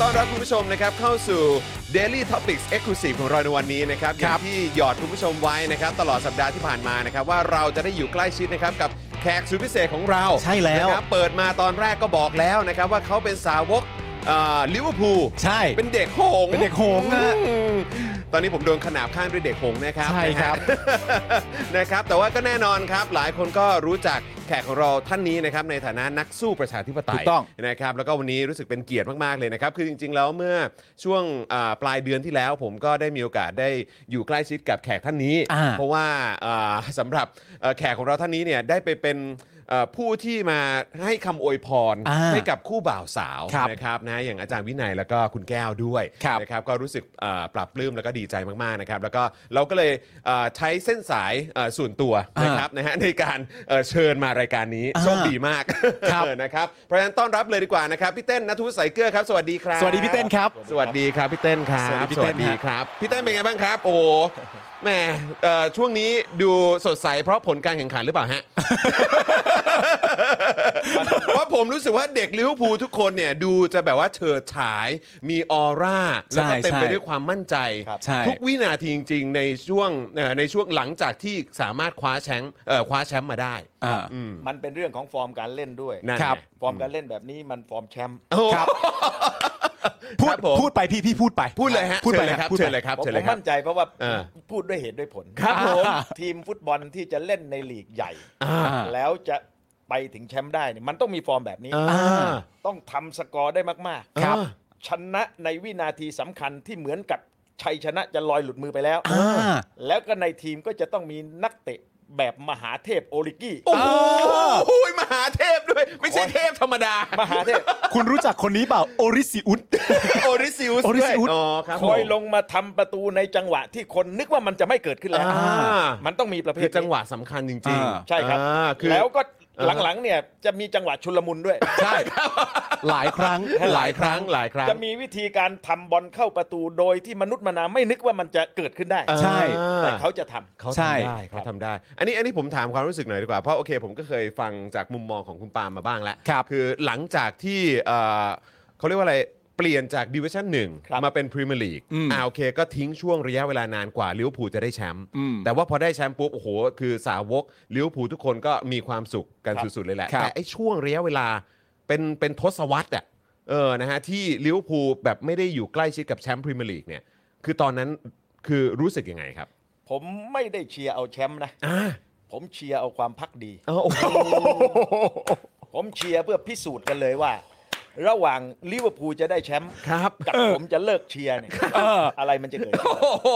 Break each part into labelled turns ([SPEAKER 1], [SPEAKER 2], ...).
[SPEAKER 1] ต้อนรับคุณผู้ชมนะครับเข้าสู่ Daily Topics Exclusive ของเราในวันนี้นะครับอย่างที่หยอดคุณผู้ชมไว้นะครับตลอดสัปดาห์ที่ผ่านมานะครับว่าเราจะได้อยู่ใกล้ชิดนะครับกับแขกสุดพิเศษของเรา
[SPEAKER 2] ใช่แล้ว
[SPEAKER 1] นะครับเปิดมาตอนแรกก็บอกแล้วนะครับว่าเขาเป็นสาวกลิเวอร์พูล
[SPEAKER 2] ใช่
[SPEAKER 1] เป็นเด็กหงส์
[SPEAKER 2] เป็นเด็กหงส์นะ
[SPEAKER 1] อืมตอนนี้ผมโดนขนาบข้างด้วยเด็กหงส์นะครับ
[SPEAKER 2] ใช่ครับ
[SPEAKER 1] นะครับแต่ว่าก็แน่นอนครับหลายคนก็รู้จักแขกของเราท่านนี้นะครับในฐานะนักสู้ประชาธิปไต
[SPEAKER 2] ถู
[SPEAKER 1] ย
[SPEAKER 2] กต้อง
[SPEAKER 1] นะครับแล้วก็วันนี้รู้สึกเป็นเกียรติมาก ๆ เลยนะครับ คือจริง ๆ แล้วเมื่อช่วงอ่าปลายเดือนที่แล้ว ผมก็ได้มีโอกาสได้อยู่ใกล้ชิดกับแขกท่านนี้
[SPEAKER 2] อ่า
[SPEAKER 1] เพราะว่าอ่าสำหรับเอ่อแขกของเราท่านนี้เนี่ยได้ไปเป็นเอ่อผู้ที่มาให้คำอวยพร
[SPEAKER 2] อ่า
[SPEAKER 1] ให้กับคู่บ่าวสาว
[SPEAKER 2] ครับ
[SPEAKER 1] นะครับนะอย่างอาจารย์วินัยแล้วก็คุณแก้วด้วย
[SPEAKER 2] ครับ
[SPEAKER 1] นะครับก็รู้สึกเอ่อปรับปลื้มแล้วก็ดีใจมากๆนะครับแล้วก็เราก็เลยเอ่อใช้เส้นสายเอ่อส่วนตัวนะครับนะฮะในการเอ่อเชิญมารายการนี้
[SPEAKER 2] อ่า
[SPEAKER 1] โชคดีมาก
[SPEAKER 2] ครับ
[SPEAKER 1] เออนะครับเพราะฉะนั้นต้อนรับเลยดีกว่านะครับพี่เต้นนัทวุฒิใสายเกลือครับสวัสดีครับ
[SPEAKER 2] สวัสดีพี่เต้นครับ
[SPEAKER 1] สวัสดีครับ พี่เต้นครับ
[SPEAKER 2] สวัสดีพี่เต้น
[SPEAKER 1] สวัสดีครับ พี่เต้นเป็นไงบ้างครับ โอ้โหแหมเอ่อช่วงนี้ดูสดใสเพราะผลการแข่งขันหรือเปล่า ฮะ ว่าะผมรู้สึกว่าเด็กลิเวอร์พูลทุกคนเนี่ยดูจะแบบว่าเฉิดฉาย มีออร่า
[SPEAKER 2] ใช่
[SPEAKER 1] แล้วก็เต็มไป
[SPEAKER 2] ใช่
[SPEAKER 1] ด้วยความมั่นใจ
[SPEAKER 2] ครับใช่
[SPEAKER 1] ทุกวินาทีจริง ๆ ในช่วงเอ่อในช่วงหลังจากที่สามารถคว้าแชมป์เอ่อคว้าแชมป์มาได้
[SPEAKER 2] อ่า
[SPEAKER 1] อืม
[SPEAKER 3] มันเป็นเรื่องของฟอร์มการเล่นด้วย
[SPEAKER 1] นั่นครับ
[SPEAKER 3] ไงฟอร์มการเล่นแบบนี้มันฟอร์มแชมป์
[SPEAKER 2] ครับ
[SPEAKER 1] พู
[SPEAKER 2] พู
[SPEAKER 1] ด
[SPEAKER 2] ด
[SPEAKER 1] ผม
[SPEAKER 2] พูดไปพี่พี่พูดไป
[SPEAKER 1] พูดเลยฮะ
[SPEAKER 2] พูดไป
[SPEAKER 1] เชิญเลยครับ
[SPEAKER 2] พูด
[SPEAKER 1] เชิ
[SPEAKER 2] ไป
[SPEAKER 1] ญเลยครับ
[SPEAKER 3] ผม
[SPEAKER 1] เชิญ
[SPEAKER 3] ผ
[SPEAKER 1] เลย
[SPEAKER 3] ม
[SPEAKER 1] ครับ
[SPEAKER 3] มั่นใจเพราะว่า
[SPEAKER 1] เออ
[SPEAKER 3] พูดด้วยเหตุด้วยผล
[SPEAKER 1] ครับผม
[SPEAKER 3] ทีมฟุตบอลที่จะเล่นในลีกใหญ่
[SPEAKER 1] อ่า
[SPEAKER 3] แล้วจะไปถึงแชมป์ได้เนี่ยมันต้องมีฟอร์มแบบนี้
[SPEAKER 1] อ่า
[SPEAKER 3] ต้องทำสกอร์ได้มากๆ
[SPEAKER 1] ครับ
[SPEAKER 3] ชนะในวินาทีสำคัญที่เหมือนกับชัยชนะจะลอยหลุดมือไปแล้ว
[SPEAKER 2] อ่า
[SPEAKER 3] แล้วก็ในทีมก็จะต้องมีนักเตะแบบมหาเทพโอลิกี้
[SPEAKER 1] โอ้โหโอ้ยมหาเทพด้วย ไม่ใช่เทพธรรมดา
[SPEAKER 3] มหาเทพ
[SPEAKER 2] คุณรู้จักคนนี้เปล่าโอริสิอุส
[SPEAKER 1] โอริซิอุส
[SPEAKER 2] โอริ
[SPEAKER 1] ด้ว
[SPEAKER 2] ซิ
[SPEAKER 1] ย
[SPEAKER 2] อุส
[SPEAKER 1] อ๋อครับ
[SPEAKER 3] คอย
[SPEAKER 1] ผม
[SPEAKER 3] ลงมาทำประตูในจังหวะที่คนนึกว่ามันจะไม่เกิดขึ้นแล้ว
[SPEAKER 1] อ่า
[SPEAKER 3] มันต้องมีประเภ
[SPEAKER 1] คื
[SPEAKER 3] ท
[SPEAKER 1] อ
[SPEAKER 3] นี้
[SPEAKER 1] จังหวะสำคัญจริง
[SPEAKER 2] อ่า
[SPEAKER 1] ๆ
[SPEAKER 3] ใช่ครับ
[SPEAKER 1] อ่าคือ
[SPEAKER 3] แล้วก็
[SPEAKER 1] อ่าฮะ
[SPEAKER 3] หลังๆเนี่ยจะมีจังหวะชุลมุนด้วย
[SPEAKER 2] ใช่หลายครั้ง
[SPEAKER 1] หลายครั้งหลายครั้ง
[SPEAKER 3] จะมีวิธีการทำบอลเข้าประตูโดยที่มนุษย์มนาไม่นึกว่ามันจะเกิดขึ้นได้
[SPEAKER 1] อ่า
[SPEAKER 2] ใช่
[SPEAKER 3] แต่เขาจะทำ
[SPEAKER 1] เขา
[SPEAKER 2] ใช่
[SPEAKER 1] ทำได้เขาทำได้ อันนี้อันนี้ผมถามความรู้สึกหน่อยดีกว่า เพราะโอเคผมก็เคยฟังจากมุมมองของคุณปาล์มมาบ้างแล้ว
[SPEAKER 2] ครับ
[SPEAKER 1] คือหลังจากที่เอ่อเขาเรียกว่าอะไรเปลี่ยนจากดิวิชั่นหนึ่ง
[SPEAKER 3] ครับ
[SPEAKER 1] มาเป็นพรีเมียร์ลีก
[SPEAKER 2] อืม
[SPEAKER 1] อ่าโอเค ก็ทิ้งช่วงระยะเวลานานกว่าลิเวอร์พูลจะได้แชมป์
[SPEAKER 2] อืม
[SPEAKER 1] แต่ว่าพอได้แชมป์ปุ๊บโอ้โห คือสาวกลิเวอร์พูลทุกคนก็มีความสุขกันสุดๆเลยแหละ
[SPEAKER 2] ครับ
[SPEAKER 1] แต่ไอ้ช่วงระยะเวลาเป็นเป็นทศวรรษอะเออนะฮะที่ลิเวอร์พูลแบบไม่ได้อยู่ใกล้ชิดกับแชมป์พรีเมียร์ลีกเนี่ยคือตอนนั้นคือรู้สึกยังไงครับ
[SPEAKER 3] ผมไม่ได้เชียร์เอาแชมป์นะ
[SPEAKER 1] อ่า
[SPEAKER 3] ผมเชียร์เอาความพักดี
[SPEAKER 1] เออโอ้โห
[SPEAKER 3] ผมเชียร์เพื่อพิสูจน์กันเลยว่า ระหว่างลิเวอร์พูลจะได้แชมป์
[SPEAKER 1] ครับ
[SPEAKER 3] กับผมจะเลิกเชียร์เนี่ย
[SPEAKER 2] เออ
[SPEAKER 3] อะไรมันจะเกิดขึ้น
[SPEAKER 1] โอ้โห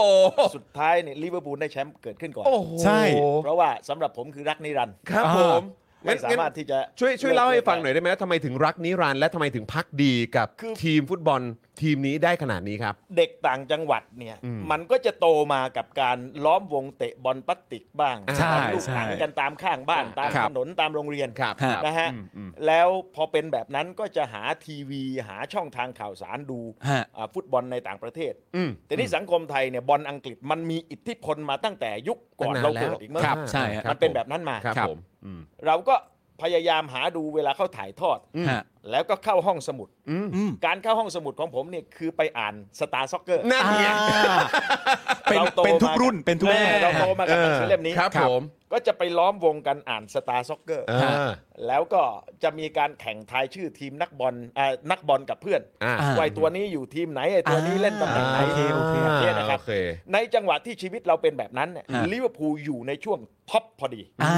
[SPEAKER 3] สุดท้ายเนี่ยลิเวอร์พูลได้แชมป์เกิดขึ้นก่อน
[SPEAKER 1] โอ้โห
[SPEAKER 2] ใช่
[SPEAKER 3] เพราะว่าสำหรับผมคือรักนิรันดร์
[SPEAKER 1] ครับ
[SPEAKER 2] อ่า
[SPEAKER 1] ผม
[SPEAKER 3] ไม่สามารถที่จะ
[SPEAKER 1] ช่วยช่วยเล่าให้ฟังหน่อย
[SPEAKER 3] ได้
[SPEAKER 1] ได้ไหมทำไมถึงรักนิรันดร์และทำไมถึงพักดีกับ
[SPEAKER 3] คือ
[SPEAKER 1] ทีมฟุตบอลทีมนี้ได้ขนาดนี้ครับ
[SPEAKER 3] เด็กต่างจังหวัดเนี่ย
[SPEAKER 1] อืม
[SPEAKER 3] มันก็จะโตมากับการล้อมวงเตะบอลพลาสติกบ้าง
[SPEAKER 1] ใช่
[SPEAKER 3] ทำลูกหนัง
[SPEAKER 2] ใช่
[SPEAKER 3] กันตามข้างบ้าน ตาม
[SPEAKER 1] ครับ
[SPEAKER 3] ถนนตามโรงเรียน
[SPEAKER 1] ครับค
[SPEAKER 2] ฮะ
[SPEAKER 1] รับ
[SPEAKER 3] นะฮะ
[SPEAKER 1] อืมอืม
[SPEAKER 3] แล้วพอเป็นแบบนั้นก็จะหาทีวีหาช่องทางข่าวสารดู
[SPEAKER 2] ฮะ
[SPEAKER 3] อ่าฟุตบอลในต่างประเทศ
[SPEAKER 1] อืม
[SPEAKER 3] แต่นี่สังคมไทยเนี่ยบอลอังกฤษมันมีอิทธิพลมาตั้งแต่ยุคก่อน
[SPEAKER 1] ตั้งนาน
[SPEAKER 3] เราเกิ
[SPEAKER 1] แล้
[SPEAKER 3] ด
[SPEAKER 1] ว
[SPEAKER 3] อีกเมื่อ
[SPEAKER 2] ครับใช่ฮะ
[SPEAKER 3] มันเป็นแบบนั้นมา
[SPEAKER 1] ครับ
[SPEAKER 2] ครับ
[SPEAKER 1] ผมอืม
[SPEAKER 3] เราก็พยายามหาดูเวลาเขาถ่ายทอด
[SPEAKER 2] ฮะ
[SPEAKER 3] แล้วก็เข้าห้องสมุด
[SPEAKER 1] อืม
[SPEAKER 2] อืม
[SPEAKER 3] การเข้าห้องสมุดของผมเนี่ยคือไปอ่านสตาร์ซ็อกเกอร์
[SPEAKER 1] นั่นไง
[SPEAKER 2] เป็น
[SPEAKER 3] เราโต
[SPEAKER 2] เป็นทุก
[SPEAKER 3] มากั
[SPEAKER 2] รุ่นเป็นทุก
[SPEAKER 3] แม่
[SPEAKER 2] รุ่น
[SPEAKER 3] เราโตมากับหนังสือเล่มนี้
[SPEAKER 1] ครับผม
[SPEAKER 3] ก็จะไปล้อมวงกันอ่านสตาร์ซ็อกเกอร์
[SPEAKER 1] เออ
[SPEAKER 3] แล้วก็จะมีการแข่งทายชื่อทีมนักบอลอ่านักบอลกับเพื่อน
[SPEAKER 1] อ่า
[SPEAKER 2] อ่า
[SPEAKER 3] วัยตัวนี้อยู่ทีมไหนไอ้ตัวนี้เล่นตำแหน่งไหน
[SPEAKER 2] โอเคโอเค
[SPEAKER 3] แบบนี้นะครับ
[SPEAKER 1] โอเค
[SPEAKER 3] ในจังหวะที่ชีวิตเราเป็นแบบนั้นเนี่ย
[SPEAKER 2] อ่า
[SPEAKER 3] ลิเวอร์พูลอยู่ในช่วงท็อปพอดี
[SPEAKER 2] อ่า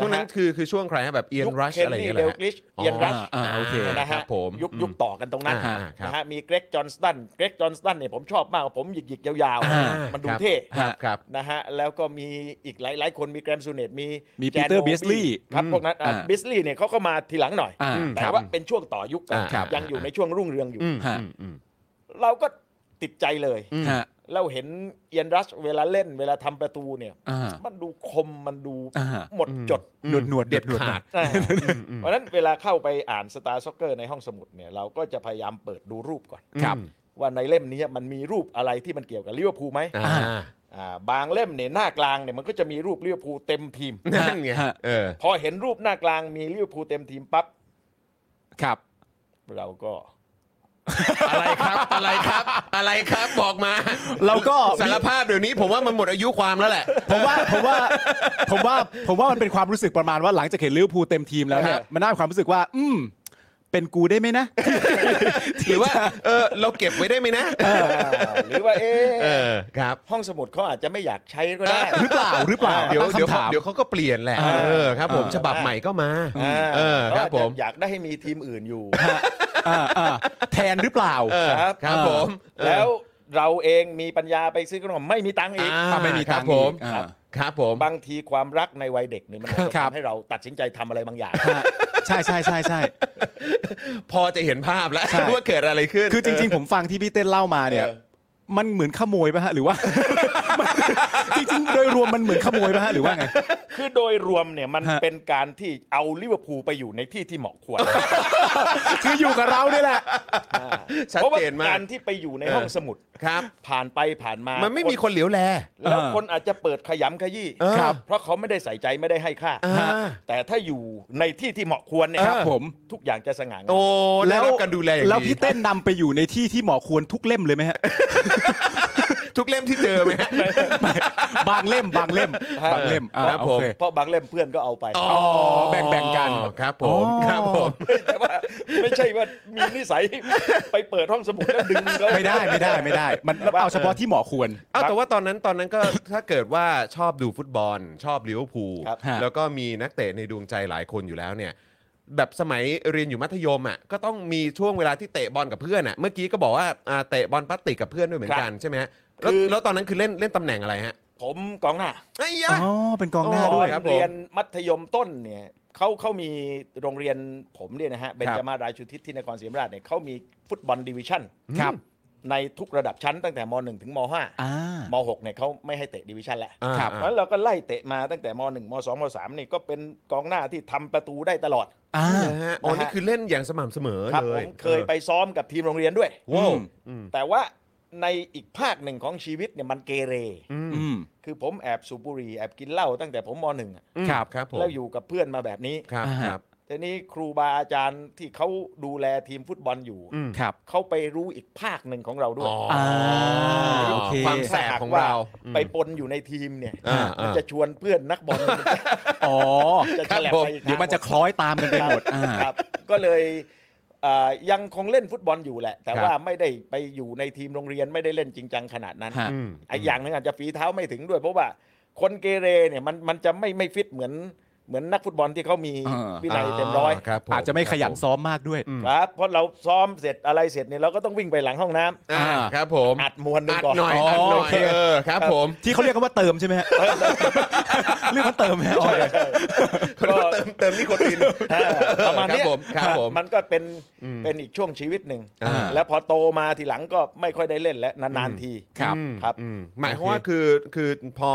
[SPEAKER 1] ช่วงนั้น
[SPEAKER 3] นะฮะ
[SPEAKER 1] คือคือช่วงใครฮะแบบเอียน
[SPEAKER 3] ยุค
[SPEAKER 1] รัช
[SPEAKER 3] เคน
[SPEAKER 1] อะไรอย่าง
[SPEAKER 3] นี่
[SPEAKER 1] เงี้ย
[SPEAKER 3] เด
[SPEAKER 1] เหร
[SPEAKER 3] ล
[SPEAKER 1] อฮะ
[SPEAKER 3] กลิชเอียนรัช
[SPEAKER 2] อ่าโอเค
[SPEAKER 3] นะ
[SPEAKER 1] ครั
[SPEAKER 3] ฮะ
[SPEAKER 1] บผม
[SPEAKER 3] ยุค
[SPEAKER 1] อืม
[SPEAKER 3] ยุคต่อกันตรงนั้น
[SPEAKER 1] อ่าอ่าครับ
[SPEAKER 3] นะฮะมีเกรกจอห์นสตันเกรกจอห์นสตันเนี่ยผมชอบมากผมหยิกหยิกๆยาว
[SPEAKER 2] อ่า
[SPEAKER 3] ๆ
[SPEAKER 1] มั
[SPEAKER 3] มันดูเท่
[SPEAKER 1] ครับครับ
[SPEAKER 3] นะฮะแล้วก็มีอีกหลาย ๆ คนมีแกรมซูเนตมี
[SPEAKER 2] มี
[SPEAKER 3] แจน
[SPEAKER 2] Peter
[SPEAKER 3] โน
[SPEAKER 2] Beasley
[SPEAKER 3] ครับ
[SPEAKER 2] อืม
[SPEAKER 3] พวกนั้น
[SPEAKER 2] อ่า
[SPEAKER 3] บิสลีเนี่ยเขาก็มาทีหลังหน่อย
[SPEAKER 2] อ่า
[SPEAKER 3] แต่
[SPEAKER 1] ครับ
[SPEAKER 3] ว่าเป็นช่วงต่อยุคกัน
[SPEAKER 1] อ่าครับ
[SPEAKER 3] ยังอยู่ในช่วงรุ่งเรืองอยู่
[SPEAKER 1] อืม
[SPEAKER 2] ฮะ
[SPEAKER 1] อืมอืม
[SPEAKER 3] เราก็ติดใจเลย
[SPEAKER 1] อืม
[SPEAKER 2] ฮะ
[SPEAKER 3] เราเห็นเอียนรัชเวลาเล่นเวลาทำประตูเนี่ย
[SPEAKER 2] อ่า
[SPEAKER 3] มันดูคมมันดู
[SPEAKER 2] อ่า
[SPEAKER 3] หมดจด
[SPEAKER 2] หนวดหนวด
[SPEAKER 1] เด็ด
[SPEAKER 2] หนวหนว
[SPEAKER 1] ขาด
[SPEAKER 3] นะฮะเพราะฉะนั้นเวลาเข้าไปอ่านสตาร์ซ็อกเกอร์ในห้องสมุดเนี่ยเราก็จะพยายามเปิดดูรูปก่อน
[SPEAKER 1] ครับ
[SPEAKER 3] ว่าในเล่มนี้มันมีรูปอะไรที่มันเกี่ยวกับลิเวอร์พูลไหม
[SPEAKER 1] อ่า
[SPEAKER 3] อ่าบางเล่มเนี่ยหน้ากลางเนี่ยมันก็จะมีรูปลิเวอร์พูลเต็มทีม
[SPEAKER 1] นั่นไง
[SPEAKER 2] ฮะ
[SPEAKER 1] เออ
[SPEAKER 3] พอเห็นรูปหน้ากลางมีลิเวอร์พูลเต็มทีมปั๊บ
[SPEAKER 1] ครับ
[SPEAKER 3] เราก็
[SPEAKER 1] อะไรครับอะไรครับ อะไรครับบอกมา
[SPEAKER 2] เราก็
[SPEAKER 1] สารภาพเดี๋ยวนี้ผมว่ามันหมดอายุความแล้วแหละ
[SPEAKER 2] ผมว่าผมว่าผมว่าผมว่ามันเป็นความรู้สึกประมาณว่าหลังจากเห็นลิเวอร์พูลเต็มทีมแล้วเนี่
[SPEAKER 1] ครั
[SPEAKER 2] ย
[SPEAKER 1] บ
[SPEAKER 2] มันน่ามีความรู้สึกว่า อืม เป็นกูได้ไหม นะ
[SPEAKER 1] หรือว่าเออเราเก็บไว้ได้ไหมนะ
[SPEAKER 3] หรือว่าเอ๊
[SPEAKER 1] เอะ อครับ
[SPEAKER 3] ห้องสมุดเขาอาจจะไม่อยากใช้ก็ได้
[SPEAKER 2] หรือเปล่าหรือเปล่า
[SPEAKER 1] เดี๋ยว
[SPEAKER 2] ตั้ง
[SPEAKER 1] เดี๋ยว
[SPEAKER 2] คำ
[SPEAKER 1] เขา
[SPEAKER 2] ถาม
[SPEAKER 1] เดี๋ยวเขาก็เปลี่ยนแหละ
[SPEAKER 3] อ่า
[SPEAKER 1] เออครับ ผม
[SPEAKER 2] อ่า
[SPEAKER 1] ฉบับใหม่ก็มา
[SPEAKER 3] อ่า
[SPEAKER 1] เออครับ
[SPEAKER 3] ขาาจจะ
[SPEAKER 1] ผม
[SPEAKER 3] อยากได้ให้มีทีมอื่นอยู่
[SPEAKER 2] อ่าอ่าแทนหรือเปล่า
[SPEAKER 1] เออ
[SPEAKER 3] ครับ
[SPEAKER 1] ครับผมเออ
[SPEAKER 3] แล้วเราเองมีปัญญาไปซื้อขนมไม่มีตังค์อีก
[SPEAKER 1] อ่า
[SPEAKER 2] ไม่มี
[SPEAKER 1] ค
[SPEAKER 2] ตั
[SPEAKER 1] รั
[SPEAKER 2] ง
[SPEAKER 1] บ
[SPEAKER 2] ค์
[SPEAKER 1] ผม
[SPEAKER 2] อีกอ่า
[SPEAKER 1] ครับผม
[SPEAKER 3] บางทีความรักในวัยเด็กเนี่ยมันอาจจะ
[SPEAKER 2] ครับ
[SPEAKER 3] ทำให้เราตัดสินใจทำอะไรบางอย่าง
[SPEAKER 2] ฮะใช่ใช่ใช่ใช่
[SPEAKER 1] พอจะเห็นภาพแล้ว
[SPEAKER 2] ใช่
[SPEAKER 1] ว่าเกิดอะไรขึ้น
[SPEAKER 2] คือจริง ๆ ผมฟังที่พี่เต้นเล่ามาเนี่ย
[SPEAKER 3] เออ
[SPEAKER 2] มันเหมือนขโมยป่ะฮะหรือว่า จริงๆ โดยรวมมันเหมือนขโมยป่ะฮะหรือว่าไง
[SPEAKER 3] คือโดยรวมเนี่ยมัน
[SPEAKER 2] ฮะ
[SPEAKER 3] เป็นการที่เอาลิเวอร์พูลไปอยู่ในที่ที่เหมาะควร
[SPEAKER 2] คืออยู่กับเราเนี่ยแหละ
[SPEAKER 1] ชัด
[SPEAKER 3] เพราะว่า
[SPEAKER 1] เจนมาก
[SPEAKER 3] การที่ไปอยู่ในห้องสมุด
[SPEAKER 1] ครับ
[SPEAKER 3] ผ่านไปผ่านมา
[SPEAKER 1] มันไม่มีคนเหลียวแล
[SPEAKER 3] แล้ว
[SPEAKER 2] เออ
[SPEAKER 3] คนอาจจะเปิดขยำขยี้
[SPEAKER 1] เออ
[SPEAKER 2] ครับ
[SPEAKER 3] เพราะเขาไม่ได้ใส่ใจไม่ได้ให้ค่า
[SPEAKER 1] อ่า
[SPEAKER 3] แต่ถ้าอยู่ในที่ที่เหมาะควรเนี่ย
[SPEAKER 2] ครับผม
[SPEAKER 3] ทุกอย่างจะสง่างาม
[SPEAKER 1] โอ้ได้รับการดูแลอย่าง
[SPEAKER 2] แล้ว
[SPEAKER 1] ดี
[SPEAKER 2] พี่เต้นนำไปอยู่ในที่ที่เหมาะควรทุกเล่มเลยไหมฮะ
[SPEAKER 1] ทุกเล่มที่เจอไหมฮะ
[SPEAKER 2] ไม่บางเล่มบางเล่มบางเล่มอ่า
[SPEAKER 1] ครับผม
[SPEAKER 2] โอเ
[SPEAKER 3] เพราะบางเล่มเพื่อนก็เอาไป
[SPEAKER 1] อ๋อ
[SPEAKER 2] แบ่งๆกัน
[SPEAKER 1] ครับผ
[SPEAKER 2] อ๋
[SPEAKER 1] ม
[SPEAKER 2] อ
[SPEAKER 1] ครับผม
[SPEAKER 3] แต่ว่าไม่ใช่ว่ามีนิสัย ไปเปิดห้องสมุดแล้วดึงแล้ว
[SPEAKER 2] ไม่ได้ไม่ได้ไม่ได้ มันเอาเฉพาะที่เหมาะควร
[SPEAKER 1] เอาแต่ว่าตอนนั้นตอนนั้นก็ ถ้าเกิดว่าชอบดูฟุตบอล ชอบลิเวอร์พูล
[SPEAKER 3] ครับ
[SPEAKER 2] ฮะ
[SPEAKER 1] แล้วก็มีนักเตะในดวงใจหลายคนอยู่แล้วเนี่ย แบบสมัยเรียนอยู่มัธยมอ่ะก็ต้องมีช่วงเวลาที่เตะบอลกับเพื่อนอ่ะเมื่อกี้ก็บอกว่าอ่าเตะบอลพลาสติกกับเพื่อนด้วยเหมือนกันใช่ไหมฮะแล้ว
[SPEAKER 3] คือ
[SPEAKER 1] แล้วตอนนั้นคือเล่นเล่นตำแหน่งอะไรฮะ
[SPEAKER 3] ผมกองหน้า
[SPEAKER 1] ไอ้ยะ
[SPEAKER 2] อ๋อเป็นกองหน้า
[SPEAKER 1] โอ้
[SPEAKER 2] ด้วย
[SPEAKER 1] ครับผม
[SPEAKER 3] เรียนมัธยมต้นเนี่ยเขาเขามีโรงเรียนผมเนี่ยนะฮะเบญจมาราชูทิศที่นครศรีธรรมราชเนี่ยเขามีฟุตบอลดิวิชั่น
[SPEAKER 2] ครับ
[SPEAKER 3] ในทุกระดับชั้นตั้งแต่ม .1 ถึงม .5
[SPEAKER 2] อ่า
[SPEAKER 3] ม .6 เนี่ยเขาไม่ให้เตะดิวิชั่นแหละ
[SPEAKER 1] อ่า
[SPEAKER 2] ครับ
[SPEAKER 1] อ่า
[SPEAKER 3] เพราะฉะนั้นเราก็ไล่เตะมาตั้งแต่ม .1 ม .2 ม .3 นี่ก็เป็นกองหน้าที่ทำประตูได้ตลอด
[SPEAKER 2] อ่า
[SPEAKER 1] นะฮะอ๋อ
[SPEAKER 3] นะฮะ
[SPEAKER 1] นี่คือเล่นอย่างสม่ำเสมอ
[SPEAKER 3] ครับ
[SPEAKER 1] เล
[SPEAKER 3] ผ
[SPEAKER 1] ย
[SPEAKER 3] มเคยไปซ้อมกับทีมโรงเรียนด้วย
[SPEAKER 1] ว้าว
[SPEAKER 2] อืม
[SPEAKER 1] อืม
[SPEAKER 3] แต่ว่าในอีกภาคหนึ่งของชีวิตเนี่ยมันเกเร
[SPEAKER 1] อืม
[SPEAKER 2] อืม
[SPEAKER 3] คือผมแอบสูบบุหรี่แอบกินเหล้าตั้งแต่ผมม .1 อะ
[SPEAKER 1] ครับครับผม
[SPEAKER 3] แล้วอยู่กับเพื่อนมาแบบนี้
[SPEAKER 1] ครับ
[SPEAKER 2] อ่า
[SPEAKER 1] ค
[SPEAKER 2] ฮะ
[SPEAKER 1] รับ
[SPEAKER 3] ทีนี้ครูบาอาจารย์ที่เขาดูแลทีมฟุตบอลอยู่
[SPEAKER 1] อืม
[SPEAKER 2] ครับ
[SPEAKER 3] เขาไปรู้อีกภาคหนึ่งของเราด้ว
[SPEAKER 1] อ๋
[SPEAKER 3] ย
[SPEAKER 1] อ
[SPEAKER 2] อ่า
[SPEAKER 1] โอเคความแส
[SPEAKER 3] ถ้
[SPEAKER 1] บ
[SPEAKER 3] หก
[SPEAKER 1] ของ
[SPEAKER 3] ว่
[SPEAKER 1] เรา
[SPEAKER 3] ไป
[SPEAKER 1] อืม
[SPEAKER 3] ปนอยู่ในทีมเนี่ย
[SPEAKER 1] อ่าอ่ามั
[SPEAKER 3] มันจะชวนเพื่อนนักบอลมันจะ
[SPEAKER 2] อ๋อ
[SPEAKER 3] จะ
[SPEAKER 1] ค
[SPEAKER 3] แฉ
[SPEAKER 1] รับ
[SPEAKER 3] ลบ
[SPEAKER 1] ผม
[SPEAKER 3] ไปอีกทาง
[SPEAKER 2] เดี๋ยวมันจะคล้อยตามกันไปหมดอ่า
[SPEAKER 3] ครับก็เลยเอ่อยังคงเล่นฟุตบอลอยู่แหละ แต่
[SPEAKER 1] ครับ
[SPEAKER 3] ว่าไม่ได้ไปอยู่ในทีมโรงเรียนไม่ได้เล่นจริงจังขนาดนั้น
[SPEAKER 2] ฮะ
[SPEAKER 1] อืม
[SPEAKER 3] ไอ้อย่างหนึงอาจจะฝีเท้าไม่ถึงด้วย เพราะว่าคนเกเรเนี่ยมันมันจะไม่ไม่ฟิตเหมือนเหมือนนักฟุตบอลที่เขามี
[SPEAKER 2] อ่า
[SPEAKER 3] วินัยเต็มร้อย
[SPEAKER 1] าครับผ
[SPEAKER 2] อาจจะไม่ขยันซ้อมมากด้วย
[SPEAKER 3] ครับเพราะเราซ้อมเสร็จอะไรเสร็จเนี่ยเราก็ต้องวิ่งไปหลังห้องน้ำ
[SPEAKER 1] อ่า
[SPEAKER 2] อ่า
[SPEAKER 1] ครับผม
[SPEAKER 3] อัดมวลหนึ่ง
[SPEAKER 1] อัด
[SPEAKER 3] ก่อน
[SPEAKER 1] หน่อย
[SPEAKER 2] อ๋อ
[SPEAKER 1] อัดหน่
[SPEAKER 2] โอ
[SPEAKER 1] อย
[SPEAKER 2] เค
[SPEAKER 1] เออครับผม
[SPEAKER 2] ที่เขาเรียกกันว่าเติมใช่ไหมฮะ เรื่องมันเติมไหมอ๋อ
[SPEAKER 1] คนก็เติมเติมนิโคติน
[SPEAKER 3] ประมาณเนี้
[SPEAKER 1] ค
[SPEAKER 3] ย
[SPEAKER 1] รับผมครับผม
[SPEAKER 3] มันก็เป็นเป็นอีกช่วงชีวิตหนึ่ง
[SPEAKER 1] อ่า
[SPEAKER 3] แล้วพอโตมาทีหลังก็ไม่ค่อยได้เล่นแล้วนานๆที
[SPEAKER 2] ครับ
[SPEAKER 1] อืม
[SPEAKER 3] ครับ
[SPEAKER 1] อืมหมายความว่าคือคือพอ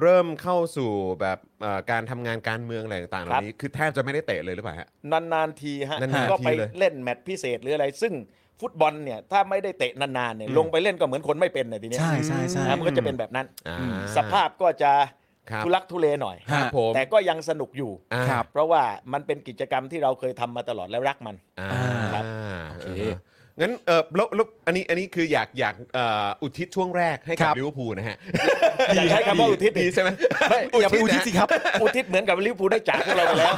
[SPEAKER 1] เริ่มเข้าสู่แบบเอ่อการทำงานการเมืองอะไรต่างๆเห
[SPEAKER 3] ครั
[SPEAKER 1] ล่า
[SPEAKER 3] บ
[SPEAKER 1] นี้คือแทบจะไม่ได้เตะเลยหรือเปล่าฮะ
[SPEAKER 3] นาน ๆ ทีฮะ
[SPEAKER 1] นานๆ
[SPEAKER 3] ก็ไป
[SPEAKER 1] ทีเลย
[SPEAKER 3] เล่นแมตช์พิเศษหรืออะไร ซึ่งฟุตบอลเนี่ยถ้าไม่ได้เตะนานๆเนี่ย
[SPEAKER 1] อืม
[SPEAKER 3] ลงไปเล่นก็เหมือนคนไม่เป็นนะทีเนี้ย
[SPEAKER 2] ใช่ใช่ใช่
[SPEAKER 3] นะมันก็จะเป็นแบบนั้น
[SPEAKER 1] อ่า
[SPEAKER 3] สภาพก็จะ
[SPEAKER 1] ครับ
[SPEAKER 3] ทุลักทุเลหน่อย
[SPEAKER 1] ครับผม
[SPEAKER 3] แต่ก็ยังสนุกอยู่
[SPEAKER 1] อ่า
[SPEAKER 2] ครับ
[SPEAKER 3] เพราะว่ามันเป็นกิจกรรมที่เราเคยทำมาตลอดแล้วรักมัน
[SPEAKER 1] อ่า
[SPEAKER 3] ครับ
[SPEAKER 1] โอ
[SPEAKER 2] โอ
[SPEAKER 1] เค
[SPEAKER 2] เค
[SPEAKER 1] งั้นเออแล้วแล้วอันนี้อันนี้คืออยากอยากเอ่ออุทิศช่วงแรกให้
[SPEAKER 2] ค
[SPEAKER 1] กับ
[SPEAKER 2] รับ
[SPEAKER 1] ลิเวอร์พูลนะฮะ
[SPEAKER 3] อย่าใช้คำว่าอุทิศ
[SPEAKER 1] ดีใช่ไหม
[SPEAKER 3] ไม่อย่าไป
[SPEAKER 2] อุ
[SPEAKER 3] อุ
[SPEAKER 2] ทิ
[SPEAKER 3] ทิ
[SPEAKER 2] ศ
[SPEAKER 3] ศ
[SPEAKER 2] สิครับ
[SPEAKER 3] อุทิศเหมือนกับลิเวอร์พูลได้จากพวกเราไปแล้ว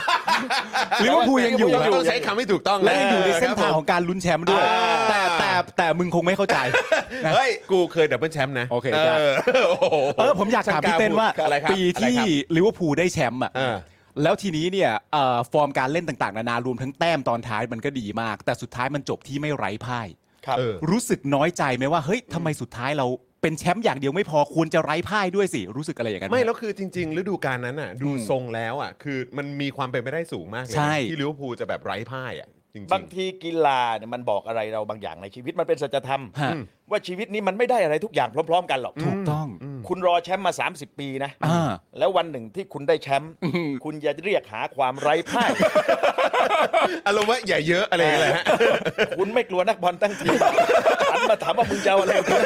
[SPEAKER 2] ลิเวอร์พูลยังอยู่
[SPEAKER 1] เราต้องใช้คำให้ถูกต้อง
[SPEAKER 2] และยังอยู่ในเส้น
[SPEAKER 1] ครั
[SPEAKER 2] ทาง
[SPEAKER 1] บ
[SPEAKER 2] ข
[SPEAKER 1] ผ
[SPEAKER 2] อ
[SPEAKER 1] ม
[SPEAKER 2] งการลุ้นแชมป์ด้วย
[SPEAKER 1] อ่า
[SPEAKER 2] แต่แต่แต่มึงคงไม่เข้าใจ
[SPEAKER 1] เฮ้ย กูเคยดับเบิลแชมป์นะ
[SPEAKER 2] โอเค
[SPEAKER 1] เอ
[SPEAKER 2] ได้
[SPEAKER 1] อโอ้โห
[SPEAKER 2] เออผมอยากถามพี่เต้นว่า
[SPEAKER 1] อะไรครับ
[SPEAKER 2] ปี
[SPEAKER 1] อะไร
[SPEAKER 2] ที่
[SPEAKER 1] ครับ
[SPEAKER 2] ลิเวอร์พูลได้แชมป์อ่ะ
[SPEAKER 1] เออ
[SPEAKER 2] แล้วทีนี้เนี่ยเอ่อฟอร์มการเล่นต่างๆ นานารวมทั้งแต้มตอนท้ายมันก็ดีมาก แต่สุดท้ายมันจบที่ไม่ไร้พ่าย
[SPEAKER 3] ครับ
[SPEAKER 1] เออ
[SPEAKER 2] รู้สึกน้อยใจไหมว่า เฮ้ยทำไมสุดท้ายเราเป็นแชมป์อย่างเดียวไม่พอควรจะไร้พ่ายด้วยสิ รู้สึกอะไรอย่างนั้นห
[SPEAKER 1] ไม่แล้วคือจริง ๆ ฤดูกาลนั้นอ่ะ ดู
[SPEAKER 2] อืม
[SPEAKER 1] ทรงแล้วอ่ะ คือมันมีความเป็นไปได้สูงมากเลย
[SPEAKER 2] ใช่
[SPEAKER 1] นะที่ลิเวอร์พูลจะแบบไร้พ่ายอ่ะ จริงๆ
[SPEAKER 3] บางทีกีฬาเนี่ยมันบอกอะไรเราบางอย่างในชีวิตมันเป็นสัจธรรม
[SPEAKER 2] ฮะ
[SPEAKER 3] ว่าชีวิตนี้มันไม่ได้อะไรทุกอย่างพร้อม ๆ กันหรอก
[SPEAKER 2] ถูกต้อง
[SPEAKER 3] คุณรอแชมป์มา 30 ปีนะ
[SPEAKER 2] อ่า
[SPEAKER 3] แล้ววันหนึ่งที่คุณได้แชมป์คุณอย่าเรียกหาความไร้พ่าย
[SPEAKER 1] อารมณ์ว่าอย่าเยอะอะไรอย่างเงี้ยแหละฮะ
[SPEAKER 3] คุณไม่กลัวนักบอลตั้งทีมหันมาถามว่ามึงจะเอาอะไรกับกู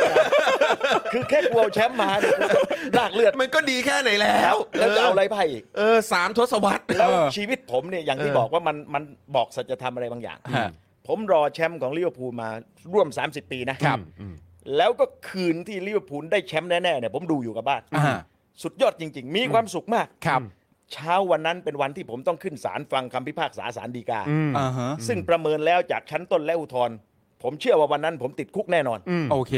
[SPEAKER 3] คือแค่กลัวแชมป์มาเนี่ยกูต้องลากเลือด
[SPEAKER 1] มันก็ดีแค่ไหนแล้
[SPEAKER 3] แล้ว วแล้วจะเอาอะไรไพ่ายอีก
[SPEAKER 1] เออสามทศวรรษ
[SPEAKER 3] แล้ว
[SPEAKER 2] เออ
[SPEAKER 3] ชีวิตผมเนี่ยอย่างที่
[SPEAKER 1] เออ
[SPEAKER 3] บอกว่ามันมันบอกสัจธรรมอะไรบางอย่าง
[SPEAKER 2] ฮะ
[SPEAKER 3] ผมรอแชมป์ของลิเวอร์พูลมาร่วม 30 ปีนะ
[SPEAKER 2] ครับ
[SPEAKER 3] แล้วก็คืนที่ลิเวอร์พูลได้แชมป์แน่ๆเนี่ยผมดูอยู่กับบ้าน
[SPEAKER 2] อ่า
[SPEAKER 3] สุดยอดจริง ๆ มีความสุขมาก
[SPEAKER 2] ครับ
[SPEAKER 3] เช้าวันนั้นเป็นวันที่ผมต้องขึ้นศาลฟังคำพิพากษาศาลฎีกา
[SPEAKER 2] อ่าฮะ
[SPEAKER 3] ซึ่งประเมินแล้วจากชั้นต้นและอุทธรณ์ผมเชื่อว่าวันนั้นผมติดคุกแน่นอน
[SPEAKER 2] โอเค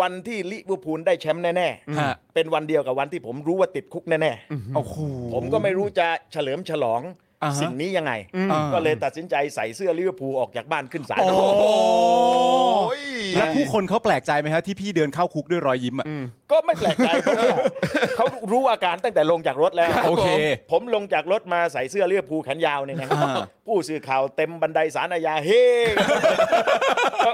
[SPEAKER 3] วันที่ลิเวอร์พูลได้แชมป์แน่
[SPEAKER 2] ฮะ
[SPEAKER 3] เป็นวันเดียวกับวันที่ผมรู้ว่าติดคุกแน่
[SPEAKER 2] โอ้โห
[SPEAKER 3] ๆ ผมก็ไม่รู้จะเฉลิมฉลอง
[SPEAKER 2] อ่าฮะ
[SPEAKER 3] สิ่งนี้ยังไง
[SPEAKER 2] อ่า
[SPEAKER 3] ก็เลยตัดสินใจใส่เสื้อลิเวอร์พูลออกจากบ้านขึ้นศาล
[SPEAKER 2] โอ้โห
[SPEAKER 1] ย
[SPEAKER 2] แล้วผู้คนเขาแปลกใจไหมฮะที่พี่เดินเข้าคุกด้วยรอยยิ้มอ่ะ
[SPEAKER 3] ก็ไม่แปลก ใจเพราะว่าเขารู้อาการตั้งแต่ลงจากรถแล้ว
[SPEAKER 2] โอเค
[SPEAKER 3] ผมลงจากรถมาใส่เสื้อเลือดภูแขนยาวเนี่ยนะ
[SPEAKER 2] อ่า
[SPEAKER 3] ผู้สื่อข่าวเต็มบันไดสารอาญาเฮ้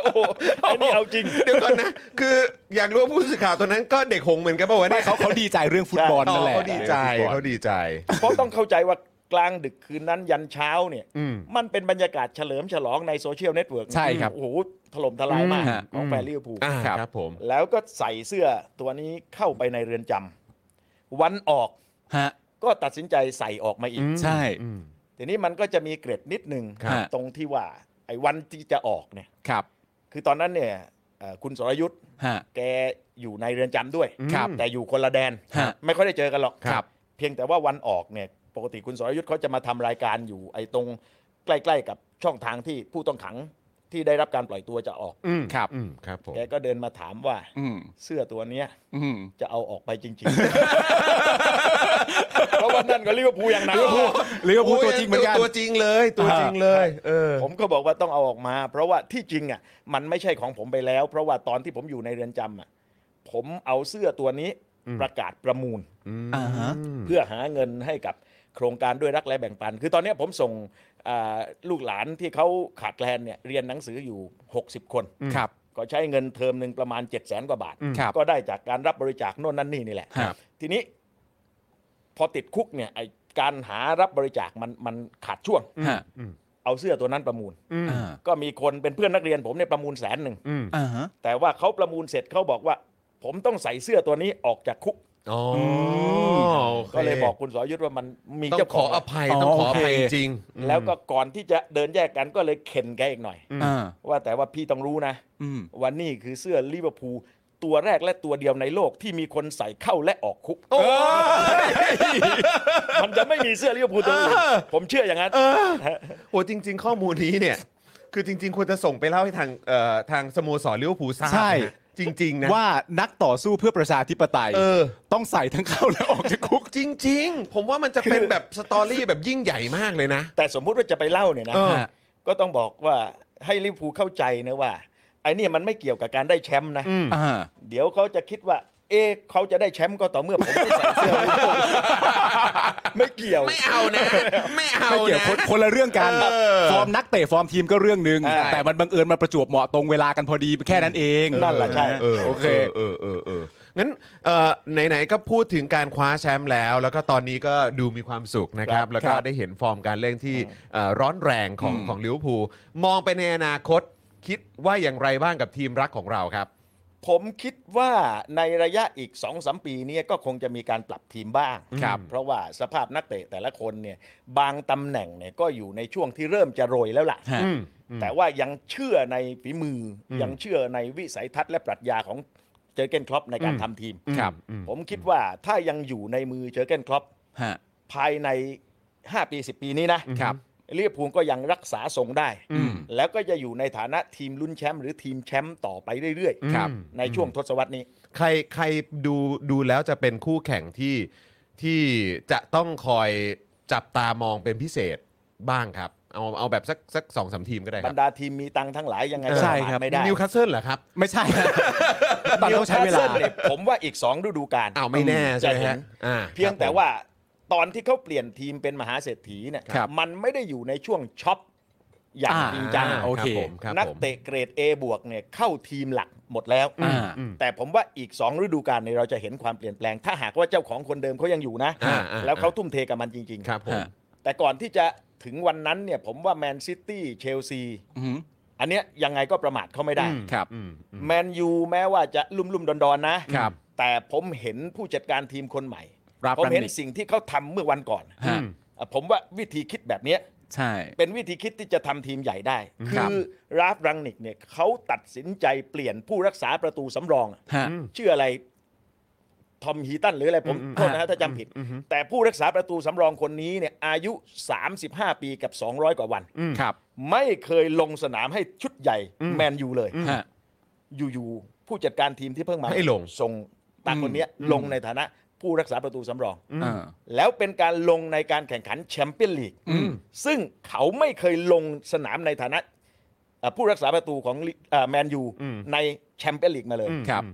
[SPEAKER 3] โอ้โหอันนี้เอาจริง
[SPEAKER 1] เดี๋ยวก่อนนะ คืออยากรู้ว่าผู้สื่อข่าวตัวนั้นก็เด็กหงเหมือนกันป่าวะ
[SPEAKER 2] ไม่
[SPEAKER 1] เนี่ย
[SPEAKER 2] เขาเขาดีใจเรื่องฟุตบอลนั่นแหละ
[SPEAKER 1] เขาดีใจเขาดีใจ
[SPEAKER 3] เพราะต้องเข้าใจว่ากลางดึกคืนนั้นยันเช้าเนี่ย มันเป็นบรรยากาศเฉลิมฉลองในโซเชียลเน็ตเวิร์ก
[SPEAKER 2] ใช่ครับ
[SPEAKER 3] โอ้โหถล่มทลายมาก
[SPEAKER 2] อืมฮะ
[SPEAKER 3] ของแฟนลิเวอร์พูล
[SPEAKER 1] อ่า
[SPEAKER 2] ครับ
[SPEAKER 1] ครับผม
[SPEAKER 3] แล้วก็ใส่เสื้อตัวนี้เข้าไปในเรือนจำวันออก
[SPEAKER 2] ฮะ
[SPEAKER 3] ก็ตัดสินใจใส่ออกมาอีก
[SPEAKER 2] ใช่
[SPEAKER 3] ทีนี้มันก็จะมีเกร็ดนิดหนึ่ง
[SPEAKER 2] ครับ
[SPEAKER 3] ตรงที่ว่าไอ้วันที่จะออกเนี่ย
[SPEAKER 2] ครับ
[SPEAKER 3] คือตอนนั้นเนี่ยเอ่อคุณสรยุทธ์
[SPEAKER 2] ฮะ
[SPEAKER 3] แกอยู่ในเรือนจำด้วย
[SPEAKER 2] ครับ
[SPEAKER 3] แต่อยู่คนละแดน
[SPEAKER 2] ฮะ
[SPEAKER 3] ไม่ค่อยได้เจอกันหรอก
[SPEAKER 2] ครับ
[SPEAKER 3] เพียงแต่ว่าวันออกเนี่ยปกติคุณสรยุทธ์เขาจะมาทำรายการอยู่ไอ้ตรงใกล้ ๆ กับช่องทางที่ผู้ต้องขังที่ได้รับการปล่อยตัวจะออก
[SPEAKER 1] อืม
[SPEAKER 2] ครับ
[SPEAKER 1] อืมครับผม
[SPEAKER 3] แกก็เดินมาถามว่า
[SPEAKER 2] อืม
[SPEAKER 3] เสื้อตัวเนี้ย
[SPEAKER 2] อืม
[SPEAKER 3] จะเอาออกไปจริง ๆ เพราะวันนั้นก็ลิเวอร์พูลอย่างหนัก
[SPEAKER 2] ลิเวอร์พูลตัวจริงเหมือนกัน
[SPEAKER 1] ตัวจริงเลยตัวจริงเลยเออ
[SPEAKER 3] ผมก็บอกว่าต้องเอาออกมา เพราะว่าที่จริงอ่ะมันไม่ใช่ของผมไปแล้ว เพราะว่าตอนที่ผมอยู่ในเรือนจำอ่ะผมเอาเสื้อตัวนี้ประกาศประมูล
[SPEAKER 2] อ่าฮะ
[SPEAKER 3] เพื่อหาเงินให้กับโครงการด้วยรักและแบ่งปัน คือตอนเนี้ยผมส่งอ่าลูกหลานที่เขาขาดแคลนเนี่ยเรียนหนังสืออยู่ 60 คน
[SPEAKER 2] ครับ
[SPEAKER 3] ก็ใช้เงินเทอมหนึ่งประมาณ 7 0 0 0 0นกว่าบาท
[SPEAKER 2] ครับ
[SPEAKER 3] ก็ได้จากการรับบริจาคโน่นนั่นนี่นี่แหละ
[SPEAKER 2] ครับ
[SPEAKER 3] ทีนี้พอติดคุกเนี่ยไอการหารับบริจาคมันมันขาดช่วง
[SPEAKER 2] ฮะ
[SPEAKER 3] เอาเสื้อตัวนั้นประมูล
[SPEAKER 2] อ่า
[SPEAKER 3] ก็มีคนเป็นเพื่อนนักเรียนผมเนี่ยประมูลแสนหนึ่ง
[SPEAKER 2] อ่าฮะ
[SPEAKER 3] แต่ว่าเขาประมูลเสร็จเขาบอกว่า ผมต้องใส่เสื้อตัวนี้ออกจากคุก
[SPEAKER 1] อ๋อโค
[SPEAKER 3] ก็เลยบอกคุณสอยุทธว่ามันมี
[SPEAKER 1] ต้อง
[SPEAKER 3] เจ้า
[SPEAKER 1] ข
[SPEAKER 3] ข
[SPEAKER 1] อ
[SPEAKER 3] อง
[SPEAKER 1] อ
[SPEAKER 3] แล้ว
[SPEAKER 1] ภัย
[SPEAKER 2] อ๋อ
[SPEAKER 1] ต้องขออ
[SPEAKER 2] โอเค
[SPEAKER 1] ภัยจริงอืม
[SPEAKER 3] แล้วก็ก่อนที่จะเดินแยกกันก็เลยเข็นแกอีกหน่อย
[SPEAKER 2] อ่า
[SPEAKER 3] ว่าแต่ว่าพี่ต้องรู้นะ
[SPEAKER 2] อืม
[SPEAKER 3] ว่านี่คือเสื้อลิเวอร์พูลตัวแรกและตัวเดียวในโลกที่มีคนใส่เข้าและออกคุกมันจะไม่มีเสื้อลิเวอร์พูลตัวอื่น
[SPEAKER 1] เออ
[SPEAKER 3] ผมเชื่ออย่างนั้น
[SPEAKER 1] โอ้จริง ๆ ข้อมูลนี้เนี่ย คือจริง ๆ ควรจะส่งไปเล่าให้ทางเอ่อทางสโมสรลิเวอร์พูลทราบ
[SPEAKER 2] ใช่
[SPEAKER 1] นะจริง ๆ นะ
[SPEAKER 2] ว่านักต่อสู้เพื่อประชาธิปไตย
[SPEAKER 1] เออ
[SPEAKER 2] ต้องใส่ทั้งเข้าและออกจากคุก
[SPEAKER 1] จริง ๆ ผมว่ามันจะเป็นแบบสตอรี่แบบยิ่งใหญ่มากเลยนะ
[SPEAKER 3] แต่สมมุติว่าจะไปเล่าเนี่ยนะ
[SPEAKER 1] เออ
[SPEAKER 3] ก็ต้องบอกว่าให้ลิเวอร์พูลเข้าใจนะว่าไอ้เนี่ยมันไม่เกี่ยวกับการได้แชมป์นะ
[SPEAKER 2] อ่า
[SPEAKER 3] เดี๋ยวเขาจะคิดว่า เอ๊ะเขาจะได้แชมป์ก็ต่อเมื่อผมไม่ใส่เสื้อลิเวอร์พูลไม่เกี่ยว
[SPEAKER 1] ไม่เอา นะ ไม่เอา
[SPEAKER 2] ไม่เกี่ยว
[SPEAKER 1] นะ
[SPEAKER 2] คนคนละเรื่องกัน
[SPEAKER 1] เออ
[SPEAKER 2] ฟอร์มนักเตะฟอร์มทีมก็เรื่องหนึ่ง
[SPEAKER 3] ใช่
[SPEAKER 2] แต่มันบังเอิญมาประจวบเหมาะตรงเวลากันพอดีแค่นั้นเอง
[SPEAKER 3] นั่นแหละใช่
[SPEAKER 1] เออ
[SPEAKER 2] โอเค
[SPEAKER 1] เออเออเออเอองั้นเอ่อไหนๆก็พูดถึงการคว้าแชมป์แล้ว แล้วก็ตอนนี้ก็ดูมีความสุขนะครับ
[SPEAKER 3] ครับ
[SPEAKER 1] แล้วก็
[SPEAKER 2] ครับ
[SPEAKER 1] ได้เห็นฟอร์มการเล่นที่เอ่อร้อนแรงของ
[SPEAKER 2] อืม
[SPEAKER 1] ของลิเวอร์พูลมองไปในอนาคต คิดว่าอย่างไรบ้างกับทีมรักของเราครับ
[SPEAKER 3] ผมคิดว่าในระยะอีก2อสมปีเนี้ก็คงจะมีการปรับทีมบ้าง
[SPEAKER 1] ครับ
[SPEAKER 3] เพราะว่าสภาพนักเตะแต่ละคนเนี่ยบางตำแหน่งเนี่ยก็อยู่ในช่วงที่เริ่มจะโรยแล้วล่ะ
[SPEAKER 2] ฮะ
[SPEAKER 1] อืม
[SPEAKER 3] แต่ว่ายังเชื่อในฝีมืออ
[SPEAKER 1] ม
[SPEAKER 3] ยังเชื่อในวิสัยทัศน์และปรัชญาของเจอร์เกนคล็อปในการ
[SPEAKER 1] อืม
[SPEAKER 3] ทำทีม
[SPEAKER 2] ครับ
[SPEAKER 1] อืม
[SPEAKER 3] ผมคิดว่าถ้ายังอยู่ในมือเจอร์เกนคล็อป
[SPEAKER 2] ฮะ
[SPEAKER 3] ภายใน 5 ปี 10 ปีนี้นะครับ ลิเวอร์พูลก็ยังรักษาทรงได้
[SPEAKER 2] อืม
[SPEAKER 3] แล้วก็จะอยู่ในฐานะทีมลุ้นแชมป์หรือทีมแชมป์ต่อไปเรื่อย
[SPEAKER 1] ครับ
[SPEAKER 3] ในช่วงทศวรรษนี้
[SPEAKER 1] ใครใครดูดูแล้วจะเป็นคู่แข่งที่ที่จะต้องคอยจับตามองเป็นพิเศษบ้างครับ เอาเอาแบบสักสักสองสามทีมก็ได้ค
[SPEAKER 3] บร
[SPEAKER 1] รับ
[SPEAKER 3] รดาทีมมีตังค์ทั้งหลายยังไงก็
[SPEAKER 2] ใช่
[SPEAKER 3] ประมาท
[SPEAKER 2] ครับ
[SPEAKER 3] ไม่ได้
[SPEAKER 1] นิวคาสเซิลเหรอครับ
[SPEAKER 2] ไม่ใช่ ฮะตอนนี้ต้องใช้เวลา
[SPEAKER 3] นิคสซินี่ยผมว่าอีก 2 ฤดูกาล
[SPEAKER 1] อ้าวไม่แน่ใช่ไหม
[SPEAKER 3] จะเห็
[SPEAKER 1] ฮะ
[SPEAKER 3] น
[SPEAKER 1] อ่า
[SPEAKER 3] เพียงแต่
[SPEAKER 1] ครับผม
[SPEAKER 3] ว่าตอนที่เขาเปลี่ยนทีมเป็นมหาเศรษฐีเนี่ย
[SPEAKER 2] ครับ
[SPEAKER 3] มันไม่ได้อยู่ในช่วงช็อปอย่าง
[SPEAKER 2] อ่า
[SPEAKER 3] จริงจัง
[SPEAKER 2] โอเค
[SPEAKER 1] รับผมครับ
[SPEAKER 3] นัก
[SPEAKER 1] ผม
[SPEAKER 3] เตะเกรด A บวกเนี่ยเข้าทีมหลักหมดแล้ว
[SPEAKER 2] อ่า
[SPEAKER 1] อืม
[SPEAKER 3] แต่ผมว่าอีก 2 ฤดูกาลเนี่ยเราจะเห็นความเปลี่ยนแปลง ถ้าหากว่าเจ้าของคนเดิมเขายังอยู่นะ
[SPEAKER 1] อ่าอ่า
[SPEAKER 3] แล้วเขาทุ่มเทกับมันจริง
[SPEAKER 1] ครับผม
[SPEAKER 2] ฮะ
[SPEAKER 3] ๆ แต่ก่อนที่จะถึงวันนั้นเนี่ยผมว่าแมนซิตี้เชลซี
[SPEAKER 2] อืม
[SPEAKER 3] อันเนี้ยยังไงก็ประมาทเขาไม่ได้
[SPEAKER 2] ครับ
[SPEAKER 1] อืมอืม
[SPEAKER 3] แมนยูแม้ว่าจะลุ่มๆ ดอนๆ นะ
[SPEAKER 2] ครับ
[SPEAKER 3] แต่ผมเห็นผู้จัดการทีมคนใหม่
[SPEAKER 2] รับ
[SPEAKER 3] ผม
[SPEAKER 2] รัน
[SPEAKER 3] เห็น
[SPEAKER 2] นิก
[SPEAKER 3] สิ่งที่เขาทำเมื่อวันก่อน
[SPEAKER 2] ฮะ
[SPEAKER 1] อืม
[SPEAKER 3] อ่ะผมว่าวิธีคิดแบบเนี้ย
[SPEAKER 2] ใช่
[SPEAKER 3] เป็นวิธีคิดที่จะทำทีมใหญ่ได้
[SPEAKER 2] ค
[SPEAKER 3] คื
[SPEAKER 2] รับ
[SPEAKER 3] อราฟรังนิกเนี่ยเขาตัดสินใจเปลี่ยนผู้รักษาประตูสำรองอ่ะ
[SPEAKER 2] ฮะ
[SPEAKER 1] อืม
[SPEAKER 3] ชื่ออะไร ทอมฮีตันหรืออะไรผม
[SPEAKER 1] อืม
[SPEAKER 3] โทษนะฮะถ้าจำผิด แต่ผู้รักษาประตูสำรองคนนี้เนี่ยอายุ 35 ปีกับ 200 กว่าวัน
[SPEAKER 2] ครับ
[SPEAKER 3] ไม่เคยลงสนามให้ชุดใหญ่
[SPEAKER 1] อืม
[SPEAKER 3] แมนยูเลย
[SPEAKER 2] ฮะ
[SPEAKER 3] อยู่ๆผู้จัดการทีมที่เพิ่งมา
[SPEAKER 1] ให้ลง
[SPEAKER 3] ส่งตาคนเนี้ย
[SPEAKER 2] อืม
[SPEAKER 3] ลงในฐานะผู้รักษาประตูสำรอง
[SPEAKER 2] อ่า
[SPEAKER 3] แล้วเป็นการลงในการแข่งขันแชมเปี้ยนลีก
[SPEAKER 2] อืม
[SPEAKER 3] ซึ่งเขาไม่เคยลงสนามในฐานะเอ่อผู้รักษาประตูของลิเอ่อแมนยู
[SPEAKER 1] อืม
[SPEAKER 3] ในแชมเปี้ยนลีกมาเลย
[SPEAKER 2] ครับ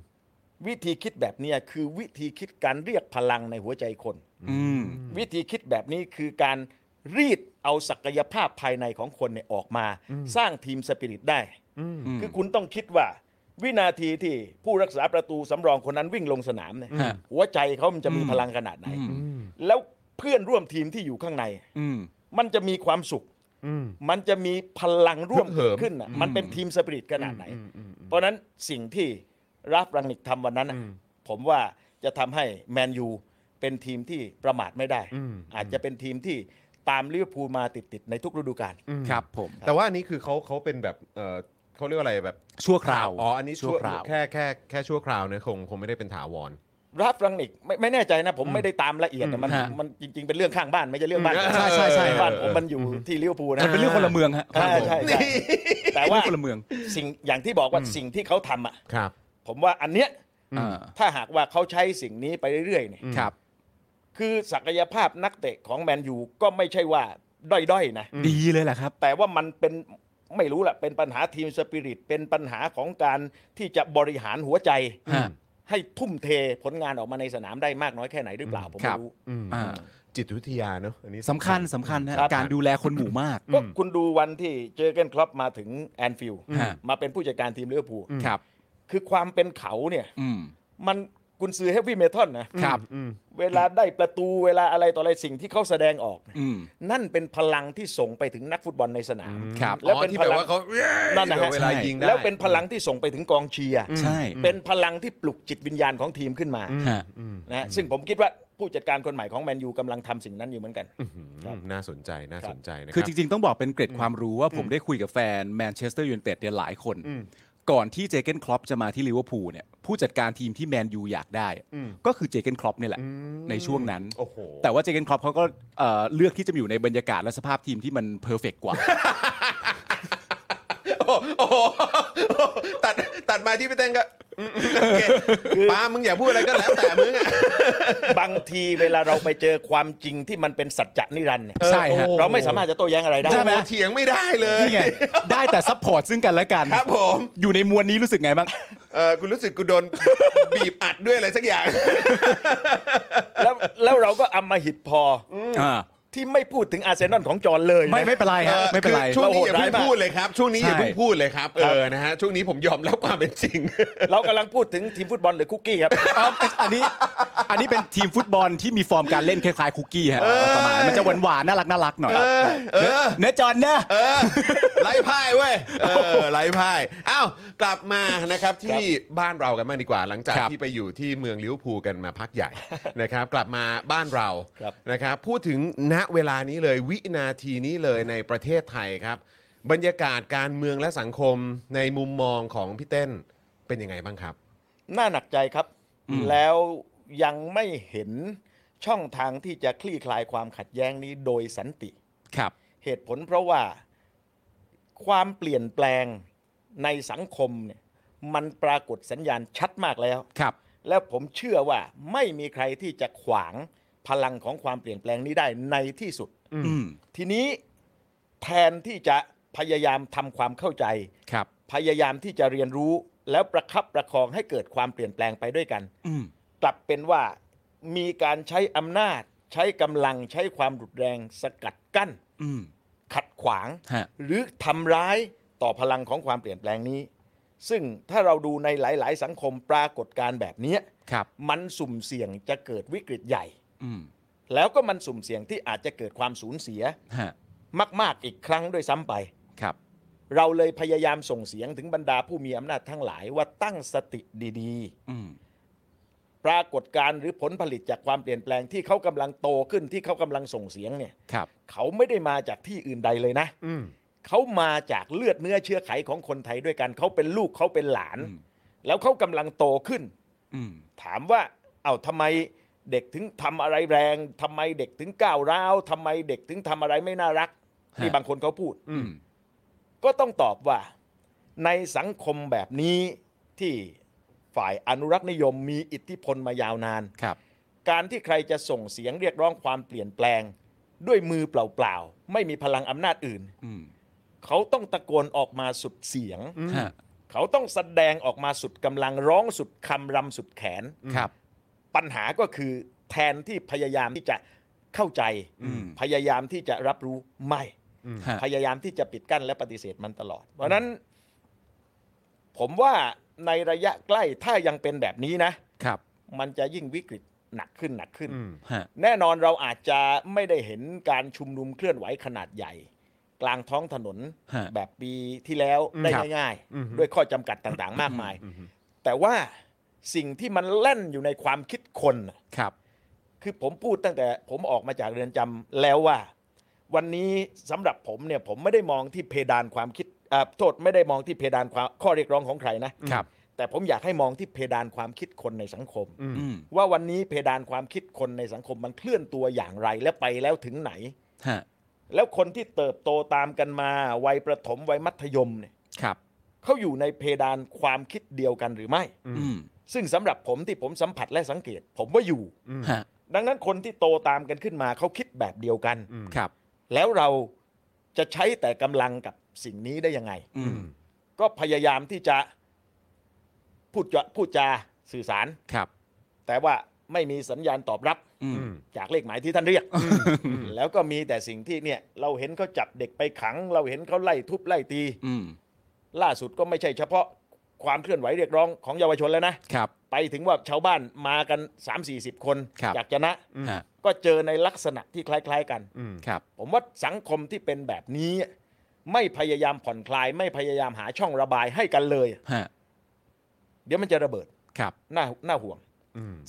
[SPEAKER 3] วิธีคิดแบบเนี้ยคือวิธีคิดการเรียกพลังในหัวใจคน
[SPEAKER 2] อืม
[SPEAKER 3] วิธีคิดแบบนี้คือการรีดเอาศักยภาพภายในของคนเนี่ยออกมา สร้างทีมสปิริตได้
[SPEAKER 1] อืม
[SPEAKER 2] ม
[SPEAKER 3] คือคุณต้องคิดว่า วินาทีที่ผู้รักษาประตูสำรองคนนั้นวิ่งลงสนามเนี่ย
[SPEAKER 2] ฮะ
[SPEAKER 3] หัวใจเขามันจะมี
[SPEAKER 2] อืม
[SPEAKER 3] พลังขนาดไหน
[SPEAKER 2] อืม
[SPEAKER 3] แล้วเพื่อนร่วมทีมที่อยู่ข้างใน
[SPEAKER 2] อืม
[SPEAKER 3] มันจะมีความสุข
[SPEAKER 1] อืม
[SPEAKER 3] มันจะมีพลังร่วม
[SPEAKER 1] ฮึกเหิม
[SPEAKER 3] ขึ้นน่ะ
[SPEAKER 2] อืม
[SPEAKER 3] มันเป็นทีมสปิริตขนาดไหน
[SPEAKER 1] อืมอืมอืม
[SPEAKER 3] เพราะฉะนั้นสิ่งที่ราฟรังนิกทำวันนั้นน่ะ
[SPEAKER 1] อืม
[SPEAKER 3] ผมว่าจะทำให้แมนยูเป็นทีมที่ประมาทไม่ได้
[SPEAKER 1] อืม
[SPEAKER 3] อาจจะเป็นทีมที่ตามลิเวอร์พูลมาติดๆในทุกฤดูกาล
[SPEAKER 1] อืม
[SPEAKER 2] ครับผม
[SPEAKER 1] แต่ว่าอันนี้คือเขาเขาเป็นแบบเออเขาเรียกว่าอะไรแบบ
[SPEAKER 2] ชั่วคราว
[SPEAKER 1] อ๋ออันนี้
[SPEAKER 2] ชั่
[SPEAKER 1] ชั่
[SPEAKER 2] ว
[SPEAKER 1] ว
[SPEAKER 2] คราว
[SPEAKER 1] แค่แค่แค่ชั่วคราวนะคงคงไม่ได้เป็นถาวร
[SPEAKER 3] ราฟรังนิกไม่ไม่แน่ใจนะ ผมไม่ได้ตามละเอียดนะมัน
[SPEAKER 2] ฮะ
[SPEAKER 3] มันจริง ๆ เป็นเรื่องข้างบ้านไม่ใช่เรื่องบ้าน
[SPEAKER 1] ใช่ใช่ใช่
[SPEAKER 3] บ้าน
[SPEAKER 1] เออ
[SPEAKER 3] ผมมันอยู่ที่ลิเวอร์พูลนะ
[SPEAKER 2] มันเป็นเรื่องคนละเมืองฮะ
[SPEAKER 3] ใช่ใช่
[SPEAKER 1] ครับผม
[SPEAKER 3] ใช่แต่ว่า
[SPEAKER 2] เรื่องคนละเมือง
[SPEAKER 3] สิ่งอย่างที่บอกว่าสิ่งที่เขาทำอ่ะ
[SPEAKER 1] ครับ
[SPEAKER 3] ผมว่าอันเนี้ย
[SPEAKER 2] อ่า
[SPEAKER 3] ถ้าหากว่าเขาใช้สิ่งนี้ไปเรื่อยๆเนี่ย
[SPEAKER 2] ครับ
[SPEAKER 3] คือศักยภาพนักเตะของแมนยูก็ไม่ใช่ว่าด้อยๆนะ
[SPEAKER 2] ดีเลยแหละครับ
[SPEAKER 3] แต่ว่ามันเป็นไม่รู้แหละเป็นปัญหาทีมสปิริตเป็นปัญหาของการที่จะบริหารหัวใจ
[SPEAKER 2] ฮะ
[SPEAKER 3] ให้ทุ่มเทผลงานออกมาในสนามได้มากน้อยแค่ไหนหรือเปล่าผม
[SPEAKER 2] ครั
[SPEAKER 3] ไม่
[SPEAKER 2] บ
[SPEAKER 3] รู้
[SPEAKER 1] อืม
[SPEAKER 2] อ่า
[SPEAKER 1] จิตวิทยาเนอะอันนี้
[SPEAKER 2] สำคัญสำคัญนะครับ การดูแลคนหมู่มาก
[SPEAKER 3] ก็คุณดูวันที่เจอร์เกนคล็อปมาถึงแอนฟิลด์
[SPEAKER 2] ฮะ
[SPEAKER 3] มาเป็นผู้จัดการทีมลิเวอร์พูล
[SPEAKER 2] ครับ
[SPEAKER 3] คือความเป็นเขาเนี่ย
[SPEAKER 2] อืม
[SPEAKER 3] มันกุนซือเฮฟวี่เมทัลนะครับ
[SPEAKER 1] อืม
[SPEAKER 3] เวลาได้ประตูเวลาอะไรต่ออะไรสิ่งที่เขาแสดงออก
[SPEAKER 2] อืม
[SPEAKER 3] นั่นเป็นพลังที่ส่งไปถึงนักฟุตบอลในสนาม
[SPEAKER 2] ครับ
[SPEAKER 1] แล้
[SPEAKER 3] แล้ว ว
[SPEAKER 1] เป็
[SPEAKER 3] เป็น น
[SPEAKER 1] ที่
[SPEAKER 3] พ
[SPEAKER 1] แบบ
[SPEAKER 3] ลัง
[SPEAKER 1] ว่าเขา
[SPEAKER 3] นั่นนะฮะ
[SPEAKER 1] เวลายิงได้
[SPEAKER 3] แล้วเป็นพลังที่ส่งไปถึงกองเชียร์
[SPEAKER 2] ใช่
[SPEAKER 3] เป็นพลังที่ปลุกจิตวิญญาณของทีมขึ้นมา
[SPEAKER 2] ฮะ
[SPEAKER 3] นะฮะซึ่งผมคิดว่าผู้จัดการคนใหม่ของแมนยูกำลังทำสิ่งนั้นอยู่เหมือนกัน
[SPEAKER 1] อืมน่าสนใจน่าสนใจนะค
[SPEAKER 2] คื
[SPEAKER 1] รั
[SPEAKER 2] อจริง ๆ ต้องบอกเป็นเกร็ดความรู้ว่าผมได้คุยกับแฟนแมนเชสเตอร์ยูไนเต็ดเนี่ยหลายคน ก่อนที่เจเกนคล็อปจะมาที่ลิเวอร์พูลเนี่ยผู้จัดการทีมที่แมนยูอยากได้ ก็คือเจเกนคล็อปเนี่ยแหละ ในช่วงนั้น
[SPEAKER 1] โอ้โห
[SPEAKER 2] แต่ว่าเจเกนคล็อปเขาก็เอ่อเลือกที่จะอยู่ในบรรยากาศและสภาพทีมที่มันเพอร์เฟกกว่า
[SPEAKER 1] โอ้โหตัดตัดมาที่พี่เต้นก็อืมโอเคป้ามึงอย่าพูดอะไรก็แล้วแต่มึงอ่ะ
[SPEAKER 3] บางทีเวลาเราไปเจอความจริงที่มันเป็นสัจจะนิรันดร์เนี่ย
[SPEAKER 2] ใช่ฮะ
[SPEAKER 3] เราไม่สามารถจะโต้แย้งอะไรได้
[SPEAKER 2] ใช่ไหม
[SPEAKER 1] โอ้โเถียงไม่ได้เลย
[SPEAKER 2] นี่ไง ได้แต่ซัพพอร์ตซึ่งกันและกัน
[SPEAKER 1] ครับผม
[SPEAKER 2] อยู่ในมวลนี้รู้สึกไงบ้าง
[SPEAKER 1] เออคุณรู้สึกกูโดน บีบอัดด้วยอะไรสักอย่าง
[SPEAKER 3] แล้วแล้วเราก็อำมหิตพออ
[SPEAKER 2] อ่า
[SPEAKER 3] ที่ไม่พูดถึงอาร์เซนอลของจอห์นเลยนะ
[SPEAKER 2] ไม่ไม่เป็นไรฮะ
[SPEAKER 1] ออ
[SPEAKER 2] ไม่เป็นไร
[SPEAKER 1] คือช่วงนี้อย่าเพิ่ง
[SPEAKER 3] เราโหดร้ายมาก
[SPEAKER 1] พูดเลยครับ ช่วงนี้อย่า
[SPEAKER 2] ใช่
[SPEAKER 1] เพิ่งพูดเลยครับ เออ นะฮะ ช่วงนี้ผมยอมรับความเป็นจริง
[SPEAKER 3] เรากำลังพูดถึงทีมฟุตบอลหรือคุกกี้ครับ
[SPEAKER 2] เอาอันนี้อันนี้เป็นทีมฟุตบอลที่มีฟอร์มการเล่นคล้ายๆคุกกี้ฮะประมาณนั้นมันจะหวานๆน่ารักน่ารักหน่อย
[SPEAKER 1] เออ
[SPEAKER 2] เนื้อจอนเนื้อ
[SPEAKER 1] เออ ไล่พ่ายเว้ย เออ ไล่พ่าย อ้าว กลับมานะครับที่บ้านเรากันบ้างดีกว่า หลังจาก
[SPEAKER 2] ครับ
[SPEAKER 1] ที่ไปอยู่ที่เมืองลิเวอร์พูลกันมาพักใหญ่ นะครับ กลับมาบ้านเรา
[SPEAKER 3] ครับ
[SPEAKER 1] นะครับ พูดถึงณเวลานี้เลยวินาทีนี้เลยในประเทศไทยครับ บรรยากาศการเมืองและสังคมในมุมมองของพี่เต้นเป็นยังไงบ้างครับ
[SPEAKER 3] น่าหนักใจครับ แล้วยังไม่เห็นช่องทางที่จะคลี่คลายความขัดแย้งนี้โดยสันติ
[SPEAKER 2] ครับ
[SPEAKER 3] เหตุผลเพราะว่าความเปลี่ยนแปลงในสังคมเนี่ยมันปรากฏสัญญาณชัดมากแล้ว
[SPEAKER 2] ครับ
[SPEAKER 3] และผมเชื่อว่าไม่มีใครที่จะขวางพลังของความเปลี่ยนแปลงนี้ได้ในที่สุด
[SPEAKER 2] อืม
[SPEAKER 3] ทีนี้แทนที่จะพยายามทำความเข้าใจ
[SPEAKER 2] ครับ
[SPEAKER 3] พยายามที่จะเรียนรู้แล้วประคับประคองให้เกิดความเปลี่ยนแปลงไปด้วยกัน
[SPEAKER 2] อืม
[SPEAKER 3] กลับเป็นว่ามีการใช้อำนาจ ใช้กำลังใช้ความรุนแรงสกัดกั้น
[SPEAKER 2] อืม
[SPEAKER 3] ขัดขวาง
[SPEAKER 2] ฮะ
[SPEAKER 3] หรือทำร้ายต่อพลังของความเปลี่ยนแปลงนี้ ซึ่งถ้าเราดูในหลาย ๆ สังคมปรากฏการณ์แบบเนี้ย
[SPEAKER 2] ครับ
[SPEAKER 3] มันสุ่มเสี่ยงจะเกิดวิกฤตใหญ่
[SPEAKER 2] อืม
[SPEAKER 3] แล้วก็มันสุ่มเสี่ยงที่อาจจะเกิดความสูญเสีย
[SPEAKER 2] ฮะ
[SPEAKER 3] มาก ๆ อีกครั้งด้วยซ้ำไป
[SPEAKER 2] ครับ
[SPEAKER 3] เราเลยพยายามส่งเสียงถึงบรรดาผู้มีอำนาจทั้งหลายว่าตั้งสติดี
[SPEAKER 2] อืม
[SPEAKER 3] ๆ ปรากฏการณ์หรือผลผลิตจากความเปลี่ยนแปลงที่เขากำลังโตขึ้นที่เขากำลังส่งเสียงเนี่ย
[SPEAKER 2] ครับ
[SPEAKER 3] เขาไม่ได้มาจากที่อื่นใดเลยนะ
[SPEAKER 1] อืม
[SPEAKER 3] เขามาจากเลือดเนื้อเชื้อไขของคนไทยด้วยกัน เขาเป็นลูกเขาเป็นหลาน
[SPEAKER 2] อืม
[SPEAKER 3] แล้วเขากำลังโตขึ้น
[SPEAKER 2] อืม
[SPEAKER 3] ถามว่า เอ้าทำไมเด็กถึงทำอะไรแรงทำไมเด็กถึงก้าวร้าวทำไมเด็กถึงทำอะไรไม่น่ารักนี่บางคนเขาพูด
[SPEAKER 2] อืม
[SPEAKER 3] ก็ต้องตอบว่า ในสังคมแบบนี้ที่ฝ่ายอนุรักษ์นิยมมีอิทธิพลมายาวนาน
[SPEAKER 2] ครับ
[SPEAKER 3] การที่ใครจะส่งเสียงเรียกร้องความเปลี่ยนแปลง ด้วยมือเปล่าๆไม่มีพลังอำนาจอื่น
[SPEAKER 2] อืม
[SPEAKER 3] เขาต้องตะโกนออกมาสุดเสียง
[SPEAKER 2] ฮะ
[SPEAKER 3] เขาต้องแสดงออกมาสุดกำลังร้องสุดคำรำสุดแขน
[SPEAKER 2] ครับ
[SPEAKER 3] ปัญหาก็คือแทนที่พยายามที่จะเข้าใจ
[SPEAKER 2] อืม
[SPEAKER 3] พยายามที่จะรับรู้ไม่
[SPEAKER 2] ฮะ
[SPEAKER 3] พยายามที่จะปิดกั้นและปฏิเสธมันตลอด เพราะฉะนั้น ผมว่าในระยะใกล้ถ้ายังเป็นแบบนี้นะ
[SPEAKER 2] ครับ
[SPEAKER 3] มันจะยิ่งวิกฤตหนักขึ้นหนักขึ้น
[SPEAKER 2] ฮะ
[SPEAKER 3] แน่นอนเราอาจจะไม่ได้เห็นการชุมนุมเคลื่อนไหวขนาดใหญ่ กลางท้องถนน
[SPEAKER 2] ฮะ
[SPEAKER 3] แบบปีที่แล้วได้
[SPEAKER 2] ครับ
[SPEAKER 3] ง่ายๆ ด้วยข้อจำกัดต่างๆ มากมาย แต่ว่าสิ่งที่มันแล่นอยู่ในความคิดคนน่ะ
[SPEAKER 2] ครับ
[SPEAKER 3] คือผมพูดตั้งแต่ผมออกมาจากเรือนจำแล้วว่า วันนี้สำหรับผมเนี่ยผมไม่ได้มองที่เพดานความคิดอ่าโทษไม่ได้มองที่เพดานความข้อเรียกร้องของใครนะครับ แต่ผมอยากให้มองที่เพดานความคิดคนในสังคม
[SPEAKER 2] อืม
[SPEAKER 3] ว่าวันนี้เพดานความคิดคนในสังคมมันเคลื่อนตัวอย่างไรและไปแล้วถึงไหน
[SPEAKER 2] ฮะ
[SPEAKER 3] แล้วคนที่เติบโตตามกันมาวัยประถมวัยมัธยมเนี่ย
[SPEAKER 2] ครับ
[SPEAKER 3] เขาอยู่ในเพดานความคิดเดียวกันหรือไม่
[SPEAKER 2] อืม
[SPEAKER 3] ซึ่งสำหรับผมที่ผมสัมผัสและสังเกต ผมว่าอยู่
[SPEAKER 2] ฮะ
[SPEAKER 3] ดังนั้นคนที่โตตามกันขึ้นมาเขาคิดแบบเดียวกัน
[SPEAKER 2] ครับ
[SPEAKER 3] แล้วเราจะใช้แต่กำลังกับสิ่งนี้ได้ยังไง
[SPEAKER 2] อืม
[SPEAKER 3] ก็พยายามที่จะพูดจะพูดจาสื่อสาร
[SPEAKER 2] ครับ
[SPEAKER 3] แต่ว่าไม่มีสัญญาณตอบรับ
[SPEAKER 2] อืม
[SPEAKER 3] จากเลขหมายที่ท่านเรียก แล้วก็มีแต่สิ่งที่เนี่ย เราเห็นเขาจับเด็กไปขัง เราเห็นเขาไล่ทุบไล่ตี
[SPEAKER 2] อืม
[SPEAKER 3] ล่าสุดก็ไม่ใช่เฉพาะความเคลื่อนไหวเรียกร้องของเยาวชนแล้วนะ
[SPEAKER 2] ครับ
[SPEAKER 3] ไปถึงว่าชาวบ้านมากัน 3 4 0 คน
[SPEAKER 2] ครับ
[SPEAKER 3] อยากจะนะ
[SPEAKER 2] ฮะ
[SPEAKER 3] ก็เจอในลักษณะที่คล้าย ๆ กัน
[SPEAKER 2] ครับ
[SPEAKER 3] ผมว่าสังคมที่เป็นแบบนี้ ไม่พยายามผ่อนคลาย ไม่พยายามหาช่องระบายให้กันเลย
[SPEAKER 2] ฮะ
[SPEAKER 3] เดี๋ยวมันจะระเบิด
[SPEAKER 2] ครับ
[SPEAKER 3] น่าน่าห่วง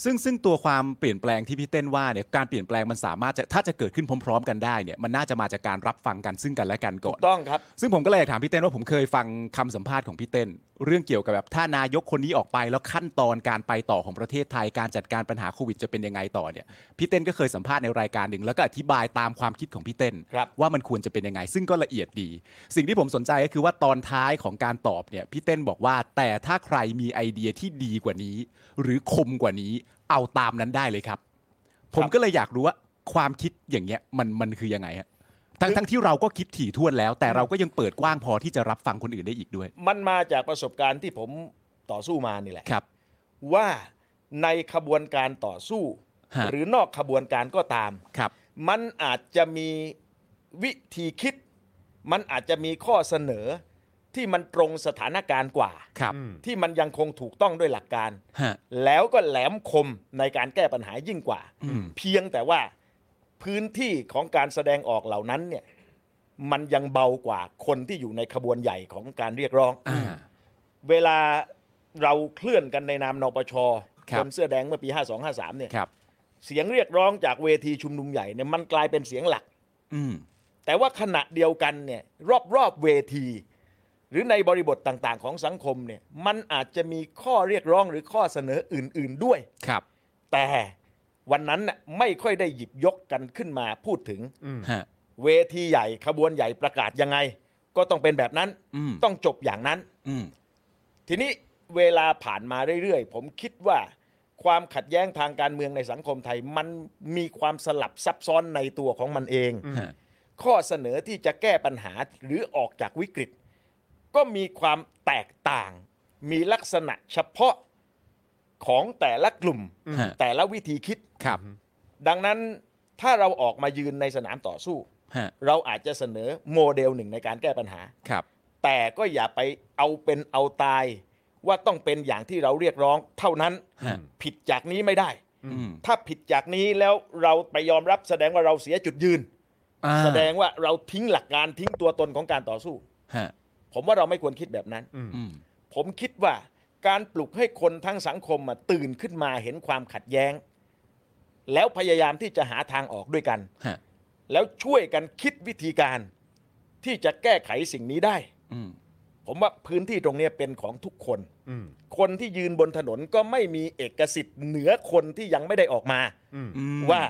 [SPEAKER 2] ซึ่งซึ่งตัวความเปลี่ยนแปลงที่พี่เต้นว่าเนี่ยการเปลี่ยนแปลงมันสามารถจะถ้าจะเกิดขึ้นพร้อม ๆ กันได้เนี่ยมันน่าจะมาจากการรับฟังกันซึ่งกันและกันก่อน
[SPEAKER 3] ต้องครับ
[SPEAKER 2] ซึ่งผมก็เลยอยากถามพี่เต้นว่าผมเคยฟังคำสัมภาษณ์ของพี่เต้น เรื่องเกี่ยวกับแบบถ้านายกคนนี้ออกไปแล้วขั้นตอนการไปต่อของประเทศไทยการจัดการปัญหาโควิดจะเป็นยังไงต่อเนี่ยพี่เต้นก็เคยสัมภาษณ์ในรายการหนึ่งแล้วก็อธิบายตามความคิดของพี่เต้น
[SPEAKER 3] ครับ
[SPEAKER 2] ว่ามันควรจะเป็นยังไง ซึ่งก็ละเอียดดี สิ่งที่ผมสนใจก็คือว่าตอนท้ายของการตอบเนี่ยพี่เต้นบอกว่าแต่ถ้าใครมีไอเดียที่ดีกว่านี้ หรือคมกว่านี้เอาตามนั้นได้เลยครับ ผมก็เลยอยากรู้ว่าความคิดอย่างเงี้ยมันมันคือยังไงฮะทั้งทั้งที่เราก็คิดถี่ถ้วนแล้ว แต่เราก็ยังเปิดกว้างพอที่จะรับฟังคนอื่นได้อีกด้วย
[SPEAKER 3] มันมาจากประสบการณ์ที่ผม ต่อสู้มานี่แหละ
[SPEAKER 2] ครับ
[SPEAKER 3] ว่าในขบวนการต่อสู้
[SPEAKER 2] ฮะ
[SPEAKER 3] หรือนอกขบวนการก็ตาม
[SPEAKER 2] ครับ
[SPEAKER 3] มันอาจจะมีวิธีคิด มันอาจจะมีข้อเสนอที่มันตรงสถานการณ์กว่า
[SPEAKER 2] ครับ
[SPEAKER 3] ที่มันยังคงถูกต้องด้วยหลักการ
[SPEAKER 2] ฮะ
[SPEAKER 3] แล้วก็แหลมคมในการแก้ปัญหายิ่งกว่า
[SPEAKER 2] อืม
[SPEAKER 3] เพียงแต่ว่าพื้นที่ของการแสดงออกเหล่านั้นเนี่ยมันยังเบากว่าคนที่อยู่ในขบวนใหญ่ของการเรียกร้อง
[SPEAKER 2] อ่า
[SPEAKER 3] เวลาเราเคลื่อนกันในนามนปช
[SPEAKER 2] ครับ
[SPEAKER 3] นเสื้อแดงเมื่อปี 5253เนี่ย
[SPEAKER 2] ครับ
[SPEAKER 3] เสียงเรียกร้องจากเวทีชุมนุมใหญ่เนี่ยมันกลายเป็นเสียงหลัก
[SPEAKER 2] อืม
[SPEAKER 3] แต่ว่าขณะเดียวกันเนี่ยรอบๆเวที หรือในบริบทต่างๆ ของสังคมเนี่ยมันอาจจะมีข้อเรียกร้องหรือข้อเสนออื่น ๆด้วย
[SPEAKER 2] ครับ
[SPEAKER 3] แต่วันนั้นน่ะไม่ค่อยได้หยิบยกกันขึ้นมาพูดถึง
[SPEAKER 2] ฮะ
[SPEAKER 3] เวทีใหญ่ขบวนใหญ่ประกาศยังไง ก็ต้องเป็นแบบนั้น
[SPEAKER 2] อืม
[SPEAKER 3] ต้องจบอย่างนั้น
[SPEAKER 2] อืม
[SPEAKER 3] ทีนี้เวลาผ่านมาเรื่อยๆ ผมคิดว่าความขัดแย้งทางการเมืองในสังคมไทย มันมีความสลับซับซ้อนในตัวของมันเอง
[SPEAKER 2] ฮะ
[SPEAKER 3] ข้อเสนอที่จะแก้ปัญหาหรือออกจากวิกฤต ก็มีความแตกต่าง มีลักษณะเฉพาะของแต่ละกลุ่ม
[SPEAKER 2] ฮะ
[SPEAKER 3] แต่ละวิธีคิด
[SPEAKER 2] ครับ
[SPEAKER 3] ดังนั้นถ้าเราออกมายืนในสนามต่อสู้
[SPEAKER 2] ฮะ
[SPEAKER 3] เราอาจจะเสนอโมเดลหนึ่งในการแก้ปัญหา
[SPEAKER 2] ครับ
[SPEAKER 3] แต่ก็อย่าไปเอาเป็นเอาตาย ว่าต้องเป็นอย่างที่เราเรียกร้องเท่านั้น
[SPEAKER 2] ฮะ
[SPEAKER 3] ผิดจากนี้ไม่ได้
[SPEAKER 2] อืม
[SPEAKER 3] ถ้าผิดจากนี้แล้วเราไปยอมรับแสดงว่าเราเสียจุดยืน
[SPEAKER 2] อ่า
[SPEAKER 3] แสดงว่าเราทิ้งหลักการทิ้งตัวตนของการต่อสู้
[SPEAKER 2] ฮะ
[SPEAKER 3] ผมว่าเราไม่ควรคิดแบบนั้น
[SPEAKER 2] อืม
[SPEAKER 3] ผมคิดว่าการปลุกให้คนทั้งสังคมอะตื่นขึ้นมาเห็นความขัดแย้ง แล้วพยายามที่จะหาทางออกด้วยกัน
[SPEAKER 2] ฮะ
[SPEAKER 3] แล้วช่วยกันคิดวิธีการที่จะแก้ไขสิ่งนี้ได้
[SPEAKER 2] อืม
[SPEAKER 3] ผมว่าพื้นที่ตรงเนี้ยเป็นของทุกคน คนที่ยืนบนถนนก็ไม่มีเอกสิทธิ์เหนือคนที่ยังไม่ได้ออกมา
[SPEAKER 2] อืม
[SPEAKER 3] ว่า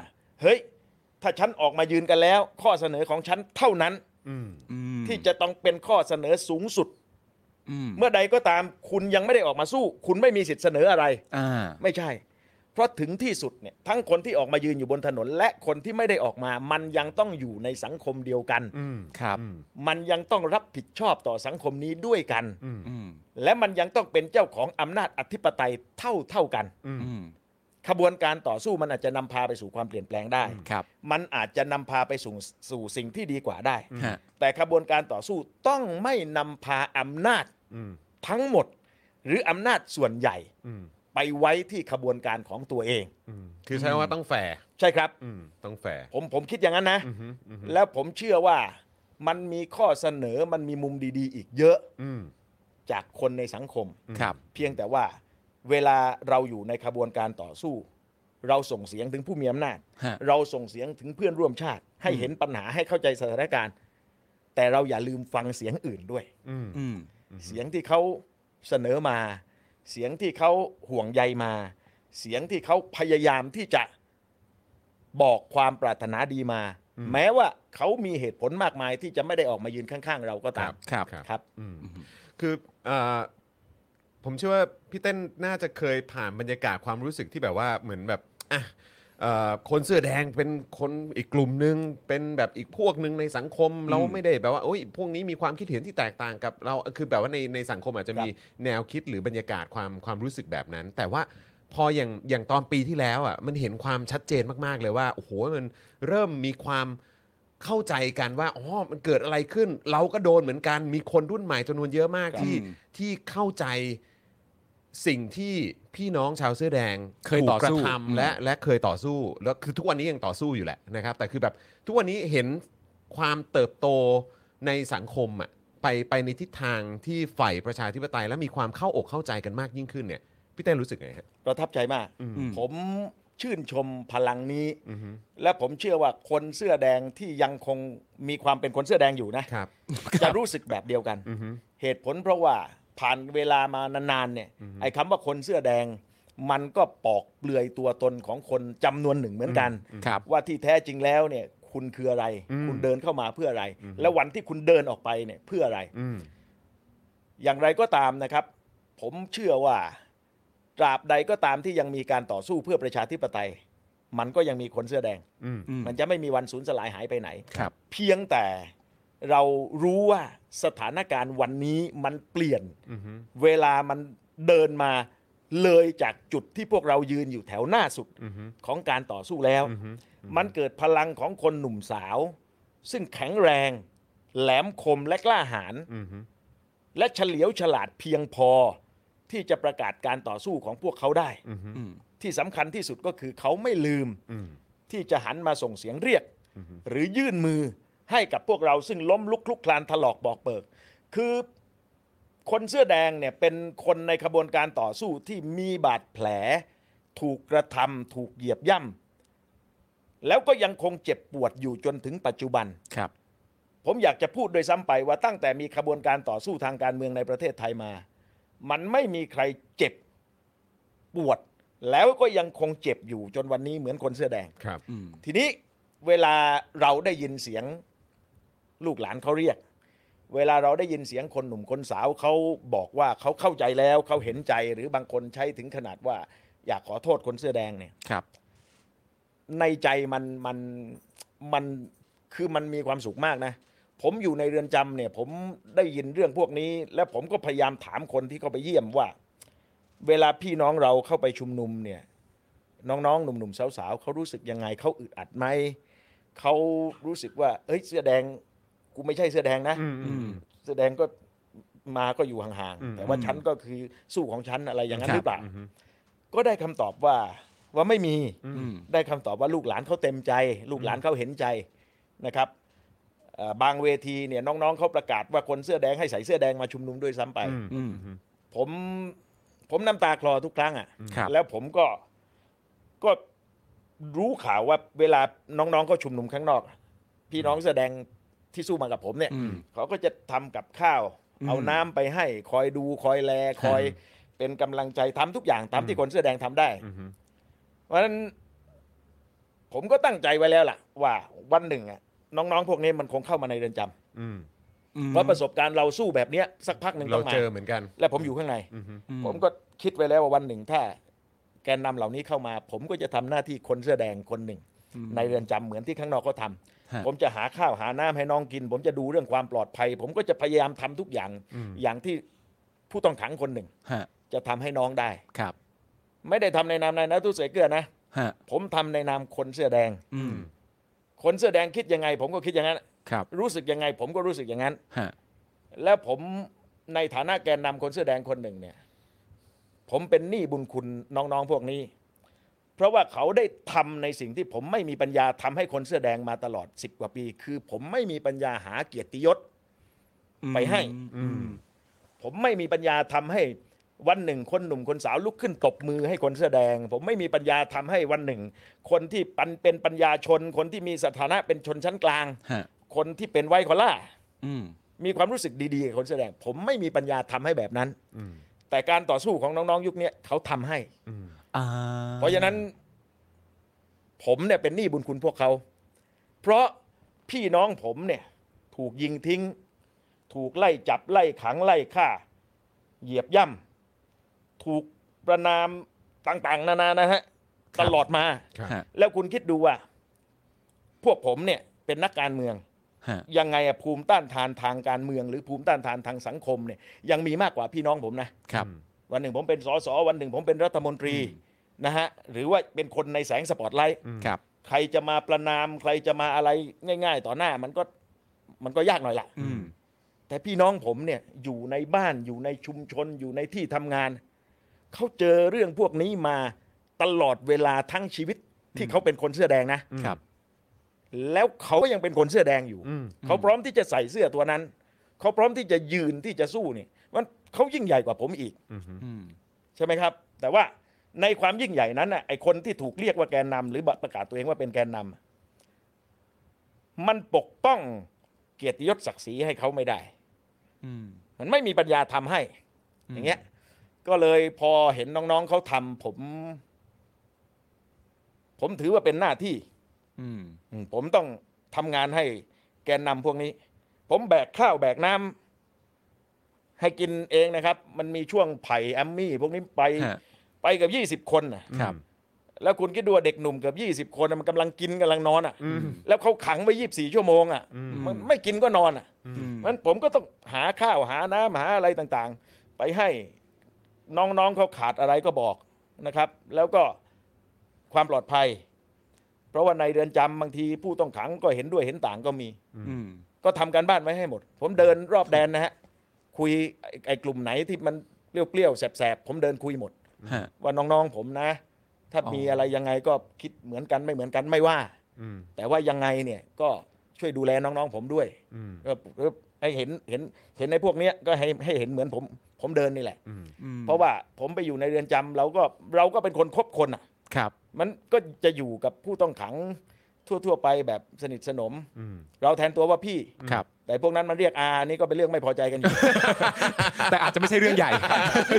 [SPEAKER 3] เฮ้ย ถ้าฉันออกมายืนกันแล้ว ข้อเสนอของฉันเท่านั้น
[SPEAKER 2] อืม
[SPEAKER 3] ที่จะต้องเป็นข้อเสนอสูงสุด
[SPEAKER 2] อืม
[SPEAKER 3] เมื่อใดก็ตามคุณยังไม่ได้ออกมาสู้ คุณไม่มีสิทธิ์เสนออะไร
[SPEAKER 2] อ่า
[SPEAKER 3] ไม่ใช่ เพราะถึงที่สุดเนี่ยทั้งคนที่ออกมายืนอยู่บนถนน และคนที่ไม่ได้ออกมา มันยังต้องอยู่ในสังคมเดียวกัน
[SPEAKER 2] ครับ
[SPEAKER 3] มันยังต้องรับผิดชอบต่อสังคมนี้ด้วยกัน
[SPEAKER 2] อืม
[SPEAKER 3] และมันยังต้องเป็นเจ้าของอำนาจอธิปไตยเท่าเท่าๆกัน
[SPEAKER 2] อืม
[SPEAKER 3] ขบวนการต่อสู้มันอาจจะนำพาไปสู่ความเปลี่ยนแปลงได้
[SPEAKER 2] ครับ
[SPEAKER 3] มันอาจจะนำพาไปสู่สู่สิ่งที่ดีกว่าได้
[SPEAKER 2] ฮะ
[SPEAKER 3] แต่ขบวนการต่อสู้ต้องไม่นำพาอำนาจทั้งหมด หรืออำนาจส่วนใหญ่ไปไว้ที่ขบวนการของตัวเอง
[SPEAKER 1] คือใช้ว่าต้องแฟร์
[SPEAKER 3] ใช่ครับ
[SPEAKER 1] อืมต้องแฟร์
[SPEAKER 3] ผมผมคิดอย่างนั้นนะ
[SPEAKER 1] อือฮึอือฮึ
[SPEAKER 3] แล้วผมเชื่อว่ามันมีข้อเสนอมันมีมุมดีๆ อีกเยอะ
[SPEAKER 1] อืม
[SPEAKER 3] จากคนในสังคม
[SPEAKER 2] ครับ
[SPEAKER 3] เพียงแต่ว่าเวลาเราอยู่ในขบวนการต่อสู้ เราส่งเสียงถึงผู้มีอำนาจ
[SPEAKER 2] ฮะ
[SPEAKER 3] เราส่งเสียงถึงเพื่อนร่วมชาติ ให้เห็นปัญหาให้เข้าใจสถานการณ์ แต่เราอย่าลืมฟังเสียงอื่นด้วย
[SPEAKER 1] อืม
[SPEAKER 2] อืม
[SPEAKER 3] เสียงที่เขาเสนอมา เสียงที่เขาห่วงใยมา เสียงที่เขาพยายามที่จะบอกความปรารถนาดีมา แม้ว่าเขามีเหตุผลมากมายที่จะไม่ได้ออกมายืนข้าง ๆ เราก็ตาม
[SPEAKER 2] ครับ
[SPEAKER 3] ครับ
[SPEAKER 1] อืมคืออ่าผมเชื่อว่าพี่เต้นน่าจะเคยผ่านบรรยากาศความรู้สึกที่แบบว่าเหมือนแบบอ่ะเอ่อคนเสื้อแดงเป็นคนอีกกลุ่มหนึ่งเป็นแบบอีกพวกหนึ่งในสังคมเราไม่ได้แบบว่าโอ้ยพวกนี้มีความคิดเห็นที่แตกต่างกับเราคือแบบว่าในในสังคมอาจจะมีแนวคิดหรือบรรยากาศความความรู้สึกแบบนั้น แต่ว่าพออย่างอย่างตอนปีที่แล้วอ่ะมันเห็นความชัดเจนมาก ๆ เลยว่าโอ้โหมันเริ่มมีความ เข้าใจกันว่าอ๋อมันเกิดอะไรขึ้น เราก็โดนเหมือนกันมีคนรุ่นใหม่จำนวนเยอะมาก
[SPEAKER 2] ครับ
[SPEAKER 1] ที่
[SPEAKER 2] อืม
[SPEAKER 1] ที่เข้าใจสิ่งที่พี่น้องชาวเสื้อแดง
[SPEAKER 2] เคย
[SPEAKER 1] ถูก
[SPEAKER 2] ต่อสู้
[SPEAKER 1] กระทำและ
[SPEAKER 2] อืม
[SPEAKER 1] และเคยต่อสู้แล้วคือทุกวันนี้ยังต่อสู้อยู่แหละนะครับ แต่คือแบบทุกวันนี้เห็นความเติบโตในสังคมอ่ะไปไปในทิศทางที่ใฝ่ประชาธิปไตย และมีความเข้าอกเข้าใจกันมากยิ่งขึ้นเนี่ยพี่เต้นรู้สึกไงฮะ
[SPEAKER 3] ประทับใจมาก
[SPEAKER 1] อืม
[SPEAKER 3] ผมชื่นชมพลังนี้
[SPEAKER 1] อือฮึ
[SPEAKER 3] และผมเชื่อว่าคนเสื้อแดงที่ยังคงมีความเป็นคนเสื้อแดงอยู่นะ
[SPEAKER 1] ครับ
[SPEAKER 3] จะรู้สึกแบบเดียวกัน
[SPEAKER 1] อือฮึ
[SPEAKER 3] เหตุผลเพราะว่าผ่านเวลามานานๆเนี่ย
[SPEAKER 1] อือฮึ
[SPEAKER 3] ไอ้คำว่าคนเสื้อแดง มันก็ปอกเปลือยตัวตนของคนจำนวนหนึ่งเหมือนกัน
[SPEAKER 2] ครับ
[SPEAKER 3] ว่าที่แท้จริงแล้วเนี่ยคุณคืออะไร
[SPEAKER 1] อืม
[SPEAKER 3] คุณเดินเข้ามาเพื่ออะไร
[SPEAKER 1] อือฮึ
[SPEAKER 3] แล้ววันที่คุณเดินออกไปเนี่ยเพื่ออะไร
[SPEAKER 1] อืม
[SPEAKER 3] อย่างไรก็ตามนะครับ ผมเชื่อว่าตราบใดก็ตามที่ยังมีการต่อสู้เพื่อประชาธิปไตย มันก็ยังมีคนเสื้อแดง
[SPEAKER 1] อืม
[SPEAKER 2] อืม
[SPEAKER 3] มันจะไม่มีวันสูญสลายหายไปไหน
[SPEAKER 2] ครับ
[SPEAKER 3] เพียงแต่เรารู้ว่าสถานการณ์วันนี้มันเปลี่ยน
[SPEAKER 1] อือฮึ
[SPEAKER 3] เวลามัน เดินมาเลยจากจุดที่พวกเรายืนอยู่แถวหน้าสุด
[SPEAKER 1] อือฮึ
[SPEAKER 3] ของการต่อสู้แล้ว
[SPEAKER 1] อือฮึ
[SPEAKER 3] มันเกิดพลังของคนหนุ่มสาว ซึ่งแข็งแรง แหลมคมและกล้าหาญ
[SPEAKER 1] อือฮึ
[SPEAKER 3] และเฉลียวฉลาดเพียงพอ ที่จะประกาศการต่อสู้ของพวกเขาได้
[SPEAKER 1] อือฮึ
[SPEAKER 2] อืม
[SPEAKER 3] ที่สำคัญที่สุดก็คือเขาไม่ลืม
[SPEAKER 1] อืม
[SPEAKER 3] ที่จะหันมาส่งเสียงเรียก
[SPEAKER 1] อือฮึ
[SPEAKER 3] หรือยื่นมือให้กับพวกเราซึ่งล้มลุกคลุกคลานถลอกบอกเปิก คือคนเสื้อแดงเนี่ยเป็นคนในขบวนการต่อสู้ที่มีบาดแผล ถูกกระทำถูกเหยียบย่ำแล้วก็ยังคงเจ็บปวดอยู่จนถึงปัจจุบัน
[SPEAKER 2] ครับ
[SPEAKER 3] ผมอยากจะพูดโดยซ้ำไปว่าตั้งแต่มีขบวนการต่อสู้ทางการเมืองในประเทศไทยมา มันไม่มีใครเจ็บปวด แล้วก็ยังคงเจ็บอยู่จนวันนี้เหมือนคนเสื้อแดง
[SPEAKER 1] ครับ
[SPEAKER 2] อืม
[SPEAKER 3] ทีนี้เวลาเราได้ยินเสียงลูกหลานเขาเรียก เวลาเราได้ยินเสียงคนหนุ่มคนสาวเขาบอกว่าเขาเข้าใจแล้วเขาเห็นใจหรือบางคนใช้ถึงขนาดว่า อยากขอโทษคนเสื้อแดงเนี่ย
[SPEAKER 2] ครับ
[SPEAKER 3] ในใจมันมันมันคือมันมีความสุขมากนะ ผมอยู่ในเรือนจำเนี่ย ผมได้ยินเรื่องพวกนี้ และผมก็พยายามถามคนที่เข้าไปเยี่ยมว่า เวลาพี่น้องเราเข้าไปชุมนุมเนี่ย น้องๆ หนุ่มๆสาวๆเขารู้สึกยังไงเขาอึดอัดไหมเขารู้สึกว่า เอ้ยเสื้อแดงกูไม่ใช่เสื้อแดงนะ
[SPEAKER 1] อืมอื
[SPEAKER 2] อื
[SPEAKER 1] ม
[SPEAKER 2] ม
[SPEAKER 3] เสื้อแดงก็มาก็อยู่ห่าง
[SPEAKER 1] อืม
[SPEAKER 3] ๆแต่ว่าฉันก็คือสู้ของฉันอะไรอย่างนั้น
[SPEAKER 2] ครับ
[SPEAKER 3] หรือเปล่า
[SPEAKER 1] อือฮึ
[SPEAKER 3] ก็ได้คำตอบว่าว่าไม่มี
[SPEAKER 2] อืม
[SPEAKER 3] ได้คำตอบว่าลูกหลานเขาเต็มใจ ลูกหลานเขาเห็นใจนะครับเอ่อบางเวทีเนี่ยน้องๆเขาประกาศว่าคนเสื้อแดงให้ใส่เสื้อแดงมาชุมนุมด้วยซ้ำไป
[SPEAKER 1] อืมอืมอืม
[SPEAKER 3] ผมผมน้ำตาคลอทุกครั้งอ่ะ
[SPEAKER 2] ครับ
[SPEAKER 3] แล้วผมก็ก็รู้ข่าวว่าเวลาน้องๆเขาชุมนุมข้างนอก พี่น้องเสื้อแดงที่สู้มากับผมเนี่ย
[SPEAKER 2] อืม
[SPEAKER 3] เขาก็จะทำกับข้าว
[SPEAKER 2] อืม
[SPEAKER 3] เอาน้ำไปให้คอยดูคอยแลคอยเป็นกำลังใจทำทุกอย่างตามที่คนเสื้อแดงทำได้
[SPEAKER 1] อือฮึ
[SPEAKER 3] เพราะฉะนั้นผมก็ตั้งใจไว้แล้วล่ะ ว่าวันหนึ่งอะน้องๆ พวกนี้มันคงเข้ามาในเรือนจำ
[SPEAKER 1] อืม
[SPEAKER 3] เพราะประสบการณ์เราสู้แบบเนี้ยสักพักหนึ่ง
[SPEAKER 1] เรา
[SPEAKER 3] ต้องมา
[SPEAKER 1] เจอเหมือนกัน
[SPEAKER 3] และผมอยู่ข้างใน
[SPEAKER 1] อือฮึ
[SPEAKER 2] อื
[SPEAKER 3] ผมก็คิดไว้แล้วว่าวันหนึ่งถ้า แกนนำเหล่านี้เข้ามา ผมก็จะทำหน้าที่คนเสื้อแดงคนหนึ่ง
[SPEAKER 2] อืม
[SPEAKER 3] ในเรือนจำเหมือนที่ข้างนอกเขาท
[SPEAKER 2] ฮะ
[SPEAKER 3] ำผมจะหาข้าวหาน้ำให้น้องกิน ผมจะดูเรื่องความปลอดภัย ผมก็จะพยายามทำทุกอย่าง
[SPEAKER 1] อืม
[SPEAKER 3] อย่างที่ผู้ต้องขังคนหนึ่ง
[SPEAKER 2] ฮะ
[SPEAKER 3] จะทำให้น้องได้
[SPEAKER 2] ครับ
[SPEAKER 3] ไม่ได้ทำในนามนายนะทุเสอเกลือนะ
[SPEAKER 2] ฮะ
[SPEAKER 3] ผมทำในนามคนเสื้อแดง
[SPEAKER 2] อืม
[SPEAKER 3] คนเสื้อแดงคิดยังไง ผมก็คิดอย่างนั้น
[SPEAKER 2] ครับ
[SPEAKER 3] รู้สึกยังไง ผมก็รู้สึกอย่างนั้น
[SPEAKER 2] ฮะ
[SPEAKER 3] แล้วผมในฐานะแกนนำคนเสื้อแดงคนหนึ่งเนี่ย ผมเป็นหนี้บุญคุณน้องๆพวกนี้ เพราะว่าเขาได้ทำในสิ่งที่ผมไม่มีปัญญาทำให้คนเสื้อแดงมาตลอด 10 กว่าปี คือผมไม่มีปัญญาหาเกียรติยศ ไปให้
[SPEAKER 2] อืม
[SPEAKER 3] ผมไม่มีปัญญาทำให้วันหนึ่ง คนหนุ่มคนสาวลุกขึ้นตบมือให้คนเสื้อแดง ผมไม่มีปัญญาทำให้วันหนึ่ง คนที่ปันเป็นปัญญาชน คนที่มีสถานะเป็นชนชั้นกลาง
[SPEAKER 2] ฮะ
[SPEAKER 3] คนที่เป็นไวท์คอลล่าร์
[SPEAKER 2] อืม
[SPEAKER 3] มีความรู้สึกดีๆกับคนแสอแดง ผมไม่มีปัญญาทำให้แบบนั้น
[SPEAKER 1] อืม
[SPEAKER 3] แต่การต่อสู้ของน้องๆ ยุคเนี้ยเขาทำให้
[SPEAKER 1] อืม
[SPEAKER 2] อ่า
[SPEAKER 3] เพราะฉะนั้น ผมเนี่ยเป็นหนี้บุญคุณพวกเขา เพราะพี่น้องผมเนี่ย ถูกยิงทิ้ง ถูกไล่จับไล่ขังไล่ฆ่า เหยียบย่ำถูกประนามต่างๆ นานานะฮะตลอดมา
[SPEAKER 1] ครับ
[SPEAKER 2] ฮะ
[SPEAKER 3] แล้วคุณคิดดูว่า พวกผมเนี่ยเป็นนักการเมือง
[SPEAKER 2] ฮะ
[SPEAKER 3] ยังไงอะภูมิต้านทานทางการเมือง หรือภูมิต้านทานทางสังคมเนี่ยยังมีมากกว่าพี่น้องผมนะครับ วันหนึ่งผมเป็นสสวันหนึ่งผมเป็นรัฐมนตรี
[SPEAKER 2] อืม
[SPEAKER 3] นะฮะหรือว่าเป็นคนในแสงสปอตไลท์
[SPEAKER 2] ครับ
[SPEAKER 3] ใครจะมาประนามใครจะมาอะไรง่าย ๆ ต่อหน้ามันก็มันก็ยากหน่อยละ
[SPEAKER 2] อืม
[SPEAKER 3] แต่พี่น้องผมเนี่ยอยู่ในบ้านอยู่ในชุมชนอยู่ในที่ทำงานเขาเจอเรื่องพวกนี้มาตลอดเวลาทั้งชีวิตที่เขาเป็นคนเสื้อแดงนะ
[SPEAKER 2] ครับ
[SPEAKER 3] แล้วเขาก็ยังเป็นคนเสื้อแดงอยู่
[SPEAKER 1] อืม
[SPEAKER 3] เขาพร้อมที่จะใส่เสื้อตัวนั้น เขาพร้อมที่จะยืนที่จะสู้นี่มันเขายิ่งใหญ่กว่าผมอีก
[SPEAKER 1] อืม
[SPEAKER 2] อืม
[SPEAKER 3] ใช่ไหมครับ แต่ว่าในความยิ่งใหญ่นั้นน่ะไอคนที่ถูกเรียกว่าแกนนำหรือประกาศตัวเองว่าเป็นแกนนำมันปกป้องเกียรติยศศักดิ์ศรีให้เขาไม่ได้
[SPEAKER 2] อืม
[SPEAKER 3] มันไม่มีปัญญาทำให้ อย่างเงี้ย ก็เลยพอเห็นน้องๆเขาทำผม ผมถือว่าเป็นหน้าที่
[SPEAKER 2] อืม
[SPEAKER 3] อืมผมต้องทำงานให้แกนนำพวกนี้ ผมแบกข้าวแบกน้ำให้กินเองนะครับ มันมีช่วงไผ่แอมมี่ พวกนี้ไป
[SPEAKER 2] ฮะ
[SPEAKER 3] ไปเกับ 20 คนนะครับ แล้วคุณคิดดูว่าเด็กหนุ่มเกับ 20 คนน่ะมันกำลังกินกำลังนอนอ่ะ
[SPEAKER 1] อืม
[SPEAKER 3] แล้วเขาขังไว้ 24 ชั่วโมงอ่ะ
[SPEAKER 1] อืม
[SPEAKER 3] มันไม่กินก็นอนอ่ะ
[SPEAKER 2] อืม
[SPEAKER 3] มันผมก็ต้องหาข้าวหาน้ำหาอะไรต่างๆ ไปให้ น้องๆเขาขาดอะไรก็บอกนะครับ แล้วก็ความปลอดภัย เพราะว่าในเรือนจำบางทีผู้ต้องขังก็เห็นด้วยเห็นต่างก็มี
[SPEAKER 2] อืม
[SPEAKER 3] ก็ทำการบ้านไว้ให้หมด ผมเดินรอบแดนนะฮะ คุยไอ้ไอ้กลุ่มไหนที่มันเปรี้ยวๆแสบๆผมเดินคุยหมด
[SPEAKER 2] ฮะ
[SPEAKER 3] ว่าน้องๆผมนะ ถ้า
[SPEAKER 2] อ๋อ
[SPEAKER 3] มีอะไรยังไงก็คิดเหมือนกันไม่เหมือนกันไม่ว่า
[SPEAKER 1] อืม
[SPEAKER 3] แต่ว่ายังไงเนี่ยก็ช่วยดูแลน้องๆผมด้วย
[SPEAKER 1] อืม
[SPEAKER 3] ก็ก็ให้เห็นเห็นเห็นในพวกเนี้ยก็ให้ให้เห็นเหมือนผมผมเดินนี่แหละ
[SPEAKER 1] อืม
[SPEAKER 2] อืม
[SPEAKER 3] เพราะว่าผมไปอยู่ในเรือนจำเราก็เราก็เป็นคนคบคนอ่ะ
[SPEAKER 2] ครับ
[SPEAKER 3] มันก็จะอยู่กับผู้ต้องขังทั่วๆไปแบบสนิทสนม
[SPEAKER 1] อืม
[SPEAKER 3] เราแทนตัวว่าพี่
[SPEAKER 2] ครับ
[SPEAKER 3] แต่พวกนั้นมันเรียกอานี่ก็เป็นเรื่องไม่พอใจกั นอยู่
[SPEAKER 2] แต่อาจจะไม่ใช่เรื่องใหญ่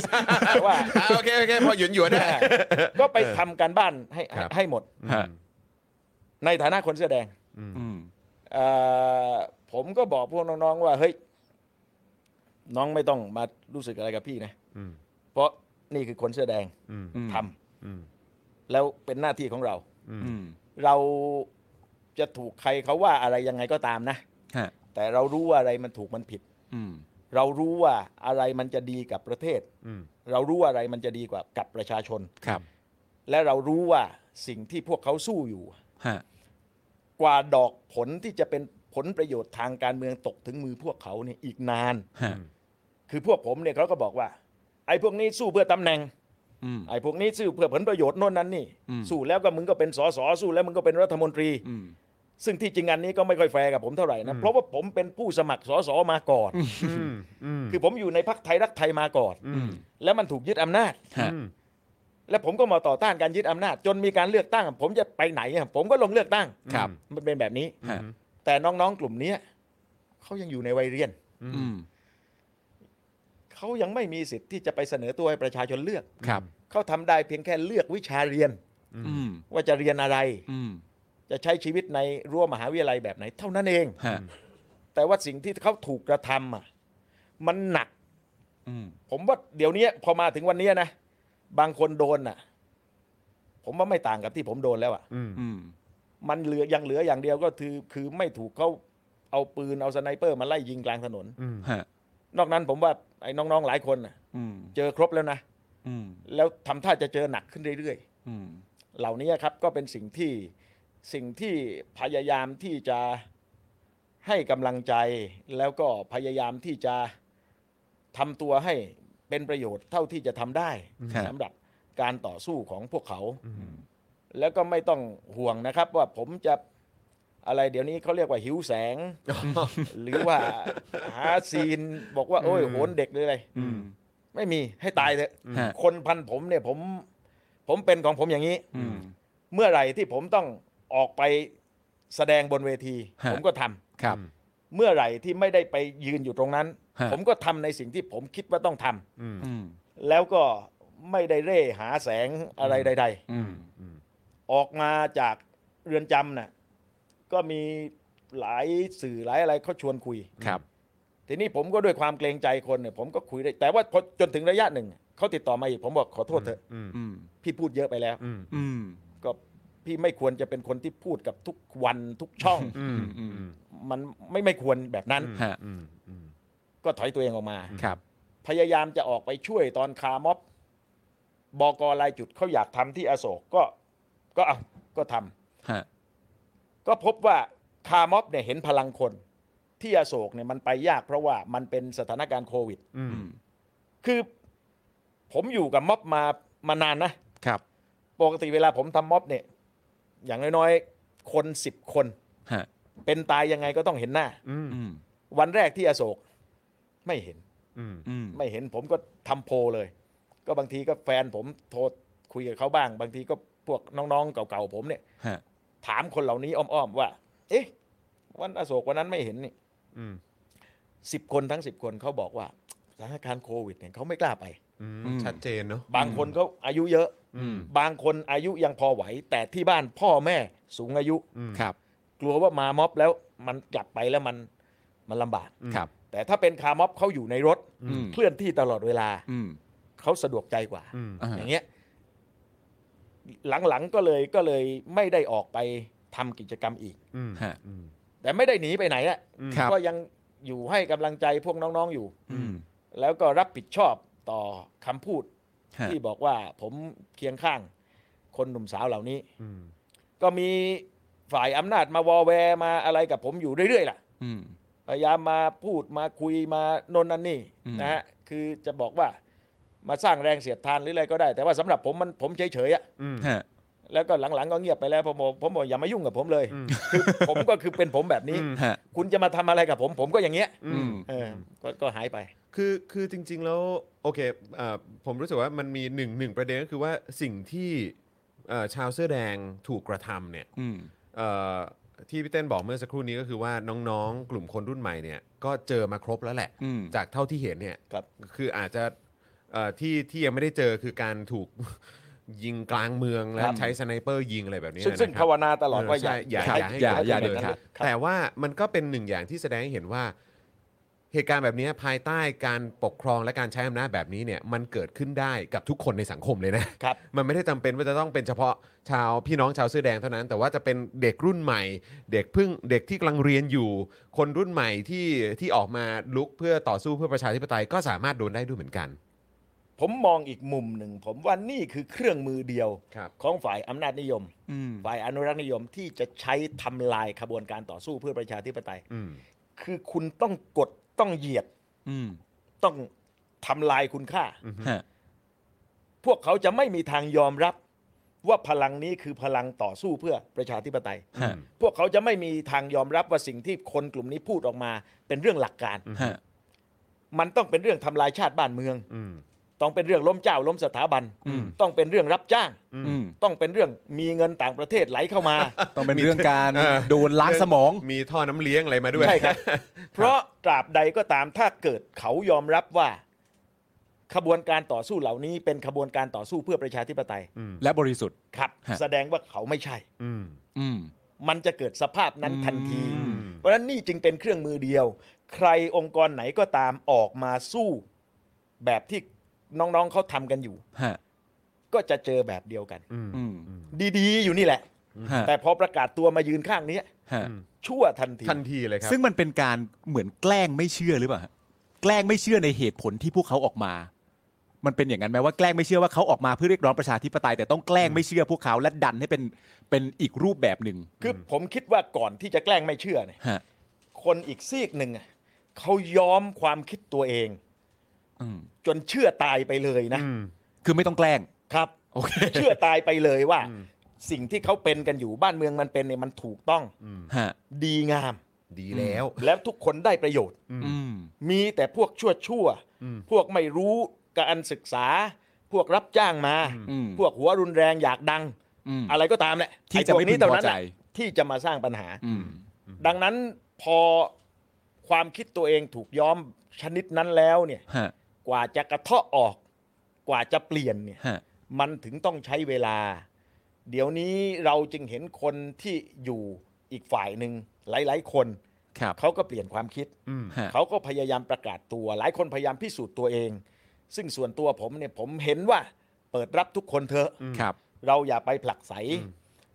[SPEAKER 3] แต่ว่า
[SPEAKER 1] อ่ะโอเคโอเคพอหยวนหยวนได้
[SPEAKER 3] ก็ไปทำการบ้านให้
[SPEAKER 1] ครับ
[SPEAKER 3] ให้หมด
[SPEAKER 2] ฮะ
[SPEAKER 3] ในฐานะคนเสื้อแดง
[SPEAKER 1] อืม
[SPEAKER 2] อืม
[SPEAKER 3] เอ่อผมก็บอกพวกน้องๆว่าเฮ้ยน้องไม่ต้องมารู้สึกอะไรกับพี่นะ
[SPEAKER 1] อืม
[SPEAKER 3] เพราะนี่คือคนเสื้อแดง
[SPEAKER 1] อืม
[SPEAKER 2] อืม
[SPEAKER 3] ทำ
[SPEAKER 1] อืม
[SPEAKER 3] แล้วเป็นหน้าที่ของเรา
[SPEAKER 1] อืม
[SPEAKER 2] อืม
[SPEAKER 3] เราจะถูกใครเขาว่าอะไรยังไงก็ตามนะ
[SPEAKER 2] ฮะ
[SPEAKER 3] แต่เรารู้ว่าอะไรมันถูกมันผิด
[SPEAKER 2] อืม
[SPEAKER 3] เรารู้ว่าอะไรมันจะดีกับประเทศ
[SPEAKER 1] อืม
[SPEAKER 3] เรารู้ว่าอะไรมันจะดีกว่ากับประชาชน
[SPEAKER 2] ครับ
[SPEAKER 3] และเรารู้ว่าสิ่งที่พวกเขาสู้อยู่
[SPEAKER 2] ฮะ
[SPEAKER 3] กว่าดอกผลที่จะเป็นผลประโยชน์ทางการเมืองตกถึงมือพวกเขาเนี่ยอีกนาน
[SPEAKER 2] ฮะ
[SPEAKER 3] คือพวกผมเนี่ยเขาก็บอกว่า ไอ้พวกนี้สู้เพื่อตำแหน่ง
[SPEAKER 2] อืม
[SPEAKER 3] ไอ้พวกนี้สู้เพื่อผลประโยชน์โน่นนั้นนี่
[SPEAKER 2] อืม
[SPEAKER 3] สู้แล้วก็มึงก็เป็นสสสู้แล้วมึงก็เป็นรัฐมนตรี
[SPEAKER 2] อืม
[SPEAKER 3] ซึ่งที่จริงอันนี้ก็ไม่ค่อยแฟร์กับผมเท่าไหร่นะ เพราะว่าผมเป็นผู้สมัครสสมาก่อน
[SPEAKER 1] อืมอืม
[SPEAKER 3] คือผมอยู่ในพักไทยรักไทยมาก่อน
[SPEAKER 1] อืม
[SPEAKER 3] แล้วมันถูกยึดอำนาจ
[SPEAKER 2] ฮะ
[SPEAKER 1] อืม
[SPEAKER 3] และผมก็มาต่อต้านการยึดอำนาจ จนมีการเลือกตั้ง ผมจะไปไหนอะผมก็ลงเลือกตั้ง
[SPEAKER 2] ครับ
[SPEAKER 3] มันเป็นแบบนี้
[SPEAKER 2] ฮะ
[SPEAKER 3] แต่น้องๆกลุ่มเนี้ยเขายังอยู่ในวัยเรียน
[SPEAKER 2] อืม
[SPEAKER 3] เขายังไม่มีสิทธิ์ที่จะไปเสนอตัวให้ประชาชนเลือก
[SPEAKER 2] ครับ
[SPEAKER 3] เขาทำได้เพียงแค่เลือกวิชาเรียน
[SPEAKER 2] อืม
[SPEAKER 3] ว่าจะเรียนอะไร
[SPEAKER 2] อืม
[SPEAKER 3] จะใช้ชีวิตในรั้วมหาวิทยาลัยแบบไหน เท่านั้นเอง
[SPEAKER 2] ฮะ
[SPEAKER 3] แต่ว่าสิ่งที่เขาถูกกระทำอ่ะมันหนัก
[SPEAKER 2] อืม
[SPEAKER 3] ผมว่าเดี๋ยวนี้พอมาถึงวันนี้นะบางคนโดนอ่ะ ผมว่าไม่ต่างกับที่ผมโดนแล้วอ่ะ
[SPEAKER 1] อืม
[SPEAKER 2] อืม
[SPEAKER 3] มันเหลือยังเหลืออย่างเดียวก็คือ คือไม่ถูกเขาเอาปืนเอาสไนเปอร์มาไล่ยิงกลางถนน
[SPEAKER 1] อืม
[SPEAKER 2] ฮะ
[SPEAKER 3] นอกนั้นผมว่าไอ้น้องๆหลายคนน่ะ
[SPEAKER 2] อืม
[SPEAKER 3] เจอครบแล้วนะ
[SPEAKER 2] อืม
[SPEAKER 3] แล้วทำท่าจะเจอหนักขึ้นเรื่อย
[SPEAKER 2] อืม
[SPEAKER 3] ๆ เหล่านี้ครับก็เป็นสิ่งที่สิ่งที่พยายามที่จะให้กำลังใจ แล้วก็พยายามที่จะทำตัวให้เป็นประโยชน์เท่าที่จะทำได้
[SPEAKER 2] ฮะ
[SPEAKER 3] สำหรับการต่อสู้ของพวกเขา
[SPEAKER 1] อืม
[SPEAKER 3] แล้วก็ไม่ต้องห่วงนะครับ ว่าผมจะอะไรเดี๋ยวนี้เขาเรียกว่าหิวแสง หรือว่าหาซีนบอกว่าโอ้ยโหนเด็กหรืออะไร
[SPEAKER 2] อืม
[SPEAKER 3] ไม่มีให้ตายเถอะ
[SPEAKER 2] ฮะ
[SPEAKER 3] คนพันผมเนี่ยผมผมเป็นของผมอย่างนี้
[SPEAKER 2] อืม
[SPEAKER 3] เมื่อไหร่ที่ผมต้องออกไปแสดงบนเวที
[SPEAKER 2] ฮะ
[SPEAKER 3] ผมก็ทำ
[SPEAKER 2] ครับ
[SPEAKER 3] เมื่อไหร่ที่ไม่ได้ไปยืนอยู่ตรงนั้น
[SPEAKER 2] ฮะ
[SPEAKER 3] ผมก็ทำในสิ่งที่ผมคิดว่าต้องทำ
[SPEAKER 1] อืม
[SPEAKER 2] อืม
[SPEAKER 3] แล้วก็ไม่ได้เร่หาแสงอะไรใด
[SPEAKER 2] อืม
[SPEAKER 1] อืม
[SPEAKER 3] ๆ ออกมาจากเรือนจำน่ะก็มีหลายสื่อหลายอะไรเขาชวนคุย
[SPEAKER 2] ครับ
[SPEAKER 3] ทีนี้ผมก็ด้วยความเกรงใจคนเนี่ยผมก็คุยได้แต่ว่าพอจนถึงระยะหนึ่งเขาติดต่อมาอีกผมบอกขอโทษเถอะ
[SPEAKER 1] อืม
[SPEAKER 2] อืม
[SPEAKER 3] พี่พูดเยอะไปแล้ว
[SPEAKER 1] อืม
[SPEAKER 2] อืม
[SPEAKER 3] ก็พี่ไม่ควรจะเป็นคนที่พูดกับทุกวันทุกช่อง
[SPEAKER 1] อืมอืม
[SPEAKER 3] มันไม่ไม่ควรแบบนั้น
[SPEAKER 2] ฮะ
[SPEAKER 1] อืมอืม
[SPEAKER 3] ก็ถอยตัวเองออกมา
[SPEAKER 2] ครับ
[SPEAKER 3] พยายามจะออกไปช่วยตอนคาร์ม็อบบอกรายจุดเขาอยากทำที่อโศกก็ก็เอาก็ทำ
[SPEAKER 2] ฮะ
[SPEAKER 3] ก็พบว่าคาร์ม็อบเนี่ยเห็นพลังคน ที่อโศกเนี่ยมันไปยากเพราะว่ามันเป็นสถานการณ์โควิด
[SPEAKER 1] อืม
[SPEAKER 2] อืม
[SPEAKER 3] คือผมอยู่กับม็อบมามานานนะ
[SPEAKER 2] ครับ
[SPEAKER 3] ปกติเวลาผมทำม็อบเนี่ยอย่างน้อยๆ คนสิบคน
[SPEAKER 2] ฮะ
[SPEAKER 3] เป็นตายยังไงก็ต้องเห็นหน้า
[SPEAKER 1] อืม
[SPEAKER 2] อืม
[SPEAKER 3] วันแรกที่อโศกไม่เห็น
[SPEAKER 1] อืม
[SPEAKER 2] อืม
[SPEAKER 3] ไม่เห็นผมก็ทำโพลเลย ก็บางทีก็แฟนผมโทรคุยกับเขาบ้าง บางทีก็พวกน้องๆเก่าๆผมเนี่ย
[SPEAKER 2] ฮะ
[SPEAKER 3] ถามคนเหล่านี้อ้อมๆว่า เอ๊ะ วันอโศกวันนั้นไม่เห็นนี่
[SPEAKER 1] อืม
[SPEAKER 3] สิบคนทั้งสิบคนเขาบอกว่าสถานการณ์โควิดเนี่ยเขาไม่กล้าไป
[SPEAKER 1] อืมชัดเจนเนาะ
[SPEAKER 3] บางคนเขาอายุเยอะ
[SPEAKER 1] อืม
[SPEAKER 3] บางคนอายุยังพอไหว แต่ที่บ้านพ่อแม่สูงอายุ
[SPEAKER 1] อืม
[SPEAKER 2] ครับ
[SPEAKER 3] กลัวว่ามาม็อบแล้วมันกลับไปแล้วมันมันลำบาก
[SPEAKER 2] ครับ
[SPEAKER 3] แต่ถ้าเป็นคาร์ม็อบเขาอยู่ในรถ
[SPEAKER 2] อืม
[SPEAKER 3] เคลื่อนที่ตลอดเวลา
[SPEAKER 2] อืม
[SPEAKER 3] เขาสะดวกใจกว่า
[SPEAKER 1] อืม
[SPEAKER 2] อ่า
[SPEAKER 3] อย่างเงี้ยหลังๆก็เลยก็เลยไม่ได้ออกไปทำกิจกรรมอีก
[SPEAKER 1] อืม
[SPEAKER 2] ฮะ
[SPEAKER 1] อืม
[SPEAKER 3] แต่ไม่ได้หนีไปไหนอะ
[SPEAKER 1] อืม
[SPEAKER 2] ครับ
[SPEAKER 3] ก็ยังอยู่ให้กำลังใจพวกน้องๆอยู่
[SPEAKER 2] อืม
[SPEAKER 3] แล้วก็รับผิดชอบต่อคำพูด
[SPEAKER 2] ฮะ
[SPEAKER 3] ที่บอกว่าผมเคียงข้างคนหนุ่มสาวเหล่านี้ ก็มีฝ่ายอำนาจมาวอแวร์มาอะไรกับผมอยู่เรื่อยๆล่ะ
[SPEAKER 2] อืม
[SPEAKER 3] พยายามมาพูดมาคุยมานนนั่นนี่
[SPEAKER 2] อืม
[SPEAKER 3] นะฮะคือจะบอกว่ามาสร้างแรงเสียดทานหรืออะไรก็ได้ แต่ว่าสำหรับผมมันผมเฉยๆอะ
[SPEAKER 2] ฮะ
[SPEAKER 3] แล้วก็หลังๆก็เงียบไปแล้วผมบอกผมบอกอย่ามายุ่งกับผมเลยคือผมก็คือเป็นผมแบบนี้
[SPEAKER 2] ฮะ
[SPEAKER 3] คุณจะมาทำอะไรกับผม ผมก็อย่างเงี้ย
[SPEAKER 2] อืม
[SPEAKER 3] เออก็ก็หายไป
[SPEAKER 1] คือคือจริง ๆ แล้วโอเคอ่าผมรู้สึกว่ามันมีหนึ่งหนึ่งประเด็นก็คือว่าสิ่งที่เอ่อชาวเสื้อแดงถูกกระทำเนี่ย
[SPEAKER 2] อืม
[SPEAKER 1] เอ่อที่พี่เต้นบอกเมื่อสักครู่นี้ก็คือว่าน้องๆ กลุ่มคนรุ่นใหม่เนี่ยก็เจอมาครบแล้วแหละ
[SPEAKER 2] อืม
[SPEAKER 1] จากเท่าที่เห็นเนี่ย
[SPEAKER 3] ครับ
[SPEAKER 1] คืออาจจะเอ่อที่ที่ยังไม่ได้เจอคือการถูก ยิงกลางเมืองและ
[SPEAKER 2] ครับ
[SPEAKER 1] ใช้สไนเปอร์ยิงอะไรแบบนี้
[SPEAKER 3] ซึ่งซึ่ง
[SPEAKER 1] นะครับ
[SPEAKER 3] ภาวนาตลอดว่าอย่า
[SPEAKER 1] เใช่อย่า
[SPEAKER 2] ครับ
[SPEAKER 1] อย่าให้
[SPEAKER 2] อ
[SPEAKER 1] เกิ
[SPEAKER 2] ย่าอย่า
[SPEAKER 1] ขึ้น
[SPEAKER 2] เด็ดขาด
[SPEAKER 1] แต่ว่ามันก็เป็นหนึ่งอย่างที่แสดงให้เห็นว่า เหตุการณ์แบบนี้ภายใต้การปกครองและการใช้อำนาจแบบนี้เนี่ยมันเกิดขึ้นได้กับทุกคนในสังคมเลยนะ
[SPEAKER 3] ครับ
[SPEAKER 1] มันไม่ได้จำเป็นว่าจะต้องเป็นเฉพาะชาวพี่น้องชาวเสื้อแดงเท่านั้น แต่ว่าจะเป็นเด็กรุ่นใหม่ เด็กเพิ่งเด็กที่กำลังเรียนอยู่ คนรุ่นใหม่ที่ที่ออกมาลุกเพื่อต่อสู้เพื่อประชาธิปไตยก็สามารถโดนได้ด้วยเหมือนกัน
[SPEAKER 3] ผมมองอีกมุมหนึ่ง ผมว่านี่คือเครื่องมือเดียว
[SPEAKER 1] ครับ
[SPEAKER 3] ของฝ่ายอำนาจนิยม
[SPEAKER 2] อืม
[SPEAKER 3] ฝ่ายอนุรักษนิยมที่จะใช้ทำลายขบวนการต่อสู้เพื่อประชาธิปไตย
[SPEAKER 1] อืม
[SPEAKER 3] คือคุณต้องกดต้องเหยียด
[SPEAKER 2] อืม
[SPEAKER 3] ต้องทำลายคุณค่า
[SPEAKER 2] ฮะ
[SPEAKER 3] พวกเขาจะไม่มีทางยอมรับ ว่าพลังนี้คือพลังต่อสู้เพื่อประชาธิปไตย
[SPEAKER 2] ฮะ
[SPEAKER 3] พวกเขาจะไม่มีทางยอมรับว่าสิ่งที่คนกลุ่มนี้พูดออกมา เป็นเรื่องหลักการ
[SPEAKER 2] ฮะ
[SPEAKER 3] มันต้องเป็นเรื่องทำลายชาติบ้านเมือง
[SPEAKER 1] อืม
[SPEAKER 3] ต้องเป็นเรื่องล้มเจ้าล้มสถาบัน
[SPEAKER 2] อืม
[SPEAKER 3] ต้องเป็นเรื่องรับจ้าง
[SPEAKER 2] อืม
[SPEAKER 3] ต้องเป็นเรื่องมีเงินต่างประเทศไหลเข้ามา
[SPEAKER 2] ต้องเป็นเรื่องการ
[SPEAKER 1] เออ
[SPEAKER 2] โดนล้างสมอง
[SPEAKER 1] มีท่อน้ำเลี้ยงอะไรมาด้วย
[SPEAKER 3] ใช่ครับ เพราะตราบใดก็ตามถ้าเกิดเขายอมรับว่า ขบวนการต่อสู้เหล่านี้เป็นขบวนการต่อสู้เพื่อประชาธิปไตย
[SPEAKER 2] และบริสุทธิ์
[SPEAKER 3] ครับ
[SPEAKER 2] ฮะ
[SPEAKER 3] แสดงว่าเขาไม่ใช่
[SPEAKER 1] อืม
[SPEAKER 2] อืม
[SPEAKER 3] มันจะเกิดสภาพนั้นทันที
[SPEAKER 1] อืม
[SPEAKER 3] เพราะฉะนั้นนี่จึงเป็นเครื่องมือเดียว ใครองค์กรไหนก็ตามออกมาสู้ แบบที่น้องๆเขาทำกันอยู่
[SPEAKER 2] ฮะ
[SPEAKER 3] ก็จะเจอแบบเดียวกัน
[SPEAKER 1] อืม
[SPEAKER 2] อืม
[SPEAKER 3] ดีๆ อยู่นี่แหละ
[SPEAKER 2] ฮะ
[SPEAKER 3] แต่พอประกาศตัวมายืนข้างเนี้ย
[SPEAKER 2] ฮะ
[SPEAKER 3] ชั่วทันที
[SPEAKER 1] ทันทีเลยครับ
[SPEAKER 2] ซึ่งมันเป็นการเหมือนแกล้งไม่เชื่อหรือเปล่าฮะแกล้งไม่เชื่อในเหตุผลที่พวกเขาออกมา มันเป็นอย่างนั้นไหมว่าแกล้งไม่เชื่อว่าเขาออกมาเพื่อเรียกร้องประชาธิปไตย แต่ต้องแกล้งไม่เชื่อพวกเขาและดันให้เป็นเป็นอีกรูปแบบหนึ่ง
[SPEAKER 3] คือผมคิดว่าก่อนที่จะแกล้งไม่เชื่อเนี่ย
[SPEAKER 2] ฮะ
[SPEAKER 3] คนอีกซีกหนึ่งอะเขาย้อมความคิดตัวเอง
[SPEAKER 2] อืม
[SPEAKER 3] จนเชื่อตายไปเลยนะ
[SPEAKER 2] คือไม่ต้องแกล้ง
[SPEAKER 3] ครับ
[SPEAKER 2] โอเค
[SPEAKER 3] เชื่อตายไปเลยว่า สิ่งที่เขาเป็นกันอยู่บ้านเมืองมันเป็นเนี่ยมันถูกต้อง
[SPEAKER 2] ฮะ
[SPEAKER 3] ดีงาม
[SPEAKER 1] ดีแล้ว
[SPEAKER 3] แล้วทุกคนได้ประโยชน์
[SPEAKER 2] อืม
[SPEAKER 3] มีแต่พวกชั่วชั่วๆพวกไม่รู้การศึกษา พวกรับจ้างมา
[SPEAKER 2] อืม
[SPEAKER 3] พวกหัวรุนแรงอยากดัง
[SPEAKER 2] อืม
[SPEAKER 3] อะไรก็ตามแหละ
[SPEAKER 2] ที่จะไม่
[SPEAKER 3] อ้พวกนี้เท่านั้น
[SPEAKER 2] พึงพอใจ
[SPEAKER 3] แหละที่จะมาสร้างปัญหา
[SPEAKER 2] อืม
[SPEAKER 3] ดังนั้นพอความคิดตัวเองถูกย้อมชนิดนั้นแล้วเนี่ย
[SPEAKER 2] ฮะ
[SPEAKER 3] กว่าจะกระเทาะออก กว่าจะเปลี่ยนเนี่ย
[SPEAKER 2] ฮะ
[SPEAKER 3] มันถึงต้องใช้เวลา เดี๋ยวนี้เราจึงเห็นคนที่อยู่อีกฝ่ายหนึ่งหลาย ๆ คน
[SPEAKER 2] ครับ
[SPEAKER 3] เขาก็เปลี่ยนความคิด
[SPEAKER 2] ฮะ
[SPEAKER 3] เขาก็พยายามประกาศตัว หลายคนพยายามพิสูจน์ตัวเอง ซึ่งส่วนตัวผมเนี่ยผมเห็นว่าเปิดรับทุกคนเถอะ
[SPEAKER 2] ครับ
[SPEAKER 3] เราอย่าไปผลักไส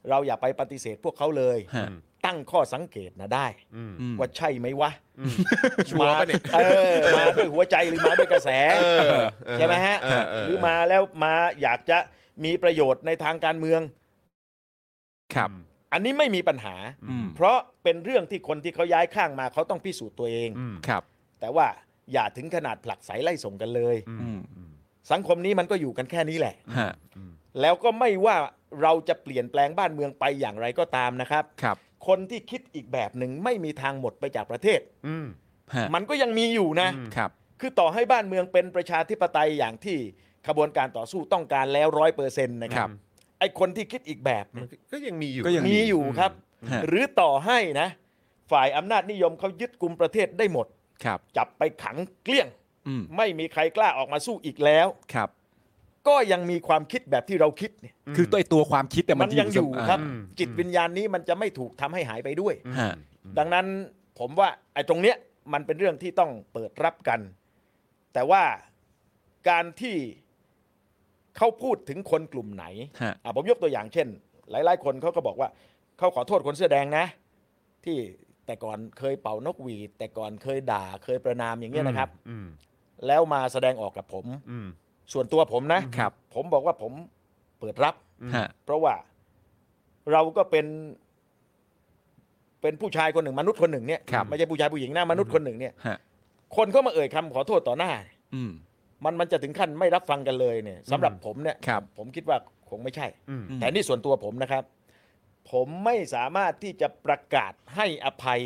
[SPEAKER 3] เราอย่าไปปฏิเสธพวกเขาเลย
[SPEAKER 2] ฮะ
[SPEAKER 3] ตั้งข้อสังเกตนะได้
[SPEAKER 2] อืม
[SPEAKER 3] ว่าใช่ไหมวะ
[SPEAKER 1] ชัวร์ปะเนี่ย
[SPEAKER 3] เออมาด้วยหัวใจหรือมาด้วยกระแส
[SPEAKER 1] เออ
[SPEAKER 3] ใช่ไหมฮะ
[SPEAKER 1] เอเห
[SPEAKER 3] รือมาแล้วมาอยากจะมีประโยชน์ในทางการเมือง
[SPEAKER 2] ครับ
[SPEAKER 3] อันนี้ไม่มีปัญหา
[SPEAKER 2] อืม
[SPEAKER 3] เพราะเป็นเรื่องที่คนที่เขาย้ายข้างมาเขาต้องพิสูจน์ตัวเอง
[SPEAKER 1] อืม
[SPEAKER 2] ครับ
[SPEAKER 3] แต่ว่าอย่าถึงขนาดผลักไสไล่ส่งกันเลย
[SPEAKER 2] อืม
[SPEAKER 3] สังคมนี้มันก็อยู่กันแค่นี้แหละ
[SPEAKER 2] ฮะ
[SPEAKER 3] แล้วก็ไม่ว่าเราจะเปลี่ยนแปลงบ้านเมืองไปอย่างไรก็ตามนะครับ
[SPEAKER 2] ครับ
[SPEAKER 3] คนที่คิดอีกแบบหนึ่งไม่มีทางหมดไปจากประเทศ
[SPEAKER 1] อืม
[SPEAKER 2] ฮะ
[SPEAKER 3] มันก็ยังมีอยู่นะ
[SPEAKER 2] ครับ
[SPEAKER 3] คือต่อให้บ้านเมืองเป็นประชาธิปไตยอย่างที่ขบวนการต่อสู้ต้องการแล้วร้อยเปอร์เซ็นต์นะค
[SPEAKER 2] ครั
[SPEAKER 3] รับบ ไอคนที่คิดอีกแบบ
[SPEAKER 1] มั
[SPEAKER 3] เนี่
[SPEAKER 1] น
[SPEAKER 3] ย
[SPEAKER 1] ก็ยังมีอยู่
[SPEAKER 2] ก็ยัง
[SPEAKER 3] มีอยู่ครับ
[SPEAKER 2] ฮะ
[SPEAKER 3] หรือต่อให้นะ ฝ่ายอำนาจนิยมเขายึดกลุ่มประเทศได้หมด
[SPEAKER 2] ครับ
[SPEAKER 3] จับไปขังเกลี้ยง
[SPEAKER 2] อืม
[SPEAKER 3] ไม่มีใครกล้าออกมาสู้อีกแล้ว
[SPEAKER 2] ครับ
[SPEAKER 3] ก็ยังมีความคิดแบบที่เราคิดเนี่ย
[SPEAKER 2] คือตัวไอ้ตัวความคิดแต่ย
[SPEAKER 3] มั
[SPEAKER 2] มัน น
[SPEAKER 3] ยังอยู่
[SPEAKER 2] า
[SPEAKER 3] ครับ
[SPEAKER 1] อืม
[SPEAKER 3] จิตวิญญาณนี้มันจะไม่ถูกทำให้หายไปด้วย
[SPEAKER 2] ฮะ
[SPEAKER 3] ดังนั้นผมว่าไอ้ตรงเนี้ยมันเป็นเรื่องที่ต้องเปิดรับกัน แต่ว่าการที่เขาพูดถึงคนกลุ่มไหน
[SPEAKER 2] ฮะ
[SPEAKER 3] อ่ะผมยกตัวอย่างเช่น หลาย ๆ คนเขาก็บอกว่าเขาขอโทษคนเสื้อแดงนะ ที่แต่ก่อนเคยเป่านกหวีดแต่ก่อนเคยด่าเคยประนามอย่างเงี้ยนะครับ
[SPEAKER 1] อืม
[SPEAKER 3] แล้วมาแสดงออกกับผม
[SPEAKER 1] อืม
[SPEAKER 3] ส่วนตัวผมนะ
[SPEAKER 2] ครับ
[SPEAKER 3] ผมบอกว่าผมเปิดรับ
[SPEAKER 2] ฮะ
[SPEAKER 3] เพราะว่าเราก็เป็น เป็นผู้ชายคนหนึ่งมนุษย์คนหนึ่งเนี่ย
[SPEAKER 2] ครับ
[SPEAKER 3] ไม่ใช่ผู้ชายผู้หญิงนะมนุษย์คนหนึ่งเนี่ย
[SPEAKER 2] ฮะ
[SPEAKER 3] คนเขามาเอ่ยคำขอโทษต่อหน้า
[SPEAKER 2] อืม
[SPEAKER 3] มันมันจะถึงขั้นไม่รับฟังกันเลยเนี่ยสำหรับผมเนี่ย
[SPEAKER 2] ครับ
[SPEAKER 3] ผมคิดว่าคงไม่ใช่
[SPEAKER 1] อืม
[SPEAKER 2] อืม
[SPEAKER 3] แต่นี่ส่วนตัวผมนะครับ ผมไม่สามารถที่จะประกาศให้อภัย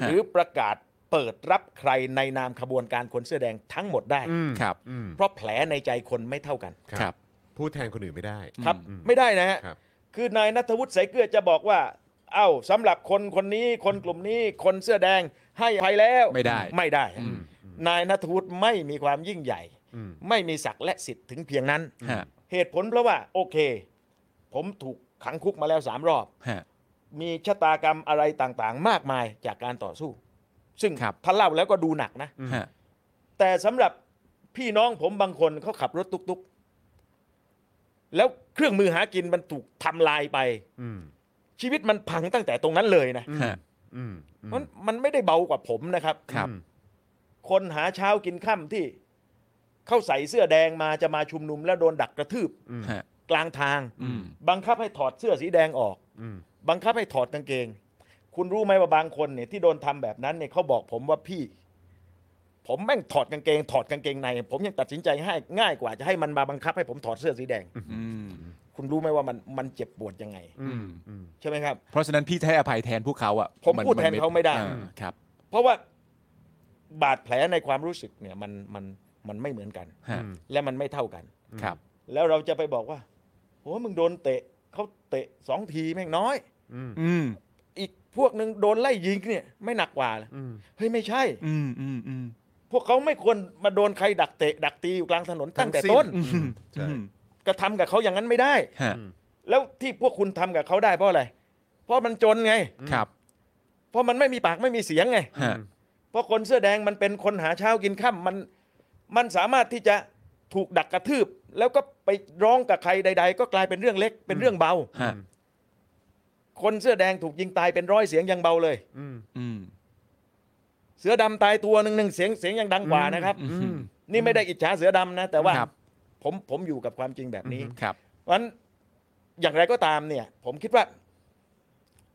[SPEAKER 2] ฮะ
[SPEAKER 3] หรือประกาศเปิดรับใครในนามขบวนการคนเสื้อแดงทั้งหมดได้
[SPEAKER 1] อืม
[SPEAKER 2] ครับ
[SPEAKER 1] อืม
[SPEAKER 3] เพราะแผลในใจคนไม่เท่ากัน
[SPEAKER 2] ครับ
[SPEAKER 1] พูดแทนคนอื่นไม่ได้
[SPEAKER 2] อืม
[SPEAKER 3] ครับ ไม่ได้นะฮะ
[SPEAKER 1] ครับ
[SPEAKER 3] คือนายนัทวุฒิสายเกลือจะบอกว่า เอ้าสำหรับคนคนนี้คนกลุ่มนี้คนเสื้อแดงให้อภัยแล้ว
[SPEAKER 2] ไม่ได้
[SPEAKER 3] ไม่ได้
[SPEAKER 2] อืม
[SPEAKER 3] นายนัทวุฒิไม่มีความยิ่งใหญ่
[SPEAKER 1] อืม
[SPEAKER 3] ไม่มีศักดิ์และสิทธิ์ถึงเพียงนั้น
[SPEAKER 2] ฮะ
[SPEAKER 3] เหตุผลเพราะว่าโอเค ผมถูกขังคุกมาแล้วสามรอบ
[SPEAKER 2] ฮะ
[SPEAKER 3] มีชะตากรรมอะไรต่างๆ มากมายจากการต่อสู้ ซึ่ง
[SPEAKER 2] ครับ
[SPEAKER 3] ถ้าเล่าแล้วก็ดูหนักนะ
[SPEAKER 1] อืม
[SPEAKER 2] ฮะ
[SPEAKER 3] แต่สำหรับพี่น้องผมบางคนเขาขับรถตุกๆ แล้วเครื่องมือหากินมันถูกทำลายไป
[SPEAKER 1] อืม
[SPEAKER 3] ชีวิตมันพังตั้งแต่ตรงนั้นเลยนะ
[SPEAKER 2] ฮะ
[SPEAKER 1] อืม
[SPEAKER 3] มันมันไม่ได้เบากว่าผมนะครับ
[SPEAKER 2] ครับ
[SPEAKER 3] คนหาเช้ากินค่ำที่เขาใส่เสื้อแดงมาจะมาชุมนุมแล้วโดนดักกระทืบ
[SPEAKER 1] อืม
[SPEAKER 2] ฮะ
[SPEAKER 3] กลางทาง
[SPEAKER 2] อืม
[SPEAKER 3] บังคับให้ถอดเสื้อสีแดงออก
[SPEAKER 1] อืม
[SPEAKER 3] บังคับให้ถอดกางเกง คุณรู้ไหมว่าบางคนเนี่ยที่โดนทำแบบนั้นเนี่ยเขาบอกผมว่าพี่ ผมแม่งถอดกางเกง ถอดกางเกงใน ผมยังตัดสินใจให้ง่ายกว่าจะให้มันมาบังคับให้ผมถอดเสื้อสีแดง
[SPEAKER 2] อืม
[SPEAKER 3] คุณรู้ไหมว่ามันมันเจ็บปวดยังไง
[SPEAKER 1] อืมอืม
[SPEAKER 3] ใช่ไหมครับ
[SPEAKER 2] เพราะฉะนั้นพี่จะให้อภัยแทนพวกเขาอ่ะ
[SPEAKER 3] ผมพูดแทนเขาไม่ได้
[SPEAKER 2] อ่ครับ
[SPEAKER 3] เพราะว่าบาดแผลในความรู้สึกเนี่ยมันมันมันไม่เหมือนกัน
[SPEAKER 2] ฮะ
[SPEAKER 1] อืม
[SPEAKER 3] และมันไม่เท่ากัน
[SPEAKER 2] ครับ
[SPEAKER 3] แล้วเราจะไปบอกว่าโอ้มึงโดนเตะเขาเตะสองทีแม่งน้อย
[SPEAKER 1] อืม
[SPEAKER 2] อืม
[SPEAKER 3] อีกพวกหนึ่งโดนไล่ยิงเนี่ย ไม่หนักกว่าเลย
[SPEAKER 1] อืม
[SPEAKER 3] เฮ้ยไม่ใช่
[SPEAKER 2] อืมอืมอืม
[SPEAKER 3] พวกเขาไม่ควรมาโดนใครดักเตะ ดักตีอยู่กลางถนนตั้งแต่
[SPEAKER 1] สิ้
[SPEAKER 3] ต้น
[SPEAKER 2] อืม
[SPEAKER 1] ใช่
[SPEAKER 3] กระทำกับเขาอย่างนั้นไม่ได้
[SPEAKER 2] ฮะ
[SPEAKER 3] แล้วที่พวกคุณทำกับเขาได้เพราะอะไร เพราะมันจนไง
[SPEAKER 2] ครับ
[SPEAKER 3] เพราะมันไม่มีปากไม่มีเสียงไง
[SPEAKER 2] ฮะ
[SPEAKER 3] เพราะคนเสื้อแดงมันเป็นคนหาเช้ากินข้ามัน มันสามารถที่จะถูกดักกระทืบ แล้วก็ไปร้องกับใครใด ๆ ก็กลายเป็นเรื่องเล็กเป็นเรื่องเบา
[SPEAKER 2] ฮะ
[SPEAKER 3] คนเสื้อแดงถูกยิงตายเป็นร้อยเสียงยังเบาเลย
[SPEAKER 1] อืม
[SPEAKER 2] อืม
[SPEAKER 3] เสือดำตายตัวหนึ่งหนึ่งเสียงเสียงยังดังกว่านะครับ
[SPEAKER 2] อืม
[SPEAKER 3] นี่ไม่ได้อิจฉาเสือดำนะ แต่ว่า
[SPEAKER 2] ครับ
[SPEAKER 3] ผมผมอยู่กับความจริงแบบนี้
[SPEAKER 2] ครับ
[SPEAKER 3] เพราะฉะนั้นอย่างไรก็ตามเนี่ย ผมคิดว่า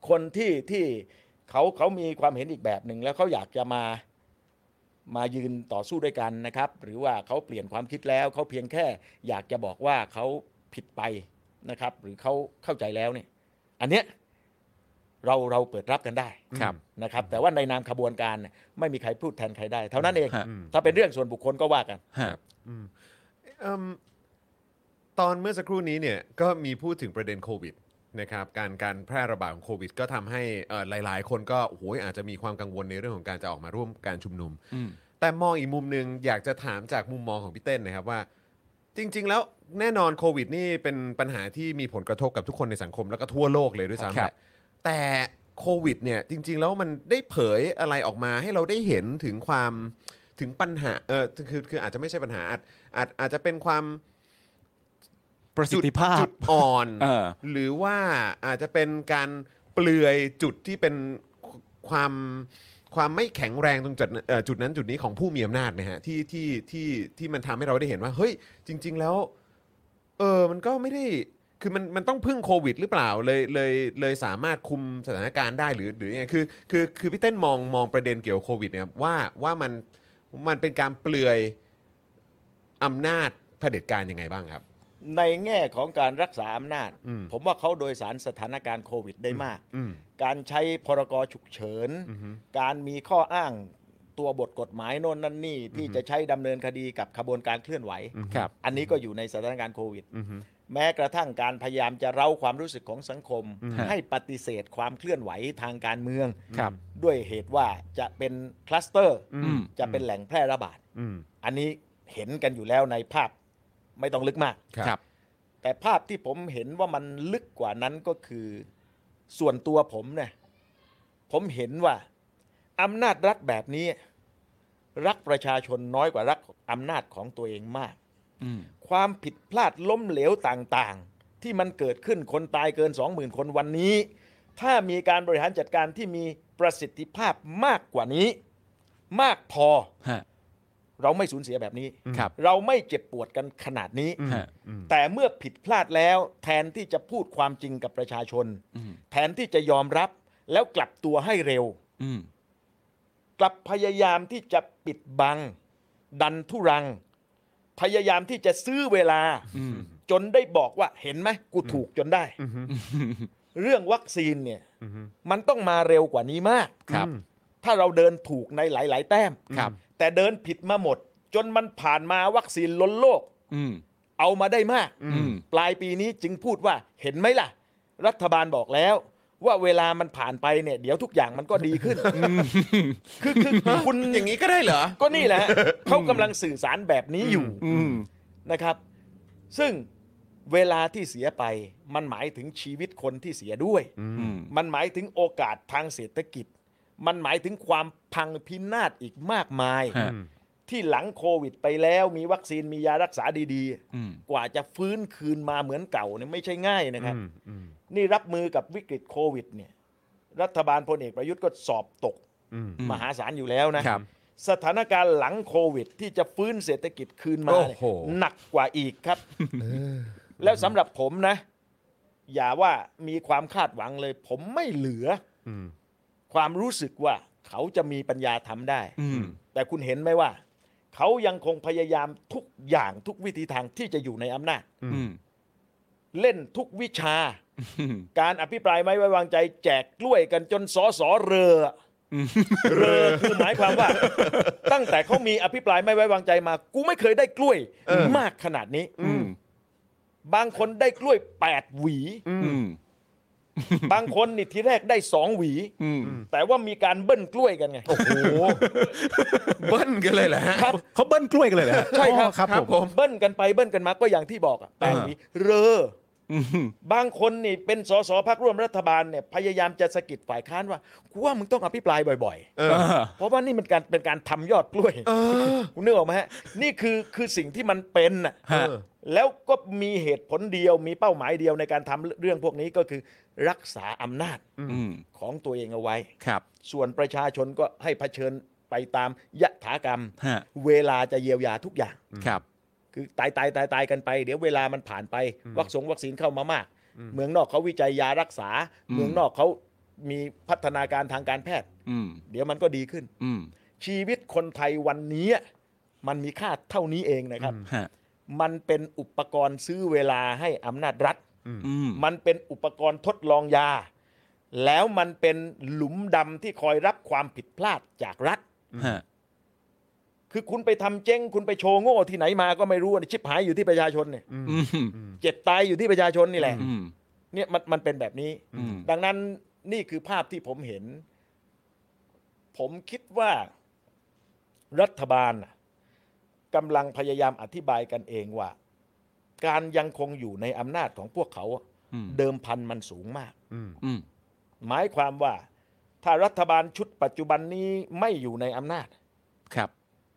[SPEAKER 3] คนที่ที่เขาเขามีความเห็นอีกแบบหนึ่งแล้วเขาอยากจะมามายืนต่อสู้ด้วยกันนะครับ หรือว่าเขาเปลี่ยนความคิดแล้วเขาเพียงแค่ อยากจะบอกว่าเขาผิดไปนะครับ หรือเขาเข้าใจแล้วเนี่ย อันเนี้ยเราเราเปิดรับกันได้
[SPEAKER 2] ครับ
[SPEAKER 3] นะครับ แต่ว่าในนามขบวนการเนี่ยไม่มีใครพูดแทนใครได้ เท่านั้นเอง
[SPEAKER 2] ฮะ
[SPEAKER 1] อืม
[SPEAKER 3] ถ้าเป็นเรื่องส่วนบุคคลก็ว่ากัน
[SPEAKER 2] ฮะ
[SPEAKER 1] อืมเอิ่มตอนเมื่อสักครู่นี้เนี่ยก็มีพูดถึงประเด็นโควิดนะครับการการแพร่ระบาดของโควิด ก็ทำให้เอ่อหลาย ๆ คนก็โอ้โหอาจจะมีความกังวลในเรื่องของการจะออกมาร่วมการชุมนุม
[SPEAKER 2] อืม
[SPEAKER 1] แต่มองอีกมุมหนึ่งอยากจะถามจากมุมมองของพี่เต้นนะครับว่า จริง ๆ แล้วแน่นอนโควิด นี่เป็นปัญหาที่มีผลกระทบกับทุกคนในสังคมแล้วก็ทั่วโลกเลยด้วยซ้ำ
[SPEAKER 2] ค
[SPEAKER 1] แห
[SPEAKER 2] รับ
[SPEAKER 1] ละแต่โควิดเนี่ยจริง ๆ แล้วมันได้เผยอะไรออกมาให้เราได้เห็นถึงความถึงปัญหาเออคือคืออาจจะไม่ใช่ปัญหาอาจอาจอาจจะเป็นความ
[SPEAKER 2] ประสิทธิภาพ
[SPEAKER 1] จุดอ่อน
[SPEAKER 2] เออ
[SPEAKER 1] หรือว่าอาจจะเป็นการเปลือยจุดที่เป็นความความไม่แข็งแรงตรงจุดนั้นเอ่อจุดนั้นจุดนี้ของผู้มีอำนาจไหมฮะที่ที่ที่ที่มันทำให้เราได้เห็นว่าเฮ้ยจริง ๆ แล้วเออมันก็ไม่ได้คือมันมันต้องพึ่งโควิด หรือเปล่าเลยเลยเลยสามารถคุมสถานการณ์ได้หรือหรือยังไงคือคือคือพี่เต้นมองมองประเด็นเกี่ยวกับโควิดเนี่ยว่าว่ามันมันเป็นการเปลือยอำนาจเผด็จการยังไงบ้างครับ
[SPEAKER 3] ในแง่ของการรักษาอำนาจ
[SPEAKER 1] อืม
[SPEAKER 3] ผมว่าเขาโดยสารสถานการณ์โควิดได้มาก
[SPEAKER 1] อืม
[SPEAKER 3] การใช้พรกฉุกเฉิน
[SPEAKER 1] อือฮึ
[SPEAKER 3] การมีข้ออ้างตัวบทกฎหมายโน่นนั่นนี่ ที่จะใช้ดำเนินคดีกับขบวนการเคลื่อนไหว
[SPEAKER 2] ครับ
[SPEAKER 3] อันนี้ก็อยู่ในสถานการณ์โควิด
[SPEAKER 1] อือฮึ
[SPEAKER 3] แม้กระทั่งการพยายามจะเร้าความรู้สึกของสังคม
[SPEAKER 2] อืม
[SPEAKER 3] ให้ปฏิเสธความเคลื่อนไหวทางการเมือง
[SPEAKER 2] ครับ
[SPEAKER 3] ด้วยเหตุว่าจะเป็นคลัสเตอร์
[SPEAKER 1] อืม
[SPEAKER 3] จะเป็นแหล่งแพร่ระบาด
[SPEAKER 1] อืม
[SPEAKER 3] อันนี้เห็นกันอยู่แล้วในภาพไม่ต้องลึกมาก
[SPEAKER 1] ครับ
[SPEAKER 2] ครับ
[SPEAKER 3] แต่ภาพที่ผมเห็นว่ามันลึกกว่านั้นก็คือ ส่วนตัวผมเนี่ยผมเห็นว่าอำนาจรัฐแบบนี้ รักประชาชนน้อยกว่ารักอำนาจของตัวเองมาก
[SPEAKER 2] อืม
[SPEAKER 3] ความผิดพลาดล้มเหลวต่างๆ ที่มันเกิดขึ้นคนตายเกิน 20,000 คนวันนี้ ถ้ามีการบริหารจัดการที่มีประสิทธิภาพมากกว่านี้ มากพอ
[SPEAKER 2] ฮะ
[SPEAKER 3] เราไม่สูญเสียแบบนี้
[SPEAKER 2] ครับ
[SPEAKER 3] เราไม่เจ็บปวดกันขนาดนี้
[SPEAKER 1] อืม
[SPEAKER 2] ฮะ
[SPEAKER 1] อืม
[SPEAKER 3] แต่เมื่อผิดพลาดแล้ว แทนที่จะพูดความจริงกับประชาชน
[SPEAKER 2] อืม
[SPEAKER 3] แทนที่จะยอมรับแล้วกลับตัวให้เร็ว
[SPEAKER 2] อืม
[SPEAKER 3] กลับพยายามที่จะปิดบัง ดันทุรัง พยายามที่จะซื้อเวลา
[SPEAKER 2] อืม
[SPEAKER 3] จนได้บอกว่าเห็นไหมกูถูกจนได้
[SPEAKER 1] อืม
[SPEAKER 3] เรื่องวัคซีนเนี่ย
[SPEAKER 1] อืม
[SPEAKER 3] มันต้องมาเร็วกว่านี้มาก
[SPEAKER 2] ครับ
[SPEAKER 3] ถ้าเราเดินถูกในหลาย ๆ แต้ม
[SPEAKER 2] ครับ
[SPEAKER 3] แต่เดินผิดมาหมด จนมันผ่านมาวัคซีนล้นโลก
[SPEAKER 2] อืม
[SPEAKER 3] เอามาได้มาก
[SPEAKER 2] อืม
[SPEAKER 3] ปลายปีนี้จึงพูดว่าเห็นไหมล่ะ รัฐบาลบอกแล้ว ว่าเวลามันผ่านไปเนี่ยเดี๋ยวทุกอย่างมันก็ดีขึ้น คือคือคุณ
[SPEAKER 1] อย่างนี้ก็ได้เหรอ
[SPEAKER 3] ก็นี่แหละฮะเขากำลังสื่อสารแบบนี้อยู่
[SPEAKER 2] อืม
[SPEAKER 3] นะครับ ซึ่งเวลาที่เสียไป มันหมายถึงชีวิตคนที่เสียด้วย
[SPEAKER 2] อืม
[SPEAKER 3] มันหมายถึงโอกาสทางเศรษฐกิจ มันหมายถึงความพังพินาศอีกมากมาย
[SPEAKER 2] ฮะ
[SPEAKER 3] ที่หลังโควิดไปแล้วมีวัคซีนมียารักษาดี
[SPEAKER 2] อืม
[SPEAKER 3] ๆ กว่าจะฟื้นคืนมาเหมือนเก่าเนี่ยไม่ใช่ง่ายนะครับ
[SPEAKER 1] อืมอืม
[SPEAKER 3] นี่รับมือกับวิกฤตโควิดเนี่ยรัฐบาลพลเอกประยุทธ์ก็สอบตก
[SPEAKER 1] อืม
[SPEAKER 3] มหาศาลอยู่แล้วนะครับ สถานการณ์หลังโควิด ที่จะฟื้นเศรษฐกิจคืนมาเนี่ย
[SPEAKER 1] โอ้โห
[SPEAKER 3] หนักกว่าอีกครับ แล้วสำหรับผมนะ อย่าว่ามีความคาดหวังเลย ผมไม่เหลือ
[SPEAKER 1] อืม
[SPEAKER 3] ความรู้สึกว่าเขาจะมีปัญญาทำได้
[SPEAKER 2] อืม
[SPEAKER 3] แต่คุณเห็นไหมว่า เขายังคงพยายามทุกอย่างทุกวิธีทางที่จะอยู่ในอำนาจ
[SPEAKER 1] อื
[SPEAKER 2] อื
[SPEAKER 1] ม
[SPEAKER 2] ม
[SPEAKER 3] เล่นทุกวิชา
[SPEAKER 2] อืม
[SPEAKER 3] การอภิปรายไม่ไว้วางใจแจกกล้วยกันจนสอสอเรอ
[SPEAKER 2] อืม
[SPEAKER 3] เรอคือหมายความว่า ตั้งแต่เขามีอภิปรายไม่ไว้วางใจมา กูไม่เคยได้กล้วยมากขนาดนี้
[SPEAKER 2] อืม
[SPEAKER 3] บางคนได้กล้วย 8 หวี
[SPEAKER 2] อืม
[SPEAKER 3] บางคนนี่ทีแรกได้ 2 หวี
[SPEAKER 2] อืม
[SPEAKER 3] แต่ว่ามีการเบิ้ลกล้วยกันไง
[SPEAKER 1] โอ้โหเบิ้ลกันเลยเหรอฮะ
[SPEAKER 3] ครับ
[SPEAKER 2] เขาเบิ้ลกล้วยกันเลยเหรอฮะ
[SPEAKER 3] ใช่ค
[SPEAKER 2] อ๋
[SPEAKER 3] รับ
[SPEAKER 2] อครับ
[SPEAKER 1] ครับ
[SPEAKER 2] ผ
[SPEAKER 1] ผม ม
[SPEAKER 3] เบิ้ลกันไปเบิ้ลกันมาก็อย่างที่บอกอะแปดหวีเรอ
[SPEAKER 2] อืม
[SPEAKER 3] บางคนนี่เป็นสสพักร่วมรัฐบาลเนี่ยพยายามจะสะกิดฝ่ายค้านว่ากูว่ามึงต้องอภิปรายบ่อย
[SPEAKER 1] เออ
[SPEAKER 3] ๆ เพราะว่านี่มันการเป็นการทำยอดกล้วย
[SPEAKER 1] เออ
[SPEAKER 3] คุณนึกออกไหมฮะนี่คือคือสิ่งที่มันเป็นน่ะ
[SPEAKER 1] ฮะ
[SPEAKER 3] แล้วก็มีเหตุผลเดียวมีเป้าหมายเดียวในการทำเรื่องพวกนี้ก็คือรักษาอำนาจ
[SPEAKER 2] อืม
[SPEAKER 3] ของตัวเองเอาไว้
[SPEAKER 2] ครับ
[SPEAKER 3] ส่วนประชาชนก็ให้เผชิญไปตามยถากรรม
[SPEAKER 2] ฮะ
[SPEAKER 3] เวลาจะเยียวยาทุกอย่าง
[SPEAKER 2] ครับ
[SPEAKER 3] คือตายตายตายตายกันไป เดี๋ยวเวลามันผ่านไป วัคซงวัคซีนเข้ามามาก เมืองนอกเขาวิจัยยารักษา
[SPEAKER 2] อืม
[SPEAKER 3] เมืองนอกเขามีพัฒนาการทางการแพทย์
[SPEAKER 2] อืม
[SPEAKER 3] เดี๋ยวมันก็ดีขึ้น
[SPEAKER 2] อืม
[SPEAKER 3] ชีวิตคนไทยวันนี้มันมีค่าเท่านี้เองนะครับ
[SPEAKER 2] ฮะ
[SPEAKER 3] มันเป็นอุปกรณ์ซื้อเวลาให้อำนาจรัฐ
[SPEAKER 2] อืม
[SPEAKER 3] มันเป็นอุปกรณ์ทดลองยา แล้วมันเป็นหลุมดำที่คอยรับความผิดพลาดจากรัฐ
[SPEAKER 2] ฮะ
[SPEAKER 3] คือคุณไปทำเจ๊ง คุณไปโชว์โง่ที่ไหนมาก็ไม่รู้อะชิบหายอยู่ที่ประชาชนเนี่ย
[SPEAKER 2] อืม
[SPEAKER 3] เจ็บตายอยู่ที่ประชาชนนี่แหละ
[SPEAKER 2] อืม
[SPEAKER 3] เนี่ยมันมันเป็นแบบนี้
[SPEAKER 2] อืม
[SPEAKER 3] ดังนั้นนี่คือภาพที่ผมเห็น ผมคิดว่ารัฐบาลน่ะกำลังพยายามอธิบายกันเองว่า การยังคงอยู่ในอำนาจของพวกเขาอะ
[SPEAKER 2] อืม
[SPEAKER 3] เดิมพันมันสูงมาก
[SPEAKER 2] อืม
[SPEAKER 3] หมายความว่า ถ้ารัฐบาลชุดปัจจุบันนี้ไม่อยู่ในอำนาจ
[SPEAKER 2] ครับ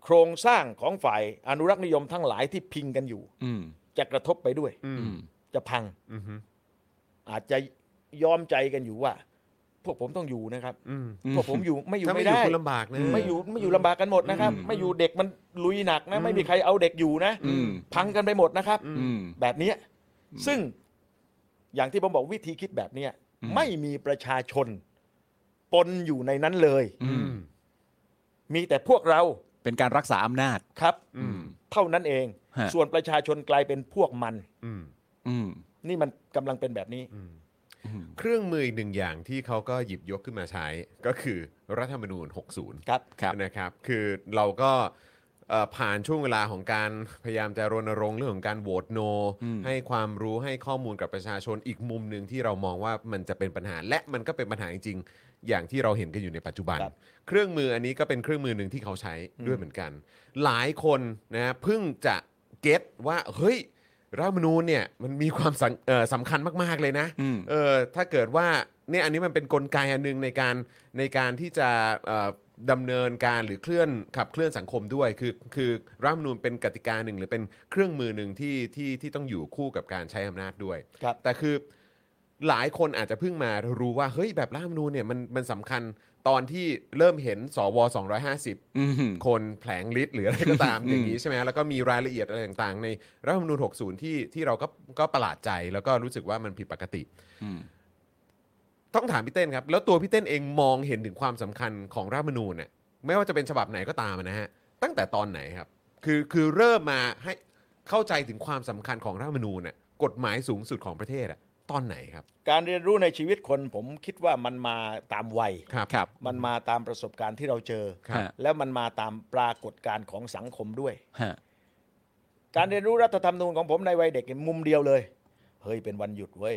[SPEAKER 3] โครงสร้างของฝ่ายอนุรักษ์นิยมทั้งหลายที่พิงกันอยู่
[SPEAKER 2] อืม
[SPEAKER 3] จะกระทบไปด้วย
[SPEAKER 2] อืม
[SPEAKER 3] จะพัง อาจจะยอมใจกันอยู่ว่า พวกผมต้องอยู่นะครับ พวกผมอยู่ไม่อยู่
[SPEAKER 1] ถ้าไม่อ
[SPEAKER 3] ไม่
[SPEAKER 1] ยู่
[SPEAKER 3] ได้
[SPEAKER 1] คุณลำบากนะ
[SPEAKER 3] ไม่อยู่ไม่อยู่ลำบากกันหมดนะครับ ไม่อยู่เด็กมันลุยหนักนะ ไม่มีใครเอาเด็กอยู่นะ
[SPEAKER 2] อืม
[SPEAKER 3] พังกันไปหมดนะครับ
[SPEAKER 2] อืม
[SPEAKER 3] แบบเนี้ยซึ่งอย่างที่ผมบอกวิธีคิดแบบเนี้ย
[SPEAKER 2] อืม
[SPEAKER 3] ไม่มีประชาชนปนอยู่ในนั้นเลย
[SPEAKER 2] อืม
[SPEAKER 3] มีแต่พวกเรา
[SPEAKER 2] เป็นการรักษาอำนาจ
[SPEAKER 3] ครับ
[SPEAKER 2] อืม
[SPEAKER 3] เท่านั้นเอง
[SPEAKER 2] ฮะ
[SPEAKER 3] ส่วนประชาชนกลายเป็นพวกมัน
[SPEAKER 2] อืม
[SPEAKER 3] นี่มันกำลังเป็นแบบนี้
[SPEAKER 2] อืม
[SPEAKER 1] เครื่องมืออีกหนึ่งอย่างที่เขาก็หยิบยกขึ้นมาใช้ก็คือรัฐธรรมนูญ 60
[SPEAKER 3] ครับ
[SPEAKER 2] ครับ
[SPEAKER 1] นะครับคือเราก็เอ่อผ่านช่วงเวลาของการพยายามจะรณรงค์เรื่องของการโหวตโน
[SPEAKER 2] อืม
[SPEAKER 1] ให้ความรู้ให้ข้อมูลกับประชาชนอีกมุมหนึ่งที่เรามองว่ามันจะเป็นปัญหา และมันก็เป็นปัญหาจริงๆอย่างที่เราเห็นกันอยู่ในปัจจุบัน
[SPEAKER 3] ครับ
[SPEAKER 1] เครื่องมืออันนี้ก็เป็นเครื่องมือหนึ่งที่เขาใช้ด้วยเหมือนกัน หลายคนนะเพิ่งจะเก็ตว่าเฮ้ยรัฐธรรมนูญเนี่ยมันมีความสำเอ่อสำคัญมากๆเลยนะ
[SPEAKER 2] อืม
[SPEAKER 1] เออถ้าเกิดว่าเนี่ยอันนี้มันเป็นนกลไกอันหนึงในการในการที่จะเอ่อดำเนินการหรือเคลื่อนขับเคลื่อนสังคมด้วย คือคือรัฐธรรมนูญเป็นกติกาหนึ่งหรือเป็นเครื่องมือหนึ่งที่ที่ที่ต้องอยู่คู่กับการใช้อำนาจด้วย
[SPEAKER 3] ครับ
[SPEAKER 1] แต่คือหลายคนอาจจะเพิ่งมารู้ว่าเฮ้ยแบบรัฐธรรมนูญเนี่ยมันมันสำคัญ ตอนที่เริ่มเห็นสว 250
[SPEAKER 2] อืม
[SPEAKER 1] คนแผลงฤทธิ์หรืออะไรก็ตาม
[SPEAKER 2] อืม
[SPEAKER 1] อย่างนี้ใช่ไหมแล้วก็มีรายละเอียดอะไรต่างๆ ในรัฐธรรมนูญ60 ที่ที่เราก็ก็ประหลาดใจแล้วก็รู้สึกว่ามันผิดปกติ
[SPEAKER 2] อืม
[SPEAKER 1] ต้องถามพี่เต้นครับ แล้วตัวพี่เต้นเองมองเห็นถึงความสำคัญของรัฐธรรมนูญเนี่ยไม่ว่าจะเป็นฉบับไหนก็ตามนะฮะตั้งแต่ตอนไหนครับ คือคือเริ่มมาให้เข้าใจถึงความสำคัญของรัฐธรรมนูญเนี่ยกฎหมายสูงสุดของประเทศอะตอนไหนครับ
[SPEAKER 3] การเรียนรู้ในชีวิตคนผมคิดว่ามันมาตามวัย
[SPEAKER 1] ครับ
[SPEAKER 2] ครับ
[SPEAKER 3] มันมาตามประสบการณ์ที่เราเจอ
[SPEAKER 1] ครับ
[SPEAKER 2] ฮะ
[SPEAKER 3] แล้วมันมาตามปรากฏการณ์ของสังคมด้วย
[SPEAKER 2] ฮะ
[SPEAKER 3] การเรียนรู้รัฐธรรมนูญของผมในวัยเด็กเนี่ยมุมเดียวเลย เฮ้ยเป็นวันหยุดเว้ย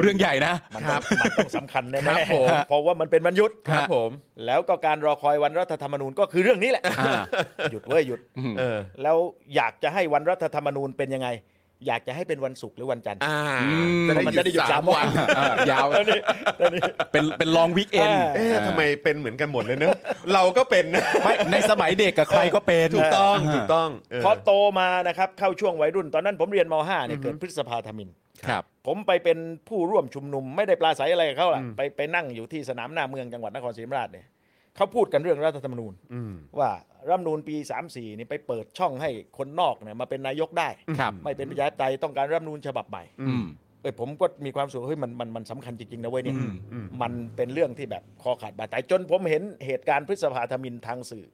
[SPEAKER 2] เรื่องใหญ่นะ
[SPEAKER 3] มันต้องมันต้องสำคัญแน่
[SPEAKER 1] ครับผม
[SPEAKER 3] ๆเพราะว่ามันเป็นวันหยุด
[SPEAKER 1] ครับผม
[SPEAKER 3] แล้วก็การรอคอยวันรัฐธรรมนูญก็คือเรื่องนี้แหละ
[SPEAKER 2] อ่า
[SPEAKER 3] หยุดเว้ยหยุด
[SPEAKER 2] อืม
[SPEAKER 1] เออ
[SPEAKER 3] แล้วอยากจะให้วันรัฐธรรมนูญเป็นยังไง อยากจะให้เป็นวันศุกร์หรือวันจันทร์
[SPEAKER 1] อ่า
[SPEAKER 2] อืม
[SPEAKER 1] จะได้
[SPEAKER 3] มั
[SPEAKER 1] ห
[SPEAKER 3] น
[SPEAKER 1] ยุ
[SPEAKER 3] จะ
[SPEAKER 1] ด
[SPEAKER 3] ได้หยุด
[SPEAKER 1] สา
[SPEAKER 3] สาม มวั
[SPEAKER 1] วัน น
[SPEAKER 2] อ่ายาว เป็นเป็นลองวิกเอน
[SPEAKER 1] เอ๊ะทำไมเป็นเหมือนกันหมดเลยเนอะเราก็เป็นนะ
[SPEAKER 2] ไม่ในสมัยเด็กกับใครก็เป็น
[SPEAKER 1] ถูกต้อง
[SPEAKER 2] า
[SPEAKER 1] ถูกต้องเออ
[SPEAKER 3] พอโตมานะครับเข้าช่วงวัยรุ่น ตอนนั้นผมเรียนม .5 เนี่ยเกิดพฤษภาธมิน
[SPEAKER 2] ครับ
[SPEAKER 3] ผมไปเป็นผู้ร่วมชุมนุมไม่ได้ปลาใสอะไรกับเขาล่ะไปไปนั่งอยู่ที่สนามหน้าเมืองจังหวัดนครศรีธรรมราชเนี่ยเขาพูดกันเรื่องรัฐธรรมนูญ
[SPEAKER 1] อืม
[SPEAKER 3] ว่ารัฐธรรมนูญปี 34นี่ไปเปิดช่องให้คนนอกเนี่ยมาเป็นนายกได้
[SPEAKER 2] ครับ
[SPEAKER 3] ไม่เป็นประชาธิปไตยต้องการรัฐธรรมนูญฉบับใหม่
[SPEAKER 2] อืม
[SPEAKER 3] เอ้ยผมก็มีความรู้สุขเฮ้ยมันมันมันสำคัญจริงๆนะเว้ยเนี่ย
[SPEAKER 2] อืม
[SPEAKER 3] มันเป็นเรื่องที่แบบคอขาดบาดตายจนผมเห็นเหตุการณ์พฤษภาธมินทางสื่อ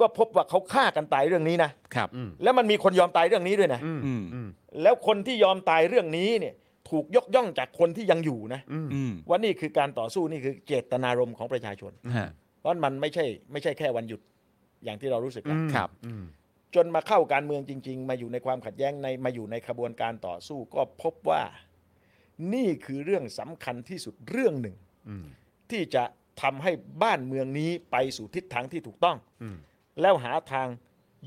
[SPEAKER 3] ก็พบว่าเขาฆ่ากันตายเรื่องนี้นะครับ
[SPEAKER 1] อืม
[SPEAKER 3] แล้วมันมีคนยอมตายเรื่องนี้ด้วยนะ
[SPEAKER 1] อืม
[SPEAKER 2] อืม
[SPEAKER 1] อืม
[SPEAKER 3] แล้วคนที่ยอมตายเรื่องนี้เนี่ยถูกยกย่องจากคนที่ยังอยู่นะ
[SPEAKER 1] อืม
[SPEAKER 2] อืม
[SPEAKER 3] ว่านี่คือการต่อสู้นี่คือเจตนารมณ์ของประชาชน
[SPEAKER 2] ฮะ
[SPEAKER 3] เพราะมันไม่ใช่ไม่ใช่แค่วันหยุดอย่างที่เรารู้สึกนะ
[SPEAKER 2] ครับ
[SPEAKER 1] อืม
[SPEAKER 3] จนมาเข้าการเมืองจริง ๆ มาอยู่ในความขัดแย้งในมาอยู่ในขบวนการต่อสู้ก็พบว่านี่คือเรื่องสำคัญที่สุดเรื่องหนึ่ง
[SPEAKER 1] อืม
[SPEAKER 3] ที่จะทำให้บ้านเมืองนี้ไปสู่ทิศทางที่ถูกต้อง
[SPEAKER 1] อืม
[SPEAKER 3] แล้วหาทาง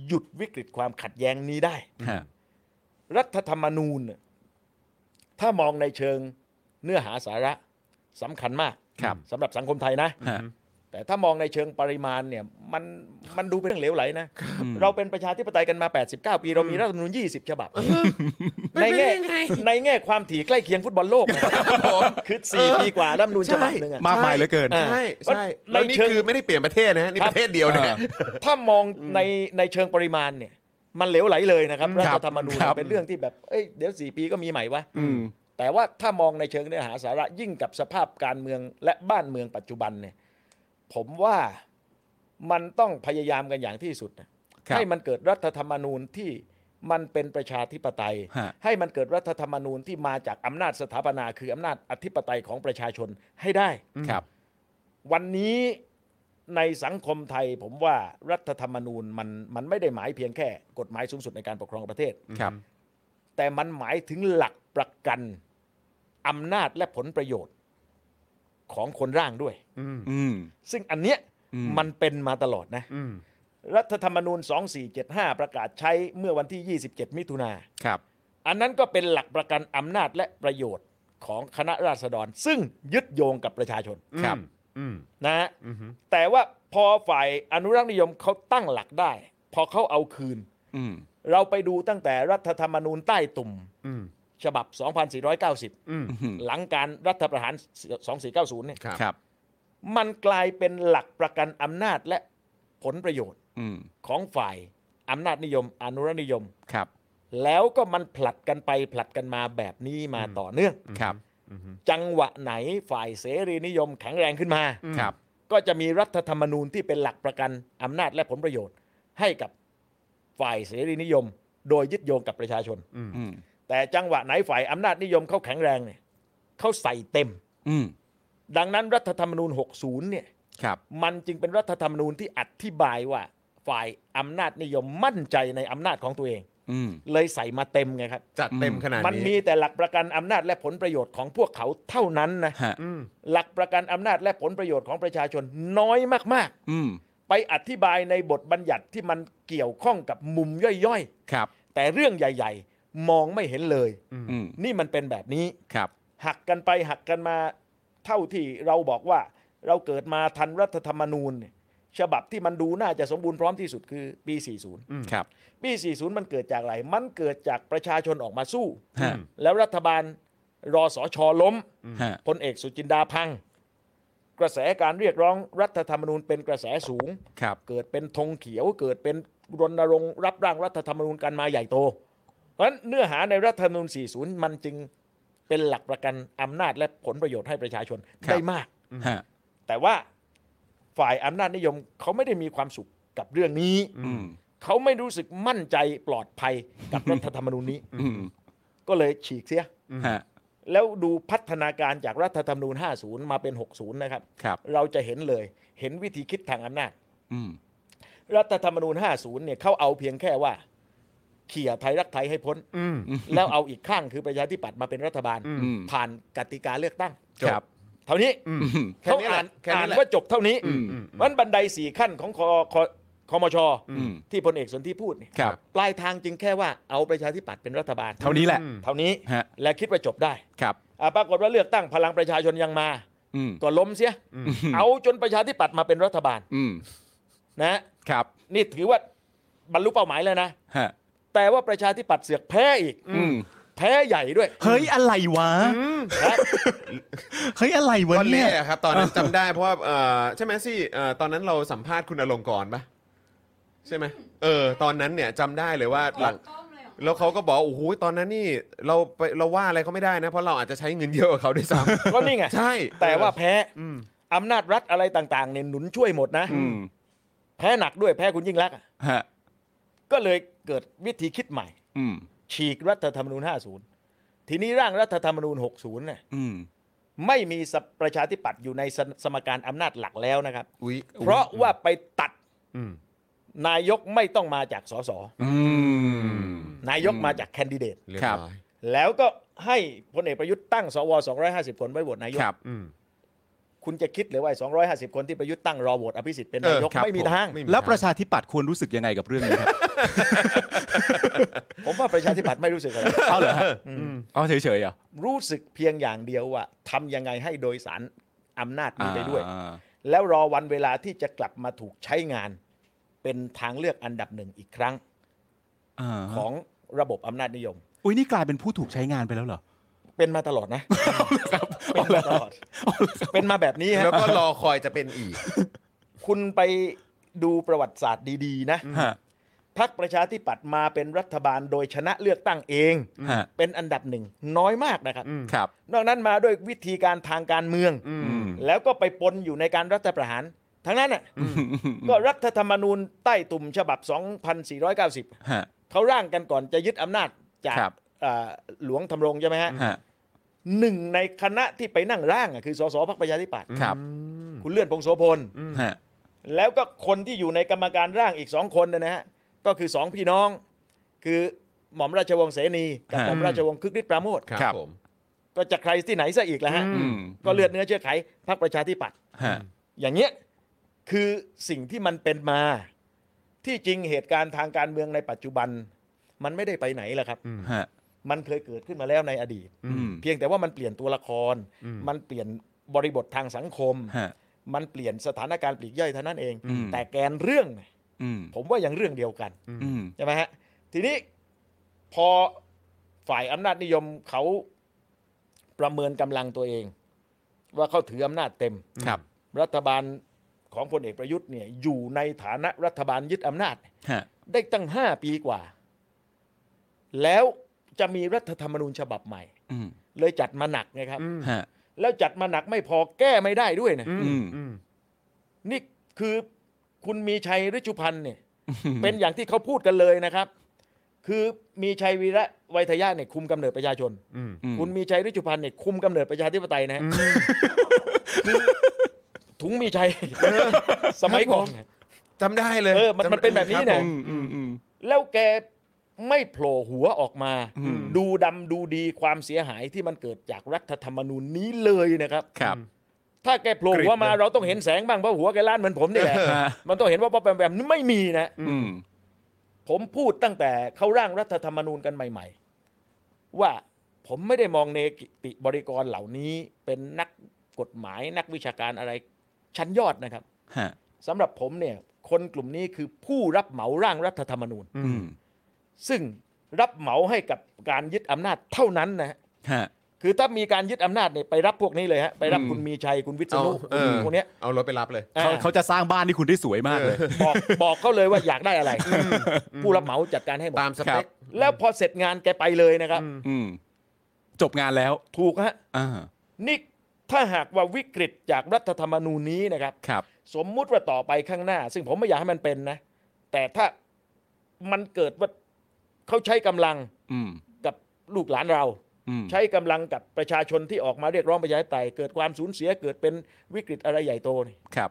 [SPEAKER 3] หยุดวิกฤตความขัดแย้งนี้ได้
[SPEAKER 2] ฮะ
[SPEAKER 3] รัฐธรรมนูญเนี่ยถ้ามองในเชิงเนื้อหาสาระสำคัญมาก
[SPEAKER 2] ครับ
[SPEAKER 3] สำหรับสังคมไทยนะ
[SPEAKER 2] ฮะ
[SPEAKER 3] แต่ถ้ามองในเชิงปริมาณเนี่ยมันมันดูเป็นเรื่องเหลวไหลนะ
[SPEAKER 2] อืม
[SPEAKER 3] เราเป็นประชาธิปไตยกันมา 89 ปีเรามีรัฐธรรมนูญ20 ฉบับ ในแง่
[SPEAKER 1] เป็นไปได้ยังไง
[SPEAKER 3] ในแง่ความถี่ใกล้เคียงฟุตบอลโลกนะคือ4ปีกว่ารัฐธรรมนูญฉบับหนึ่งอะ
[SPEAKER 2] มากมายเหลือเกิน
[SPEAKER 3] อ่า
[SPEAKER 1] ใช่ใช่
[SPEAKER 3] ใน
[SPEAKER 1] แล้วนี่
[SPEAKER 3] เชิง
[SPEAKER 1] คือไม่ได้เปลี่ยนประเทศนะฮะนี่ประเทศเดียวนะฮะ
[SPEAKER 3] ถ้ามองในในเชิงปริมาณเนี่ย มันเหลวไหลเลยนะครับรัฐธรรมนูญ
[SPEAKER 2] ครับ
[SPEAKER 3] เป็นเรื่องที่แบบเอ้ยเดี๋ยว 4 ปีก็มีใหม่วะ
[SPEAKER 2] อืม
[SPEAKER 3] แต่ว่าถ้ามองในเชิงเนื้อหาสาระยิ่งกับสภาพการเมืองและบ้านเมืองปัจจุบันเนี่ยผมว่ามันต้องพยายามกันอย่างที่สุดนะ
[SPEAKER 2] ครับ
[SPEAKER 3] ให้มันเกิดรัฐธรรมนูญที่มันเป็นประชาธิปไตย
[SPEAKER 2] ฮะ
[SPEAKER 3] ให้มันเกิดรัฐธรรมนูญที่มาจากอำนาจสถาปนา คืออำนาจอธิปไตยของประชาชนให้ได้
[SPEAKER 2] ครับ
[SPEAKER 3] วันนี้ในสังคมไทยผมว่ารัฐธรรมนูญมันมันไม่ได้หมายเพียงแค่กฎหมายสูงสุดในการปกครองประเทศ
[SPEAKER 2] ครับ
[SPEAKER 3] แต่มันหมายถึงหลักประกันอำนาจและผลประโยชน์ของคนร่างด้วย
[SPEAKER 2] อืม
[SPEAKER 3] ซึ่งอันเนี้ย
[SPEAKER 2] อืม
[SPEAKER 3] มันเป็นมาตลอดนะ รัฐธรรมนูญ 2475 ประกาศใช้เมื่อวันที่ 27 มิถุนา
[SPEAKER 2] ครับ
[SPEAKER 3] อันนั้นก็เป็นหลักประกันอำนาจและประโยชน์ของคณะราษฎร ซึ่งยึดโยงกับประชาชน
[SPEAKER 2] ครับ
[SPEAKER 3] นะฮะแต่ว่าพอฝ่ายอนุรักษ์นิยมเขาตั้งหลักได้ พอเขาเอาคืน
[SPEAKER 2] อืม
[SPEAKER 3] เราไปดูตั้งแต่รัฐธรรมนูญใต้ตุ่ม ฉบับ 2490
[SPEAKER 2] อืม
[SPEAKER 3] หลังการรัฐประหาร 2490 เนี่ย
[SPEAKER 1] ครับ
[SPEAKER 2] ครับ
[SPEAKER 3] มันกลายเป็นหลักประกันอำนาจและผลประโยชน์
[SPEAKER 2] อืม
[SPEAKER 3] ของฝ่ายอำนาจนิยม อนุรักษ์นิยม
[SPEAKER 2] ครับ
[SPEAKER 3] แล้วก็มันผลัดกันไปผลัดกันมาแบบนี้มาต่อเนื่อง
[SPEAKER 2] ครับ
[SPEAKER 3] จังหวะไหนฝ่ายเสรีนิยมแข็งแรงขึ้นมา
[SPEAKER 2] ครับ
[SPEAKER 3] ก็จะมีรัฐธรรมนูญที่เป็นหลักประกันอำนาจและผลประโยชน์ ให้กับฝ่ายเสรีนิยม โดยยึดโยงกับประชาชน
[SPEAKER 2] อืม
[SPEAKER 3] แต่จังหวะไหนฝ่ายอำนาจนิยมเขาแข็งแรงเนี่ยเขาใส่เต็ม
[SPEAKER 2] อืม
[SPEAKER 3] ดังนั้นรัฐธรรมนูญ 60 เนี่ย
[SPEAKER 2] ครับ
[SPEAKER 3] มันจึงเป็นรัฐธรรมนูญที่อธิบายว่าฝ่ายอำนาจนิยมมั่นใจในอำนาจของตัวเอง
[SPEAKER 2] อืม
[SPEAKER 3] เลยใส่มาเต็มไงครับ
[SPEAKER 1] จัดเต็มขนาด
[SPEAKER 3] มันมี
[SPEAKER 1] นี้
[SPEAKER 3] แต่หลักประกันอำนาจและผลประโยชน์ของพวกเขาเท่านั้นนะ
[SPEAKER 2] ฮะ
[SPEAKER 1] อืม
[SPEAKER 3] หลักประกันอำนาจและผลประโยชน์ของประชาชนน้อยมาก
[SPEAKER 2] อืม
[SPEAKER 3] ๆ ไปอธิบายในบทบัญญัติที่มันเกี่ยวข้องกับมุมย่อย
[SPEAKER 2] ครับ
[SPEAKER 3] ๆ แต่เรื่องใหญ่ ๆ มองไม่เห็นเลย
[SPEAKER 2] อืม
[SPEAKER 3] นี่มันเป็นแบบนี้
[SPEAKER 2] ครับ
[SPEAKER 3] หักกันไปหักกันมาเท่าที่เราบอกว่า เราเกิดมาทันรัฐธรรมนูญเนี่ยฉบับที่มันดูน่าจะสมบูรณ์พร้อมที่สุดคือปี 40
[SPEAKER 2] ครับ
[SPEAKER 3] ปี 40 มันเกิดจากอะไร มันเกิดจากประชาชนออกมาสู้
[SPEAKER 2] ฮะ
[SPEAKER 3] แล้วรัฐบาลรอสอชอล้ม
[SPEAKER 2] ฮะ
[SPEAKER 3] พลเอกสุจินดาพัง กระแสการเรียกร้องรัฐธรรมนูญเป็นกระแสสูง
[SPEAKER 2] ครับ
[SPEAKER 3] เกิดเป็นธงเขียว เกิดเป็นรณรงค์รับร่างรัฐธรรมนูญกันมาใหญ่โต เพราะฉะนั้นเนื้อหาในรัฐธรรมนูญ 40 มันจึงเป็นหลักประกันอำนาจและผลประโยชน์ให้ประชาชน
[SPEAKER 2] ครับ
[SPEAKER 3] ได้มาก
[SPEAKER 2] ฮะ
[SPEAKER 3] แต่ว่าฝ่ายอำนาจนิยมเขาไม่ได้มีความสุขกับเรื่องนี้
[SPEAKER 2] อืม
[SPEAKER 3] เขาไม่รู้สึกมั่นใจปลอดภัยกับรัฐธรรมนูญนี้
[SPEAKER 2] อืม
[SPEAKER 3] ก็เลยฉีกเสีย
[SPEAKER 2] ฮะ
[SPEAKER 3] แล้วดูพัฒนาการจากรัฐธรรมนูญ 50 มาเป็น 60 นะครับ
[SPEAKER 2] ครับ
[SPEAKER 3] เราจะเห็นเลยเห็นวิธีคิดทางอำนาจ
[SPEAKER 2] อืม
[SPEAKER 3] รัฐธรรมนูญ 50 เนี่ยเขาเอาเพียงแค่ว่า เขี่ยไทยรักไทยให้พ้น
[SPEAKER 1] อืม
[SPEAKER 3] แล้วเอาอีกข้างคือประชาธิปัตย์มาเป็นรัฐบาล
[SPEAKER 1] อืม
[SPEAKER 2] อืม
[SPEAKER 3] ผ่านกติกาเลือกตั้ง
[SPEAKER 2] ครับ
[SPEAKER 3] เท่านี้
[SPEAKER 1] อืม
[SPEAKER 2] อืม
[SPEAKER 1] แค่
[SPEAKER 3] เขา
[SPEAKER 1] นี้แหละ
[SPEAKER 3] อ่าน
[SPEAKER 1] แค่นี้
[SPEAKER 3] อ่าน
[SPEAKER 1] แหละ
[SPEAKER 3] ว่าจบเท่านี้
[SPEAKER 2] อืม
[SPEAKER 3] มันบันไดสี่ขั้นของคอคอคอมช
[SPEAKER 2] อืม
[SPEAKER 3] ที่พลเอกสนธิพูดเนี่ย
[SPEAKER 2] ครับ
[SPEAKER 3] ปลายทางจึงแค่ว่าเอาประชาธิปัตย์เป็นรัฐบาล
[SPEAKER 2] เท่านี้แหละ
[SPEAKER 1] อืม
[SPEAKER 3] เท่านี้
[SPEAKER 2] ฮะ
[SPEAKER 3] และคิดว่าจบได้
[SPEAKER 2] ครับ
[SPEAKER 3] อ่าปรากฏว่าเลือกตั้งพลังประชาชนยังมา
[SPEAKER 2] อืม
[SPEAKER 3] ก็ล้มเสีย เอาจนประชาธิปัตย์มาเป็นรัฐบาล
[SPEAKER 2] อืม
[SPEAKER 3] นะฮะ
[SPEAKER 2] ครับ
[SPEAKER 3] นี่ถือว่าบรรลุเป้าหมายแล้วนะ
[SPEAKER 2] ฮะ
[SPEAKER 3] แต่ว่าประชาธิปัตย์เสือกแพ้อีก
[SPEAKER 2] อืม
[SPEAKER 3] แพ้ใหญ่ด้วย
[SPEAKER 2] เฮ้ยอะไรวะ
[SPEAKER 3] นะ
[SPEAKER 2] เฮ้ยอะไรวะ
[SPEAKER 1] ก็
[SPEAKER 2] เนี่
[SPEAKER 1] เละ
[SPEAKER 2] ย
[SPEAKER 1] อะครับ ตอนนั้นจำได้เพราะว่าเอ่อใช่ไหมสิเอ่อตอนนั้นเราสัมภาษณ์คุณอลงกรณ์ปะใช่ไหมเออ ตอนนั้นเนี่ยจำได้เลยว่าหลัง
[SPEAKER 4] กล้องเลยเหรอ
[SPEAKER 1] แล้วเขาก็บอกโอ้โหตอนนั้นนี่เราไปเราว่าอะไรเขาไม่ได้นะ เพราะเราอาจจะใช้เงินเยอะกว่าเขาด้วยซ้
[SPEAKER 3] ก็นี่ไง
[SPEAKER 1] ำ ใช่
[SPEAKER 3] แต่ว่าแพ้
[SPEAKER 1] อืม
[SPEAKER 3] อำนาจรัฐอะไรต่างๆเนี่ยหนุนช่วยหมดนะ
[SPEAKER 2] อืม
[SPEAKER 3] แพ้หนักด้วยแพ้คุณยิ่งรักษณ์อะ
[SPEAKER 2] ฮะ
[SPEAKER 3] ก็เลยเกิดวิธีคิดใหม่
[SPEAKER 2] อืม
[SPEAKER 3] ฉีกรัฐธรรมนูญ 50 ทีนี้ร่างรัฐธรรมนูญ 60เนี่ย
[SPEAKER 2] อืม
[SPEAKER 3] ไม่มีสประชาธิปัตย์อยู่ในสสมการอำนาจหลักแล้วนะครับ
[SPEAKER 1] อุ๊ย
[SPEAKER 3] เพราะว่าไปตัด
[SPEAKER 1] อืม
[SPEAKER 3] นายกไม่ต้องมาจากสส
[SPEAKER 2] อืม
[SPEAKER 3] นายกมาจากแคนดิเดต
[SPEAKER 1] เรียบ
[SPEAKER 2] ครับ
[SPEAKER 1] ร้อย
[SPEAKER 3] แล้วก็ให้พลเอกประยุทธ์ตั้งสว 250 คนไว้โหวตนายก
[SPEAKER 2] ครับ
[SPEAKER 1] อืม
[SPEAKER 3] คุณจะคิดหรือว่า 250 คนที่ประยุทธ์ตั้งรอโหวตอภิสิทธิ์เป็น
[SPEAKER 1] เออน
[SPEAKER 3] ายก
[SPEAKER 2] ครับ
[SPEAKER 3] ไม่มีทาง
[SPEAKER 1] ผม
[SPEAKER 2] แล้วประชาธิปัตย์ควรรู้สึกยังไงกับเรื่องนี้ครับ
[SPEAKER 3] ผมว่าประชาธิปัตย์ไม่รู้สึกอะไร
[SPEAKER 2] เอาเหรอฮะเอาเฉยๆเหรอ่ะ
[SPEAKER 3] รู้สึกเพียงอย่างเดียวว่าทำยังไงให้โดยสารอำนาจนี้ไปด้วย แล้วรอวันเวลาที่จะกลับมาถูกใช้งาน เป็นทางเลือกอันดับหนึ่งอีกครั้งของระบบอำนาจนิยม
[SPEAKER 2] อุ้ยนี่กลายเป็นผู้ถูกใช้งานไปแล้วเหรอ
[SPEAKER 3] เป็นมาตลอดนะเป็นมาตลอดเป็นมาแบบนี้ฮะ
[SPEAKER 1] แล้วก็รอคอยจะเป็นอีก
[SPEAKER 3] คุณไปดูประวัติศาสตร์ดีๆ นะ
[SPEAKER 2] ฮะ
[SPEAKER 3] พรรคประชาธิปัตย์มาเป็นรัฐบาลโดยชนะเลือกตั้งเอง
[SPEAKER 2] ฮะ
[SPEAKER 3] เป็นอันดับหนึ่งน้อยมากนะครับ
[SPEAKER 1] อืม
[SPEAKER 2] ครับ
[SPEAKER 3] นอกนั้นมาด้วยวิธีการทางการเมือง
[SPEAKER 1] อืม
[SPEAKER 3] แล้วก็ไปปนอยู่ในการรัฐประหาร ทั้งนั้นน่ะก็รัฐธรรมนูญใต้ตุ่มฉบับ 2490
[SPEAKER 2] ฮะ
[SPEAKER 3] เขาร่างกันก่อนจะยึดอำนาจจาก
[SPEAKER 2] ครับ
[SPEAKER 3] เอ่อหลวงทำรงใช่ไหมฮะ
[SPEAKER 2] ฮะ
[SPEAKER 3] หนึ่งในคณะที่ไปนั่งร่างอ่ะคือสสพรรคประชาธิปัตย์
[SPEAKER 2] ครับ
[SPEAKER 3] คุณเลื่อนพงษ์โสพล
[SPEAKER 2] ฮะ
[SPEAKER 3] แล้วก็คนที่อยู่ในกรรมการร่างอีกสองคนนะนะฮะก็คือสองพี่น้อง คือหม่อมราชวงศ์เสนีกับ
[SPEAKER 2] ฮะ
[SPEAKER 3] หม่อมราชวงศ์คึกฤทธิ์ปราโมท
[SPEAKER 1] ครับ
[SPEAKER 2] ครับ
[SPEAKER 1] ผม
[SPEAKER 3] ก็จะใครที่ไหนซะอีกแล้วฮะ
[SPEAKER 1] อื
[SPEAKER 2] อืม
[SPEAKER 3] ก็เลือดเนื้อเชื้อไขพรรคประชาธิปัตย
[SPEAKER 2] ฮะ
[SPEAKER 3] อย่างเงี้ยคือสิ่งที่มันเป็นมา ที่จริงเหตุการณ์ทางการเมืองในปัจจุบัน มันไม่ได้ไปไหนแหละครับ
[SPEAKER 2] ฮะ
[SPEAKER 3] มันเคยเกิดขึ้นมาแล้วในอดีต
[SPEAKER 2] อืม
[SPEAKER 3] เพียงแต่ว่ามันเปลี่ยนตัวละคร มันเปลี่ยนบริบททางสังคม
[SPEAKER 2] ฮะ
[SPEAKER 3] มันเปลี่ยนสถานการณ์ปลีกย่อยเท่านั้นเอง
[SPEAKER 2] อืม
[SPEAKER 3] แต่แกนเรื่องเนี่ย
[SPEAKER 2] อืม
[SPEAKER 3] ผมว่ายังเรื่องเดียวกัน
[SPEAKER 2] อืม
[SPEAKER 3] ใช่ไหมฮะทีนี้พอฝ่ายอำนาจนิยมเขาประเมินกำลังตัวเอง ว่าเขาถืออำนาจเต็ม
[SPEAKER 2] ครับ
[SPEAKER 3] รัฐบาลของพลเอกประยุทธ์เนี่ยอยู่ในฐานะรัฐบาลยึดอำนาจ
[SPEAKER 2] ฮะ
[SPEAKER 3] ได้ตั้ง 5 ปีกว่า แล้วจะมีรัฐธรรมนูญฉบับใหม่
[SPEAKER 2] อืม
[SPEAKER 3] เลยจัดมาหนักนะครับ
[SPEAKER 2] ฮะ
[SPEAKER 3] แล้วจัดมาหนักไม่พอแก้ไม่ได้ด้วยนะ
[SPEAKER 2] อืม
[SPEAKER 1] อืม
[SPEAKER 3] นี่คือคุณมีชัยฤชุพันธ์เนี่ยเป็นอย่างที่เขาพูดกันเลยนะครับ คือมีชัยวีระไวยทยะเนี่ยคุมกำเนิดประชาชน
[SPEAKER 1] อืม
[SPEAKER 2] อืม
[SPEAKER 3] คุณมีชัยฤชุพันธ์เนี่ยคุมกำเนิดประชาธิปไตยนะฮะคือถุงมีชัย สมัยก่อน
[SPEAKER 1] จำได้เลย
[SPEAKER 3] เออมันมันเป็นแบบนี้เนี่ย
[SPEAKER 1] ครัผ
[SPEAKER 2] อื
[SPEAKER 1] ม
[SPEAKER 2] มอืมอืม
[SPEAKER 3] แล้วแกไม่โผล่หัวออกมา
[SPEAKER 2] อืม
[SPEAKER 3] ดูดำดูดีความเสียหายที่มันเกิดจากรัฐธรรมนูญนี้เลยนะครับ
[SPEAKER 2] ครับ
[SPEAKER 3] ถ้าแกโผล่หัวมาเราต้องเห็นแสงบ้างเพราะหัวแกล้านเหมือนผมนี่แหละ
[SPEAKER 2] เออ
[SPEAKER 3] มันต้องเห็นว่าป้าแปมแปมนี่ไม่มีนะ
[SPEAKER 2] อืม
[SPEAKER 3] ผมพูดตั้งแต่เขาร่างรัฐธรรมนูญกันใหม่ ๆ ว่าผมไม่ได้มองเนติบริกรเหล่านี้เป็นนักกฎหมายนักวิชาการอะไรชั้นยอดนะครับ
[SPEAKER 2] ฮะ
[SPEAKER 3] สำหรับผมเนี่ยคนกลุ่มนี้คือผู้รับเหมาร่างรัฐธรรมนูญ
[SPEAKER 2] อืม
[SPEAKER 3] ซึ่งรับเหมาให้กับการยึดอำนาจเท่านั้นนะฮะ
[SPEAKER 2] ฮะ
[SPEAKER 3] คือถ้ามีการยึดอำนาจเนี่ยไปรับพวกนี้เลยฮะไปรับ
[SPEAKER 2] อืม
[SPEAKER 3] คุณมีชัยคุณวิษ
[SPEAKER 1] เอา
[SPEAKER 3] ณุ
[SPEAKER 1] เอ
[SPEAKER 3] คุณ
[SPEAKER 1] อ
[SPEAKER 3] พวกเนี้ย
[SPEAKER 1] เอารถไปรับเลย
[SPEAKER 3] อ่า
[SPEAKER 2] เขาเขาจะสร้างบ้านที่คุณได้สวยมากเลย
[SPEAKER 3] บอกบอกเขาเลยว่าอยากได้อะไร ผู้รับเหมาจัดการให้หมด
[SPEAKER 1] ตามส
[SPEAKER 2] ค
[SPEAKER 1] เป
[SPEAKER 2] รับ
[SPEAKER 1] ค
[SPEAKER 3] แล้วพอเสร็จงานแกไปเลยนะครับ
[SPEAKER 2] อืมจบงานแล้ว
[SPEAKER 3] ถูกฮะ
[SPEAKER 2] อ่า
[SPEAKER 3] นี่ถ้าหากว่าวิกฤตจากรัฐธรรมนูญนี้นะครับ
[SPEAKER 2] ครับ
[SPEAKER 3] สมมุติว่าต่อไปข้างหน้า ซึ่งผมไม่อยากให้มันเป็นนะ แต่ถ้ามันเกิดว่าเขาใช้กำลัง
[SPEAKER 2] อืม
[SPEAKER 3] กับลูกหลานเรา
[SPEAKER 2] อืม
[SPEAKER 3] ใช้กำลังกับประชาชนที่ออกมาเรียกร้องประชาธิปไตยเกิดความสูญเสียเกิดเป็นวิกฤตอะไรใหญ่โตนี่
[SPEAKER 2] ครับ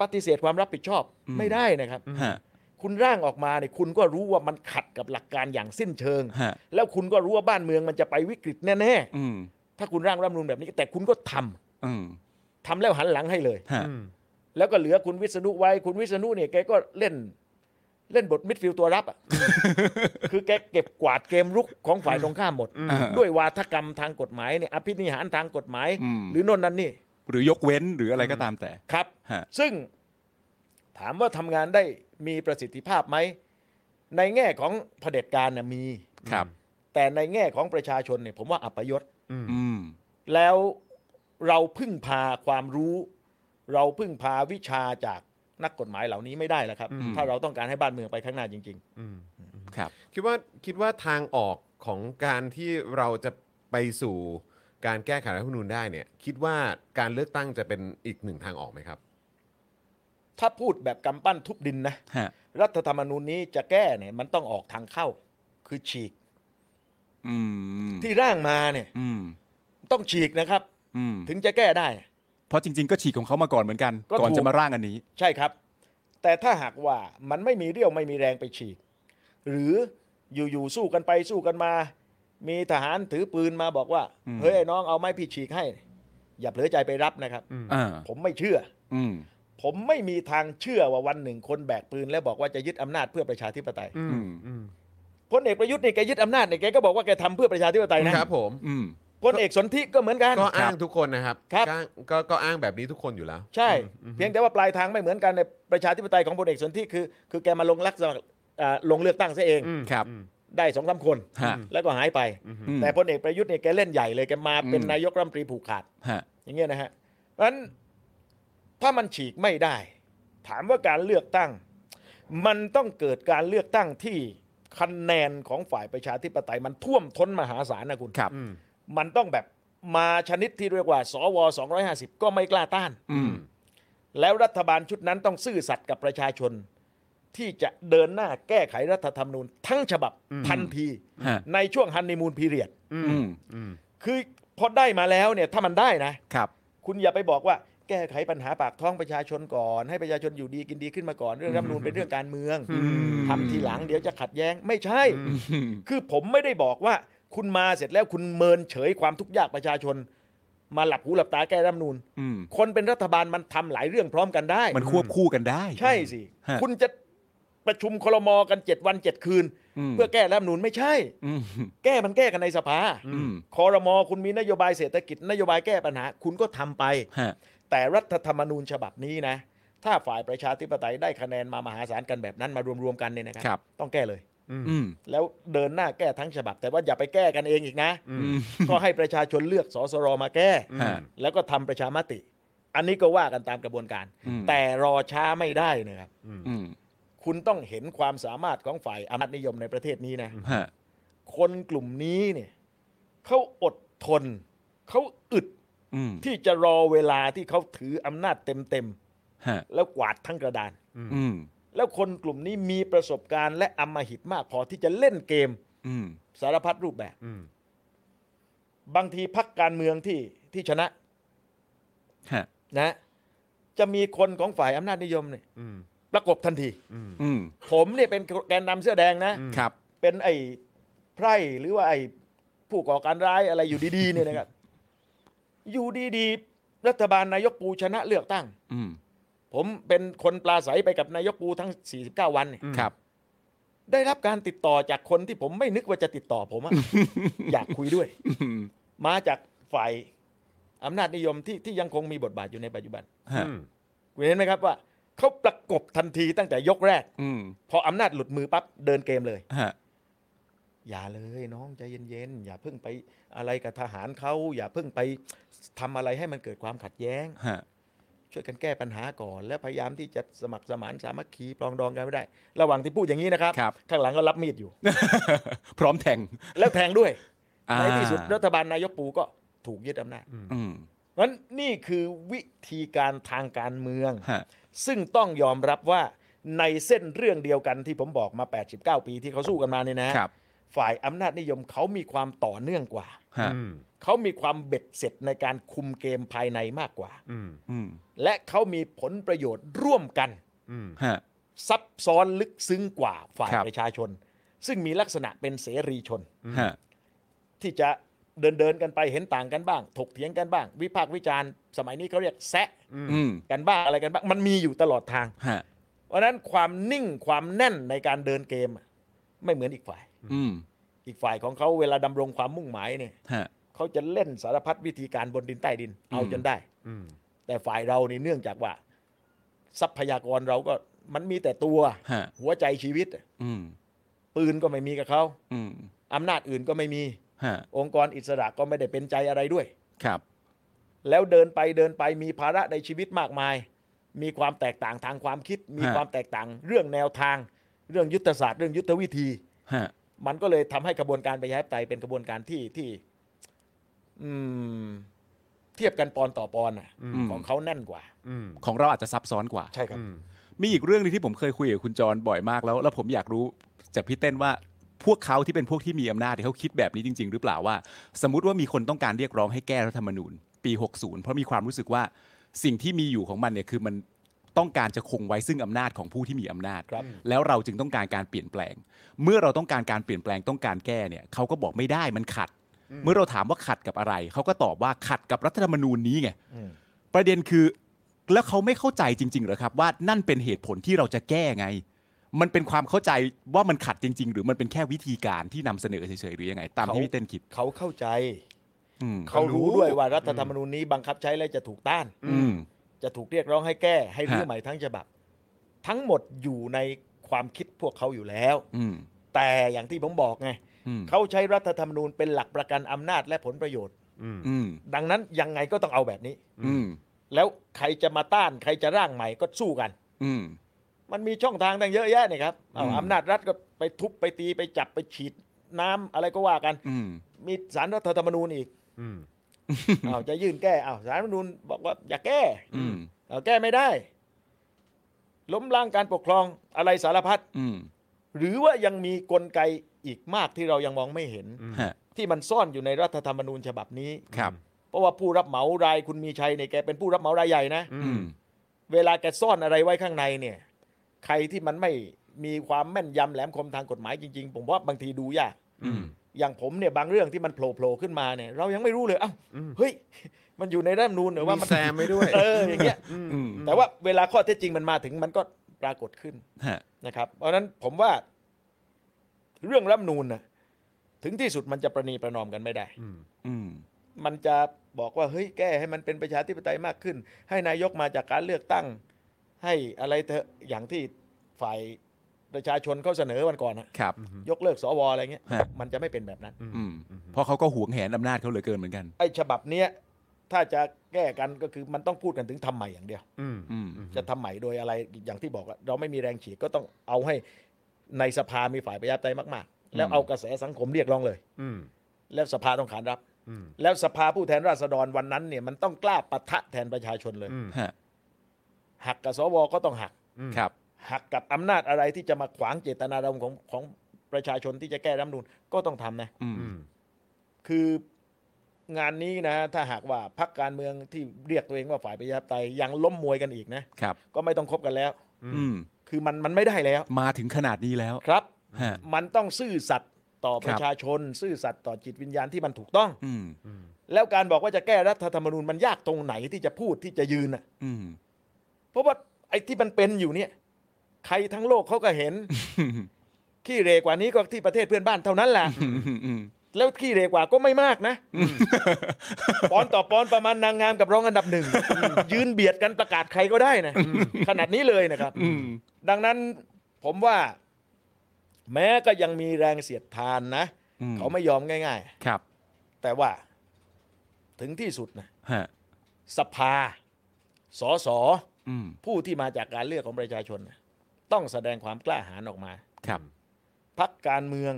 [SPEAKER 3] ปฏิเสธความรับผิดชอบ
[SPEAKER 2] อืม
[SPEAKER 3] ไม่ได้นะครับ
[SPEAKER 2] ฮะ
[SPEAKER 3] คุณร่างออกมาเนี่ยคุณก็รู้ว่ามันขัดกับหลักการอย่างสิ้นเชิง
[SPEAKER 2] ฮะ
[SPEAKER 3] แล้วคุณก็รู้ว่าบ้านเมืองมันจะไปวิกฤตแน่
[SPEAKER 2] อืม
[SPEAKER 3] ๆถ้าคุณร่างรัฐธรรมนูญแบบนี้ แต่คุณก็ทำ
[SPEAKER 2] อืม
[SPEAKER 3] ทำแล้วหันหลังให้เลย
[SPEAKER 2] ฮะ
[SPEAKER 3] แล้วก็เหลือคุณวิษณุไว้ คุณวิษณุเนี่ยแกก็เล่น เล่นบทมิดฟิลด์ตัวรับ อ่ะ คือแกเก็บกวาดเกมรุกของฝ่ายตรงข้ามหมด
[SPEAKER 2] อ่า
[SPEAKER 3] ด้วยวาทกรรมทางกฎหมายเนี่ยอภินิหารทางกฎหมาย
[SPEAKER 2] อืม
[SPEAKER 3] หรือโน่นนั่นนี่
[SPEAKER 2] หรือยกเว้นหรืออะไรก็ตามแต่
[SPEAKER 3] ครับ
[SPEAKER 2] ฮะ
[SPEAKER 3] ซึ่งถามว่าทำงานได้มีประสิทธิภาพไหม ในแง่ของเผด็จการนะมี
[SPEAKER 2] ครับ
[SPEAKER 3] แต่ในแง่ของประชาชนเนี่ยผมว่าอัปยศ
[SPEAKER 2] อืม
[SPEAKER 3] แล้วเราพึ่งพาความรู้ เราพึ่งพาวิชาจากนักกฎหมายเหล่านี้ไม่ได้แล้วครับ
[SPEAKER 1] อืม
[SPEAKER 3] ถ้าเราต้องการให้บ้านเมืองไปข้างหน้าจริง
[SPEAKER 2] ครับ
[SPEAKER 1] คิดว่าคิดว่าทางออกของการที่เราจะไปสู่การแก้ไขรัฐธรรมนูญได้เนี่ย คิดว่าการเลือกตั้งจะเป็นอีกหนึ่งทางออกไหมครับ
[SPEAKER 3] ๆ ถ้าพูดแบบกำปั้นทุบดินนะ
[SPEAKER 2] ฮะ
[SPEAKER 3] รัฐธรรมนูญนี้จะแก้เนี่ยมันต้องออกทางเข้า คือฉีก
[SPEAKER 2] อืม
[SPEAKER 3] ที่ร่างมาเนี่ย
[SPEAKER 2] อืม
[SPEAKER 3] ต้องฉีกนะครับ
[SPEAKER 2] อืม
[SPEAKER 3] ถึงจะแก้ได้
[SPEAKER 2] เพราะจริง ๆ ก็ฉีกของเขามาก่อนเหมือนกัน
[SPEAKER 3] ก็ถูก
[SPEAKER 2] ก่อนจะมาร่างอันนี้
[SPEAKER 3] ใช่ครับ แต่ถ้าหากว่ามันไม่มีเรี่ยวไม่มีแรงไปฉีก หรืออยู่ๆสู้กันไปสู้กันมา มีทหารถือปืนมาบอกว่า
[SPEAKER 2] อืม
[SPEAKER 3] เฮ้ยไอ้น้องเอาไม้พี่ฉีกให้ อย่าเผลอใจไปรับนะครับ
[SPEAKER 2] อ่า
[SPEAKER 3] ผมไม่เชื่อ
[SPEAKER 2] อืม
[SPEAKER 3] ผมไม่มีทางเชื่อว่าวันหนึ่งคนแบกปืน แล้วบอกว่าจะยึดอำนาจเพื่อประชาธิปไตย
[SPEAKER 2] อืม
[SPEAKER 3] พลเอกประยุทธ์เนี่ยแกยึดอำนาจเนี่ยแกก็บอกว่าแกทำเพื่อประชาธิปไตยนะครับ
[SPEAKER 1] ผม
[SPEAKER 2] อืม
[SPEAKER 3] พลเอกสนธิก็เหมือนกัน
[SPEAKER 1] ก็อ้างทุกคนนะครับ
[SPEAKER 3] ครับ
[SPEAKER 1] ก็อ้างก็ก็อ้างแบบนี้ทุกคนอยู่แล้ว
[SPEAKER 3] ใช่ เพียงแต่ว่าปลายทางไม่เหมือนกันในประชาธิปไตยของพลเอกสนธิคือ คือแกมาลงรักสมัครอ่าลงเลือกตั้งซะเอง
[SPEAKER 2] ครับ
[SPEAKER 3] ได้สองสามคน
[SPEAKER 2] ฮะ
[SPEAKER 3] แล้วก็หายไป
[SPEAKER 2] อืม
[SPEAKER 3] แต่พลเอกประยุทธ์เนี่ยแกเล่นใหญ่เลยแกมาเป็น
[SPEAKER 2] อืม
[SPEAKER 3] นายกรัฐมนตรีผูกขาด
[SPEAKER 2] ฮะ
[SPEAKER 3] อย่างเงี้ยนะฮะเพราะฉะนั้นถ้ามันฉีกไม่ได้ ถามว่าการเลือกตั้ง มันต้องเกิดการเลือกตั้งที่คะแนนของฝ่ายประชาธิปไตย มันท่วมท้นมหาศาลนะคุณ
[SPEAKER 2] ครับ
[SPEAKER 3] มันต้องแบบมาชนิดที่เรียกว่า สว 250 ก็ไม่กล้าต้าน
[SPEAKER 2] อืม
[SPEAKER 3] แล้วรัฐบาลชุดนั้นต้องซื่อสัตย์กับประชาชน ที่จะเดินหน้าแก้ไขรัฐธรรมนูญทั้งฉบับทันที
[SPEAKER 2] ฮะ
[SPEAKER 3] ในช่วงฮันนีมูนพีเรียด
[SPEAKER 2] อืม
[SPEAKER 3] คือพอได้มาแล้วเนี่ยถ้ามันได้นะ
[SPEAKER 2] ครับ
[SPEAKER 3] คุณอย่าไปบอกว่าแก้ไขปัญหาปากท้องประชาชนก่อน ให้ประชาชนอยู่ดีกินดีขึ้นมาก่อนเรื่องรัฐธรรมนูญเป็นเรื่องการเมือง
[SPEAKER 2] ม
[SPEAKER 3] ทำทีหลังเดี๋ยวจะขัดแย้งไม่ใช่ คือผมไม่ได้บอกว่าคุณมาเสร็จแล้วคุณเมินเฉยความทุกข์ยากประชาชน มาหลับหูหลับตาแก้รัฐธรรมนูญ
[SPEAKER 2] อืม
[SPEAKER 3] คนเป็นรัฐบาลมันทำหลายเรื่องพร้อมกันได้
[SPEAKER 2] มันควบคู่กันได้
[SPEAKER 3] ใช่สิ
[SPEAKER 2] ฮะ
[SPEAKER 3] คุณจะประชุมคลมกันเจ็ดวันเจ็ดคืน
[SPEAKER 2] ม
[SPEAKER 3] เพื่อแก้รัฐธรรมนูญไม่ใช่
[SPEAKER 2] อืม
[SPEAKER 3] แก้มันแก้กันในสภา
[SPEAKER 2] อืม
[SPEAKER 3] คอรมอคุณมีนโยบายเศรษฐกิจนโยบายแก้ปัญหา คุณก็ทำไป
[SPEAKER 2] ฮะ
[SPEAKER 3] แต่รัฐธรรมนูญฉบับนี้นะ ถ้าฝ่ายประชาธิปไตยได้คะแนนมามหาศาลกันแบบนั้นมารวมๆกันเนี่ยนะ
[SPEAKER 2] ค
[SPEAKER 3] ค
[SPEAKER 2] รั
[SPEAKER 3] รับ ต้องแก้เลย
[SPEAKER 2] อืม
[SPEAKER 3] แล้วเดินหน้าแก้ทั้งฉบับ แต่ว่าอย่าไปแก้กันเองอีกนะ
[SPEAKER 2] อืม
[SPEAKER 3] ก็ให้ประชาชนเลือกสสรมาแก้
[SPEAKER 2] ฮะ
[SPEAKER 3] แล้วก็ทำประชามติ อันนี้ก็ว่ากันตามกระบวนการ
[SPEAKER 2] อืม
[SPEAKER 3] แต่รอช้าไม่ได้นะครับ
[SPEAKER 2] อืม
[SPEAKER 3] คุณต้องเห็นความสามารถของฝ่ายอำนาจนิยมในประเทศนี้นะ
[SPEAKER 2] ฮะ
[SPEAKER 3] คนกลุ่มนี้เนี่ยเขาอดทนเขาอึด
[SPEAKER 2] อืม
[SPEAKER 3] ที่จะรอเวลาที่เขาถืออำนาจเต็ม
[SPEAKER 2] ฮะ
[SPEAKER 3] ๆ แล้วกวาดทั้งกระดาน
[SPEAKER 2] อืม
[SPEAKER 3] แล้วคนกลุ่มนี้มีประสบการณ์และอำมหิตมากพอที่จะเล่นเกม
[SPEAKER 2] อืม
[SPEAKER 3] สารพัดรูปแบบ บางทีพักการเมืองที่ที่ชนะ
[SPEAKER 2] ฮะ
[SPEAKER 3] นะ จะมีคนของฝ่ายอำนาจนิยมเนี่ยประกบทันที
[SPEAKER 2] อืม
[SPEAKER 3] ผมเนี่ยเป็นแกนนำเสื้อแดงนะ
[SPEAKER 2] ครับ
[SPEAKER 3] เป็นไอ้ไพร่หรือว่าไอ้ผู้ก่อการร้ายอะไรอยู่ดีๆเนี่ยนะครับ อยู่ดีๆ รัฐบาลนายกปูชนะเลือกตั้ง
[SPEAKER 2] อืม
[SPEAKER 3] ผมเป็นคนปลาใสไปกับนายกปูทั้ง 49 วันเนี่ย
[SPEAKER 2] ครับ
[SPEAKER 3] ได้รับการติดต่อจากคนที่ผมไม่นึกว่าจะติดต่อผมอะ อยากคุยด้วย
[SPEAKER 2] อืม
[SPEAKER 3] มาจากฝ่ายอำนาจนิยมที่ที่ยังคงมีบทบาทอยู่ในปัจจุบัน
[SPEAKER 2] ฮะ
[SPEAKER 3] คุณเห็นไหมครับว่าเขาประกบทันทีตั้งแต่ยกแรก
[SPEAKER 2] อืม
[SPEAKER 3] พออำนาจหลุดมือปั๊บเดินเกมเลย
[SPEAKER 2] ฮะ
[SPEAKER 3] อย่าเลยน้องใจเย็นๆอย่าเพิ่งไปอะไรกับทหารเขาอย่าเพิ่งไปทำอะไรให้มันเกิดความขัดแย้ง
[SPEAKER 2] ฮะ
[SPEAKER 3] ช่วยกันแก้ปัญหาก่อน และพยายามที่จะสมัครสมานสามัคคีปลองดองกันไม่ได้ ระหว่างที่พูดอย่างนี้นะครับ
[SPEAKER 2] ครับ
[SPEAKER 3] ข้างหลังก็รับมีดอยู่
[SPEAKER 2] พร้อมแทง
[SPEAKER 3] แล้วแทงด้วย
[SPEAKER 2] อ่า
[SPEAKER 3] ในที่สุดรัฐบาลนายกปูก็ถูกยึดอำนาจ
[SPEAKER 2] อืม
[SPEAKER 3] งั้นนี่คือวิธีการทางการเมือง
[SPEAKER 2] ฮะ
[SPEAKER 3] ซึ่งต้องยอมรับว่าในเส้นเรื่องเดียวกันที่ผมบอกมา 89 ปีที่เขาสู้กันมาเนี่ยนะ
[SPEAKER 2] ครับ
[SPEAKER 3] ฝ่ายอำนาจนิยมเขามีความต่อเนื่องกว่า
[SPEAKER 2] ฮะ
[SPEAKER 1] อืม
[SPEAKER 3] เขามีความเบ็ดเสร็จในการคุมเกมภายในมากกว่า
[SPEAKER 1] อืม
[SPEAKER 2] อืม
[SPEAKER 3] และเขามีผลประโยชน์ร่วมกัน
[SPEAKER 1] อืม
[SPEAKER 2] ฮะ
[SPEAKER 3] ซับซ้อนลึกซึ้งกว่าฝ่าย
[SPEAKER 2] ครับ
[SPEAKER 3] ประชาชน ซึ่งมีลักษณะเป็นเสรีชน
[SPEAKER 2] ฮะ
[SPEAKER 3] ที่จะเดินเดินๆกันไปเห็นต่างกันบ้าง ถกเถียงกันบ้าง วิพากษ์วิจารณ์ สมัยนี้เขาเรียกแซะ
[SPEAKER 2] อืม
[SPEAKER 3] กันบ้างอะไรกันบ้าง มันมีอยู่ตลอดทาง
[SPEAKER 2] ฮะ
[SPEAKER 3] เพราะฉะนั้นความนิ่งความแน่นในการเดินเกมอะไม่เหมือนอีกฝ่าย
[SPEAKER 2] อืม
[SPEAKER 3] อีกฝ่ายของเขาเวลาดำรงความมุ่งหมายเนี่ย
[SPEAKER 2] ฮะ
[SPEAKER 3] เขาจะเล่นสารพัดวิธีการบนดินใต้ดิน เอา
[SPEAKER 2] อืม
[SPEAKER 3] จนได้
[SPEAKER 1] อืม
[SPEAKER 3] แต่ฝ่ายเรานี่เนื่องจากว่า ทรัพยากรเราก็มันมีแต่ตัว
[SPEAKER 2] ฮะ
[SPEAKER 3] หัวใจชีวิตอะ
[SPEAKER 2] อืม
[SPEAKER 3] ปืนก็ไม่มีกับเขา
[SPEAKER 2] อืม
[SPEAKER 3] อำนาจอื่นก็ไม่มี
[SPEAKER 2] ฮะ
[SPEAKER 3] องค์กรอิสระก็ไม่ได้เป็นใจอะไรด้วย
[SPEAKER 2] ครับ
[SPEAKER 3] แล้วเดินไปเดินไปมีภาระในชีวิตมากมาย มีความแตกต่างทางความคิด มี
[SPEAKER 2] ฮะ
[SPEAKER 3] ความแตกต่างเรื่องแนวทาง เรื่องยุทธศาสตร์เรื่องยุทธวิธี
[SPEAKER 2] ฮะ
[SPEAKER 3] มันก็เลยทำให้กระบวนการประชาธิปไตยเป็นกระบวนการที่ที่ อืม เทียบกันปอนต่อปอนน่ะ
[SPEAKER 1] อืม
[SPEAKER 3] ของเขาแน่นกว่า
[SPEAKER 1] อืม
[SPEAKER 2] ของเราอาจจะซับซ้อนกว่า
[SPEAKER 3] ใช่ครับ
[SPEAKER 1] อืม
[SPEAKER 2] มีอีกเรื่องหนึงที่ผมเคยคุยกับคุณจรบ่อยมากแล้ว แล้วผมอยากรู้จากพี่เต้นว่าพวกเขาที่เป็นพวกที่มีอำนาจเนี่ยเขาคิดแบบนี้จริง ๆ หรือเปล่าว่า สมมติว่ามีคนต้องการเรียกร้องให้แก้รัฐธรรมนูญ ปี 60 เพราะมีความรู้สึกว่าสิ่งที่มีอยู่ของมันเนี่ยคือมันต้องการจะคงไว้ซึ่งอำนาจของผู้ที่มีอำนาจ
[SPEAKER 3] ครับ
[SPEAKER 2] แล้วเราจึงต้องการการเปลี่ยนแปลง เมื่อเราต้องการการเปลี่ยนแปลงต้องการแก้เนี่ยเขาก็บอกไม่ได้มันขัด เมื่อเราถามว่าขัดกับอะไรเขาก็ตอบว่าขัดกับรัฐธรรมนูญนี้ไง
[SPEAKER 3] อืม
[SPEAKER 2] ประเด็นคือแล้วเขาไม่เข้าใจจริงๆเหรอครับ ว่านั่นเป็นเหตุผลที่เราจะแก้ไง มันเป็นความเข้าใจว่ามันขัดจริง ๆ หรือมันเป็นแค่วิธีการที่นำเสนอเฉยๆหรือยังไง ตามที่พี่เต้นคิด
[SPEAKER 3] เขาเข้าใจ
[SPEAKER 2] อืม
[SPEAKER 3] เขารู้
[SPEAKER 1] รู้
[SPEAKER 3] ด้วยว่ารัฐธรรมนูญนี้บังคับใช้แล้วจะถูกต้าน
[SPEAKER 2] อืม
[SPEAKER 3] จะถูกเรียกร้องให้แก้ ให้รื้อ
[SPEAKER 2] ฮะ
[SPEAKER 3] ใหม่ทั้งฉบับ ทั้งหมดอยู่ในความคิดพวกเขาอยู่แล้ว
[SPEAKER 2] อืม
[SPEAKER 3] แต่อย่างที่ผมบอกไง
[SPEAKER 2] อืม
[SPEAKER 3] เขาใช้รัฐธรรมนูญเป็นหลักประกันอำนาจและผลประโยชน์
[SPEAKER 1] อืม
[SPEAKER 2] อืม
[SPEAKER 3] ดังนั้นยังไงก็ต้องเอาแบบนี้
[SPEAKER 2] อืม
[SPEAKER 3] แล้วใครจะมาต้าน ใครจะร่างใหม่ก็สู้กัน
[SPEAKER 2] อืม
[SPEAKER 3] มันมีช่องทางตั้งเยอะแยะนี่ครับเอา
[SPEAKER 2] อืม
[SPEAKER 3] อำนาจรัฐก็ไปทุบไปตีไปจับไปฉีดน้ำอะไรก็ว่ากัน
[SPEAKER 2] อืม
[SPEAKER 3] มีสารรัฐธรรมนูญอีก
[SPEAKER 1] อืม
[SPEAKER 3] เอาจะยื่นแก้เอาสารรัฐธรรมนูญบอกว่าอย่าแก้
[SPEAKER 2] อืม
[SPEAKER 3] เอาแก้ไม่ได้ ล้มล้างการปกครองอะไรสารพัด
[SPEAKER 2] อืม
[SPEAKER 3] หรือว่ายังมีกลไกอีกมากที่เรายังมองไม่เห็น
[SPEAKER 1] อืม
[SPEAKER 2] ฮะ
[SPEAKER 3] ที่มันซ่อนอยู่ในรัฐธรรมนูญฉบับนี้
[SPEAKER 2] ครับ
[SPEAKER 3] เพราะว่าผู้รับเหมารายคุณมีชัยเนี่ยแกเป็นผู้รับเหมารายใหญ่นะ
[SPEAKER 1] อื
[SPEAKER 2] อื
[SPEAKER 1] ม
[SPEAKER 2] ม
[SPEAKER 3] เวลาแกซ่อนอะไรไว้ข้างในเนี่ย ใครที่มันไม่มีความแม่นยำแหลมคมทางกฎหมายจริง ๆ ผมว่าบางทีดูยาก
[SPEAKER 1] อืม
[SPEAKER 3] อย่างผมเนี่ยบางเรื่องที่มันโผล่ๆขึ้นมาเนี่ย เรายังไม่รู้เลยเอ้า
[SPEAKER 1] อืม
[SPEAKER 3] เฮ้ย มันอยู่ในรัฐธรรมนูญหรือว่า
[SPEAKER 1] มี
[SPEAKER 3] มัน
[SPEAKER 1] แซมไปด้วย
[SPEAKER 3] เอออย่างเงี้ย
[SPEAKER 2] อืม
[SPEAKER 3] แต่ว่าเวลาข้อเท็จจริงมันมาถึงมันก็ปรากฏขึ้น
[SPEAKER 2] ฮะ
[SPEAKER 3] นะครับเพราะฉะนั้นผมว่าเรื่องรัฐธรรมนูลนะถึงที่สุดมันจะประนีประนอมกันไม่ได้
[SPEAKER 1] อืม
[SPEAKER 2] อืม
[SPEAKER 3] มันจะบอกว่าเฮ้ยแก้ให้มันเป็นประชาธิปไตยมากขึ้น ให้นายกมาจากการเลือกตั้ง ให้อะไรเถอะอย่างที่ฝ่ายประชาชนเขาเสนอวันก่อนนะครับ ยกเลิกสวอะไรเงี้ย
[SPEAKER 2] ฮะ
[SPEAKER 3] มันจะไม่เป็นแบบนั้น
[SPEAKER 2] อืมเพราะเขาก็หวงแหนอำนาจเขาเหลือเกินเหมือนกัน
[SPEAKER 3] ไอ้ฉบับเนี้ยถ้าจะแก้กันก็คือมันต้องพูดกันถึงทำใหม่อย่างเดียว
[SPEAKER 1] อืม
[SPEAKER 2] อืม
[SPEAKER 3] จะทำใหม่โดยอะไรอย่างที่บอกอะเราไม่มีแรงฉีดก็ต้องเอาให้ในสภามีฝ่ายประชาธิปไตยมากๆ แล้วเอากระแสสังคมเรียกร้องเลย
[SPEAKER 1] อืม
[SPEAKER 3] แล้วสภาต้องขานรับ
[SPEAKER 1] อืม
[SPEAKER 3] แล้วสภาผู้แทนราษฎรวันนั้นเนี่ยมันต้องกล้าปะทะแทนประชาชนเลย
[SPEAKER 1] อืม
[SPEAKER 2] ฮะ
[SPEAKER 3] หักกับสวก็ต้องหัก
[SPEAKER 2] ครับ
[SPEAKER 3] หักกับอำนาจอะไรที่จะมาขวางเจตนารมณ์ของของประชาชนที่จะแก้รัฐธรรมนูนก็ต้องทำนะ
[SPEAKER 2] อืม
[SPEAKER 1] อืม
[SPEAKER 3] คืองานนี้นะถ้าหากว่าพรรคการเมืองที่เรียกตัวเองว่าฝ่ายประชาธิปไตยยังล้มมวยกันอีกนะครับ ก็ไม่ต้องคบกันแล้ว
[SPEAKER 2] อืม
[SPEAKER 3] คือมันมันไม่ได้แล้ว
[SPEAKER 2] มาถึงขนาดนี้แล้ว
[SPEAKER 3] ครับ
[SPEAKER 2] ฮะ
[SPEAKER 3] มันต้องซื่อสัตย์ต่อ
[SPEAKER 2] ค
[SPEAKER 3] ป
[SPEAKER 2] รับ
[SPEAKER 3] ระชาชน ซื่อสัตย์ต่อจิตวิญญาณที่มันถูกต้อง
[SPEAKER 2] อืม
[SPEAKER 3] แล้วการบอกว่าจะแก้รัฐธรรมนูญมันยากตรงไหนที่จะพูดที่จะยืนอ่ะ
[SPEAKER 2] อืม
[SPEAKER 3] เพราะว่าไอ้ที่มันเป็นอยู่เนี่ย ใครทั้งโลกเขาก็เห็น ขี้เหรกว่านี้ก็ที่ประเทศเพื่อนบ้านเท่านั้นแหละ
[SPEAKER 2] อืมอืมอืม
[SPEAKER 3] แล้วขี้เหรกว่าก็ไม่มากนะปอนต่อปอนประมาณนางงามกับรองอันดับหนึ่งยืนเบียดกันประกาศใครก็ได้นะขนาดนี้เลยนะครับ
[SPEAKER 2] อืม
[SPEAKER 3] ดังนั้นผมว่า แม้ก็ยังมีแรงเสียดทานนะ
[SPEAKER 2] อืม
[SPEAKER 3] เขาไม่ยอมง่าย
[SPEAKER 2] ครับ
[SPEAKER 3] ๆ แต่ว่าถึงที่สุดนะ
[SPEAKER 2] ฮะ
[SPEAKER 3] สภาสส
[SPEAKER 2] อืม
[SPEAKER 3] ผู้ที่มาจากการเลือกของประชาชนน่ะต้องแสดงความกล้าหาญออกมา
[SPEAKER 2] ครับ
[SPEAKER 3] พักการเมือง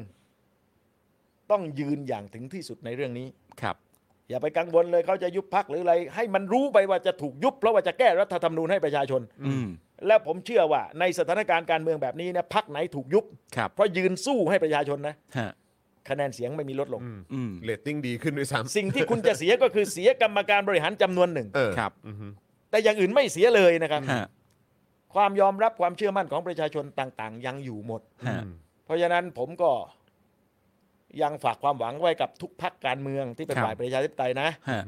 [SPEAKER 3] ต้องยืนอย่างถึงที่สุดในเรื่องนี้
[SPEAKER 2] ครับ
[SPEAKER 3] อย่าไปกังวลเลยเขาจะยุบพักหรืออะไร ให้มันรู้ไปว่าจะถูกยุบเพราะว่าจะแก้รัฐธรรมนูญให้ประชาชน
[SPEAKER 2] อืม
[SPEAKER 3] และผมเชื่อว่าในสถานการณ์การเมืองแบบนี้เนี่ยพักไหนถูกยุบ
[SPEAKER 2] ครับ
[SPEAKER 3] เพราะยืนสู้ให้ประชาชนนะ
[SPEAKER 2] ฮะ
[SPEAKER 3] คะแนนเสียงไม่มีลดลง
[SPEAKER 2] อืม
[SPEAKER 1] เรตติ้งดีขึ้นด้วยซ้ำ
[SPEAKER 3] สิ่งที่คุณจะเสียก็คือเสียกรรมการบริหารจำนวนหนึ่ง
[SPEAKER 1] เออ
[SPEAKER 2] ครับ
[SPEAKER 1] อือฮึ
[SPEAKER 3] แต่อย่างอื่นไม่เสียเลยนะครับ
[SPEAKER 2] ฮะ
[SPEAKER 3] ความยอมรับความเชื่อมั่นของประชาชนต่าง ๆ ยังอยู่หมด
[SPEAKER 2] ฮะ
[SPEAKER 3] เพราะฉะนั้นผมก็ยังฝากความหวังไว้กับทุกพักการเมืองที่เป็นฝ่ายประชาธิปไตยนะ
[SPEAKER 2] ฮะ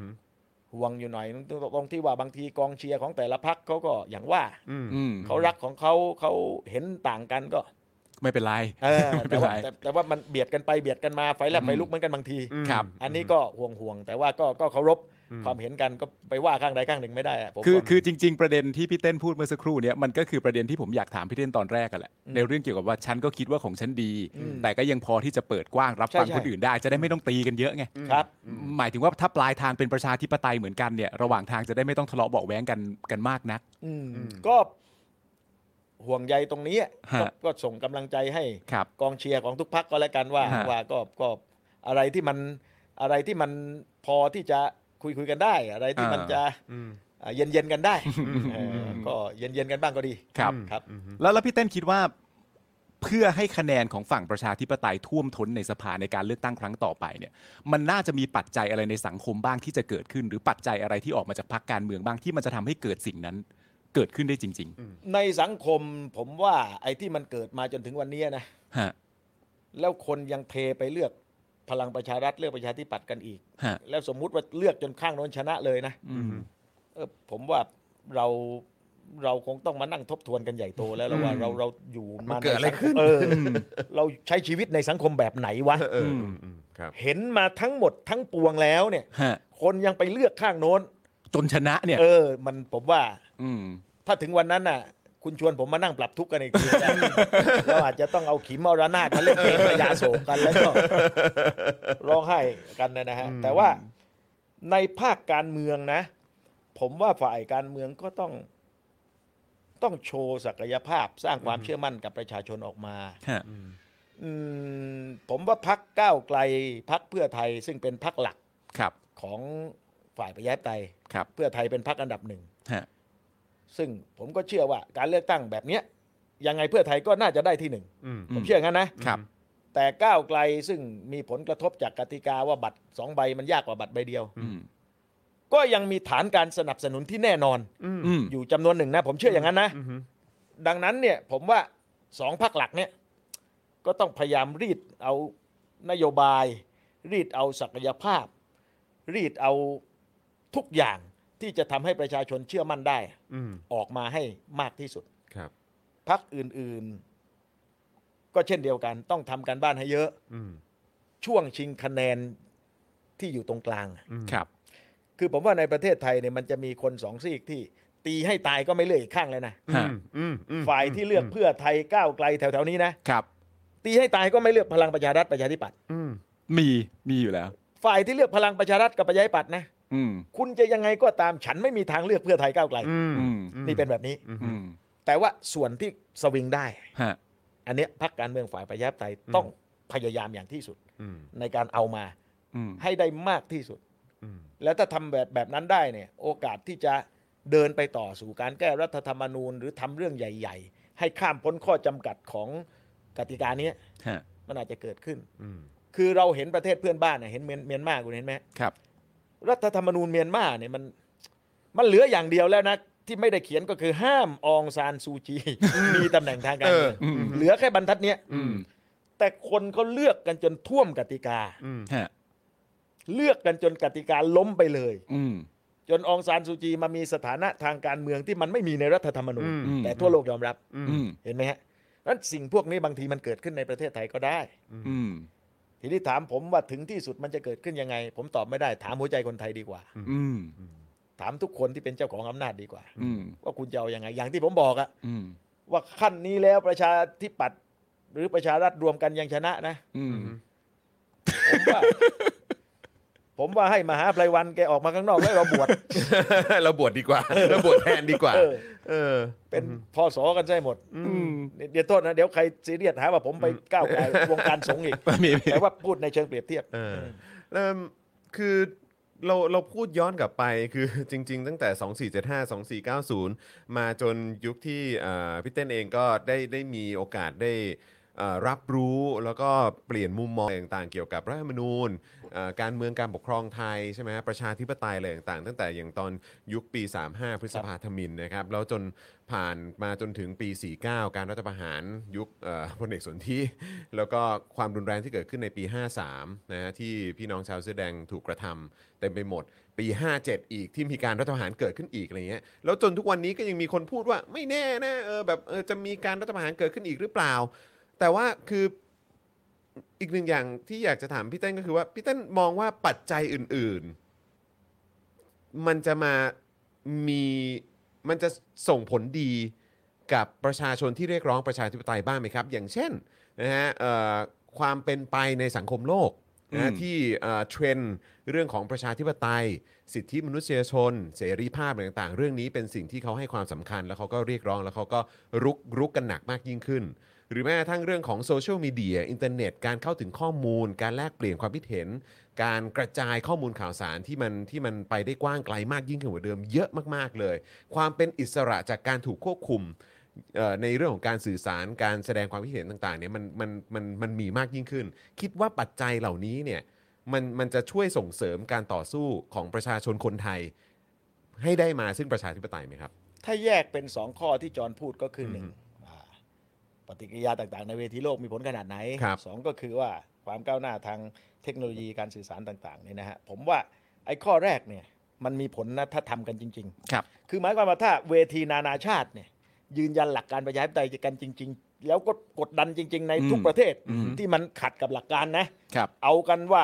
[SPEAKER 3] ห่วงอยู่หน่อยตรงที่ว่าบางทีกองเชียร์ของแต่ละพักเขาก็อย่างว่า
[SPEAKER 2] อืม
[SPEAKER 3] เขารักของเขาเขาเห็นต่างกันก็
[SPEAKER 2] ไม่เป็นไร
[SPEAKER 3] เออ
[SPEAKER 2] ไม่เป็น
[SPEAKER 3] แต่ว่า
[SPEAKER 2] ไร
[SPEAKER 3] แต่แต่ว่ามันเบียดกันไปเบียดกันมาไฟแลบไฟลุกเหมือนกันบางที
[SPEAKER 2] ครับ
[SPEAKER 3] อันนี้ก็ห่วงห่วงๆแต่ว่าก็ก็เคารพความเห็นกันก็ไปว่าข้างใดข้างหนึ่งไม่ได้ะผม
[SPEAKER 2] คือ
[SPEAKER 3] ว่า
[SPEAKER 2] คือจริง ๆ ประเด็นที่พี่เต้นพูดเมื่อสักครู่เนี่ยมันก็คือประเด็นที่ผมอยากถามพี่เต้นตอนแรกกันแหละในเรื่องเกี่ยวกับว่าฉันก็คิดว่าของฉันดี แต่ก็ยังพอที่จะเปิดกว้างรับฟัง
[SPEAKER 3] ใช่ใช่
[SPEAKER 2] คนอื่นได้จะได้ไม่ต้องตีกันเยอะไง
[SPEAKER 3] ครับ
[SPEAKER 2] หมายถึงว่าถ้าปลายทางเป็นประชาธิปไตยเหมือนกันเนี่ยระหว่างทางจะได้ไม่ต้องทะเลาะเบาะแว้งกันกันมากนัก
[SPEAKER 3] อืมก็ห่วงใยตรงนี้อะ
[SPEAKER 2] ฮะ
[SPEAKER 3] ก็ก็ส่งกำลังใจให้
[SPEAKER 2] ครับ
[SPEAKER 3] กองเชียร์ของทุกพักก็แล้วกันว่า
[SPEAKER 2] ฮะ
[SPEAKER 3] ว่าก็ก็อะไรที่มันอะไรที่มันพอที่จะคุยคุยกันได้ อะไรที่มันจะเย็นเย็นๆกันได้เอออก็เย็นเย็นๆกันบ้างก็ดี
[SPEAKER 2] ครับ
[SPEAKER 3] ครับ
[SPEAKER 2] แล้วแล้วพี่เต้นคิดว่าเพื่อให้คะแนนของฝั่งประชาธิปไตยท่วมท้นในสภาในการเลือกตั้งครั้งต่อไปเนี่ยมันน่าจะมีปัจจัยอะไรในสังคมบ้างที่จะเกิดขึ้น หรือปัจจัยอะไรที่ออกมาจากพรรคการเมืองบ้างที่มันจะทำให้เกิดสิ่งนั้น เกิดขึ้นได้จริง
[SPEAKER 3] ในสังคมผมว่าไอ้ที่มันเกิดมาจนถึงวันนี้นะ
[SPEAKER 2] ๆ ฮะ
[SPEAKER 3] แล้วคนยังเทไปเลือกพลังประชารัฐเลือกประชาธิปัตย์กันอีก
[SPEAKER 2] ฮะ
[SPEAKER 3] แล้วสมมุติว่าเลือกจนข้างโน้นชนะเลยนะ
[SPEAKER 2] อืม
[SPEAKER 3] เออผมว่าเราเราคงต้องมานั่งทบทวนกันใหญ่โตแล้วแล้วว่า
[SPEAKER 2] อืม
[SPEAKER 3] เราเราอยู่
[SPEAKER 1] มั
[SPEAKER 3] มาน
[SPEAKER 1] เกิดอะไร
[SPEAKER 3] ใสัง
[SPEAKER 1] ขึ้น
[SPEAKER 3] เออเราใช้ชีวิตในสังคมแบบไหนวะ
[SPEAKER 1] เอออืมอืมครับ
[SPEAKER 3] เห็นมาทั้งหมดทั้งปวงแล้วเนี่ย
[SPEAKER 2] ฮะ
[SPEAKER 3] คนยังไปเลือกข้างโน้น
[SPEAKER 2] จนชนะเนี่ย
[SPEAKER 3] เออ มันผมว่า
[SPEAKER 2] อืม
[SPEAKER 3] ถ้าถึงวันนั้นน่ะ คุณชวนผมมานั่งปรับทุกข์กันอีกทีนะ เราอาจจะต้องเอาขีมอระนาดมาเล่นเพลงพยาโศกกันแล้วก็ร้องไห้กันนะนะฮะ แต่ว่าในภาคการเมืองนะ ผมว่าฝ่ายการเมืองก็ต้อง ต้องโชว์ศักยภาพสร้างความเชื่อมั่นกับประชาชนออกมา
[SPEAKER 2] ฮะ
[SPEAKER 3] อืมผมว่าพักก้าวไกลพักเพื่อไทย ซึ่งเป็นพักหลัก
[SPEAKER 2] ครับ
[SPEAKER 3] ของฝ่ายประชาธิปไตย
[SPEAKER 2] ครับ
[SPEAKER 3] เพื่อไทยเป็นพักอันดับหนึ่ง
[SPEAKER 2] ฮะ
[SPEAKER 3] ซึ่งผมก็เชื่อว่าการเลือกตั้งแบบเนี้ยยังไงเพื่อไทยก็น่าจะได้ที่หนึ่ง
[SPEAKER 1] อืม
[SPEAKER 3] ผมเชื่ออย่างนั้นนะครับ แต่ก้าวไกลซึ่งมีผลกระทบจากกติกาว่าบัตรสองใบมันยากกว่าบัตรใบเดียว
[SPEAKER 2] อืม
[SPEAKER 3] ก็ยังมีฐานการสนับสนุนที่แน่นอน
[SPEAKER 2] อืม
[SPEAKER 3] อยู่จำนวนหนึ่งนะผมเชื่ออย่างนั้นนะ ดังนั้นเนี่ยผมว่าสองพักหลักเนี่ยก็ต้องพยายามรีดเอานโยบาย รีดเอาศักยภาพ รีดเอาทุกอย่างที่จะทำให้ประชาชนเชื่อมั่นได้
[SPEAKER 1] อืม
[SPEAKER 3] ออกมาให้มากที่สุด
[SPEAKER 1] ครับ
[SPEAKER 3] พักอื่นๆ ก็เช่นเดียวกัน ต้องทำการบ้านให้เยอะ
[SPEAKER 1] อืม
[SPEAKER 3] ช่วงชิงคะแนนที่อยู่ตรงกลาง
[SPEAKER 2] ครับ
[SPEAKER 3] คือผมว่าในประเทศไทยเนี่ยมันจะมีคนสองซีกที่ตีให้ตายก็ไม่เลือกอีกข้างเลยนะ
[SPEAKER 2] ฮะ
[SPEAKER 1] อืมอืมอืม
[SPEAKER 3] ฝ่ายที่เลือกเพื่อไทยก้าวไกลแถวๆนี้นะ
[SPEAKER 2] ครับ
[SPEAKER 3] ตีให้ตายก็ไม่เลือกพลังประชารัฐประชาธิปัตย์
[SPEAKER 1] อืม
[SPEAKER 2] มี มีอยู่แล้ว
[SPEAKER 3] ฝ่ายที่เลือกพลังประชารัฐกับประชาธิปัตย์นะ
[SPEAKER 2] อืม
[SPEAKER 3] คุณจะยังไงก็ตามฉันไม่มีทางเลือกเพื่อไทยก้าวไกล
[SPEAKER 1] อืม
[SPEAKER 2] อืม
[SPEAKER 3] นี่เป็นแบบนี้
[SPEAKER 2] อืม
[SPEAKER 3] แต่ว่าส่วนที่สวิงได้
[SPEAKER 2] ฮะ
[SPEAKER 3] อันเนี้ยพรรคการเมืองฝ่ายประชาธิปไตยต้องพยายามอย่างที่สุด
[SPEAKER 1] อืม
[SPEAKER 3] ในการเอามา
[SPEAKER 2] อืม
[SPEAKER 3] ให้ได้มากที่สุด
[SPEAKER 1] อืม
[SPEAKER 3] แล้วถ้าทำแบบแบบนั้นได้เนี่ย โอกาสที่จะเดินไปต่อสู่การแก้รัฐธรรมนูญ หรือทำเรื่องใหญ่ ๆ ให้ข้ามพ้นข้อจำกัดของกติกาเนี้ย
[SPEAKER 2] ฮะ
[SPEAKER 3] มันอาจจะเกิดขึ้น
[SPEAKER 1] อืม
[SPEAKER 3] คือเราเห็นประเทศเพื่อนบ้านเนี่ยเห็นเมียนเมียนมาคุณเห็นไหม
[SPEAKER 2] ครับ
[SPEAKER 3] รัฐธรรมนูญเมียนมาเนี่ยมันมันเหลืออย่างเดียวแล้วนะ ที่ไม่ได้เขียนก็คือห้ามอองซานซูจี มีตำแหน่งทางการเมือง
[SPEAKER 2] เอออืม
[SPEAKER 3] เหลือแค่บรรทัดเนี้ย
[SPEAKER 2] อืม
[SPEAKER 3] แต่คนเขาเลือกกันจนท่วมกติกา
[SPEAKER 1] อืม
[SPEAKER 2] ฮะ
[SPEAKER 3] เลือกกันจนกติกาล้มไปเลย
[SPEAKER 2] อืม
[SPEAKER 3] จนองซานซูจีมามีสถานะทางการเมืองที่มันไม่มีในรัฐธรรมนูญ
[SPEAKER 2] อืม
[SPEAKER 3] แต่ทั่วโลกยอมรับ
[SPEAKER 2] อืม
[SPEAKER 3] เห็นไหมฮะนั้นสิ่งพวกนี้บางทีมันเกิดขึ้นในประเทศไทยก็ได้
[SPEAKER 2] อืม
[SPEAKER 3] ทีนี้ถามผมว่าถึงที่สุดมันจะเกิดขึ้นยังไง ผมตอบไม่ได้ถามหัวใจคนไทยดีกว่า
[SPEAKER 2] อืม
[SPEAKER 3] ถามทุกคนที่เป็นเจ้าของอำนาจดีกว่า
[SPEAKER 2] อืม
[SPEAKER 3] ว่าคุณจะเอายังไง อย่างที่ผมบอกอะ
[SPEAKER 2] อืม
[SPEAKER 3] ว่าขั้นนี้แล้วประชาธิปัตย์หรือประชารัฐรวมกันยังชนะนะ
[SPEAKER 2] อืม
[SPEAKER 3] ผมว่า ผมว่าให้มหาไพรวันแกออกมาข้างนอกแล้วเราบวช
[SPEAKER 1] เราบวชดีกว่า เราบวชแทนดีกว่า
[SPEAKER 3] เออ
[SPEAKER 1] เออ
[SPEAKER 3] เป็นพศกันใช่หมด
[SPEAKER 2] อืม
[SPEAKER 3] เดี๋ยวโทษนะ เดี๋ยวใครซีเรียสหาว่าผมไปก้าวไกลวงการสงฆ์อีก
[SPEAKER 2] ไม่มีไม่มี
[SPEAKER 3] แต่ว่าพูดในเชิงเปรียบเทียบ
[SPEAKER 1] เออแล้วคือเราเราพูดย้อนกลับไป คือ จริง ๆ ตั้งแต่ 2475 2490 มาจนยุคที่อ่าพี่เต้นเองก็ได้ได้มีโอกาสได้อ่ารับรู้แล้วก็เปลี่ยนมุมมองต่างๆ เกี่ยวกับรัฐธรรมนูญอ่าการเมืองการปกครองไทยใช่ไหมฮะประชาธิปไตยอะไรต่างๆ ตั้งแต่อย่างตอนยุคปี 35 พฤษภาธมินนะครับแล้วจนผ่านมาจนถึงปี 49 การรัฐประหารยุคเอ่อพลเอกสนธิ แล้วก็ความรุนแรงที่เกิดขึ้นในปี 53 นะฮะที่พี่น้องชาวเสื้อแดงถูกกระทำเต็มไปหมด ปี 57 อีกที่มีการรัฐประหารเกิดขึ้นอีกอะไรเงี้ยแล้วจนทุกวันนี้ก็ยังมีคนพูดว่าไม่แน่นะเออแบบเออจะมีการรัฐประหารเกิดขึ้นอีกหรือเปล่า แต่ว่าคืออีกหนึ่งอย่างที่อยากจะถามพี่เต้นก็คือว่าพี่เต้นมองว่าปัจจัยอื่น ๆ มันจะมามีมันจะส่งผลดีกับประชาชนที่เรียกร้องประชาธิปไตยบ้างไหมครับ อย่างเช่น นะฮะเอ่อความเป็นไปในสังคมโลกนะฮะ
[SPEAKER 2] อืม
[SPEAKER 1] ที่เอ่อเทรนด์เรื่องของประชาธิปไตย สิทธิมนุษยชน เสรีภาพอะไรต่างๆ เรื่องนี้เป็นสิ่งที่เขาให้ความสำคัญ แล้วเขาก็เรียกร้องแล้วเขาก็รุกรุกกันหนักมากยิ่งขึ้น หรือแม้กระทั่งเรื่องของโซเชียลมีเดียอินเทอร์เน็ตการเข้าถึงข้อมูล การแลกเปลี่ยนความคิดเห็น การกระจายข้อมูลข่าวสารที่มันที่มันไปได้กว้างไกลมากยิ่งขึ้นกว่าเดิมเยอะมากๆเลย ความเป็นอิสระจากการถูกควบคุม เอ่อในเรื่องของการสื่อสารการแสดงความคิดเห็นต่างๆเนี่ยมันมันมันมันมีมากยิ่งขึ้น คิดว่าปัจจัยเหล่านี้เนี่ยมันมันจะช่วยส่งเสริมการต่อสู้ของประชาชนคนไทย ให้ได้มาซึ่งประชาธิปไตยไหมครับ
[SPEAKER 3] ถ้าแยกเป็นสองข้อที่จอห์นพูดก็คือหนึ่งอ่าปฏิกิริยาต่างๆ ในเวทีโลกมีผลขนาดไหน
[SPEAKER 1] ครับ
[SPEAKER 3] สองก็คือว่าความก้าวหน้าทางเทคโนโลยีการสื่อสารต่างๆเนี่ยนะฮะผมว่าไอ้ข้อแรกเนี่ยมันมีผลนะถ้าทำกันจริง
[SPEAKER 2] ครับ
[SPEAKER 3] ๆ คือหมายความว่าถ้าเวทีนานาชาติเนี่ยยืนยันหลักการประชาธิปไตยกันจริง ๆ แล้วก็กดดันจริง ๆ ในทุก
[SPEAKER 2] อืม
[SPEAKER 3] ประเทศ
[SPEAKER 2] อืม
[SPEAKER 3] ที่มันขัดกับหลักการนะครับ เอากันว่า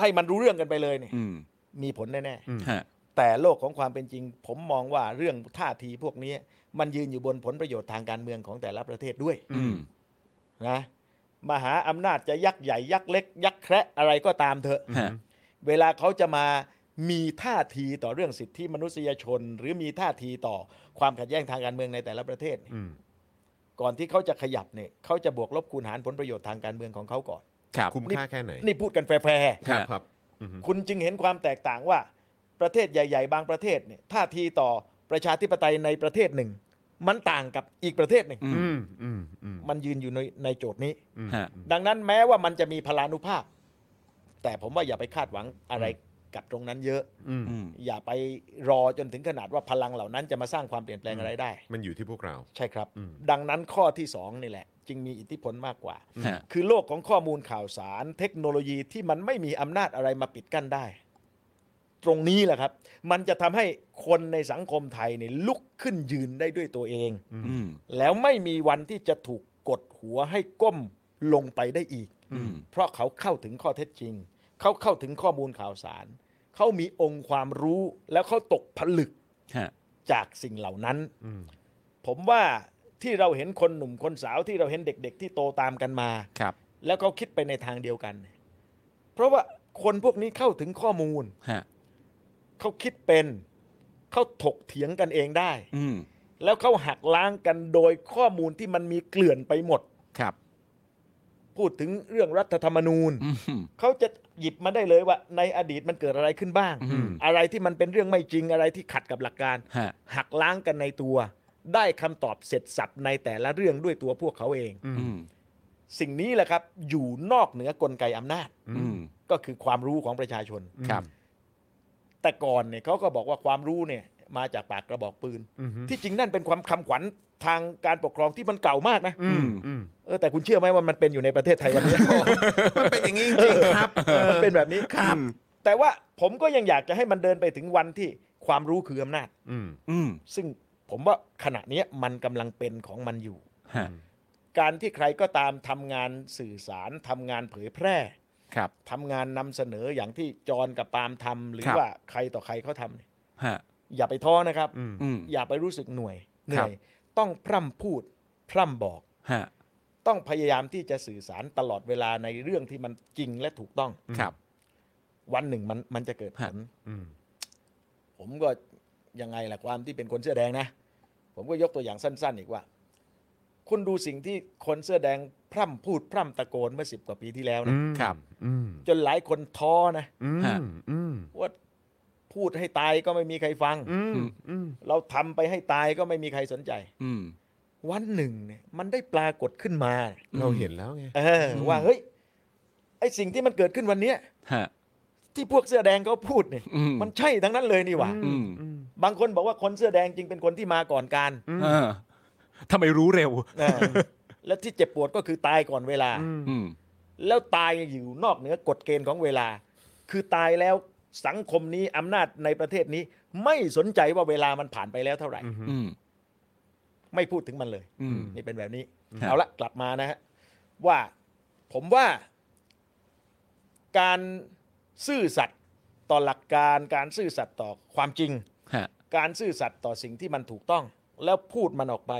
[SPEAKER 3] ให้มันรู้เรื่องกันไปเลยเนี่ย
[SPEAKER 2] อืม
[SPEAKER 3] มีผลแน่ๆ
[SPEAKER 1] อืม
[SPEAKER 2] ฮะ
[SPEAKER 3] แต่โลกของความเป็นจริง ผมมองว่าเรื่องท่าทีพวกนี้มันยืนอยู่บนผลประโยชน์ทางการเมืองของแต่ละประเทศด้วย
[SPEAKER 2] อืม
[SPEAKER 3] นะมหาอำนาจจะยักษ์ใหญ่ยักษ์เล็ก ยักษ์แคระอะไรก็ตามเถอะ
[SPEAKER 2] ฮะ
[SPEAKER 3] เวลาเขาจะมามีท่าทีต่อเรื่องสิทธิมนุษยชน หรือมีท่าทีต่อความขัดแย้งทางการเมืองในแต่ละประเทศ
[SPEAKER 1] อืม
[SPEAKER 3] ก่อนที่เขาจะขยับเนี่ยเขาจะบวกลบคูณหารผลประโยชน์ทางการเมืองของเขาก่อน
[SPEAKER 2] ครับ
[SPEAKER 1] คุ้มค่าแค่ไหน
[SPEAKER 3] นี่พูดกันแฟร์ๆ
[SPEAKER 1] ครับครับอืม
[SPEAKER 3] คุณจึงเห็นความแตกต่างว่าประเทศใหญ่ ๆ บางประเทศเนี่ยท่าทีต่อประชาธิปไตยในประเทศหนึ่ง มันต่างกับอีกประเทศหนึ่ง
[SPEAKER 2] อื
[SPEAKER 1] อืมอืมอืม
[SPEAKER 3] มันยืนอยู่ในในโจทย์นี้
[SPEAKER 1] อืม
[SPEAKER 2] ฮะ
[SPEAKER 3] ดังนั้นแม้ว่ามันจะมีพลานุภาพ แต่ผมว่าอย่าไปคาดหวังอะไรกับตรงนั้นเยอะ
[SPEAKER 1] อืม
[SPEAKER 2] อืม
[SPEAKER 3] อย่าไปรอจนถึงขนาดว่าพลังเหล่านั้นจะมาสร้างความเปลี่ยนแปลงอะไรได้
[SPEAKER 1] มันอยู่ที่พวกเรา
[SPEAKER 3] ใช่ครับ
[SPEAKER 1] อืม
[SPEAKER 3] ดังนั้นข้อที่สองนี่แหละ จึงมีอิทธิพลมากกว่า
[SPEAKER 2] ฮะ
[SPEAKER 3] คือโลกของข้อมูลข่าวสารเทคโนโลยีที่มันไม่มีอำนาจอะไรมาปิดกั้นได้ ตรงนี้แหละครับ มันจะทำให้คนในสังคมไทยเนี่ยลุกขึ้นยืนได้ด้วยตัวเอง
[SPEAKER 2] อืม
[SPEAKER 3] แล้วไม่มีวันที่จะถูกกดหัวให้ก้มลงไปได้อีก
[SPEAKER 2] อืม
[SPEAKER 3] เพราะเขาเข้าถึงข้อเท็จจริง เขาเข้าถึงข้อมูลข่าวสาร เขามีองค์ความรู้แล้วเขาตกผลึก
[SPEAKER 2] ฮะ
[SPEAKER 3] จากสิ่งเหล่านั้น
[SPEAKER 1] อืม
[SPEAKER 3] ผมว่าที่เราเห็นคนหนุ่มคนสาวที่เราเห็นเด็ก ๆ ที่โตตามกันมา
[SPEAKER 2] ครับ
[SPEAKER 3] แล้วเขาคิดไปในทางเดียวกัน เพราะว่าคนพวกนี้เข้าถึงข้อมูล
[SPEAKER 2] ฮะ
[SPEAKER 3] เขาคิดเป็น เขาถกเถียงกันเองได้
[SPEAKER 2] อืม
[SPEAKER 3] แล้วเขาหักล้างกันโดยข้อมูลที่มันมีเกลื่อนไปหมด
[SPEAKER 2] ครับ
[SPEAKER 3] พูดถึงเรื่องรัฐธรรมนูญ
[SPEAKER 2] อืม
[SPEAKER 3] เขาจะหยิบมาได้เลยว่า ในอดีตมันเกิดอะไรขึ้นบ้าง
[SPEAKER 2] อืม
[SPEAKER 3] อะไรที่มันเป็นเรื่องไม่จริงอะไรที่ขัดกับหลักการ
[SPEAKER 2] ฮะ
[SPEAKER 3] หักล้างกันในตัว ได้คำตอบเสร็จสับในแต่ละเรื่องด้วยตัวพวกเขาเอง
[SPEAKER 1] อืม
[SPEAKER 2] อืม
[SPEAKER 3] สิ่งนี้แหละครับ อยู่นอกเหนือกลไกอำนาจ
[SPEAKER 1] อื
[SPEAKER 2] อื
[SPEAKER 1] ม
[SPEAKER 2] ม
[SPEAKER 3] ก็คือความรู้ของประชาชน
[SPEAKER 2] ครับ
[SPEAKER 3] แต่ก่อนเนี่ยเขาก็บอกว่าความรู้เนี่ยมาจากปากกระบอกปืน
[SPEAKER 1] อืม
[SPEAKER 3] ที่จริงนั่นเป็นความคำขวัญทางการปกครองที่มันเก่ามากนะ
[SPEAKER 1] อืมอืม
[SPEAKER 3] เออแต่คุณเชื่อไหมว่ามันเป็นอยู่ในประเทศไทยวันนี้
[SPEAKER 1] มันเป็นอย่างนี้จริงๆครับเออ
[SPEAKER 3] มันเป็นแบบนี้ครับ แต่ว่าผมก็ยังอยากจะให้มันเดินไปถึงวันที่ความรู้คืออำนาจ
[SPEAKER 1] อืม
[SPEAKER 2] อืม
[SPEAKER 3] ซึ่งผมว่าขณะเนี้ยมันกำลังเป็นของมันอยู่
[SPEAKER 2] ฮะ
[SPEAKER 3] การที่ใครก็ตามทำงานสื่อสารทำงานเผยแพร่
[SPEAKER 2] ครับ
[SPEAKER 3] ทำงานนำเสนออย่างที่จอห์นกับปาล์มทำหรือ
[SPEAKER 2] ครับ
[SPEAKER 3] ว่าใครต่อใครเขาทำเนี่ย
[SPEAKER 2] ฮะ
[SPEAKER 3] อย่าไปท้อนะครับ
[SPEAKER 1] อืม
[SPEAKER 2] อืม
[SPEAKER 3] อย่าไปรู้สึกหน่วย
[SPEAKER 2] ค
[SPEAKER 3] เหนื่
[SPEAKER 2] รั
[SPEAKER 3] อบ ยต้องพร่ำพูด พร่ำบอก
[SPEAKER 2] ฮะ
[SPEAKER 3] ต้องพยายามที่จะสื่อสารตลอดเวลาในเรื่องที่มันจริงและถูกต้อง
[SPEAKER 2] ครับ
[SPEAKER 3] วันหนึ่งมันมันจะเกิดผล
[SPEAKER 1] อืม
[SPEAKER 3] ผมก็ยังไงล่ะความที่เป็นคนเสื้อแดงนะ ผมก็ยกตัวอย่างสั้น ๆ อีกว่า คุณดูสิ่งที่คนเสื้อแดงพร่ำพูดพร่ำตะโกนเมื่อสิบกว่าปีที่แล้วนะ
[SPEAKER 2] ค
[SPEAKER 1] ค
[SPEAKER 2] รั
[SPEAKER 1] รับ บ อืม
[SPEAKER 3] จนหลายคนท้อนะ
[SPEAKER 1] อืมอืม
[SPEAKER 3] ว่าพูดให้ตายก็ไม่มีใครฟัง
[SPEAKER 1] อืมอืม
[SPEAKER 3] เราทำไปให้ตายก็ไม่มีใครสนใจ
[SPEAKER 2] อืม
[SPEAKER 3] วันหนึ่งเนี่ยมันได้ปรากฏขึ้นมา
[SPEAKER 1] เราเห็นแล้วไง
[SPEAKER 3] เออ
[SPEAKER 2] อืม
[SPEAKER 3] ว่าเฮ้ยไอสิ่งที่มันเกิดขึ้นวันเนี้ย
[SPEAKER 2] ฮะ
[SPEAKER 3] ที่พวกเสื้อแดงเขาพูดเนี่ย
[SPEAKER 2] อืม
[SPEAKER 3] มันใช่ทั้งนั้นเลยนี่หว่า
[SPEAKER 2] อืม
[SPEAKER 3] บางคนบอกว่าคนเสื้อแดงจริงเป็นคนที่มาก่อนการ
[SPEAKER 1] อืม
[SPEAKER 2] เออทำไมรู้เร็ว
[SPEAKER 3] เออและที่เจ็บปวดก็คือตายก่อนเวลา
[SPEAKER 1] อืม
[SPEAKER 2] อืม
[SPEAKER 3] แล้วตายอยู่นอกเหนือกฎเกณฑ์ของเวลา คือตายแล้วสังคมนี้อำนาจในประเทศนี้ ไม่สนใจว่าเวลามันผ่านไปแล้วเท่าไหร่
[SPEAKER 2] อืม
[SPEAKER 3] ไม่พูดถึงมันเลย
[SPEAKER 2] อืม
[SPEAKER 3] นี่เป็นแบบนี้
[SPEAKER 2] ครับ
[SPEAKER 3] เอาละกลับมานะฮะว่าผมว่าการซื่อสัตย์ต่อหลักการการซื่อสัตย์ต่อความจริง
[SPEAKER 2] ฮะ
[SPEAKER 3] การซื่อสัตย์ต่อสิ่งที่มันถูกต้อง แล้วพูดมันออกไป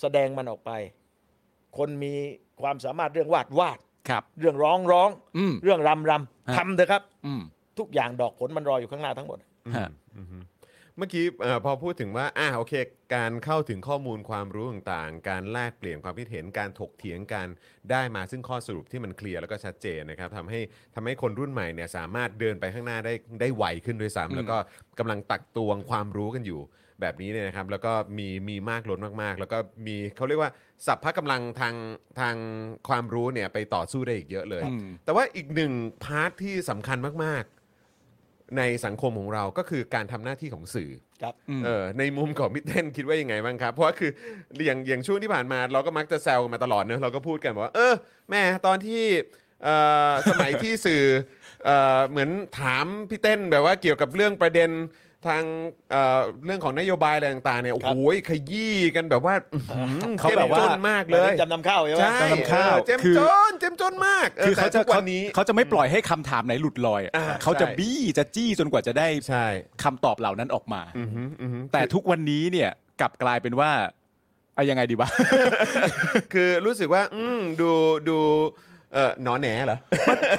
[SPEAKER 3] แสดงมันออกไป คนมีความสามารถเรื่องวาดวาด
[SPEAKER 2] ครับ
[SPEAKER 3] เรื่องร้องร้อง
[SPEAKER 2] อืม
[SPEAKER 3] เรื่องรำร
[SPEAKER 2] ฮะ
[SPEAKER 3] ำทำเถอะครับ
[SPEAKER 2] อืม
[SPEAKER 3] ทุกอย่างดอกผลมันรออยู่ข้างหน้าทั้งหมด
[SPEAKER 2] ฮะ
[SPEAKER 1] อืมเมื่อกี้เอ่อพอพูดถึงว่าอ่าโอเค การเข้าถึงข้อมูลความรู้ต่างๆ การแลกเปลี่ยนความคิดเห็นการถกเถียงการได้มาซึ่งข้อสรุปที่มันเคลียร์แล้วก็ชัดเจนนะครับทำให้ทำให้คนรุ่นใหม่เนี่ยสามารถเดินไปข้างหน้าได้ได้ไวขึ้นด้วยซ้ำแล้วก็กำลังตักตวงความรู้กันอยู่แบบนี้เนี่ยนะครับ แล้วก็มีมีมากล้นมากๆ แล้วก็มีเขาเรียกว่าสัพพะกำลังทางทางความรู้เนี่ยไปต่อสู้ได้อีกเยอะเลย
[SPEAKER 2] อืม
[SPEAKER 1] แต่ว่าอีกหนึ่งพาร์ทที่สำคัญมาก ๆ ในสังคมของเราก็คือการทำหน้าที่ของสื่อ
[SPEAKER 3] ครับ
[SPEAKER 1] เออในมุมของพี่เต้นคิดว่ายังไงบ้างครับ เพราะว่าคืออย่างอย่างช่วงที่ผ่านมาเราก็มักจะแซวกันมาตลอดเนอะเราก็พูดกันว่า เออแม่ตอนที่เอ่อสมัยที่สื่อเอ่อเหมือนถามพี่เต้นแบบว่าเกี่ยวกับเรื่องประเด็นทางเอ่อเรื่องของนโยบายอะไรต่างๆเนี่ยโอ้โหขยี้กันแบบว่าอื้อหือ
[SPEAKER 3] เขาแบบว่า
[SPEAKER 1] จ้มจนมากเลย
[SPEAKER 3] จำนำข้าวใช่ไหม
[SPEAKER 1] ใช่
[SPEAKER 2] จำนำข้าว
[SPEAKER 1] เออเจ้มจนเจ้มจนมาก
[SPEAKER 2] คือ
[SPEAKER 1] แต่
[SPEAKER 2] เขาจะ
[SPEAKER 1] ทุกวันนี้
[SPEAKER 2] เขาจะไม่ปล่อยให้คำถามไหนหลุดลอยอะ
[SPEAKER 1] อ่า
[SPEAKER 2] เขาจะ
[SPEAKER 1] ใช่
[SPEAKER 2] บี้จะจี้จนกว่าจะได้
[SPEAKER 1] ใช่
[SPEAKER 2] คำตอบเหล่านั้นออกมา
[SPEAKER 1] อือหืออือหือ
[SPEAKER 2] แต่ทุกวันนี้เนี่ยกลับกลายเป็นว่าเอายังไงดีวะ
[SPEAKER 1] คือรู้สึกว่า อืมดูดูเออหนอแหนเหรอ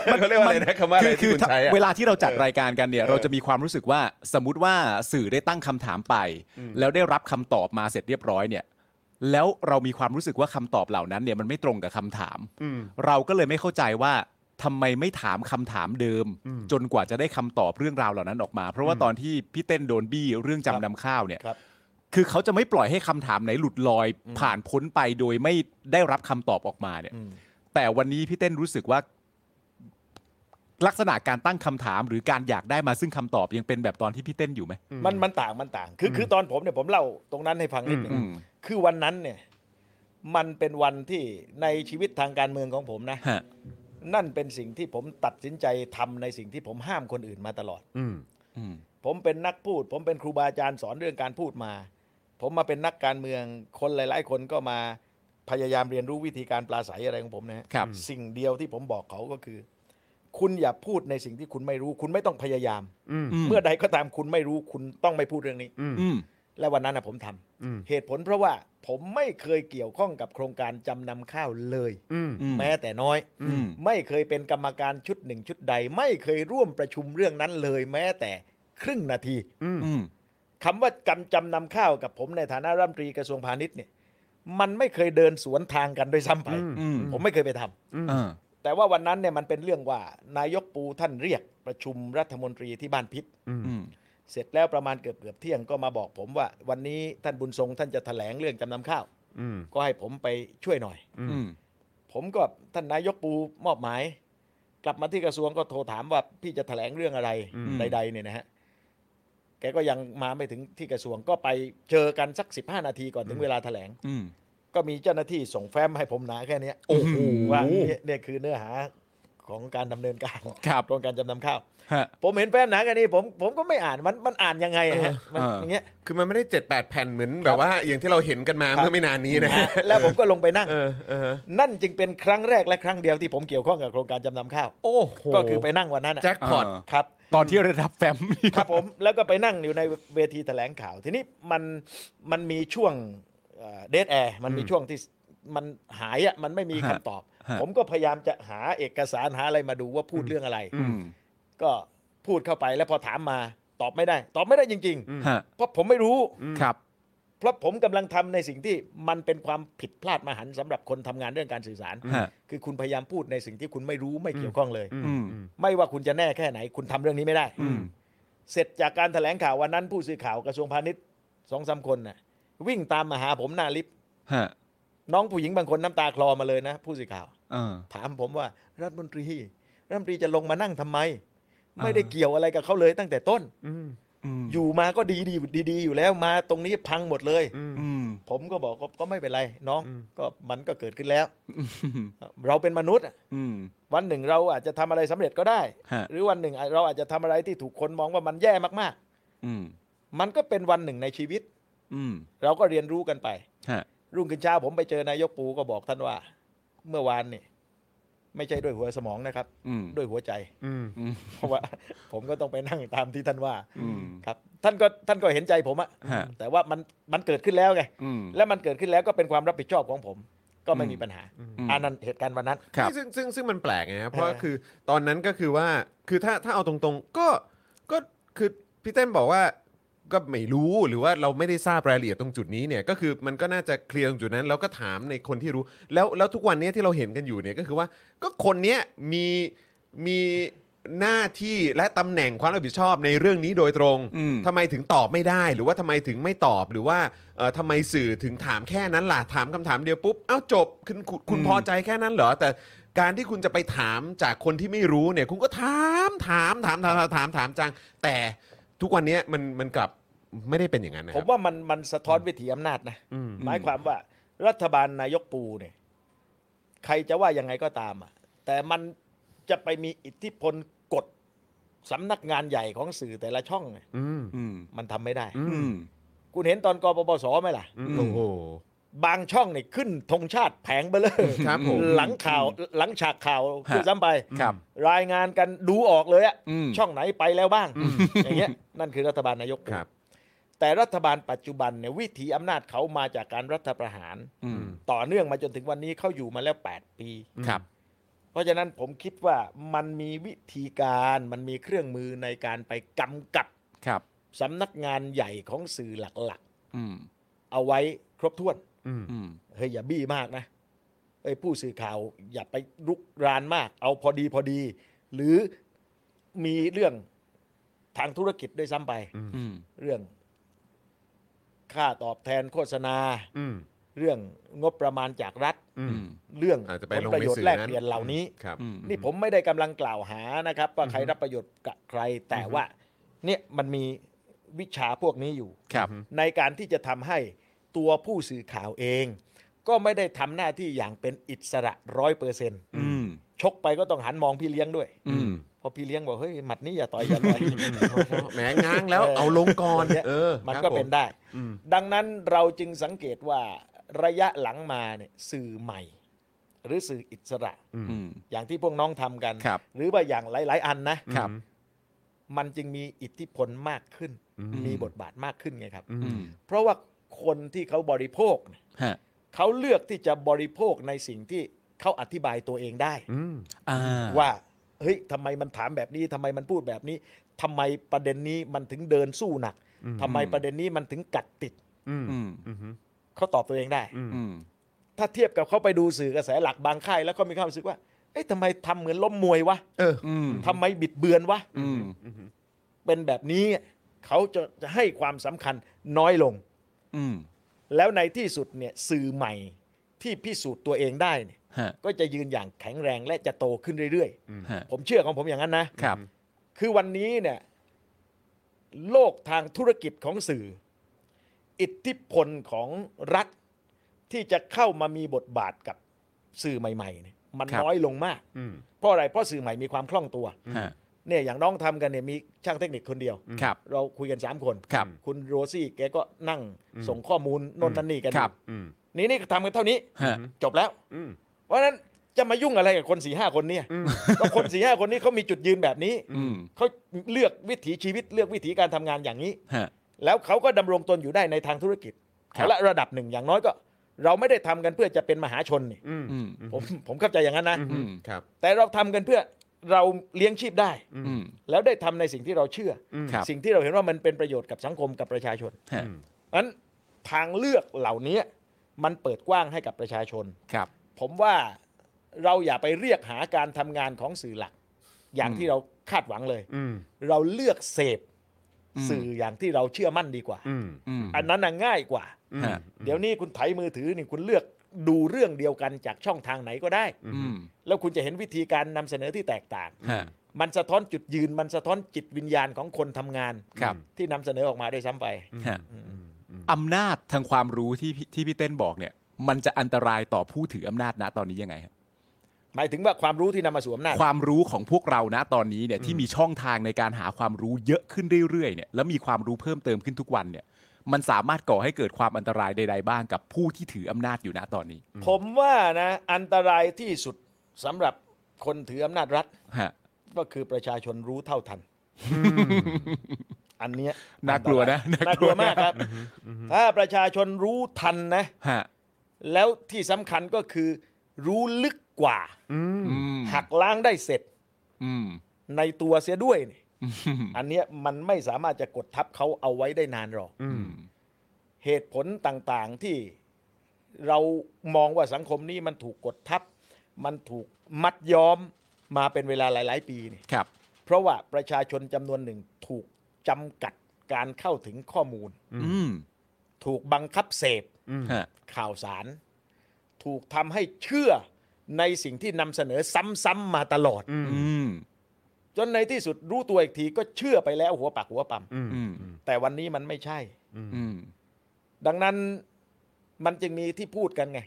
[SPEAKER 1] เขาเรียกว่าอะไรนะ คำว่าอะไร
[SPEAKER 2] คื
[SPEAKER 1] ที่
[SPEAKER 2] อ
[SPEAKER 1] คุณ
[SPEAKER 2] ถ้า
[SPEAKER 1] ใช้อะ
[SPEAKER 2] เวลาที่เราจัดรายการกันเนี่ย เราจะมีความรู้สึกว่าสมมติว่าสื่อได้ตั้งคำถามไป แล้วได้รับคำตอบมาเสร็จเรียบร้อยเนี่ย แล้วเรามีความรู้สึกว่าคำตอบเหล่านั้นเนี่ยมันไม่ตรงกับคำถาม เราก็เลยไม่เข้าใจว่าทำไมไม่ถามคำถามเดิม จนกว่าจะได้คำตอบเรื่องราวเหล่านั้นออกมา เพราะว่าตอนที่พี่เต้นโดนบี้เรื่องจำนำข้าวเนี่ย
[SPEAKER 3] ครับ
[SPEAKER 2] คือเขาจะไม่ปล่อยให้คำถามไหนหลุดลอย ผ่านพ้นไปโดยไม่ได้รับคำตอบออกมาเนี่ย
[SPEAKER 3] อืม
[SPEAKER 2] แต่วันนี้พี่เต้นรู้สึกว่า ลักษณะการตั้งคำถามหรือการอยากได้มาซึ่งคำตอบยังเป็นแบบตอนที่พี่เต้นอยู่ไหม
[SPEAKER 3] มันมันต่างมันต่าง คือคือตอนผมเนี่ยผมเล่าตรงนั้นให้ฟังนิดหนึ่ง
[SPEAKER 2] อืมอืม
[SPEAKER 3] คือวันนั้นเนี่ยมันเป็นวันที่ในชีวิตทางการเมืองของผมนะ
[SPEAKER 2] ฮะ
[SPEAKER 3] นั่นเป็นสิ่งที่ผมตัดสินใจทำในสิ่งที่ผมห้ามคนอื่นมาตลอด
[SPEAKER 2] อืม
[SPEAKER 3] ผมเป็นนักพูด ผมเป็นครูบาอาจารย์สอนเรื่องการพูดมา ผมมาเป็นนักการเมืองคนหลาย ๆ คนก็มาพยายามเรียนรู้วิธีการปราศัยอะไรของผมนะฮะ
[SPEAKER 2] ครับ
[SPEAKER 3] สิ่งเดียวที่ผมบอกเขาก็คือ คุณอย่าพูดในสิ่งที่คุณไม่รู้ คุณไม่ต้องพยายาม เมื่อใดก็ตามคุณไม่รู้คุณต้องไม่พูดเรื่องนี้
[SPEAKER 2] อืม
[SPEAKER 3] และวันนั้นนะผมทำ
[SPEAKER 1] อืม
[SPEAKER 3] เหตุผลเพราะว่าผมไม่เคยเกี่ยวข้องกับโครงการจำนำข้าวเลย
[SPEAKER 2] อืม
[SPEAKER 3] แม้แต่น้อย
[SPEAKER 2] อืม
[SPEAKER 3] ไม่เคยเป็นกรรมการชุดหนึ่งชุดใด ไม่เคยร่วมประชุมเรื่องนั้นเลยแม้แต่ครึ่งนาที
[SPEAKER 2] อืม
[SPEAKER 3] คำว่ากำจำนำข้าวกับผมในฐานะรัฐมนตรีกระทรวงพาณิชย์เนี่ยมันไม่เคยเดินสวนทางกันด้วยซ้ำไป
[SPEAKER 2] อืม
[SPEAKER 3] ผมไม่เคยไปทำ
[SPEAKER 2] อ่า
[SPEAKER 3] แต่ว่าวันนั้นเนี่ยมันเป็นเรื่องว่านายกปูท่านเรียกประชุมรัฐมนตรีที่บ้านพิษ
[SPEAKER 2] อืม
[SPEAKER 3] เสร็จแล้วประมาณเกือบเกือบเที่ยงก็มาบอกผมว่า วันนี้ท่านบุญทรงท่านจะแถลงเรื่องจำนำข้าว ก็ให้ผมไปช่วยหน่อย
[SPEAKER 2] อืม
[SPEAKER 3] ผมก็ท่านนายกปูมอบหมาย กลับมาที่กระทรวงก็โทรถามว่าพี่จะแถลงเรื่องอะไร
[SPEAKER 1] อืม
[SPEAKER 3] ใด ๆ เนี่ยนะฮะแกก็ยังมาไม่ถึงที่กระทรวงก็ไปเจอกันสัก 15 นาทีก่อนถึงเวลาแถลง
[SPEAKER 2] อืม
[SPEAKER 3] ก็มีเจ้าหน้าที่ส่งแฟ้มให้ผมหนาแค่เนี้ย
[SPEAKER 2] โอ้โห
[SPEAKER 3] ว่าเนี่ยเนี่ยคือเนื้อหาของการดำเนินการ
[SPEAKER 2] ครับ
[SPEAKER 3] โครงการจำนำข้าว
[SPEAKER 2] ฮะ
[SPEAKER 3] ผมเห็นแฟ้มหนาแค่นี้ผมผมก็ไม่อ่านมันมันอ่านยังไงอะฮะมัน
[SPEAKER 2] เอออ
[SPEAKER 3] อย่างเงี้ย
[SPEAKER 1] คือมันไม่ได้เจ็ดแปดแผ่นเหมือนแบบว่าอย่างที่เราเห็นกันมา
[SPEAKER 3] ครับ
[SPEAKER 1] เมื่อไม่นานนี้นะ
[SPEAKER 3] แล้วผมก็ลงไปนั่ง
[SPEAKER 1] เออเออ
[SPEAKER 3] นั่นจึงเป็นครั้งแรกและครั้งเดียวที่ผมเกี่ยวข้องกับโครงการจำนำข้าว
[SPEAKER 1] โอ้โห
[SPEAKER 3] ก็คือไปนั่งวันนั้นน่ะ
[SPEAKER 1] แจ็คพอต
[SPEAKER 2] เอ
[SPEAKER 3] ครับ
[SPEAKER 2] ตอนที่ระดับแฟม
[SPEAKER 3] ครับผม แล้วก็ไปนั่งอยู่ในเวทีแถลงข่าว ทีนี้มันมันมีช่วงเดทแอร์มันมีช่วงที่ มันหายอ่ะมันไม่มีคำ
[SPEAKER 2] ฮะ
[SPEAKER 3] ตอบ
[SPEAKER 2] ฮะ
[SPEAKER 3] ผมก็พยายามจะหาเอกสารหาอะไรมาดูว่าพูดเรื่องอะไร
[SPEAKER 2] อืม
[SPEAKER 3] ก็พูดเข้าไปแล้วพอถามมาตอบไม่ได้ ตอบไม่ได้จริง
[SPEAKER 1] อืม
[SPEAKER 2] ฮะ
[SPEAKER 3] ๆ เพราะผมไม่รู้
[SPEAKER 2] ครับ
[SPEAKER 3] เพราะผมกำลังทำในสิ่งที่มันเป็นความผิดพลาดมหันต์สำหรับคนทำงานเรื่องการสื่อสาร
[SPEAKER 2] ฮะ
[SPEAKER 3] คือคุณพยายามพูดในสิ่งที่คุณไม่รู้ไม่เกี่ยวข้องเลย
[SPEAKER 2] อืม
[SPEAKER 3] ไม่ว่าคุณจะแน่แค่ไหน คุณทำเรื่องนี้ไม่ได้
[SPEAKER 2] อืม
[SPEAKER 3] เสร็จจากการแถลงข่าววันนั้นผู้สื่อข่าวกระทรวงพาณิชย์สองสามคนน่ะวิ่งตามมาหาผมหน้าลิฟต์
[SPEAKER 2] ฮะ
[SPEAKER 3] น้องผู้หญิงบางคนน้ำตาคลอมาเลยนะ ผู้สื่อข่าว
[SPEAKER 2] เออ
[SPEAKER 3] ถามผมว่ารัฐมนตรีรัฐมนตรีจะลงมานั่งทำไม
[SPEAKER 2] อ่า
[SPEAKER 3] ไม่ได้เกี่ยวอะไรกับเขาเลยตั้งแต่ต้น
[SPEAKER 2] อืม
[SPEAKER 3] อยู่มาก็ดีดีดีดีอยู่แล้วมาตรงนี้พังหมดเลย
[SPEAKER 2] อืม
[SPEAKER 3] ผมก็บอกก็ก็ไม่เป็นไรน้อง
[SPEAKER 1] อืม
[SPEAKER 3] ก็มันก็เกิดขึ้นแล้ว
[SPEAKER 2] อืม
[SPEAKER 3] เราเป็นมนุษย์อะ
[SPEAKER 2] อืม
[SPEAKER 3] วันหนึ่งเราอาจจะทำอะไรสำเร็จก็ได้
[SPEAKER 2] ฮะ
[SPEAKER 3] หรือวันหนึ่งเราอาจจะทำอะไรที่ถูกคนมองว่ามันแย่มาก
[SPEAKER 2] อืม
[SPEAKER 3] ๆ มันก็เป็นวันหนึ่งในชีวิต
[SPEAKER 2] อืม
[SPEAKER 3] เราก็เรียนรู้กันไป
[SPEAKER 2] ฮะ
[SPEAKER 3] รุ่งขึ้นเช้าผมไปเจอนายกปูก็บอกท่านว่า เมื่อวานนี่ไม่ใช่ด้วยหัวสมองนะครับ
[SPEAKER 2] อืม
[SPEAKER 3] ด้วยหัวใจ
[SPEAKER 2] อืม
[SPEAKER 3] เพราะว่า ผมก็ต้องไปนั่งตามที่ท่านว่า
[SPEAKER 2] อืม
[SPEAKER 3] ครับท่านก็ท่านก็เห็นใจผมอะ
[SPEAKER 2] ฮะ
[SPEAKER 3] แต่ว่ามันมันเกิดขึ้นแล้วไง
[SPEAKER 2] อืม
[SPEAKER 3] และมันเกิดขึ้นแล้วก็เป็นความรับผิดชอบของผม ก็ไม่
[SPEAKER 2] อืม
[SPEAKER 3] มีปัญหา
[SPEAKER 2] อืม
[SPEAKER 3] อันนั้นเหตุการณ์วันนั้น
[SPEAKER 2] ครับ
[SPEAKER 1] ซึ่งซึ่งซึ่งมันแปลกไงครับเพราะ
[SPEAKER 3] เออ
[SPEAKER 1] คือตอนนั้นก็คือว่าคือถ้าถ้าเอาตรงๆ ก็ก็คือพี่เต้นบอกว่าก็ไม่รู้หรือว่าเราไม่ได้ทราบรายละเอียดตรงจุดนี้เนี่ยก็คือมันก็น่าจะเคลียร์ตรงจุดนั้นแล้วก็ถามในคนที่รู้ แล้วแล้วทุกวันเนี้ยที่เราเห็นกันอยู่เนี่ยก็คือว่าก็คนเนี้ยมีมีหน้าที่และตำแหน่งความรับผิดชอบในเรื่องนี้โดยตรง
[SPEAKER 2] อืม
[SPEAKER 1] ทำไมถึงตอบไม่ได้หรือว่าทำไมถึงไม่ตอบหรือว่าเอ่อทำไมสื่อถึงถามแค่นั้นล่ะถามคำถามเดียวปุ๊บเอ้าจบคุณคุณคุณ
[SPEAKER 2] อืม
[SPEAKER 1] พอใจแค่นั้นเหรอ แต่การที่คุณจะไปถามจากคนที่ไม่รู้เนี่ย คุณก็ถามถามถามถามถามถามถามจัง แต่ทุกวันเนี้ยมันมันกลับไม่ได้เป็นอย่างนั้นนะค
[SPEAKER 3] ผ
[SPEAKER 1] รั
[SPEAKER 3] ม
[SPEAKER 1] บ
[SPEAKER 3] ว่ามันมันสะท้อนวิถีอำนาจนะ
[SPEAKER 1] อืม
[SPEAKER 3] หมายความว่ารัฐบาลนายกปูเนี่ยใครจะว่ายังไงก็ตามอะแต่มันจะไปมีอิทธิพลกดสำนักงานใหญ่ของสื่อแต่ละช่องเนี่ย
[SPEAKER 1] อืม
[SPEAKER 2] อืม
[SPEAKER 3] มันทำไม่ได้
[SPEAKER 1] อื
[SPEAKER 2] อื
[SPEAKER 1] ม
[SPEAKER 2] ม
[SPEAKER 3] คุณเห็นตอนกปปสไหมล่ะ
[SPEAKER 1] อืม
[SPEAKER 2] อืม
[SPEAKER 1] โอ้โห
[SPEAKER 3] บางช่องนี่ขึ้นธงชาติแผงไปเลย
[SPEAKER 1] ครับผม
[SPEAKER 3] หลังข่าวหลังฉากข่าว
[SPEAKER 2] ฮะ
[SPEAKER 3] คือซ้ำไป
[SPEAKER 2] ครับ
[SPEAKER 3] รายงานกันดูออกเลยอะ
[SPEAKER 2] อืม
[SPEAKER 3] ช่องไหนไปแล้วบ้าง อย่างเงี้ยนั่นคือรัฐบาลนายก
[SPEAKER 1] ครับ
[SPEAKER 3] แต่รัฐบาลปัจจุบันเนี่ยวิถีอำนาจเขามาจากการรัฐประหาร
[SPEAKER 2] อืม
[SPEAKER 3] ต่อเนื่องมาจนถึงวันนี้เขาอยู่มาแล้ว 8 ปี
[SPEAKER 2] ครับ
[SPEAKER 3] เพราะฉะนั้นผมคิดว่ามันมีวิธีการมันมีเครื่องมือในการไปกำกับ
[SPEAKER 2] ครับ
[SPEAKER 3] สำนักงานใหญ่ของสื่อหลัก
[SPEAKER 2] อืม
[SPEAKER 3] ๆ เอาไว้ครบถ้วน
[SPEAKER 1] อืม
[SPEAKER 2] อืม
[SPEAKER 3] เฮ้ยอย่าบี้มากนะเอ้ยผู้สื่อข่าวอย่าไปลุกรานมาก เอาพอดีพอดี หรือมีเรื่องทางธุรกิจด้วยซ้ำไป
[SPEAKER 2] อืม
[SPEAKER 3] เรื่อง ค่าตอบแทนโฆษณา
[SPEAKER 1] อืม
[SPEAKER 3] เรื่องงบประมาณจากรัฐ
[SPEAKER 1] อื
[SPEAKER 2] อื
[SPEAKER 1] ม
[SPEAKER 2] ม
[SPEAKER 3] เรื่อง
[SPEAKER 1] อาจจะไป
[SPEAKER 3] ผล
[SPEAKER 1] ลง
[SPEAKER 3] ประ
[SPEAKER 1] ใน
[SPEAKER 3] โยช
[SPEAKER 1] สื่อ
[SPEAKER 3] น์แลก
[SPEAKER 1] นั้น
[SPEAKER 3] เปลี่ยนเหล่านี้
[SPEAKER 1] ครับ
[SPEAKER 2] อืม
[SPEAKER 3] นี่ผมไม่ได้กำลังกล่าวหานะครับ ว่าใครรับประโยชน์กับใคร แต่ว่า เนี่ยมันมีวิชาพวกนี้อยู่
[SPEAKER 2] ครับ
[SPEAKER 3] ในการที่จะทำให้ตัวผู้สื่อข่าวเอง ก็ไม่ได้ทำหน้าที่อย่างเป็นอิสระร้อยเปอร์เซ็นต์
[SPEAKER 2] อืม
[SPEAKER 3] ชกไปก็ต้องหันมองพี่เลี้ยงด้วย
[SPEAKER 2] อืม
[SPEAKER 3] เพอพี่เลี้ยงบอกเฮ้ยหมัดนี้อย่าต่อยอย่าต่อย
[SPEAKER 1] แหมง้างแล้วเอาลงก่อนเออ
[SPEAKER 3] มัน
[SPEAKER 1] ครับ
[SPEAKER 3] ก็เป็น
[SPEAKER 1] ผ
[SPEAKER 3] ได้
[SPEAKER 1] อืม
[SPEAKER 3] ดังนั้นเราจึงสังเกตว่าระยะหลังมาเนี่ยสื่อใหม่ หรือสื่ออิสระ
[SPEAKER 1] อืม
[SPEAKER 2] อืม
[SPEAKER 3] อย่างที่พวกน้องทำกัน
[SPEAKER 2] ครับ
[SPEAKER 3] หรือว่าอย่างหลาย ๆ อันนะ
[SPEAKER 2] ครับ
[SPEAKER 3] มันจึงมีอิทธิพลมากขึ้น มีบทบาทมากขึ้นไงครับ
[SPEAKER 1] อื
[SPEAKER 2] อื
[SPEAKER 1] ม
[SPEAKER 2] ม
[SPEAKER 3] เพราะว่าคนที่เขาบริโภคเนี่ย
[SPEAKER 2] ฮะ
[SPEAKER 3] เขาเลือกที่จะบริโภคในสิ่งที่เขาอธิบายตัวเองได้
[SPEAKER 1] อืม
[SPEAKER 2] อ่า
[SPEAKER 3] ว่าเฮ้ยทำไมมันถามแบบนี้ทำไมมันพูดแบบนี้ทำไมประเด็นนี้มันถึงเดินสู้หนัก
[SPEAKER 1] อืม
[SPEAKER 3] ทำไมประเด็นนี้มันถึงกัดติด
[SPEAKER 1] อืม
[SPEAKER 2] อืม
[SPEAKER 1] อืม
[SPEAKER 3] เขาตอบตัวเองได้
[SPEAKER 1] อืม
[SPEAKER 2] อืม
[SPEAKER 3] ถ้าเทียบกับเขาไปดูสื่อกระแสหลักบางค่ายแล้วก็มีความรู้สึกว่าเอ๊ะทำไมทำเหมือนล้มมวยวะ
[SPEAKER 1] เออ
[SPEAKER 2] อืม
[SPEAKER 3] ทำไมบิดเบือนวะ
[SPEAKER 2] อืม
[SPEAKER 1] อืม
[SPEAKER 3] เป็นแบบนี้เขาจะจะให้ความสำคัญน้อยลง
[SPEAKER 2] อืม
[SPEAKER 3] แล้วในที่สุดเนี่ยสื่อใหม่ที่พิสูจน์ตัวเองได้เนี่ย
[SPEAKER 2] ฮะ
[SPEAKER 3] ก็จะยืนอย่างแข็งแรงและจะโตขึ้นเรื่อยๆ
[SPEAKER 2] ฮะ
[SPEAKER 3] ผมเชื่อของผมอย่างนั้นนะ
[SPEAKER 2] ครับ
[SPEAKER 3] คือวันนี้เนี่ยโลกทางธุรกิจของสื่อ อิทธิพลของรัฐที่จะเข้ามามีบทบาทกับสื่อใหม่ๆเนี่ยมัน
[SPEAKER 2] ครับ
[SPEAKER 3] น้อยลงมาก
[SPEAKER 1] อืม
[SPEAKER 3] เพราะอะไร เพราะสื่อใหม่มีความคล่องตัว
[SPEAKER 2] ฮะ
[SPEAKER 3] เนี่ยอย่างน้องทำกันเนี่ยมีช่างเทคนิคคนเดียว
[SPEAKER 2] ครับ
[SPEAKER 3] เราคุยกัน 3 คน
[SPEAKER 2] ครับ
[SPEAKER 3] ณโรซี่แกก็นั่งส่งข้อมูลโนนนั่นนี่กันอยู่
[SPEAKER 2] ครับ
[SPEAKER 1] อืม
[SPEAKER 3] นี่นี่ทำกันเท่านี้
[SPEAKER 2] ฮะ
[SPEAKER 3] จบแล้ว
[SPEAKER 1] อืม
[SPEAKER 3] เพราะฉะนั้นจะมายุ่งอะไรกับคนสี่ห้าคนเนี่ย
[SPEAKER 1] อืม
[SPEAKER 3] ก็คนสี่ห้าคนนี้เขามีจุดยืนแบบนี้
[SPEAKER 2] อืม
[SPEAKER 3] เขาเลือกวิถีชีวิตเลือกวิถีการทำงานอย่างนี้
[SPEAKER 2] ฮะ
[SPEAKER 3] แล้วเขาก็ดำรงตนอยู่ได้ในทางธุรกิจ
[SPEAKER 2] ครับ
[SPEAKER 3] และระดับหนึ่งอย่างน้อยก็ เราไม่ได้ทำกันเพื่อจะเป็นมหาชนนี่
[SPEAKER 1] อืม
[SPEAKER 2] อืม
[SPEAKER 3] ผมผมเข้าใจอย่างนั้นนะ
[SPEAKER 1] อืมครับ
[SPEAKER 3] แต่เราทำกันเพื่อเราเลี้ยงชีพได้
[SPEAKER 2] อืม
[SPEAKER 3] แล้วได้ทำในสิ่งที่เราเชื่ออ
[SPEAKER 1] ม
[SPEAKER 2] ครับ
[SPEAKER 3] สิ่งที่เราเห็นว่ามันเป็นประโยชน์กับสังคมกับประชาชน
[SPEAKER 2] ฮะ
[SPEAKER 3] นั้นทางเลือกเหล่านี้มันเปิดกว้างให้กับประชาชน
[SPEAKER 2] ครับ
[SPEAKER 3] ผมว่าเราอย่าไปเรียกหาการทำงานของสื่อหลัก อย่าง
[SPEAKER 2] อืม
[SPEAKER 3] ที่เราคาดหวังเลย
[SPEAKER 1] อืม
[SPEAKER 3] เราเลือกเสพ
[SPEAKER 2] อืม
[SPEAKER 3] สื่ออย่างที่เราเชื่อมั่นดีกว่า
[SPEAKER 1] อืม
[SPEAKER 2] อืม
[SPEAKER 3] อันนั้นน่ะง่ายกว่า
[SPEAKER 1] อืม
[SPEAKER 2] ฮะ
[SPEAKER 3] เดี๋ยวนี้คุณไถมือถือนี่คุณเลือกดูเรื่องเดียวกันจากช่องทางไหนก็ได้
[SPEAKER 2] อืม
[SPEAKER 3] แล้วคุณจะเห็นวิธีการนำเสนอที่แตกต่าง
[SPEAKER 2] ฮะ
[SPEAKER 3] มันสะท้อนจุดยืนมันสะท้อนจิตวิญญาณของคนทำงาน
[SPEAKER 2] ครับ
[SPEAKER 3] ที่นำเสนอออกมาได้วยซ้ำไป
[SPEAKER 2] ฮะ
[SPEAKER 1] อืมอืม
[SPEAKER 2] อำนาจทางความรู้ที่พี่ที่พี่เต้นบอกเนี่ย มันจะอันตรายต่อผู้ถืออำนาจนะตอนนี้ยังไงฮะ
[SPEAKER 3] หมายถึงว่าความรู้ที่นำมาสวมหน้าจ
[SPEAKER 2] ความรู้ของพวกเรานะตอนนี้เนี่ยที่มีช่องทางในการหาความรู้เยอะขึ้นเรื่อยๆเนี่ยแล้วมีความรู้เพิ่มเติมขึ้นทุกวันเนี่ย มันสามารถก่อให้เกิดความอันตรายใด ๆ บ้างกับผู้ที่ถืออำนาจอยู่นะตอนนี้
[SPEAKER 3] ผมว่านะอันตรายที่สุดสำหรับคนถืออำนาจรัฐ
[SPEAKER 2] ฮะ
[SPEAKER 3] ก็คือประชาชนรู้เท่าทัน อันเนี้ย
[SPEAKER 2] น่ากลัวนะ
[SPEAKER 3] น่ากลัวมากครับ ถ้าประชาชนรู้ทันนะ
[SPEAKER 2] ฮะ
[SPEAKER 3] แล้วที่สำคัญก็คือรู้ลึกกว่า
[SPEAKER 1] อืม
[SPEAKER 2] อืม
[SPEAKER 3] หักล้างได้เสร็จ
[SPEAKER 2] อืม
[SPEAKER 3] ในตัวเสียด้วยนี่
[SPEAKER 2] อืม
[SPEAKER 3] อันเนี้ยมันไม่สามารถจะกดทับเขาเอาไว้ได้นานหรอก
[SPEAKER 1] อืม
[SPEAKER 3] เหตุผลต่างๆที่เรามองว่าสังคมนี้มันถูกกดทับ มันถูกมัดย้อมมาเป็นเวลาหลาย ๆ ปีนี่
[SPEAKER 2] ครับ
[SPEAKER 3] เพราะว่าประชาชนจำนวนหนึ่งถูกจำกัดการเข้าถึงข้อมูล
[SPEAKER 2] อืม
[SPEAKER 3] ถูกบังคับเสพ
[SPEAKER 1] อืม
[SPEAKER 2] ฮะ
[SPEAKER 3] ข่าวสาร ถูกทำให้เชื่อในสิ่งที่นำเสนอซ้ำๆมาตลอด
[SPEAKER 1] อืม
[SPEAKER 2] อืม
[SPEAKER 3] จนในที่สุดรู้ตัวอีกทีก็เชื่อไปแล้วหัวปากหัวปั๊ม
[SPEAKER 1] อืม
[SPEAKER 2] อืม
[SPEAKER 3] แต่วันนี้มันไม่ใช่
[SPEAKER 2] อืม
[SPEAKER 3] ดังนั้นมันจึงมีที่พูดกันไง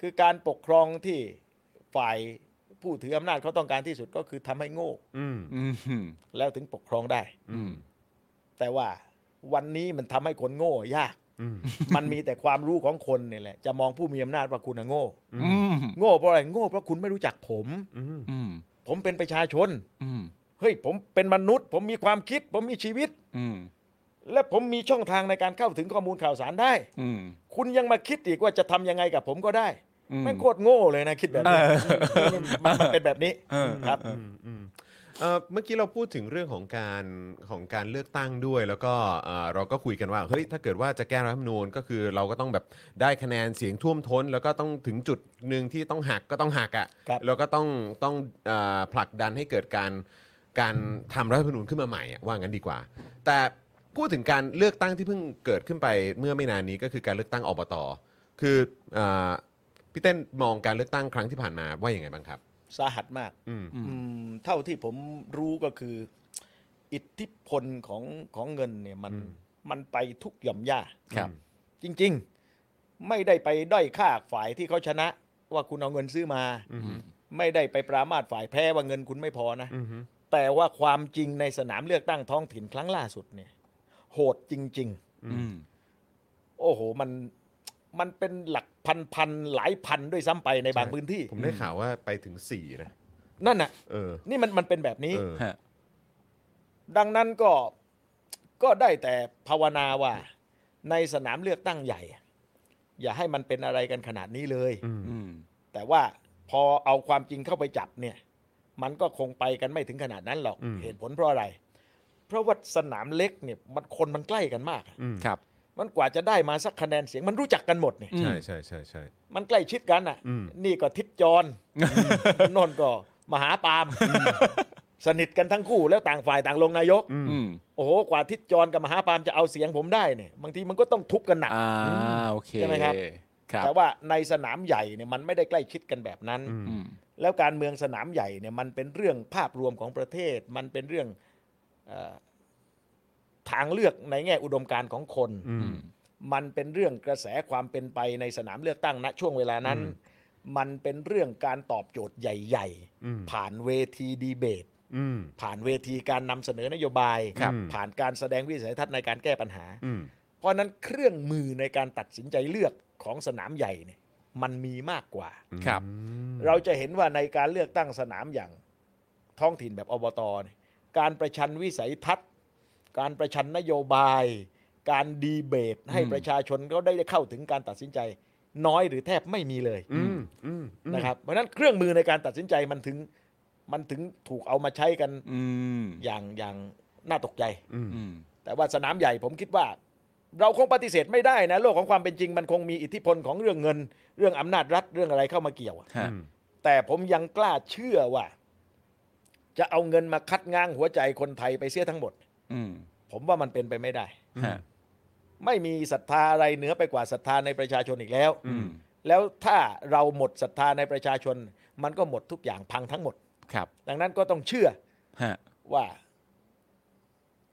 [SPEAKER 3] คือการปกครองที่ฝ่ายผู้ถืออำนาจเขาต้องการที่สุดก็คือทำให้โง่
[SPEAKER 1] อืม
[SPEAKER 2] อืมอืม
[SPEAKER 3] แล้วถึงปกครองได้
[SPEAKER 2] อืม
[SPEAKER 3] แต่ว่าวันนี้มันทำให้คนโง่ยาก
[SPEAKER 1] อืม
[SPEAKER 3] มันมีแต่ความรู้ของคนเนี่ยแหละจะมองผู้มีอำนาจว่าคุณน่ะโง่
[SPEAKER 2] อืม
[SPEAKER 3] โง่เพราะอะไรโง่เพราะคุณไม่รู้จักผม
[SPEAKER 1] อืม
[SPEAKER 2] อืม
[SPEAKER 3] ผมเป็นประชาชน
[SPEAKER 2] อืม
[SPEAKER 3] เฮ้ยผมเป็นมนุษย์ ผมมีความคิด ผมมีชีวิต
[SPEAKER 2] อืม
[SPEAKER 3] และผมมีช่องทางในการเข้าถึงข้อมูลข่าวสารได้
[SPEAKER 2] อืม
[SPEAKER 3] คุณยังมาคิดอีกว่าจะทำยังไงกับผมก็ได้
[SPEAKER 2] อืม
[SPEAKER 3] แม่งโคตรโง่เลยนะคิดแบบนี้
[SPEAKER 2] เออ
[SPEAKER 3] มันมันเป็นแบบนี้
[SPEAKER 2] เออ
[SPEAKER 3] ครับ
[SPEAKER 1] อืมอืมเอ่อเมื่อกี้เราพูดถึงเรื่องของการของการเลือกตั้งด้วย แล้วก็เอ่อเราก็คุยกันว่าเฮ้ยถ้าเกิดว่าจะแก้รัฐธรรมนูญก็คือเราก็ต้องแบบได้คะแนนเสียงท่วมท้น แล้วก็ต้องถึงจุดหนึ่งที่ต้องหักก็ต้องหักอ่ะ
[SPEAKER 3] ครับ
[SPEAKER 1] แล้วก็ต้องต้องเอ่อผลักดันให้เกิดการการทำรัฐธรรมนูญขึ้นมาใหม่อะว่างั้นดีกว่า แต่พูดถึงการเลือกตั้งที่เพิ่งเกิดขึ้นไปเมื่อไม่นานนี้ก็คือการเลือกตั้งอบตคือเอ่อพี่เต้นมองการเลือกตั้งครั้งที่ผ่านมาว่าอย่างไงบ้างครับ
[SPEAKER 3] สาหัสมาก
[SPEAKER 1] อืม
[SPEAKER 3] อืมเท่าที่ผมรู้ก็คือ อิทธิพลของของเงินเนี่ยมัน
[SPEAKER 1] อืม
[SPEAKER 3] มันไปทุกหย่อมย่า
[SPEAKER 2] ครับ
[SPEAKER 3] จริง ๆ ไม่ได้ไปด้อยค่าฝ่ายที่เขาชนะ ว่าคุณเอาเงินซื้อมา
[SPEAKER 1] อืม
[SPEAKER 3] ไม่ได้ไปปรามาสฝ่ายแพ้ว่าเงินคุณไม่พอนะ
[SPEAKER 1] อืมฮึ
[SPEAKER 3] แต่ว่าความจริงในสนามเลือกตั้งท้องถิ่นครั้งล่าสุดเนี่ย โหดจริง ๆ
[SPEAKER 2] อืม
[SPEAKER 3] โอ้โห มัน มันเป็นหลักพันพันๆหลายพันด้วยซ้ำไปในบางพื้นที่
[SPEAKER 1] ผมได้ข่าวว่าไปถึง 4 นะ
[SPEAKER 3] นั่นน่ะ
[SPEAKER 1] เออ
[SPEAKER 3] นี่มันมันเป็นแบบนี้
[SPEAKER 1] เออ
[SPEAKER 2] ฮะ
[SPEAKER 3] ดังนั้นก็ ก็ได้แต่ภาวนาว่า ในสนามเลือกตั้งใหญ่ อย่าให้มันเป็นอะไรกันขนาดนี้เลย
[SPEAKER 1] อืม
[SPEAKER 2] อืม
[SPEAKER 3] แต่ว่าพอเอาความจริงเข้าไปจับเนี่ย มันก็คงไปกันไม่ถึงขนาดนั้นหรอก เหตุผลเพราะอะไร เพราะว่าสนามเล็กเนี่ย มันคนมันใกล้กันมาก
[SPEAKER 1] อืม
[SPEAKER 2] ครับ
[SPEAKER 3] มันกว่าจะได้มาสักคะแนนเสียง มันรู้จักกันหมดเนี่ย
[SPEAKER 1] ใช่ใช่ใช่ใช่
[SPEAKER 3] มันใกล้ชิดกันอ่ะ
[SPEAKER 1] อืม
[SPEAKER 3] นี่ก็ทิศจร นนท์ก็มหาปาล์มสนิทกันทั้งคู่แล้วต่างฝ่ายต่างลงนายก
[SPEAKER 2] อืม
[SPEAKER 3] โอ้โห กว่าทิศจรกับมหาปาล์มจะเอาเสียงผมได้เนี่ย บางทีมันก็ต้องทุบกันหนัก
[SPEAKER 2] อ่าโอเค
[SPEAKER 3] ใช่ไหมครับ
[SPEAKER 2] ครับ
[SPEAKER 3] แต่ว่าในสนามใหญ่เนี่ยมันไม่ได้ใกล้ชิดกันแบบนั้น
[SPEAKER 2] อืม
[SPEAKER 3] แล้วการเมืองสนามใหญ่เนี่ยมันเป็นเรื่องภาพรวมของประเทศ มันเป็นเรื่องเอ่อทางเลือกในแง่อุดมการณ์ของคน
[SPEAKER 1] อื
[SPEAKER 2] อื
[SPEAKER 1] ม
[SPEAKER 2] ม
[SPEAKER 3] มันเป็นเรื่องกระแสความเป็นไปในสนามเลือกตั้งณช่วงเวลานั้น มันเป็นเรื่องการตอบโจทย์ใหญ่
[SPEAKER 1] อืม
[SPEAKER 3] ๆ ผ่านเวทีดีเบต
[SPEAKER 1] อืม
[SPEAKER 3] ผ่านเวทีการนำเสนอนโยบาย
[SPEAKER 1] ครับ
[SPEAKER 3] ผ่านการแสดงวิสัยทัศน์ในการแก้ปัญหา
[SPEAKER 1] อืม
[SPEAKER 3] เพราะฉะนั้นเครื่องมือในการตัดสินใจเลือกของสนามใหญ่เนี่ยมันมีมากกว่า
[SPEAKER 2] ครับ
[SPEAKER 3] เราจะเห็นว่าในการเลือกตั้งสนามอย่างท้องถิ่นแบบอบตเนี่ยการประชันวิสัยทัศน์ การประชันนโยบาย การดีเบต ให้
[SPEAKER 2] อืม
[SPEAKER 3] ประชาชนเขาได้เข้าถึงการตัดสินใจ น้อยหรือแทบไม่มีเลย
[SPEAKER 1] อืมอืมอืม
[SPEAKER 3] นะครับเพราะฉะนั้นเครื่องมือในการตัดสินใจมันถึงมันถึงถูกเอามาใช้กัน
[SPEAKER 2] อืม
[SPEAKER 3] อย่างอย่างน่าตกใจ
[SPEAKER 1] อืม
[SPEAKER 2] อืม
[SPEAKER 3] แต่ว่าสนามใหญ่ผมคิดว่า เราคงปฏิเสธไม่ได้นะโลกของความเป็นจริงมันคงมีอิทธิพลของเรื่องเงิน เรื่องอำนาจรัฐเรื่องอะไรเข้ามาเกี่ยวอะ
[SPEAKER 2] ฮะ
[SPEAKER 1] อืม
[SPEAKER 3] แต่ผมยังกล้าเชื่อว่า จะเอาเงินมาคัดง้างหัวใจคนไทยไปเสียทั้งหมด
[SPEAKER 2] อืม
[SPEAKER 3] ผมว่ามันเป็นไปไม่ได้
[SPEAKER 2] ฮะ
[SPEAKER 3] ไม่มีศรัทธาอะไรเหนือไปกว่าศรัทธาในประชาชนอีกแล้ว
[SPEAKER 2] อืม
[SPEAKER 3] แล้วถ้าเราหมดศรัทธาในประชาชน มันก็หมดทุกอย่างพังทั้งหมด
[SPEAKER 2] ครับ
[SPEAKER 3] ดังนั้นก็ต้องเชื่อ
[SPEAKER 2] ฮะ
[SPEAKER 3] ว่า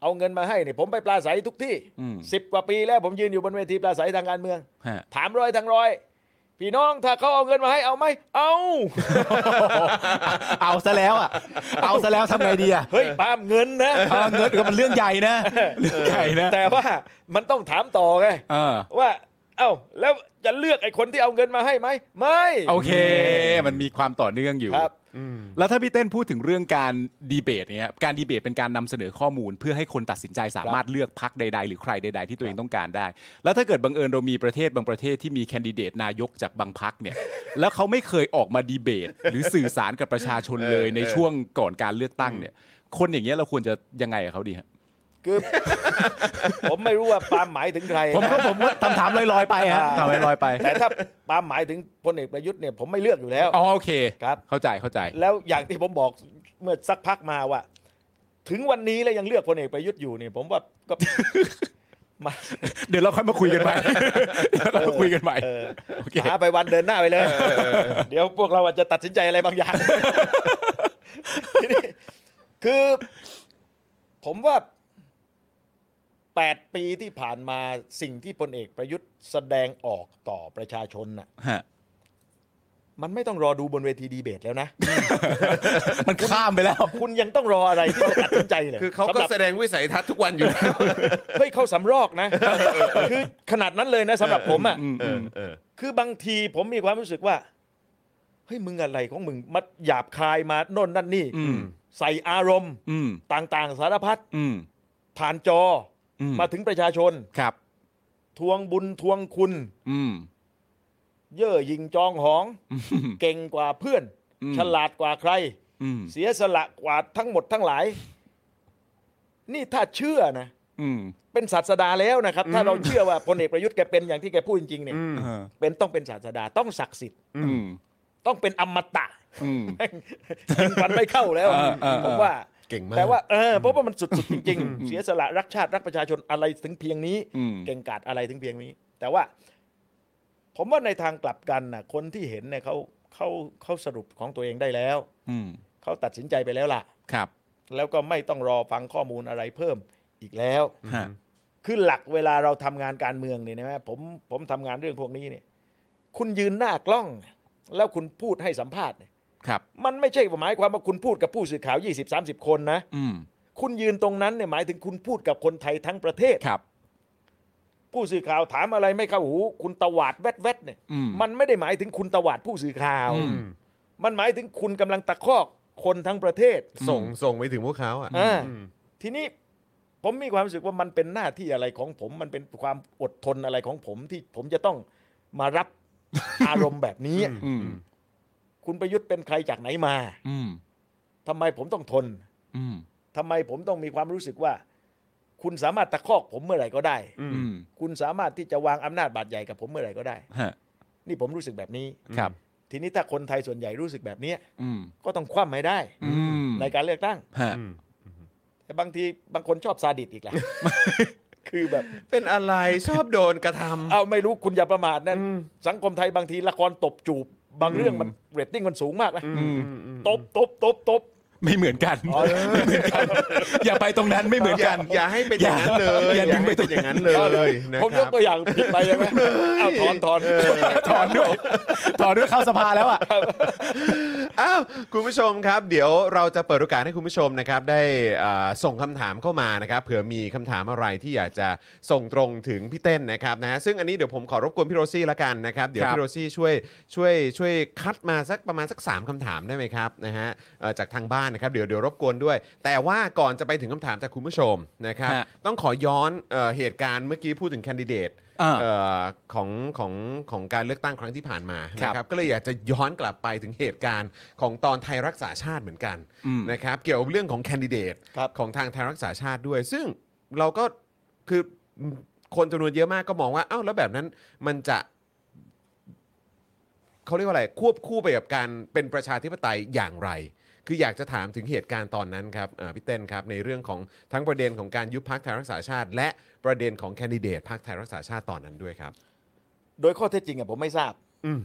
[SPEAKER 3] เอาเงินมาให้เนี่ยผมไปปลาใสทุกที่
[SPEAKER 2] อืม
[SPEAKER 3] สิบกว่าปีแล้วผมยืนอยู่บนเวทีปลาใสทางการเมือง
[SPEAKER 2] ฮะ
[SPEAKER 3] ถามร้อยทั้งร้อยพี่น้องถ้าเขาเอาเงินมาให้เอาไหมเอา
[SPEAKER 4] เอาซะแล้วอ่ะ เอาซะแล้วทำไงดีอ่ะ
[SPEAKER 3] เฮ้ยปาล์มเงินนะ
[SPEAKER 4] เออเงินก็มันเรื่องใหญ่นะเรื่องใหญ่นะ
[SPEAKER 3] แต่ว่ามันต้องถามต่อไง
[SPEAKER 2] เออ
[SPEAKER 3] ว่า เอ้าแล้วจะเลือกไอ้คนที่เอาเงินมาให้ไหมไม่
[SPEAKER 2] โอเค มันมีความต่อเนื่องอยู่
[SPEAKER 3] ครับ
[SPEAKER 1] อืม
[SPEAKER 2] แล้วถ้าพี่เต้นพูดถึงเรื่องการดีเบตเนี่ยการดีเบตเป็นการนำเสนอข้อมูล เพื่อให้คนตัดสินใจสามารถเลือกพักใด ๆ หรือใครใด ๆ ที่ตัวเองต้องการได้ แล้วถ้าเกิดบังเอิญเรามีประเทศบางประเทศที่มีแคนดิเดตนายกจากบางพักเนี่ย แล้วเขาไม่เคยออกมาดีเบต หรือสื่อสารกับประชาชนเลยใน
[SPEAKER 1] เออ
[SPEAKER 2] ช่วงก่อนการเลือกตั้งเนี่ย คนอย่างเงี้ยเราควรจะยังไงกับเขาดีฮะ
[SPEAKER 3] คือ ผมไม่รู้ว่าปาล์มหมายถึงใคร
[SPEAKER 4] ผม
[SPEAKER 3] นะ
[SPEAKER 4] ก็ผมว่าคำถามลอยๆไปฮะ
[SPEAKER 3] อ่า
[SPEAKER 4] ถามลอยๆไป
[SPEAKER 3] แต่ถ้าปาล์มหมายถึงพลเอกประยุทธ์เนี่ยผมไม่เลือกอยู่แล้ว
[SPEAKER 2] อ๋อโอเค
[SPEAKER 3] ครับ
[SPEAKER 2] เข้าใจเข้าใจ
[SPEAKER 3] แล้วอย่างที่ผมบอกเมื่อสักพักมาว่า ถึงวันนี้แล้วยังเลือกพลเอกประยุทธ์อยู่เนี่ยผมว่าก็ มา
[SPEAKER 2] เดี๋ยวเราค่อยมาคุยกันใหม่ เดี๋ยวเรามาคุยกันใหม่
[SPEAKER 3] เอ อ
[SPEAKER 2] โอเค
[SPEAKER 3] หาไปวันเดินหน้าไปเลย เดี๋ยวพวกเราอาจจะตัดสินใจอะไรบางอย่าง ทีนี้คือ ผมว่าแปดปีที่ผ่านมาสิ่งที่พลเอกประยุทธ์แสดงออกต่อประชาชนน่ะ
[SPEAKER 2] ฮะ
[SPEAKER 3] มันไม่ต้องรอดูบนเวทีดีเบตแล้วนะ
[SPEAKER 4] มันข้ามไปแล้ว
[SPEAKER 3] คุณยังต้องรออะไรที่จะตัดสินใจเลย
[SPEAKER 1] คือเขาก็
[SPEAKER 3] สำหรับ
[SPEAKER 1] แสดงวิสัยทัศน์ทุกวันอยู่แล้ว
[SPEAKER 3] เฮ้ยเข้าสำรอกนะ คือขนาดนั้นเลยนะสำหรับผมอ่ะ
[SPEAKER 2] อืม
[SPEAKER 1] เอ
[SPEAKER 2] อื
[SPEAKER 1] อ
[SPEAKER 2] ม
[SPEAKER 1] เออ
[SPEAKER 3] คือบางทีผมมีความรู้สึกว่าเฮ้ยมึงอะไรของมึงมาหยาบคายมาโน่นนั่นนี่
[SPEAKER 2] อืม
[SPEAKER 3] ใส่อารมณ์
[SPEAKER 2] อืม
[SPEAKER 3] ต่างๆ สารพัด
[SPEAKER 2] อืม
[SPEAKER 3] ผ่านจอ
[SPEAKER 2] อื
[SPEAKER 3] อ
[SPEAKER 2] ม
[SPEAKER 3] มาถึงประชาชน
[SPEAKER 2] ครับ
[SPEAKER 3] ทวงบุญทวงคุณ
[SPEAKER 2] อืม
[SPEAKER 3] เย่อหยิ่งจองหอง
[SPEAKER 2] อืม
[SPEAKER 3] เก่งกว่าเพื่อน
[SPEAKER 2] อืม
[SPEAKER 3] ฉลาดกว่าใคร
[SPEAKER 2] อืม
[SPEAKER 3] เสียสละกว่าทั้งหมดทั้งหลาย นี่ถ้าเชื่อนะ
[SPEAKER 2] อืม
[SPEAKER 3] เป็นศาสดาแล้วนะครับ ถ้าเราเชื่อว่าพลเอกประยุทธ์แกเป็นอย่างที่แกพูดจริงๆเนี่ย
[SPEAKER 1] อืม
[SPEAKER 2] อ่า
[SPEAKER 3] เป็นต้องเป็นศาสดาต้องศักดิ์สิทธิ์
[SPEAKER 2] อืม
[SPEAKER 3] ต้องเป็นอมตะ
[SPEAKER 2] อืม
[SPEAKER 3] ยิงฟันไม่เข้าแล้ว
[SPEAKER 2] เออเออเออ
[SPEAKER 3] ผมว่า
[SPEAKER 1] เก่งมาก
[SPEAKER 3] แต่ว่าเออเพราะว่ามันสุดๆจริงๆ เสียสละรักชาติรักประชาชนอะไรถึงเพียงนี้
[SPEAKER 2] อืม
[SPEAKER 3] เก่งกาจอะไรถึงเพียงนี้ แต่ว่า ผมว่าในทางกลับกันน่ะ คนที่เห็นเนี่ยเขาเขาเขาสรุปของตัวเองได้แล้ว
[SPEAKER 2] อืม
[SPEAKER 3] เขาตัดสินใจไปแล้วล่ะ
[SPEAKER 2] ครับ
[SPEAKER 3] แล้วก็ไม่ต้องรอฟังข้อมูลอะไรเพิ่มอีกแล้ว
[SPEAKER 2] ฮะ
[SPEAKER 3] คือหลักเวลาเราทำงานการเมืองเนี่ยนะฮะผมผมทำงานเรื่องพวกนี้เนี่ย คุณยืนหน้ากล้อง แล้วคุณพูดให้สัมภาษณ์เนี่ย
[SPEAKER 2] ครับ
[SPEAKER 3] มันไม่ใช่หมายความว่าคุณพูดกับผู้สื่อข่าว 20-30 คนนะ
[SPEAKER 2] อืม
[SPEAKER 3] คุณยืนตรงนั้นเนี่ยหมายถึงคุณพูดกับคนไทยทั้งประเทศ
[SPEAKER 2] ครับ
[SPEAKER 3] ผู้สื่อข่าวถามอะไรไม่เข้าหู คุณตวาดแวดแวดๆเนี่ย
[SPEAKER 2] อืม
[SPEAKER 3] มันไม่ได้หมายถึงคุณตวาดผู้สื่อข่าว
[SPEAKER 2] อืม
[SPEAKER 3] มันหมายถึงคุณกำลังตะคอกคนทั้งประเทศ
[SPEAKER 1] ส่งส่งไปถึงพวกเขาอ่ะ
[SPEAKER 3] อ่า
[SPEAKER 1] ม
[SPEAKER 3] ทีนี้ผมมีความรู้สึกว่ามันเป็นหน้าที่อะไรของผม มันเป็นความอดทนอะไรของผมที่ผมจะต้องมา รับ อารมณ์แบบนี้
[SPEAKER 2] อืม
[SPEAKER 3] คุณประยุทธ์เป็นใครจากไหนมา
[SPEAKER 2] อืม
[SPEAKER 3] ทำไมผมต้องทน
[SPEAKER 2] อืม
[SPEAKER 3] ทำไมผมต้องมีความรู้สึกว่า คุณสามารถตะคอกผมเมื่อไหร่ก็ได้
[SPEAKER 1] อืม
[SPEAKER 2] อืม
[SPEAKER 3] คุณสามารถที่จะวางอำนาจบาดใหญ่กับผมเมื่อไหร่ก็ได้
[SPEAKER 2] ฮะ
[SPEAKER 3] นี่ผมรู้สึกแบบนี้
[SPEAKER 2] ครับ
[SPEAKER 3] ทีนี้ถ้าคนไทยส่วนใหญ่รู้สึกแบบเนี้ย
[SPEAKER 2] อืม
[SPEAKER 3] ก็ต้องคว่ำให้ได้
[SPEAKER 2] อืม
[SPEAKER 3] ในการเลือกตั้ง
[SPEAKER 2] ฮะ
[SPEAKER 1] อืม
[SPEAKER 3] แต่บางทีบางคนชอบซาดิส อีกแหละ คือแบบ
[SPEAKER 1] เป็นอะไรชอบโดนกระทำ
[SPEAKER 3] เอาไม่รู้คุณอย่าประมาทนะ
[SPEAKER 1] อืม
[SPEAKER 3] สังคมไทยบางทีละครตบจูบ บางเรื่องมันเรตติ้งมันสูงมากนะ
[SPEAKER 1] อืมอืมอืม
[SPEAKER 3] ตบตบตบตบ
[SPEAKER 2] ไม่เหมือนกัน ไม่เหมือนกัน อย่าไปตรงนั้นไม่เหมือน
[SPEAKER 1] อย่า
[SPEAKER 2] กัน
[SPEAKER 1] อย่าให้เป็นอย่างนั้นเลย
[SPEAKER 2] อย่าดึงไป
[SPEAKER 1] ให้เป็นอย่างนั้นเลยนะ
[SPEAKER 3] ผม
[SPEAKER 1] ค
[SPEAKER 3] ย
[SPEAKER 1] รั
[SPEAKER 3] ก
[SPEAKER 1] บ
[SPEAKER 3] ตัวอย่างผิดไปใช่ไหมอ้าวถอนถอน
[SPEAKER 4] ถอนด้วย ถอนด้วยเข้าสภาแล้วอ่ะ
[SPEAKER 1] อ้าวคุณผู้ชมครับ เดี๋ยวเราจะเปิดโอกาสให้คุณผู้ชมนะครับ ได้อ่าส่งคำถามเข้ามานะครับเผื่อมีคำถามอะไรที่อยากจะส่งตรงถึงพี่เต้นนะครับนะฮะซึ่งอันนี้เดี๋ยวผมขอรบกวนพี่โรซี่ละกันนะครับ เดี๋ยว
[SPEAKER 2] ครับ
[SPEAKER 1] พี่โรซี่ช่วยช่วยช่วยคัดมาสักประมาณสัก 3คำถามได้ไหมครับนะฮะเอ่อจากทางบ้านนะครับเดี๋ยวเดี๋ยวรบกวนด้วย แต่ว่าก่อนจะไปถึงคำถามจากคุณผู้ชมนะครับ
[SPEAKER 2] ฮะ
[SPEAKER 1] ต้องขอย้อนเออเหตุการณ์เมื่อกี้พูดถึงแคนดิเดต
[SPEAKER 2] อ่า
[SPEAKER 1] เอ่อของของของการเลือกตั้งครั้งที่ผ่านมา
[SPEAKER 2] ครับ
[SPEAKER 1] นะครับก็เลยอยากจะย้อนกลับไปถึงเหตุการณ์ของตอนไทยรักษาชาติเหมือนกัน
[SPEAKER 2] อืม
[SPEAKER 1] นะครับเกี่ยวกับเรื่องของแคนดิเดต
[SPEAKER 3] ครับ
[SPEAKER 1] ของทางไทยรักษาชาติด้วย ซึ่งเราก็คือคนจำนวนเยอะมากก็มองว่าเอ้าแล้วแบบนั้นมันจะเขาเรียกว่าอะไรควบคู่ไปกับการเป็นประชาธิปไตยอย่างไร คืออยากจะถามถึงเหตุการณ์ตอนนั้นครับอ่าพี่เต้นครับในเรื่องของทั้งประเด็นของการยุบพักไทยรักษาชาติ และประเด็นของแคนดิเดตพักไทยรักษาชาติตอนนั้นด้วยครับ
[SPEAKER 3] โดยข้อเท็จจริงอะผมไม่ทราบ
[SPEAKER 1] อืม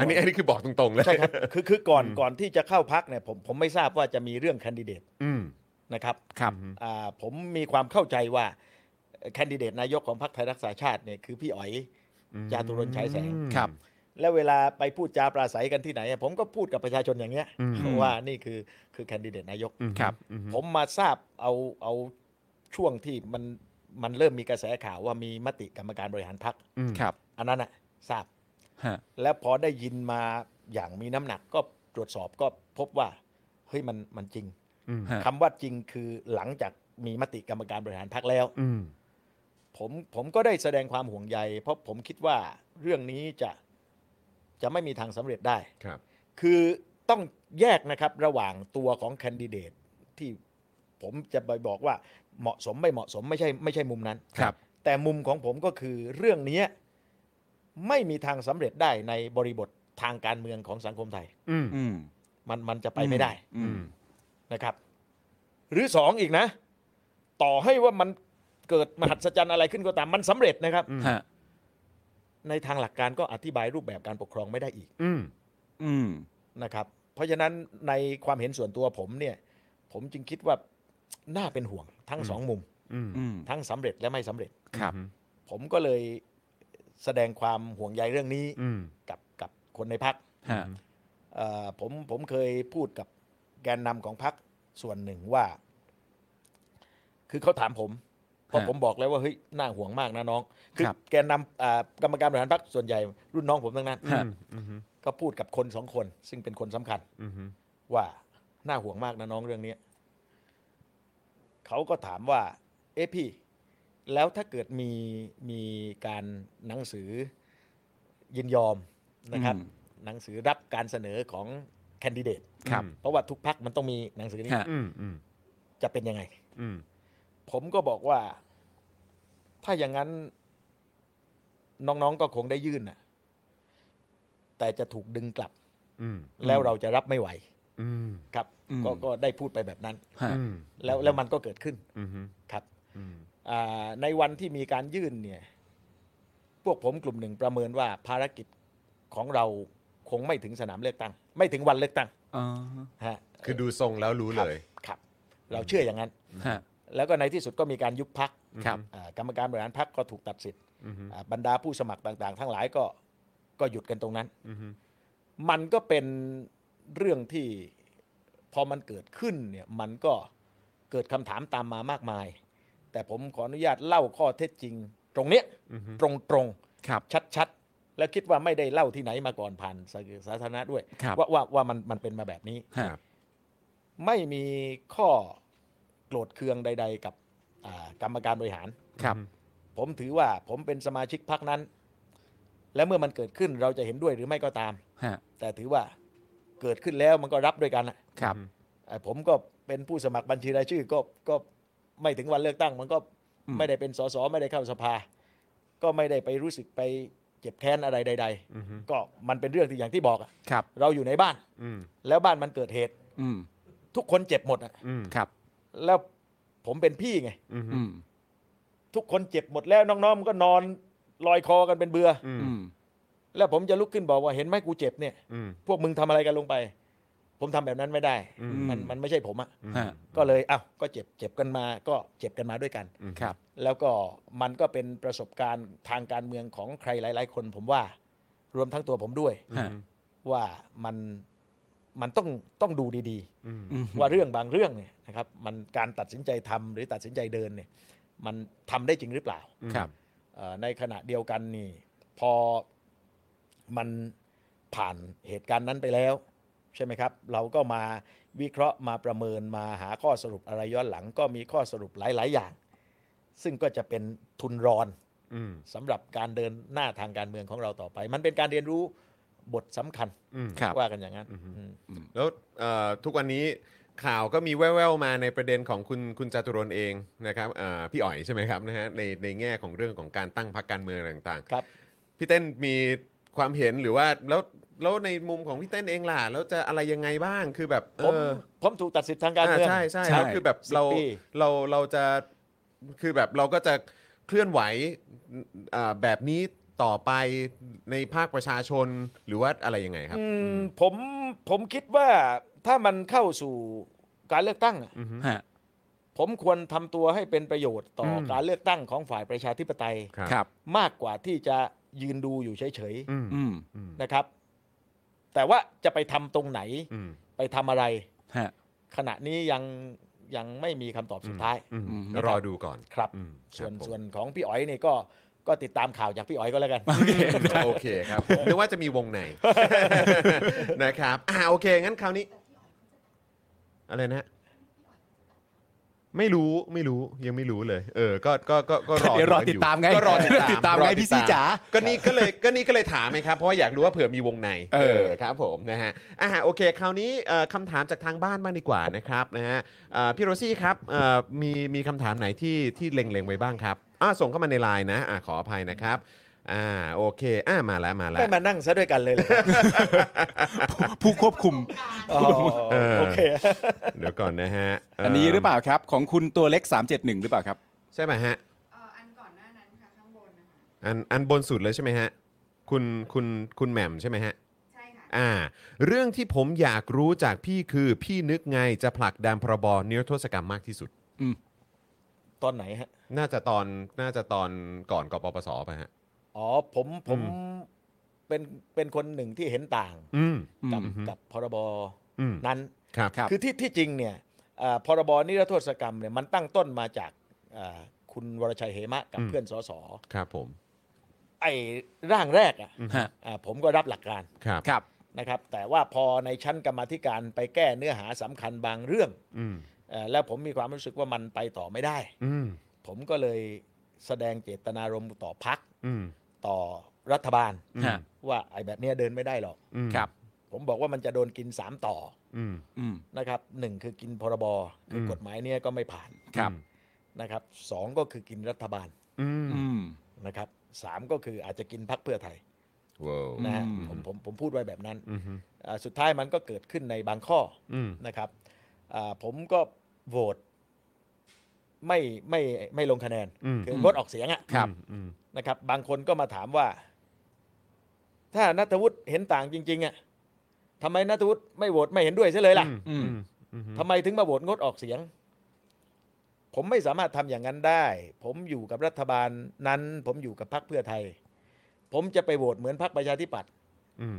[SPEAKER 1] อันนี้อันนี้คือบอกตรงๆเลย
[SPEAKER 3] ใช่ ครับ คือคือก่อนก่อนที่จะเข้าพักเนี่ยผมผมไม่ทราบว่าจะมีเรื่องแคนดิเดต
[SPEAKER 1] อืม
[SPEAKER 3] นะครับ
[SPEAKER 2] ครับ
[SPEAKER 3] อ่าผมมีความเข้าใจว่าแคนดิเดตนายกของพรรคไทยรักษาชาติเนี่ยคือพี่อ๋อย จาตุรนต์ฉายแสง
[SPEAKER 2] ครับ
[SPEAKER 3] และเวลาไปพูดจาปราศัยกันที่ไหนอะผมก็พูดกับประชาชนอย่างเงี้ย
[SPEAKER 1] อืม
[SPEAKER 3] ว่านี่คือคือแคนดิเดตนายก
[SPEAKER 1] อืม
[SPEAKER 2] ครับ
[SPEAKER 1] อื
[SPEAKER 3] ผมมาทราบเอาเอาช่วงที่มันมันเริ่มมีกระแสข่าวว่ามีมติกรรมการบริหารพรรค
[SPEAKER 1] อืม
[SPEAKER 2] ครับ
[SPEAKER 3] อันนั้นอะทราบ
[SPEAKER 2] ฮะ
[SPEAKER 3] และพอได้ยินมาอย่างมีน้ำหนักก็ตรวจสอบก็พบว่าเฮ้ยมันมันจริง
[SPEAKER 1] อืม
[SPEAKER 2] ฮะ
[SPEAKER 3] คำว่าจริงคือหลังจากมีมติกรรมการบริหารพักแล้ว
[SPEAKER 1] อืม
[SPEAKER 3] ผมผมก็ได้แสดงความห่วงใย เพราะผมคิดว่าเรื่องนี้จะจะไม่มีทางสำเร็จได้
[SPEAKER 1] ครับ
[SPEAKER 3] คือต้องแยกนะครับระหว่างตัวของแคนดิเดตที่ผมจะไปบอกว่าเหมาะสมไม่เหมาะสมไม่ใช่ไม่ใช่มุมนั้น
[SPEAKER 2] ครับ
[SPEAKER 3] แต่มุมของผมก็คือเรื่องนี้ไม่มีทางสำเร็จได้ในบริบททางการเมืองของสังคมไทย
[SPEAKER 1] อืม
[SPEAKER 2] อืม
[SPEAKER 3] มันมันจะไปไม่ได้
[SPEAKER 2] อืม
[SPEAKER 3] นะครับ หรือสองอีกนะ ต่อให้ว่ามันเกิดมหัศจรรย์อะไรขึ้นก็ตามมันสำเร็จนะครับ
[SPEAKER 2] ฮะ
[SPEAKER 3] ในทางหลักการก็อธิบายรูปแบบการปกครองไม่ได้อีก
[SPEAKER 1] อืม
[SPEAKER 2] อืม
[SPEAKER 3] นะครับ เพราะฉะนั้นในความเห็นส่วนตัวผมเนี่ย ผมจึงคิดว่าน่าเป็นห่วงทั้งสองมุม
[SPEAKER 1] อืม
[SPEAKER 2] อืม
[SPEAKER 3] ทั้งสำเร็จและไม่สำเร็จ
[SPEAKER 2] ครับ
[SPEAKER 3] ผมก็เลยแสดงความห่วงใยเรื่องนี้
[SPEAKER 1] อืม
[SPEAKER 3] กับกับคนในพัก
[SPEAKER 2] ฮะ
[SPEAKER 3] เอ่อผมผมเคยพูดกับแกนนำของพรรคส่วนหนึ่งว่า คือเขาถามผมเพราะ
[SPEAKER 2] ฮะ
[SPEAKER 3] ผมบอกแล้วว่าเฮ้ยน่าห่วงมากนะน้อง คือ
[SPEAKER 2] ครับ
[SPEAKER 3] แกนนำอ่ากรรมการบริหารพรรคส่วนใหญ่รุ่นน้องผมทั้งนั้น
[SPEAKER 2] ฮะ
[SPEAKER 3] ก็พูดกับคนสองคน ซึ่งเป็นคนสำคัญว่าน่าห่วงมากนะน้องเรื่องเนี้ยเขาก็ถามว่า เอ๊ะพี่ แล้วถ้าเกิดมีมีการหนังสือยินยอมนะครับ
[SPEAKER 2] อืม
[SPEAKER 3] หนังสือรับการเสนอของแคนดิเดต
[SPEAKER 2] ครับ
[SPEAKER 3] เพราะว่าทุกพักมันต้องมีหนังสือนี้
[SPEAKER 2] ฮะ
[SPEAKER 1] อืมอืม
[SPEAKER 3] จะเป็นยังไง
[SPEAKER 1] อืม
[SPEAKER 3] ผมก็บอกว่า ถ้าอย่างนั้นน้องๆก็คงได้ยื่นนะแต่จะถูกดึงกลับ
[SPEAKER 1] อืม
[SPEAKER 3] แล้วเราจะรับไม่ไหว
[SPEAKER 1] อืม
[SPEAKER 3] ครับ
[SPEAKER 2] อืม
[SPEAKER 3] กก็ได้พูดไปแบบนั้น
[SPEAKER 2] ฮะ
[SPEAKER 1] อืม
[SPEAKER 3] แล้วแล้วมันก็เกิดขึ้น
[SPEAKER 1] อืม
[SPEAKER 3] ครับ
[SPEAKER 1] อืม
[SPEAKER 3] อ่าในวันที่มีการยื่นเนี่ย พวกผมกลุ่มหนึ่งประเมินว่าภารกิจของเราคงไม่ถึงสนามเลือกตั้ง ไม่ถึงวันเลือกตั้ง
[SPEAKER 2] อ๋อ
[SPEAKER 3] ฮะ
[SPEAKER 1] คือดูทรงแล้วรู้เลย
[SPEAKER 3] ครับ เราเชื่ออย่างนั้น
[SPEAKER 2] ฮะ
[SPEAKER 3] แล้วก็ในที่สุดก็มีการยุบพัก
[SPEAKER 2] ครับ
[SPEAKER 3] กรรมการบริหารพักก็ถูกตัดสิทธิ์
[SPEAKER 1] อืม
[SPEAKER 3] อ่าบรรดาผู้สมัครต่าง ๆ ทั้งหลายก็ก็หยุดกันตรงนั้น
[SPEAKER 1] อืม
[SPEAKER 3] มันก็เป็นเรื่องที่พอมันเกิดขึ้นเนี่ยมันก็เกิดคำถามตามมามากมาย แต่ผมขออนุญาตเล่าข้อเท็จจริง ตรงเนี้ย
[SPEAKER 1] อืม
[SPEAKER 3] ตรงตรง
[SPEAKER 2] ครับ
[SPEAKER 3] ๆชัดๆ และคิดว่าไม่ได้เล่าที่ไหนมาก่อนผ่านสาสาธารณะด้วย
[SPEAKER 2] ครับ
[SPEAKER 3] ว่าว่าว่ามันมันเป็นมาแบบนี้
[SPEAKER 1] ค
[SPEAKER 2] ฮะ
[SPEAKER 1] รับ
[SPEAKER 3] ไม่มีข้อโกรธเคืองใด ๆ กับอ่ากรรมการบริหาร
[SPEAKER 2] ครับ
[SPEAKER 3] ผมถือว่าผมเป็นสมาชิกพรรคนั้น และเมื่อมันเกิดขึ้นเราจะเห็นด้วยหรือไม่ก็ตาม
[SPEAKER 2] ฮะ
[SPEAKER 3] แต่ถือว่าเกิดขึ้นแล้วมันก็รับด้วยกันน่ะ
[SPEAKER 2] ครับ
[SPEAKER 3] เอ่อผมก็เป็นผู้สมัครบัญชีรายชื่อก็ก็ไม่ถึงวันเลือกตั้ง มันก็
[SPEAKER 2] อืม
[SPEAKER 3] ไม่ได้เป็นสสไม่ได้เข้าสภา ก็ไม่ได้ไปรู้สึกไปเจ็บแค้นอะไรใด
[SPEAKER 1] อืม
[SPEAKER 3] ๆ ก็มันเป็นเรื่องที่อย่างที่บอกอะ
[SPEAKER 2] ครับ
[SPEAKER 3] เราอยู่ในบ้าน
[SPEAKER 1] อืม
[SPEAKER 3] แล้วบ้านมันเกิดเหตุ
[SPEAKER 2] อืม
[SPEAKER 3] ทุกคนเจ็บหมดอะ
[SPEAKER 1] อืม
[SPEAKER 2] ครับ
[SPEAKER 3] แล้วผมเป็นพี่ไง
[SPEAKER 1] อืม
[SPEAKER 2] อืม
[SPEAKER 3] ทุกคนเจ็บหมดแล้วน้องๆมันก็นอนลอยคอกันเป็นเบือ
[SPEAKER 1] อืม
[SPEAKER 2] อืม
[SPEAKER 3] แล้วผมจะลุกขึ้นบอกว่าเห็นไหมกูเจ็บเนี่ย
[SPEAKER 1] อืม
[SPEAKER 3] พวกมึงทำอะไรกันลงไป ผมทำแบบนั้นไม่ได้
[SPEAKER 1] อืม
[SPEAKER 3] มันมันไม่ใช่ผมอะ
[SPEAKER 2] ฮะ
[SPEAKER 3] ก็เลยเอ้าก็เจ็บเจ็บกันมา ก็เจ็บกันมาด้วยกัน
[SPEAKER 2] ครับ
[SPEAKER 3] แล้วก็มันก็เป็นประสบการณ์ทางการเมืองของใครหลาย ๆ คนผมว่า รวมทั้งตัวผมด้วย
[SPEAKER 2] ฮะ
[SPEAKER 3] ว่ามันมันต้องต้องดูดี
[SPEAKER 1] อืม
[SPEAKER 2] อืม
[SPEAKER 3] ๆ ว่าเรื่องบางเรื่องเนี่ยนะครับ มันการตัดสินใจทำหรือตัดสินใจเดินเนี่ย มันทำได้จริงหรือเปล่า
[SPEAKER 2] ครับ
[SPEAKER 3] เอ่อในขณะเดียวกันนี่พอมันผ่านเหตุการณ์นั้นไปแล้ว ใช่ไหมครับ เราก็มาวิเคราะห์มาประเมินมาหาข้อสรุปอะไรย้อนหลัง ก็มีข้อสรุปหลาย ๆ อย่าง ซึ่งก็จะเป็นทุนรอน
[SPEAKER 1] อืม
[SPEAKER 3] สำหรับการเดินหน้าทางการเมืองของเราต่อไป มันเป็นการเรียนรู้บทสำคัญ
[SPEAKER 1] อืม
[SPEAKER 2] ครับ
[SPEAKER 3] ว่ากันอย่างนั้นอืม
[SPEAKER 1] แล้วเอ่อทุกวันนี้ข่าวก็มีแว่วๆมาในประเด็นของคุณคุณจตุรนต์เองนะครับเอ่อพี่อ๋อยใช่ไหมครับนะฮะในในแง่ของเรื่องของการตั้งพรรคการเมืองต่างๆ
[SPEAKER 3] ครับ
[SPEAKER 1] พี่เต้นมีความเห็นหรือว่าแล้วแล้วในมุมของพี่เต้นเองล่ะแล้วจะอะไรยังไงบ้างคือแบบ
[SPEAKER 3] ผม
[SPEAKER 1] เออ
[SPEAKER 3] ผมถูกตัดสิทธิ์ทางการเมือง
[SPEAKER 1] ใช่ใช่
[SPEAKER 2] ใช่
[SPEAKER 1] แล้วคือแบบ
[SPEAKER 3] สิบ
[SPEAKER 1] เรา
[SPEAKER 3] ปี
[SPEAKER 1] เราเราจะคือแบบเราก็จะเคลื่อนไหวอ่าแบบนี้ต่อไปในภาคประชาชนหรือว่าอะไรยังไงครับ
[SPEAKER 3] อืมผมผมคิดว่าถ้ามันเข้าสู่การเลือกตั้งอะ
[SPEAKER 2] ฮะ
[SPEAKER 3] ผมควรทำตัวให้เป็นประโยชน์ต่ออ
[SPEAKER 1] ม
[SPEAKER 3] การเลือกตั้งของฝ่ายประชาธิปไตย
[SPEAKER 2] ครับ
[SPEAKER 3] มากกว่าที่จะยืนดูอยู่เฉย
[SPEAKER 1] อืม
[SPEAKER 2] อืม
[SPEAKER 1] อืม
[SPEAKER 3] ๆนะครับ แต่ว่าจะไปทำตรงไหน
[SPEAKER 1] อืม
[SPEAKER 3] ไปทำอะไร
[SPEAKER 2] ฮะ
[SPEAKER 3] ขณะนี้ยังยังไม่มีคำตอบสุดท้าย
[SPEAKER 1] อืม
[SPEAKER 2] อืม
[SPEAKER 1] รอดูก่อน
[SPEAKER 3] ครับ
[SPEAKER 1] อืม
[SPEAKER 3] ส่ว
[SPEAKER 1] ครั
[SPEAKER 3] น
[SPEAKER 1] บผม
[SPEAKER 3] ส่วนของพี่อ๋อยนี่ก็ก็ติดตามข่าวจากพี่อ๋อยก็แล้วกัน
[SPEAKER 1] โอเคครับผมนึกว่าจะมีวงใน นะครับอ่าโอเค งั้นคราวนี้ อะไรนะฮะไม่รู้ไม่รู้ยังไม่รู้เลย เออ ก็ก็ก็ก็รอ
[SPEAKER 4] เดี๋ยวรอ
[SPEAKER 1] กัน
[SPEAKER 4] ติดตามไง
[SPEAKER 1] ก็รอติดตาม
[SPEAKER 4] ติดตามไงพี่ซีจ๋า
[SPEAKER 1] ก็นี่ก็เลยก็นี่ก็เลยถามไงครับ เพราะว่าอยากรู้ว่าเผื่อมีวงใน
[SPEAKER 4] เออ
[SPEAKER 1] ครับผมนะฮะอ่าโอเค คราวนี้เอ่อคำถามจากทางบ้านมากดีกว่านะครับนะฮะเอ่อพี่โรซี่ครับเอ่อมีมีคำถามไหนที่ที่เล็งๆไว้บ้างครับอ่าส่งเข้ามาในไลน์นะอ่าขออภัยนะครับอ่าโอเคอ่ามาแล้วมาแล้ว
[SPEAKER 3] ไม่มานั่งซะด้วยกันเลยเห รอครับ
[SPEAKER 2] ผู้ควบคุม
[SPEAKER 3] อ๋อ
[SPEAKER 1] เออ
[SPEAKER 3] โอเค
[SPEAKER 1] เดี๋ยวก่อนนะฮะเ
[SPEAKER 2] อันนี้หรือเปล่าครับ ของคุณตัวเล็ก 371 หรือเปล่าครับ
[SPEAKER 1] ใช่ไหมฮะ
[SPEAKER 5] เอ่ออันก่อนหน้านั้นค่ะ ข้างบนนะคะ
[SPEAKER 1] อันอันบนสุดเลยใช่ไหมฮะคุณคุณคุณแหม่มใช่ไหมฮะ
[SPEAKER 5] ใช่ค่ะ
[SPEAKER 1] อ่าเรื่องที่ผมอยากรู้จากพี่คือพี่นึกไงจะผลักดันพรบนิรโทษกรรมมากที่สุด
[SPEAKER 3] ตอนไหนฮะ
[SPEAKER 1] น่าจะตอนน่าจะตอนก่อนกปปสไปฮะ
[SPEAKER 3] อ๋อผมผมเป็นเป็นคนหนึ่งที่เห็นต่าง
[SPEAKER 1] อืม
[SPEAKER 3] กับ
[SPEAKER 1] อืม
[SPEAKER 3] กับพรบ
[SPEAKER 1] อืม
[SPEAKER 3] นั้น
[SPEAKER 1] ครับ
[SPEAKER 2] ครับ
[SPEAKER 3] คือที่ที่จริงเนี่ยเอ่อพรบนิรโทษกรรมเนี่ยมันตั้งต้นมาจากเอ่อคุณวรชัยเหมะกับเพื่อนสส
[SPEAKER 1] ครับผม
[SPEAKER 3] ไอ้ร่างแรกอ่ะ
[SPEAKER 2] ฮะ
[SPEAKER 3] อ่าผมก็รับหลักการ
[SPEAKER 1] ครับ
[SPEAKER 2] ครับ
[SPEAKER 3] นะครับ แต่ว่าพอในชั้นกรรมาธิการไปแก้เนื้อหาสำคัญบางเรื่อง
[SPEAKER 1] อืม
[SPEAKER 3] เอ่อแล้วผมมีความรู้สึกว่ามันไปต่อไม่ได้
[SPEAKER 1] อืม
[SPEAKER 3] ผมก็เลยแสดงเจตนารมณ์ต่อพัก
[SPEAKER 1] อืม
[SPEAKER 3] ต่อรัฐบาล
[SPEAKER 1] อืม
[SPEAKER 2] ฮะ
[SPEAKER 3] ว่าไอ้แบบเนี้ยเดินไม่ได้หรอก
[SPEAKER 1] อืม
[SPEAKER 2] ครับ
[SPEAKER 3] ผมบอกว่ามันจะโดนกิน 3 ต่อ
[SPEAKER 1] อืม
[SPEAKER 2] อืม
[SPEAKER 3] นะครับหนึ่งคือกินพรบคืออ
[SPEAKER 1] ม
[SPEAKER 3] กฎหมายเนี้ยก็ไม่ผ่าน
[SPEAKER 2] ครับ
[SPEAKER 3] นะครับสองก็คือกินรัฐบาล
[SPEAKER 1] อืม
[SPEAKER 2] อืม
[SPEAKER 3] นะครับสามก็คืออาจจะกินพักเพื่อไทย
[SPEAKER 1] ว้าว
[SPEAKER 3] นะฮะ
[SPEAKER 2] อืม
[SPEAKER 3] ผมผมผมพูดไว้แบบนั้น
[SPEAKER 1] อืมฮึ
[SPEAKER 3] อ่าสุดท้ายมันก็เกิดขึ้นในบางข้อ
[SPEAKER 1] อืม
[SPEAKER 3] นะครับอ่าผมก็โหวตไม่ไม่ไม่ลงคะแนน
[SPEAKER 1] อืม
[SPEAKER 3] คืองดออกเสียงอะ
[SPEAKER 2] ครับ
[SPEAKER 1] อืม
[SPEAKER 3] นะครับ บางคนก็มาถามว่า ถ้านัทวุฒิเห็นต่างจริงๆอะทำไมนัทวุฒิไม่โหวตไม่เห็นด้วยซะเลยล่ะ
[SPEAKER 1] อืมอืม
[SPEAKER 3] ทำไมถึงมาโหวตงดออกเสียง ผมไม่สามารถทำอย่างนั้นได้ ผมอยู่กับรัฐบาลนั้น ผมอยู่กับพรรคเพื่อไทย ผมจะไปโหวตเหมือนพรรคประชาธิปัตย์
[SPEAKER 1] อืม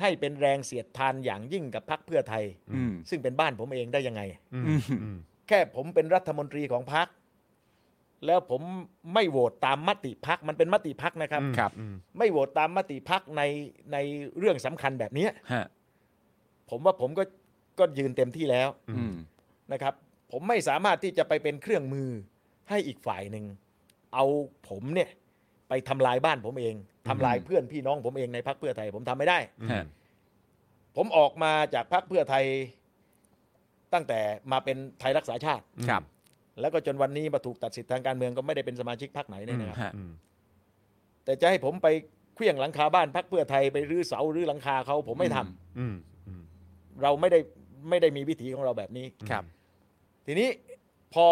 [SPEAKER 3] ให้เป็นแรงเสียดทานอย่างยิ่งกับพรรคเพื่อไทย
[SPEAKER 2] อืม
[SPEAKER 3] ซึ่งเป็นบ้านผมเองได้ยังไง
[SPEAKER 1] อืมอืม
[SPEAKER 3] แค่ผมเป็นรัฐมนตรีของพรรคแล้วผมไม่โหวตตามมติพักมันเป็นมติพักนะครับ
[SPEAKER 2] ครับ
[SPEAKER 1] อืม
[SPEAKER 3] ไม่โหวตตามมติพักในในเรื่องสำคัญแบบเนี้ย
[SPEAKER 2] ฮะ
[SPEAKER 3] ผมว่าผมก็ก็ยืนเต็มที่แล้ว
[SPEAKER 1] อื
[SPEAKER 2] อื
[SPEAKER 1] ม
[SPEAKER 2] ม
[SPEAKER 3] นะครับผมไม่สามารถที่จะไปเป็นเครื่องมือให้อีกฝ่ายหนึ่ง เอาผมเนี่ยไปทำลายบ้านผมเองทำลายเพื่อนพี่น้องผมเองในพักเพื่อไทย ผมทำไม่ได้
[SPEAKER 2] ฮะ
[SPEAKER 3] ผมออกมาจากพักเพื่อไทยตั้งแต่มาเป็นไทยรักษาชาติ
[SPEAKER 2] ครับ
[SPEAKER 3] แล้วก็จนวันนี้มาถูกตัดสิทธิ์ทางการเมืองก็ไม่ได้เป็นสมาชิกพักไหนเนี่ยนะครับ
[SPEAKER 2] ฮะ
[SPEAKER 1] อืม
[SPEAKER 3] แต่จะให้ผมไปเคลื่องหลังคาบ้านพักเพื่อไทยไปรื้อเสารื้อหลังคาเขาผมไม่ทำ
[SPEAKER 1] อื
[SPEAKER 2] อืม
[SPEAKER 1] มอืม
[SPEAKER 3] เราไม่ได้ไม่ได้มีวิถีของเราแบบนี้
[SPEAKER 2] ครับ
[SPEAKER 3] ทีนี้พอ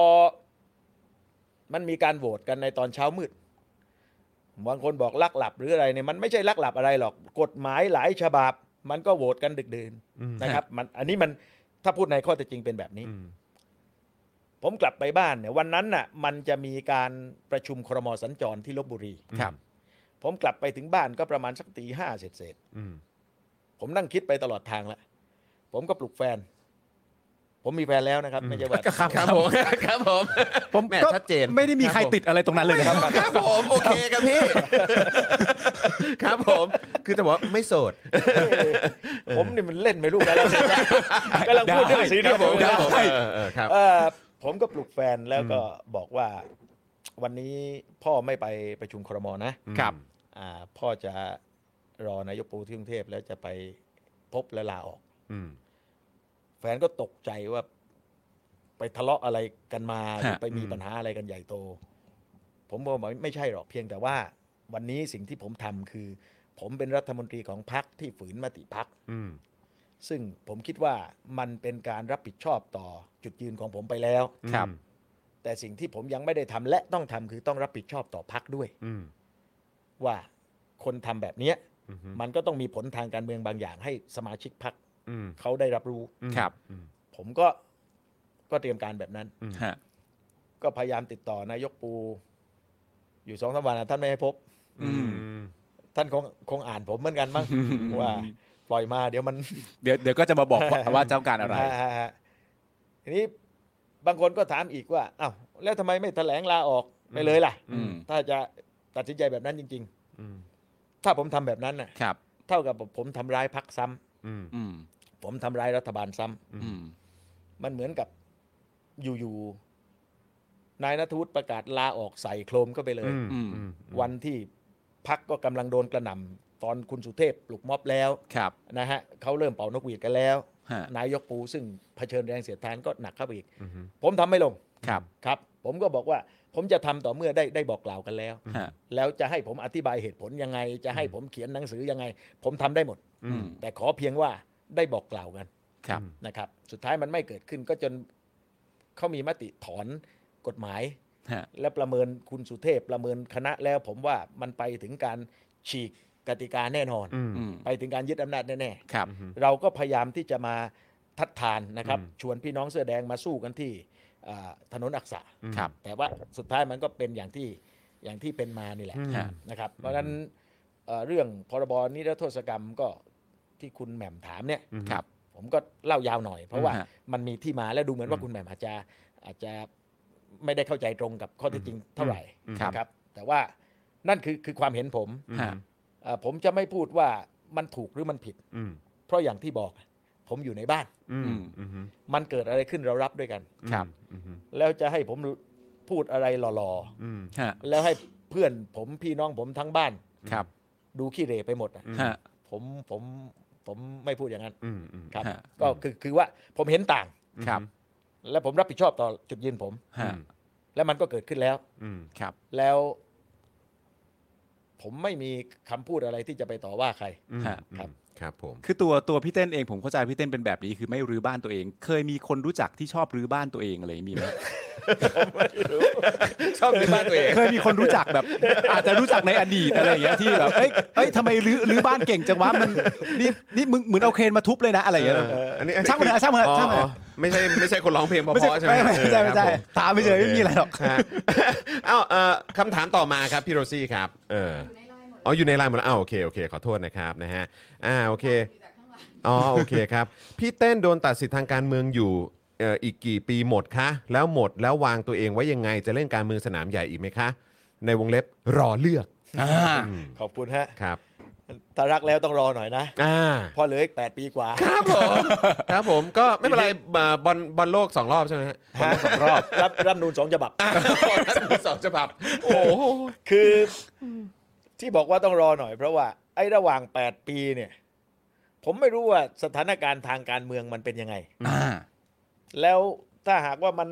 [SPEAKER 3] มันมีการโหวตกันในตอนเช้ามืด บางคนบอกลักหลับหรืออะไรเนี่ยมันไม่ใช่ลักหลับอะไรหรอก กฎหมายหลายฉบับ มันก็โหวตกันดึกดื่น
[SPEAKER 1] อืม
[SPEAKER 3] นะครับมันอันนี้มันถ้าพูดในข้อเท็จจริงเป็นแบบนี้
[SPEAKER 1] อืม
[SPEAKER 3] ผมกลับไปบ้านเนี่ยวันนั้นน่ะมันจะมีการประชุมครมสัญจรที่ลบบุรี
[SPEAKER 2] ครับ
[SPEAKER 3] ผมกลับไปถึงบ้านก็ประมาณสักตีห้าเสร็จ
[SPEAKER 1] อืม
[SPEAKER 3] ๆผมนั่งคิดไปตลอดทางแล้วผมก็ปลุกแฟน ผมมีแฟนแล้วนะครับไม่ใช่ว่า
[SPEAKER 1] ครับครับผม ครับผม
[SPEAKER 4] ผม
[SPEAKER 1] แหม่
[SPEAKER 4] ก็
[SPEAKER 1] ชัดเจน
[SPEAKER 4] ไม่ได้มีใครติดอะไรตรงนั้นเลยนะครับ
[SPEAKER 1] ครับผมโอเคครับ พี่ ครับผมคือแต่ว่าไม่โสด
[SPEAKER 3] ผมนี่มันเล่นไม่รู้ แล้วกำลังพูดเรื่องสีเดียวผม
[SPEAKER 1] ครับผมเออเออครับ
[SPEAKER 3] เออผมก็ปลุกแฟนแล้วก็บอกว่า วันนี้พ่อไม่ไปประชุมครมนะครับ อ่าพ่อจะรอนายกปูที่กรุงเทพแล้วจะไปพบและลาออก
[SPEAKER 1] อืม
[SPEAKER 3] แฟนก็ตกใจว่าไปทะเลาะอะไรกันมาหรือ
[SPEAKER 2] ฮะ
[SPEAKER 3] ไปมี
[SPEAKER 1] อืม
[SPEAKER 3] ปัญหาอะไรกันใหญ่โต ผมบอกว่าไม่ใช่หรอกเพียงแต่ว่า วันนี้สิ่งที่ผมทำคือ ผมเป็นรัฐมนตรีของพรรคที่ฝืนมติพรรค
[SPEAKER 1] อืม
[SPEAKER 3] ซึ่งผมคิดว่ามันเป็นการรับผิดชอบต่อจุดยืนของผมไปแล้ว
[SPEAKER 2] ครับ
[SPEAKER 3] แต่สิ่งที่ผมยังไม่ได้ทำและต้องทำคือต้องรับผิดชอบต่อพักด้วย
[SPEAKER 1] อืม
[SPEAKER 3] ว่าคนทำแบบเนี้ย
[SPEAKER 1] อืม
[SPEAKER 3] มันก็ต้องมีผลทางการเมืองบางอย่างให้สมาชิกพัก
[SPEAKER 1] อืม
[SPEAKER 3] เขาได้รับรู้
[SPEAKER 2] ครับ
[SPEAKER 1] อืม
[SPEAKER 3] ผมก็ก็เตรียมการแบบนั้น
[SPEAKER 2] ฮะ
[SPEAKER 3] ก็พยายามติดต่อนายกปู อยู่สองสามวันนะท่านไม่ให้พบ
[SPEAKER 2] อืม
[SPEAKER 3] ท่านคงคงอ่านผมเหมือนกันมั้ง ว่าปล่อยมาเดี๋ยวมัน
[SPEAKER 2] เดี๋ยวเดี๋ยวก็จะมาบอกว่าว่าเจ้าการอะไร
[SPEAKER 3] ฮฮะทีนี้บางคนก็ถามอีกว่าอ้าวแล้วทำไมไม่แถลงลาออกไปเลยล่ะ
[SPEAKER 2] อืม
[SPEAKER 3] ถ้าจะตัดสินใจแบบนั้นจริง
[SPEAKER 1] อืม
[SPEAKER 3] ๆ ถ้าผมทำแบบนั้นน่ะ
[SPEAKER 2] ครับ
[SPEAKER 3] เท่ากับผมทำร้ายพักซ้ำ
[SPEAKER 1] อืม
[SPEAKER 2] อืม
[SPEAKER 3] ผมทำร้ายรัฐบาลซ้ำ
[SPEAKER 2] อืม
[SPEAKER 3] มันเหมือนกับอยู่ๆนายนัทวุฒิประกาศลาออกใส่โครมเข้าไปเลย
[SPEAKER 1] อืม
[SPEAKER 3] วันที่พักก็กำลังโดนกระหน่ำตอนคุณสุเทพปลุกม็อบแล้ว
[SPEAKER 2] ครับ
[SPEAKER 3] นะฮะเขาเริ่มเป่านกหวีดกันแล้ว
[SPEAKER 2] ฮะ
[SPEAKER 3] นายกปูซึ่งเผชิญแรงเสียดทานก็หนักเข้าไปอีก
[SPEAKER 1] อืม
[SPEAKER 3] ผมทำไม่ลง
[SPEAKER 2] ครับ
[SPEAKER 3] ครับผมก็บอกว่าผมจะทำต่อเมื่อได้ได้บอกกล่าวกันแล้ว
[SPEAKER 2] ฮะ
[SPEAKER 3] แล้วจะให้ผมอธิบายเหตุผลยังไง จะให้ผมเขียนหนังสือยังไง ผมทำได้หมด
[SPEAKER 1] อื
[SPEAKER 2] อื
[SPEAKER 1] ม
[SPEAKER 2] ม
[SPEAKER 3] แต่ขอเพียงว่าได้บอกกล่าวกัน
[SPEAKER 2] ครับ
[SPEAKER 3] นะครับ สุดท้ายมันไม่เกิดขึ้นก็จนเขามีมติถอนกฎหมาย
[SPEAKER 2] ฮะ
[SPEAKER 3] และประเมินคุณสุเทพประเมินคณะแล้วผมว่ามันไปถึงการฉีกกติกาแน่นอน
[SPEAKER 1] อืม
[SPEAKER 2] อืม
[SPEAKER 3] ไปถึงการยึดอำนาจแน่
[SPEAKER 2] ครับ
[SPEAKER 3] ๆเราก็พยายามที่จะมาทัดทานนะครับ
[SPEAKER 1] อืม
[SPEAKER 3] ชวนพี่น้องเสื้อแดงมาสู้กันที่อ่าถนนอักษะ
[SPEAKER 2] ครับ
[SPEAKER 3] แต่ว่าสุดท้ายมันก็เป็นอย่างที่อย่างที่เป็นมานี่แหละ
[SPEAKER 1] อืม
[SPEAKER 2] ฮะ
[SPEAKER 3] นะครับ เพราะฉะนั้นเอ่อเรื่องพรบนิรโทษกรรมก็ที่คุณแหม่มถามเนี่ย
[SPEAKER 1] อืม
[SPEAKER 2] ครับ
[SPEAKER 3] ผมก็เล่ายาวหน่อย เพราะว่า
[SPEAKER 2] อืมฮะ
[SPEAKER 3] มันมีที่มาและดูเหมือนว่า
[SPEAKER 1] อืม
[SPEAKER 3] คุณแหม่มอาจจะอาจจะไม่ได้เข้าใจตรงกับข้อเท็จจริงเท่าไหร่
[SPEAKER 1] อืม
[SPEAKER 3] นะครับ แต่ว่านั่นคือคือความเห็นผม
[SPEAKER 2] ฮะ
[SPEAKER 3] เอ่อผมจะไม่พูดว่ามันถูกหรือมันผิด
[SPEAKER 1] อืม
[SPEAKER 3] เพราะอย่างที่บอก ผมอยู่ในบ้าน
[SPEAKER 1] อืมอืม
[SPEAKER 3] มันเกิดอะไรขึ้นเรารับด้วยกัน
[SPEAKER 2] ครับ
[SPEAKER 1] อืม
[SPEAKER 3] แล้วจะให้ผมพูดอะไรหล่อๆ
[SPEAKER 1] อืม
[SPEAKER 2] ฮะ
[SPEAKER 3] แล้วให้เพื่อนผมพี่น้องผมทั้งบ้าน
[SPEAKER 2] ครับ
[SPEAKER 3] ดูขี้เหร่ไปหมดอะ
[SPEAKER 1] อืม
[SPEAKER 2] ฮะ
[SPEAKER 3] ผมผมผมไม่พูดอย่างนั้น
[SPEAKER 1] อืมอืม
[SPEAKER 3] ครับ
[SPEAKER 2] ฮะ
[SPEAKER 3] ก็คือคือว่าผมเห็นต่าง
[SPEAKER 2] ครับ
[SPEAKER 3] และผมรับผิดชอบต่อจุดยืนผม
[SPEAKER 2] ฮะ
[SPEAKER 1] อืม
[SPEAKER 3] และมันก็เกิดขึ้นแล้ว
[SPEAKER 1] อืม
[SPEAKER 2] ครับ
[SPEAKER 3] แล้ว ผมไม่มีคำพูดอะไรที่จะไปต่อว่าใคร
[SPEAKER 1] อืม
[SPEAKER 2] ฮะ
[SPEAKER 1] ครับครับผม
[SPEAKER 2] คือตัวตัวพี่เต้นเองผมเข้าใจพี่เต้นเป็นแบบนี้คือไม่รื้อบ้านตัวเอง เคยมีคนรู้จักที่ชอบรื้อบ้านตัวเองอะไรอย่างนี้มี ไหม
[SPEAKER 3] ชอบในบ้านตัวเอง
[SPEAKER 2] เคยมีคนรู้จักแบบ อาจจะรู้จักในอดีตอะไรอย่างเงี้ยที่แบบเอ้ยเอ้ยทำไมรื้อรื้อบ้านเก่งจังวะมันนี่นี่มึงเหมือนเอาเครนมาทุบเลยนะอะไรอย่างเงี้ย
[SPEAKER 1] อันนี้
[SPEAKER 2] ช่างมันเถอะช่างมันเถอะช่างมันเถอะ
[SPEAKER 1] ไม่ใช่ไม่ใช่คนร้องเพลงเพ
[SPEAKER 2] ไม่ใช่
[SPEAKER 1] ราะๆใช่ไหม
[SPEAKER 2] ไม่ไม่ใช่ไม่ใช่
[SPEAKER 1] เออครับผ
[SPEAKER 2] ตามไม่เจอไม่มีอะไรหรอก
[SPEAKER 1] ฮะ เอ้าเอ่อคำถามต่อมาครับพี่โรซี่ครับ เออ
[SPEAKER 5] อยู่ในไล
[SPEAKER 1] อ๋ออยู่ในไลน์
[SPEAKER 5] น์หมด
[SPEAKER 1] หมดแล้วอ้าวโอเคโอเคขอโทษนะครับนะฮะอ่าโอเค
[SPEAKER 5] อยู่แต่ข้างหลัง
[SPEAKER 1] อ๋อโอเคครับ พี่เต้นโดนตัดสิทธิ์ทางการเมืองอยู่เอ่ออีกกี่ปีหมดคะ แล้วหมดแล้ววางตัวเองไว้ยังไงจะเล่นการเมืองสนามใหญ่อีกไหมคะ ในวงเล็บรอเลือกอืม
[SPEAKER 3] ขอบคุณฮะ
[SPEAKER 1] ครับ
[SPEAKER 3] ถ้ารักแล้วต้องรอหน่อยนะ
[SPEAKER 1] อ่า
[SPEAKER 3] เพอเหลืออีกแปดปีกว่า
[SPEAKER 1] ครับผม ครับผมก็ไม่เป็นไรเอ่อบอลบอลโลกสองรอบใช่ไหมฮะ
[SPEAKER 3] สองรอบรับรับนูนสองฉบับ
[SPEAKER 1] สองฉบับโอ้โห
[SPEAKER 3] คืออที่บอกว่าต้องรอหน่อยเพราะว่า ไอ้ระหว่าง 8 ปีเนี่ย ผมไม่รู้ว่าสถานการณ์ทางการเมืองมันเป็นยังไง
[SPEAKER 2] อ่า
[SPEAKER 3] แล้วถ้าหากว่ามัน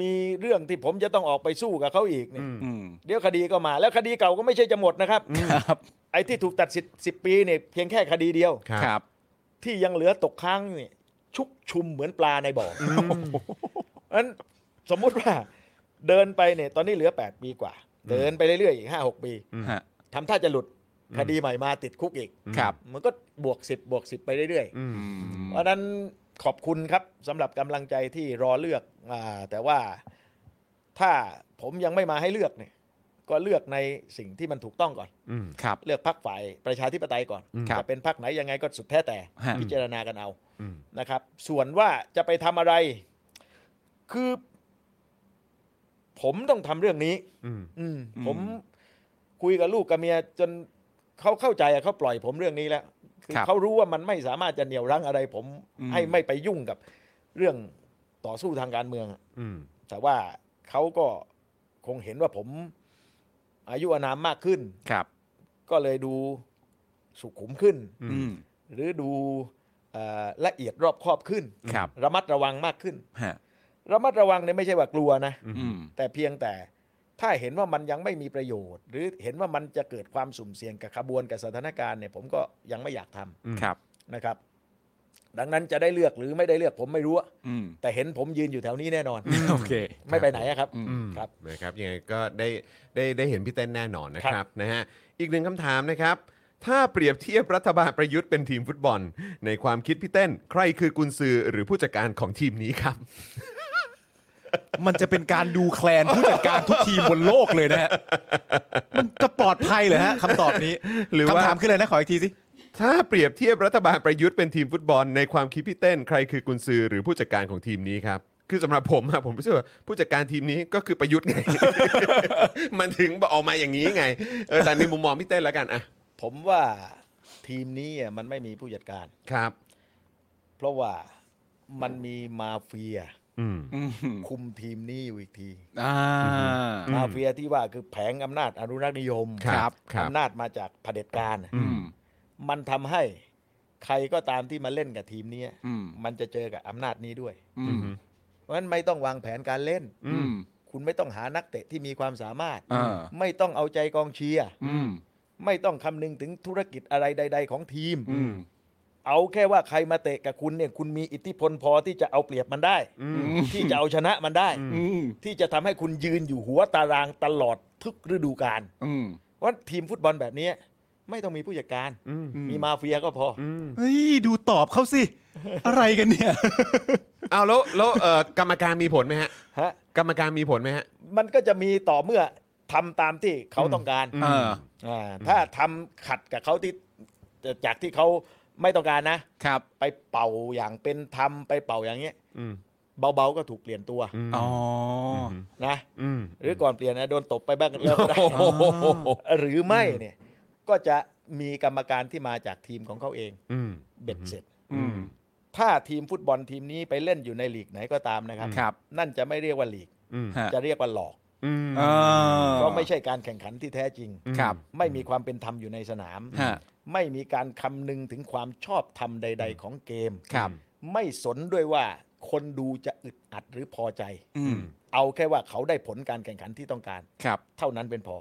[SPEAKER 3] มีเรื่องที่ผมจะต้องออกไปสู้กับเขาอีกเนี่ย
[SPEAKER 2] อืม
[SPEAKER 3] เดี๋ยวคดีก็มา แล้วคดีเก่าก็ไม่ใช่จะหมดนะครับ
[SPEAKER 2] ครับ
[SPEAKER 3] ไอ้ที่ถูกตัดสิทธิ์สิปีเนี่ยเพียงแค่คดีเดียว
[SPEAKER 1] ครับ
[SPEAKER 2] ครับ
[SPEAKER 3] ที่ยังเหลือตกค้างเนี่ยชุกชุมเหมือนปลาในบ่ออนั้นสมมุติว่าเดินไปเนี่ยตอนนี้เหลือ 8 ปีกว่า เดินไปเรื่อยๆอีกห้าหกปี
[SPEAKER 2] ฮะ
[SPEAKER 3] ทำท่าจะหลุดคดีใหม่มาติดคุกอีก
[SPEAKER 2] ครับ
[SPEAKER 3] มันก็บวกสิบบวกสิบไปเรื่อย
[SPEAKER 1] อืม
[SPEAKER 3] ๆ เพราะฉะนั้นขอบคุณครับสำหรับกำลังใจที่รอเลือกอาแต่ว่าถ้าผมยังไม่มาให้เลือกเนี่ย ก็เลือกในสิ่งที่มันถูกต้องก่อน
[SPEAKER 1] อืม
[SPEAKER 2] ครับ
[SPEAKER 3] เลือกพักฝ่ายประชาธิปไตยก่อน
[SPEAKER 1] อืม
[SPEAKER 2] ครับ
[SPEAKER 3] จะเป็นพักไหนยังไงก็สุดแท้แต่
[SPEAKER 2] ฮะ
[SPEAKER 3] พิจารณากันเอา
[SPEAKER 1] อืม
[SPEAKER 3] นะครับ ส่วนว่าจะไปทำอะไร คือผมต้องทำเรื่องนี้
[SPEAKER 1] อืม
[SPEAKER 3] อืม
[SPEAKER 2] อืม
[SPEAKER 3] ผมคุยกับลูกกับเมียจนเขาเข้าใจอะเขาปล่อยผมเรื่องนี้แล้วคือ
[SPEAKER 2] ครับ
[SPEAKER 3] เขารู้ว่ามันไม่สามารถจะเหนี่ยวรั้งอะไร ผม
[SPEAKER 2] อืม
[SPEAKER 3] ให้ไม่ไปยุ่งกับเรื่องต่อสู้ทางการเมืองอะ
[SPEAKER 1] อืม
[SPEAKER 3] แต่ว่าเขาก็ คงเห็นว่าผมอายุอานามมากขึ้น
[SPEAKER 2] ครับ
[SPEAKER 3] ก็เลยดูสุขุมขึ้น
[SPEAKER 1] อืม
[SPEAKER 2] อืม
[SPEAKER 3] หรือดูเอ่อละเอียดรอบคอบขึ้น
[SPEAKER 2] ครับ
[SPEAKER 3] ระมัดระวังมากขึ้น
[SPEAKER 2] ฮะ
[SPEAKER 3] ระมัดระวังเนี่ยไม่ใช่ว่ากลัวนะ
[SPEAKER 1] อืม
[SPEAKER 2] อืม
[SPEAKER 3] แต่เพียงแต่ถ้าเห็นว่ามันยังไม่มีประโยชน์ หรือเห็นว่ามันจะเกิดความสุ่มเสี่ยงกับขบวนกับสถานการณ์เนี่ยผมก็ยังไม่อยากทำ
[SPEAKER 1] อืม
[SPEAKER 2] ครับ
[SPEAKER 3] นะครับ ดังนั้นจะได้เลือกหรือไม่ได้เลือกผมไม่รู้อะ
[SPEAKER 2] อืม
[SPEAKER 3] แต่เห็นผมยืนอยู่แถวนี้แน่นอน
[SPEAKER 2] โอเค
[SPEAKER 3] ไม่ไปไหนอะครับ
[SPEAKER 1] อืม
[SPEAKER 3] ครับ
[SPEAKER 1] นะครับยังไงก็ได้ได้ได้เห็นพี่เต้นแน่นอนนะครับนะฮะอีกหนึ่งคำถามนะครับ ถ้าเปรียบเทียบรัฐบาลประยุทธ์เป็นทีมฟุตบอล ในความคิดพี่เต้น ใครคือกุนซือหรือผู้จัดการของทีมนี้ครับ
[SPEAKER 2] มันจะเป็นการดูแคลน ผู้จัดการทุกทีมบนโลกเลยนะฮะ
[SPEAKER 4] มันจะปลอดภัยเหรอฮะคำตอบนี้
[SPEAKER 1] หรือว่า
[SPEAKER 4] คำถามคืออะไรนะขออีกทีสิ
[SPEAKER 1] ถ้าเปรียบเทียบรัฐบาลประยุทธ์เป็นทีมฟุตบอล ในความคิดพี่เต้น ใครคือกุนซือหรือผู้จัดการของทีมนี้ครับคือสำหรับผมอะผมรู้สึกว่าผู้จัดการทีมนี้ก็คือประยุทธ์ไง มันถึงออกมาอย่างนี้ไงเออแต่ในมุมมองพี่เต้นแล้วกันอะ
[SPEAKER 3] ผมว่าทีมนี้อะมันไม่มีผู้จัดการ
[SPEAKER 1] ครับ
[SPEAKER 3] เพราะว่ามันมีมาเฟีย
[SPEAKER 1] อืม
[SPEAKER 2] อืม
[SPEAKER 3] คุมทีมนี้อยู่อีกที
[SPEAKER 2] อ่า
[SPEAKER 1] อืม
[SPEAKER 3] มาเฟียที่ว่าคือแผงอำนาจอนุรักษ์นิยม
[SPEAKER 1] ครับครับ
[SPEAKER 3] อำนาจมาจากเผด็จการน่ะ
[SPEAKER 1] อืม
[SPEAKER 3] มันทำให้ใครก็ตามที่มาเล่นกับทีมเนี้ย
[SPEAKER 2] อืม
[SPEAKER 3] มันจะเจอกับอำนาจนี้ด้วย
[SPEAKER 2] อืม
[SPEAKER 3] เพราะฉะนั้นไม่ต้องวางแผนการเล่น
[SPEAKER 1] อื
[SPEAKER 2] อืม
[SPEAKER 3] คุณไม่ต้องหานักเตะที่มีความสามารถ
[SPEAKER 2] อ่า
[SPEAKER 3] ไม่ต้องเอาใจกองเชียร์
[SPEAKER 2] อืม
[SPEAKER 3] ไม่ต้องคำนึงถึงธุรกิจอะไรใด ๆ ของทีม
[SPEAKER 2] อืม
[SPEAKER 3] เอาแค่ว่าใครมาเตะกับคุณเนี่ยคุณมีอิทธิพลพอที่จะเอาเปรียบมันได้
[SPEAKER 1] อืม
[SPEAKER 3] ที่จะเอาชนะมันได้
[SPEAKER 2] อืม
[SPEAKER 3] ที่จะทำให้คุณยืนอยู่หัวตารางตลอดทุกฤดูกาล
[SPEAKER 2] อืม
[SPEAKER 3] ว่าทีมฟุตบอลแบบนี้ไม่ต้องมีผู้จัดการ
[SPEAKER 1] อืม
[SPEAKER 3] มีมาเฟียก็พออ
[SPEAKER 1] อืม
[SPEAKER 4] เฮ้ย ดูตอบเขาสิ อะไรกันเนี่ย
[SPEAKER 1] เอาแล้วแล้วเอ่อกรรมการมีผลไหมฮะ
[SPEAKER 3] ฮะ
[SPEAKER 1] กรรมการมีผลไหมฮะ
[SPEAKER 3] มันก็จะมีต่อเมื่อทำตามที่เขาต้องการ
[SPEAKER 2] เออ
[SPEAKER 3] อ่าถ้าทำขัดกับเขาที่จากที่เขาไม่ต้องการนะ
[SPEAKER 2] ครับ
[SPEAKER 3] ไปเป่าอย่างเป็นธรรมไปเป่าอย่างเงี้ย
[SPEAKER 1] อืม
[SPEAKER 3] เบาๆก็ถูกเปลี่ยนตัว
[SPEAKER 2] อ๋อ
[SPEAKER 3] นะ
[SPEAKER 1] อืม
[SPEAKER 3] หรือก่อนเปลี่ยนนะโดนตบไปบ้างแล้วก็ได้
[SPEAKER 1] โอ้โห
[SPEAKER 3] หรือไม่เนี่ยก็จะมีกรรมการที่มาจากทีมของเขาเอง
[SPEAKER 1] อืม
[SPEAKER 3] เบ็ดเสร็จ
[SPEAKER 2] อืม
[SPEAKER 3] ถ้าทีมฟุตบอลทีมนี้ไปเล่นอยู่ในลีกไหนก็ตามนะครับ
[SPEAKER 2] ครับ
[SPEAKER 3] นั่นจะไม่เรียกว่าลีก
[SPEAKER 1] อืม
[SPEAKER 2] ฮะ
[SPEAKER 3] จะเรียกว่าหลอก
[SPEAKER 1] อืม
[SPEAKER 2] เออ
[SPEAKER 3] เพราะไม่ใช่การแข่งขันที่แท้จริง
[SPEAKER 2] ครับ
[SPEAKER 3] ไม่มีความเป็นธรรมอยู่ในสนาม
[SPEAKER 2] ฮะ
[SPEAKER 3] ไม่มีการคำนึงถึงความชอบธรรมใด ๆ ของเกม
[SPEAKER 2] ครับ
[SPEAKER 3] ไม่สนด้วยว่าคนดูจะอึดอัดหรือพอใจ
[SPEAKER 2] อืม
[SPEAKER 3] เอาแค่ว่าเขาได้ผลการแข่งขันที่ต้องการ
[SPEAKER 2] ครับ
[SPEAKER 3] เท่านั้นเป็นพอ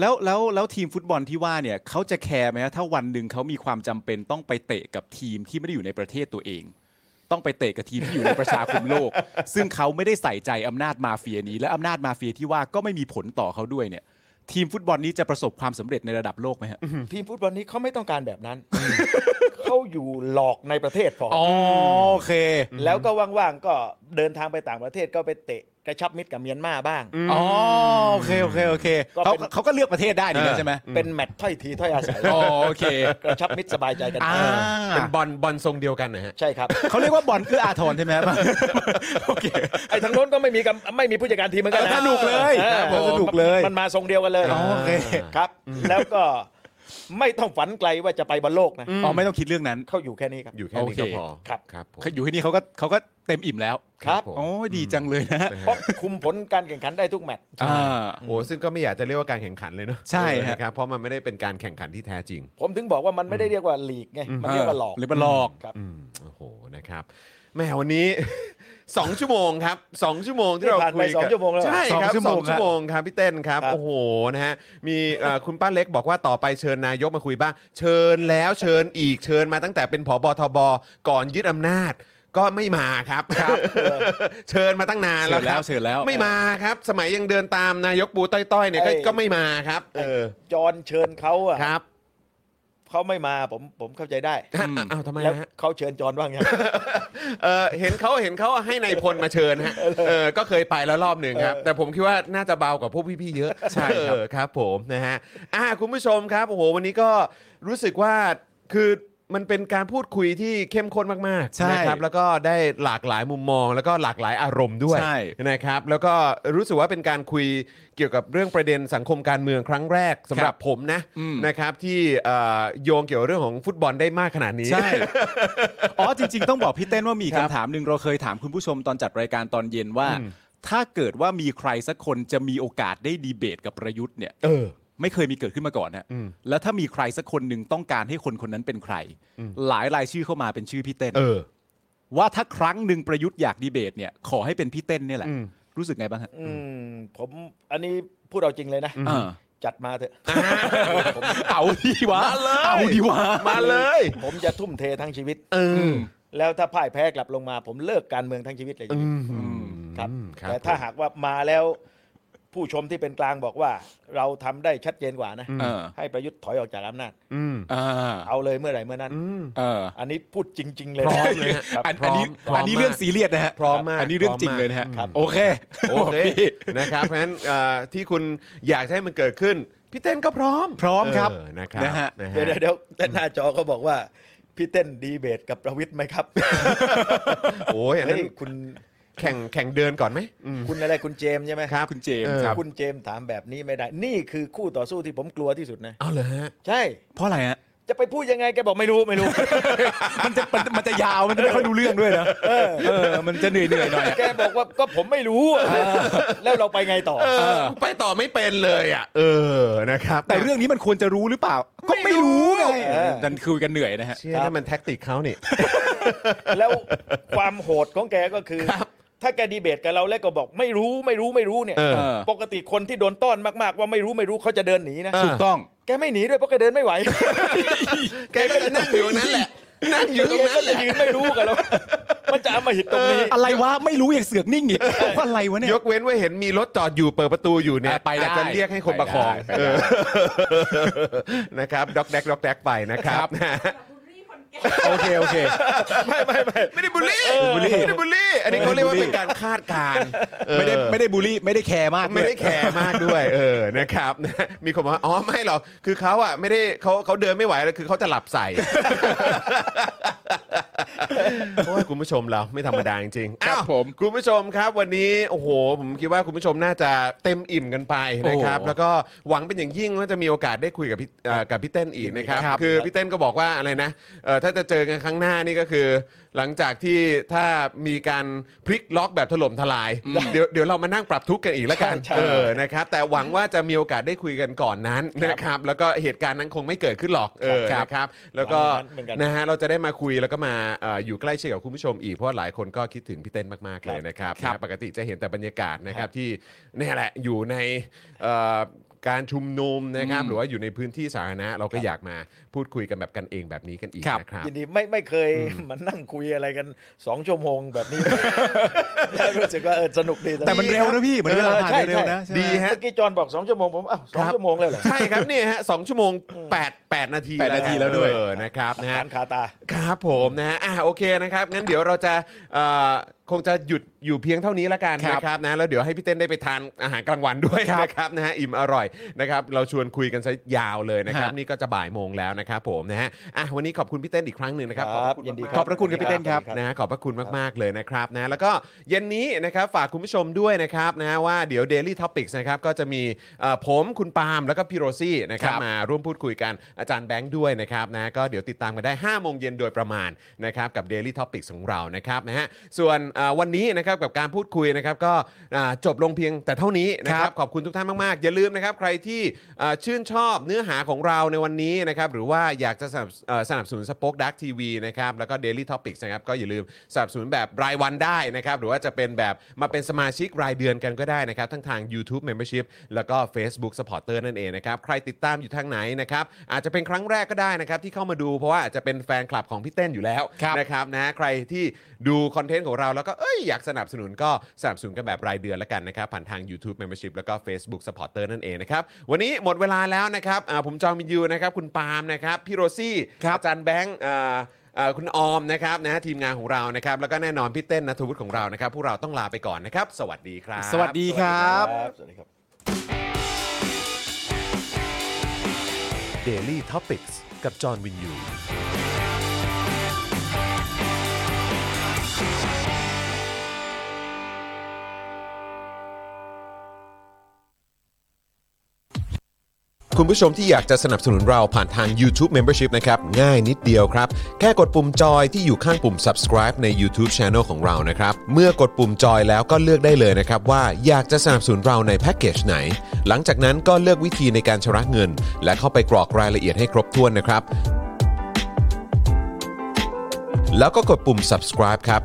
[SPEAKER 2] แล้วแล้วแล้วทีมฟุตบอลที่ว่าเนี่ยเขาจะแคร์ไหมฮะถ้าวันหนึ่งเขามีความจำเป็นต้องไปเตะกับทีมที่ไม่ได้อยู่ในประเทศตัวเอง ต้องไปเตะกับทีมที่อยู่ในประชาคมโลก ซึ่งเขาไม่ได้ใส่ใจอำนาจมาเฟียนี้ และอำนาจมาเฟียที่ว่าก็ไม่มีผลต่อเขาด้วยเนี่ย ทีมฟุตบอลนี้จะประสบความสำเร็จในระดับโลกไหมฮะ
[SPEAKER 3] ทีมฟุตบอลนี้เขาไม่ต้องการแบบนั้น เขาอยู่หลอกในประเทศพออ
[SPEAKER 2] โอเค
[SPEAKER 3] แล้วก็ว่างๆก็เดินทางไปต่างประเทศก็ไปเตะกระชับมิตรกับเมียนมาบ้าง
[SPEAKER 2] อ๋อโอเคโอเคโอเค
[SPEAKER 3] ก็
[SPEAKER 2] เขา
[SPEAKER 3] เป็น
[SPEAKER 2] เขาก็เลือกประเทศได้นี่นะใช่ไหม
[SPEAKER 3] เป็นแมตช์ถ้อยทีถ้อยอาศัย
[SPEAKER 2] อ๋อโอเค
[SPEAKER 3] กระชับมิตรสบายใจกัน
[SPEAKER 2] อ่า
[SPEAKER 3] เออ
[SPEAKER 1] เป็นบอลบอลทรงเดียวกันนะฮะ
[SPEAKER 3] ใช่ครับ
[SPEAKER 2] เขาเรียกว่าบอลเอื้ออาทรใช่ไหมฮะ โอเค
[SPEAKER 3] ไอ้ทางโน้นก็ไม่มีกำไม่มีผู้จัดการทีมเหมือนกัน
[SPEAKER 2] เอ
[SPEAKER 3] นะ
[SPEAKER 2] อสนุกเลย
[SPEAKER 3] ออ
[SPEAKER 2] ครับผมสนุกเลย
[SPEAKER 3] มันมาทรงเดียวกันเลย
[SPEAKER 2] อ๋อโอเค
[SPEAKER 3] ครับ แล้วก็ไม่ต้องฝันไกลว่าจะไปบอลโลกนะ
[SPEAKER 2] อ๋อไม่ต้องคิดเรื่องนั้น
[SPEAKER 3] เขาอยู่แค่นี้ครับ
[SPEAKER 1] อยู่แค่นี้ก็พอ
[SPEAKER 3] ครับ
[SPEAKER 1] ครับผม
[SPEAKER 2] อยู่ที่นี่เขาก็เขาก็เต็มอิ่มแล้ว
[SPEAKER 3] ครับ
[SPEAKER 1] ผม
[SPEAKER 2] โอ้ยดีจังเลยนะฮะ
[SPEAKER 3] เพราะคุมผลการแข่งขันได้ทุกแมตช์
[SPEAKER 2] อ่า
[SPEAKER 1] โอ้ซึ่งก็ไม่อยากจะเรียกว่าการแข่งขันเลยเนาะ
[SPEAKER 2] ใช่ฮะ
[SPEAKER 1] เออนะครับเพราะมันไม่ได้เป็นการแข่งขันที่แท้จริง
[SPEAKER 3] ผมถึงบอกว่ามันไม่ได้เรียกว่าลีกไงมันเรียกว่าหลอก
[SPEAKER 2] หรือว่าหลอก
[SPEAKER 3] ครับ
[SPEAKER 1] อืมโอ้โหนะครับแหมวันนี้ สองชั่วโมงครับสองชั่วโมงที่เรา
[SPEAKER 3] นี่ผ่านไป
[SPEAKER 1] คุย
[SPEAKER 3] สอ
[SPEAKER 1] กั
[SPEAKER 3] งชั่วโมงแล้วเหรอ
[SPEAKER 1] ใช่
[SPEAKER 2] สอง
[SPEAKER 1] ครับ
[SPEAKER 2] ชั่ว
[SPEAKER 1] ส
[SPEAKER 2] โม
[SPEAKER 1] อง งชั่วโมงครับพี่เต้นครับ
[SPEAKER 3] ครับ
[SPEAKER 1] โอ้โหนะฮะมีเอ่อคุณป้าเล็กบอกว่าต่อไปเชิญนายกมาคุยบ้าง เชิญแล้วเชิญอีกเชิญมาตั้งแต่เป็นผบทบก่อนยึดอำนาจ ก็ไม่มาครับ เชิญมาตั้งนานแล้วครับ
[SPEAKER 2] เชิญแล้วเชิญแล้ว
[SPEAKER 1] ไม่มาครับ สมัยยังเดินตามนายกปูต้อยๆเนี่ยก็
[SPEAKER 3] ไอ้
[SPEAKER 1] ก็ไม่มาครับ เออ
[SPEAKER 3] จอห์นเชิญเขาอ่ะ
[SPEAKER 1] ครับ
[SPEAKER 3] เขาไม่มาผมผมเข้าใจได้
[SPEAKER 1] ฮะอ้าวทำไม
[SPEAKER 3] แล้ว
[SPEAKER 1] ฮะ
[SPEAKER 3] เขาเชิญจอห์นว่างไง
[SPEAKER 1] เออเห็นเขาเห็นเขาให้ในายพลมาเชิญฮะเออก็เคยไปแล้วรอบหนึ่งครับ แต่ผมคิดว่าน่าจะเบากว่าพวกพี่ๆเยอะ
[SPEAKER 2] ใช่ครับ
[SPEAKER 1] เออครับผมนะฮะอ่าคุณผู้ชมครับโอ้โหวันนี้ก็รู้สึกว่าคือมันเป็นการพูดคุยที่เข้มข้นมาก
[SPEAKER 2] ใช่
[SPEAKER 1] ๆนะครับแล้วก็ได้หลากหลายมุมมอง แล้วก็หลากหลายอารมณ์ด้วย
[SPEAKER 2] ใช่
[SPEAKER 1] นะครับแล้วก็รู้สึกว่าเป็นการคุยเกี่ยวกับเรื่องประเด็นสังคมการเมืองครั้งแรกสำหรับผมนะนะครับที่เอ่อโยงเกี่ยวกับเรื่องของฟุตบอลได้มากขนาดนี้
[SPEAKER 2] ใช่ อ๋อจริง ๆ ต้องบอกพี่เต้นว่ามี
[SPEAKER 1] ครับ
[SPEAKER 2] คำถามหนึ่งเราเคยถามคุณผู้ชมตอนจัดรายการตอนเย็นว่า ถ้าเกิดว่ามีใครสักคนจะมีโอกาสได้ดีเบตกับประยุทธ์เนี่ย
[SPEAKER 1] เออ
[SPEAKER 2] ไม่เคยมีเกิดขึ้นมาก่อนนะ
[SPEAKER 1] อืม
[SPEAKER 2] แล้วถ้ามีใครสักคนหนึ่งต้องการให้คนคนนั้นเป็นใคร
[SPEAKER 1] อืม
[SPEAKER 2] หลายรายชื่อเข้ามาเป็นชื่อพี่เต้น
[SPEAKER 1] เออ
[SPEAKER 2] ว่าถ้าครั้งหนึ่งประยุทธ์อยากดีเบตเนี่ย ขอให้เป็นพี่เต้นเนี่ยแหละ
[SPEAKER 1] อืม
[SPEAKER 2] รู้สึกไงบ้างฮะ
[SPEAKER 3] อืมผมอันนี้พูดเอาจริงเลยนะ
[SPEAKER 2] เออ
[SPEAKER 3] จัดมาเถอะผม
[SPEAKER 2] เอาดีวะเอาดีวะ
[SPEAKER 1] มาเลย
[SPEAKER 3] ผมจะทุ่มเททั้งชีวิต
[SPEAKER 1] เออ
[SPEAKER 3] แล้วถ้าพ่ายแพ้กลับลงมา ผมเลิกการเมืองทั้งชีวิตเลย
[SPEAKER 1] อืม
[SPEAKER 3] ครับ
[SPEAKER 1] ครับ
[SPEAKER 3] แต่ถ้าหากว่ามาแล้วผู้ชมที่เป็นกลางบอกว่า เราทำได้ชัดเจนกว่านะ
[SPEAKER 2] เออ
[SPEAKER 3] ให้ประยุทธ์ถอยออกจากอำนาจ
[SPEAKER 1] อืม
[SPEAKER 2] เออ
[SPEAKER 3] เอาเลยเมื่อไหร่เมื่อนั้น
[SPEAKER 1] อืม
[SPEAKER 2] เออ
[SPEAKER 3] อันนี้พูดจริง ๆ เลย
[SPEAKER 1] พร้อม
[SPEAKER 3] นะ
[SPEAKER 1] เลยฮะ
[SPEAKER 3] ครับ
[SPEAKER 2] อันอันนี้
[SPEAKER 1] พร้อม
[SPEAKER 2] อันนี้เรื่อง
[SPEAKER 1] มาก
[SPEAKER 2] ซีเรียสนะฮะ
[SPEAKER 1] พร้อมมาก
[SPEAKER 2] อันนี้เรื่องจริงเลยนะฮะ
[SPEAKER 1] ครับ
[SPEAKER 2] โอเค
[SPEAKER 1] โอเค
[SPEAKER 2] พี่
[SPEAKER 1] นะครับเพราะฉะนั้นเอ่อที่คุณอยากให้มันเกิดขึ้น พี่เต้นก็พร้อม
[SPEAKER 4] พร้อมครับ
[SPEAKER 1] เนะครับ
[SPEAKER 2] นะฮะ
[SPEAKER 1] นะฮะ
[SPEAKER 3] เดี๋ยวเดี๋ยวเดี๋ยวแต่หน้าจอเขาบอกว่า พี่เต้นดีเบตกับประวิทย์ไหมครับ
[SPEAKER 1] โอ้ยอัน
[SPEAKER 3] เฮ้
[SPEAKER 1] นั้น
[SPEAKER 3] ยคุณ
[SPEAKER 1] แข่งแข่งเดินก่อนไหมอืม
[SPEAKER 3] คุณอะไรคุณเจมส์ใช่ไหม
[SPEAKER 1] ครับ
[SPEAKER 2] คุณเจมส์
[SPEAKER 1] เออ
[SPEAKER 2] ครับ
[SPEAKER 3] คุณเจมส์ถามแบบนี้ไม่ได้ นี่คือคู่ต่อสู้ที่ผมกลัวที่สุดนะ
[SPEAKER 1] เอาเลยฮะ
[SPEAKER 3] ใช่
[SPEAKER 2] เพราะอะไรฮะ
[SPEAKER 3] จะไปพูดยังไงแกบอกไม่รู้ไม่รู้
[SPEAKER 2] มันจะมันมันจะยาวมันจะไม่ค่อยดูเรื่องด้วยนะเออมันจะเหนื่อยเหนื่อยๆหน่อยอะ
[SPEAKER 3] แกบอกว่าก็ผมไม่รู้อะแล้วเราไปไงต่อ
[SPEAKER 1] เออ ไปต่อไม่เป็นเลยอ่ะ เออนะครับ
[SPEAKER 2] แต่เรื่องนี้มันควรจะรู้หรือเปล่า ก็ไม่รู้ไง
[SPEAKER 3] เออ
[SPEAKER 2] ดันคุยกันเหนื่อยนะฮะ
[SPEAKER 1] เชื่อนั่นมันแท็กติกเขานี่
[SPEAKER 3] แล้วความโหดของแกก็คือ ถ้าแกดีเบตกับเราแล้วก็บอกไม่รู้ไม่รู้ไม่รู้เนี่ย
[SPEAKER 1] เออ
[SPEAKER 2] เออ
[SPEAKER 3] ปกติคนที่โดนต้อนมากๆ ว่าไม่รู้ไม่รู้เขาจะเดินหนีนะ
[SPEAKER 1] เอ
[SPEAKER 2] ถูกต้อง
[SPEAKER 3] แกไม่หนีด้วยเพราะแกเดินไม่ไหว
[SPEAKER 1] แกก็จะนั่งอยู่ตรงนั้นแหละ นั่งอยู่ตรง
[SPEAKER 3] แก
[SPEAKER 1] นั้
[SPEAKER 3] ก็
[SPEAKER 1] นแห
[SPEAKER 3] จะ
[SPEAKER 1] ละ
[SPEAKER 3] ยืนไม่รู้กันแล้ว มันจะเอามาหิตตรงนี้
[SPEAKER 2] อะไรวะ ไม่รู้อย่างเสือกนิ่งอีกว่าอะไรวะเนี่ย
[SPEAKER 1] ยกเว้นว่าเห็นมีรถจอดอยู่เปิดประตูอยู่เนี่ย
[SPEAKER 2] อ่ะไปได้
[SPEAKER 1] อาจจะเรียกให้คนประคอง
[SPEAKER 2] ไปได้
[SPEAKER 1] เออนะครับด็อกแดกด็อกแดกไปนะครับนะ
[SPEAKER 5] อย่าบูลลี่คนแก่
[SPEAKER 2] โอเค โอเค
[SPEAKER 3] ไม่ไม่ไม่
[SPEAKER 1] ไม่ได้บูลลี่
[SPEAKER 3] เออ
[SPEAKER 1] ไม่ได้บูลลี่ อันนี้เขาเรียกว่าเป็นการคาดการณ์เออ
[SPEAKER 2] ไม่ได้ไม่ได้บูลลี่ ไม่ได้แคร์มาก
[SPEAKER 1] ไม่ได้แคร์มากด้วย เออนะครับ นะมีคนบอกว่าอ๋อไม่หรอกคือเขาอ่ะไม่ได้เขาเขาเดินไม่ไหวแล้วคือเขาจะหลับใส่ โอ้ยคุณผู้ชมเราไม่ธรรมดาจริงๆ
[SPEAKER 2] ครั
[SPEAKER 1] อ้า
[SPEAKER 2] บ
[SPEAKER 1] ว
[SPEAKER 2] ผม
[SPEAKER 1] คุณผู้ชมครับวันนี้โอ้โห ผมคิดว่าคุณผู้ชมน่าจะเต็มอิ่มกันไปนะครับ
[SPEAKER 2] โอ้
[SPEAKER 1] แล้วก็หวังเป็นอย่างยิ่งว่าจะมีโอกาสได้คุยกับพี่เอ่อกับพี่เต้นอีกนะครับ
[SPEAKER 2] ครับ
[SPEAKER 1] คือพี่เต้นก็บอกว่าอะไรนะเอ่อถ้าจะเจอกันครั้งหน้านี่ก็คือ หลังจากที่ถ้ามีการพลิกล็อกแบบถล่มทลาย เดี๋ยวเดี๋ยวเรามานั่งปรับทุกข์กันอีกแล้วกัน
[SPEAKER 3] ใช่ใช่
[SPEAKER 1] เออนะครับแต่หวังว่าจะมีโอกาสได้คุยกันก่อนนั้นนะครับแล้วก็เหตุการณ์นั้นคงไม่เกิดขึ้นหรอกเออนะครับแล้วก็
[SPEAKER 3] เหมือนกัน
[SPEAKER 1] นะฮะเราจะได้มาคุยแล้วก็มาเอ่ออยู่ใกล้ชิดกับคุณผู้ชมอีกเพราะว่าหลายคนก็คิดถึงพี่เต้นมากๆเลยนะครับ
[SPEAKER 2] ครับ
[SPEAKER 1] นะปกติจะเห็นแต่บรรยากาศนะครับที่เนี่ยแหละอยู่ในเอ่อการชุมนุมนะครับหรือว่าอยู่ในพื้นที่สาธารณะเราก็อยากมาพูดคุยกันแบบกันเองแบบนี้กันอีกนะครับ
[SPEAKER 3] ยินดีไม่ไม่เคยมานั่งคุยอะไรกันสองชั่วโมงแบบนี้ ได้รู้สึกว่าเออสนุกดี
[SPEAKER 4] แต่มันเร็วนะพี่เหมือนเวลาผ่านไปเร็วนะใช่ไหม
[SPEAKER 1] ดีฮะ
[SPEAKER 3] เมื่อกี้จอห์นบอกสองชั่วโมงผมอ้าวส
[SPEAKER 1] ค
[SPEAKER 3] อง
[SPEAKER 1] รับ
[SPEAKER 3] ชั่วโมงเลยเหรอ
[SPEAKER 1] ใช่ครับเนี่ยฮะสองชั่วโมงแปดแปดนาที
[SPEAKER 2] แปดนาทีแล้วด้วย
[SPEAKER 1] เออนะครับนะฮะ
[SPEAKER 3] การคาตา
[SPEAKER 1] ครับผมนะฮะอ่ะโอเคนะครับ งั้นเดี๋ยวเราจะเอ่อคงจะหยุดอยู่เพียงเท่านี้ละกัน
[SPEAKER 2] ครับ
[SPEAKER 1] นะครับนะแล้วเดี๋ยวให้พี่เต้นได้ไปทานอาหารกลางวันด้วย
[SPEAKER 2] ครับ
[SPEAKER 1] นะครับนะฮะอิ่มอร่อยนะครับ เราชวนคุยกันซะยาวเลยนะครับ
[SPEAKER 2] ฮะ
[SPEAKER 1] นี่ก็จะบ่ายโมงแล้วนะครับผมนะฮะอ่ะวันนี้ขอบคุณพี่เต้นอีกครั้งหนึ่งนะครับ
[SPEAKER 3] ครั
[SPEAKER 1] ขอบ
[SPEAKER 3] บ
[SPEAKER 1] คุณ
[SPEAKER 3] ยินดี
[SPEAKER 1] มาก
[SPEAKER 3] ค
[SPEAKER 1] ๆข
[SPEAKER 3] รับ
[SPEAKER 1] อบพระคุณครับพี่เต้นครับ
[SPEAKER 3] ครับ
[SPEAKER 1] นะฮะขอบพระคุณมากๆเลยนะครับนะแล้วก็เย็นนี้นะครับฝากคุณผู้ชมด้วยนะครับนะฮะว่าเดี๋ยว Daily Topics นะครับก็จะมีเอ่อผมคุณปาล์มแล้วก็พี่โรซี่นะครับ
[SPEAKER 2] ครับ
[SPEAKER 1] มา มาร่วมพูดคุยกันอาจารย์แบงค์ด้วยนะครับนะก็เดี๋ยวติดตามกันได้ 5 โมงเย็นโดยประมาณนะครับกับ Daily Topics ของเรานะครับนะฮะส่วนเอ่อวันนี้นะครับกับการพูดคุยนะครับก็อ่าจบลงเพียงแต่เท่านี้นะครับขอบคุณทุกท่านมาก ๆ อย่าลืมนะครับใครที่อ่าชื่นชอบเนื้อหาของเราในวันนี้นะครับหรือว่าอยากจะสนับเอ่อสนับสนุนสป็อคดักทีวีนะครับแล้วก็ Daily Topics นะครับก็อย่าลืมสนับสนุนแบบรายวันได้นะครับหรือว่าจะเป็นแบบมาเป็นสมาชิกรายเดือนกันก็ได้นะครับทั้งทาง YouTube Membership แล้วก็ Facebook Supporter นั่นเองนะครับใครติดตามอยู่ทางไหนนะครับอาจจะเป็นครั้งแรกก็ได้นะครับที่เข้ามาดูเพราะว่าอาจจะเป็นแฟนคลับของพี่เต้นอยู่แล้ว
[SPEAKER 2] ครับ
[SPEAKER 1] นะครับนะใครที่ดูคอนเทนต์ของเราแล้วก็เอ้ยอยากสนับสนุนก็สนับสนุนกันแบบรายเดือนละกันนะครับผ่านทาง YouTube Membership แล้วก็ Facebook Supporter นั่นเองนะครับวันนี้หมดเวลาแล้วนะครับอ่าผมจอมบินยูนะครับคุณปาล์มนะครับพี่โรซี่
[SPEAKER 2] ครับ
[SPEAKER 1] อาจารย์แบงค์อ่า เอ่อคุณออมนะครับนะฮะทีมงานของเรานะครับ แล้วก็แน่นอนพี่เต้นนัทวุฒิของเรานะครับ พวกเราต้องลาไปก่อนนะครับ สวัสดีครับ
[SPEAKER 2] สวัสดีครับ
[SPEAKER 3] สวัสดีครับ
[SPEAKER 1] Daily Topics กับจอห์นวินยู คุณผู้ชมที่อยากจะสนับสนุนเราผ่านทาง YouTube Membership นะครับ ง่ายนิดเดียวครับ แค่กดปุ่มจอยที่อยู่ข้างปุ่ม subscribe ใน YouTube Channel ของเรานะครับ เมื่อกดปุ่มจอยแล้วก็เลือกได้เลยนะครับ ว่าอยากจะสนับสนุนเราในแพ็กเกจไหน หลังจากนั้นก็เลือกวิธีในการชำระเงิน และเข้าไปกรอกรายละเอียดให้ครบถ้วนนะครับ แล้วก็กดปุ่ม subscribe ครับ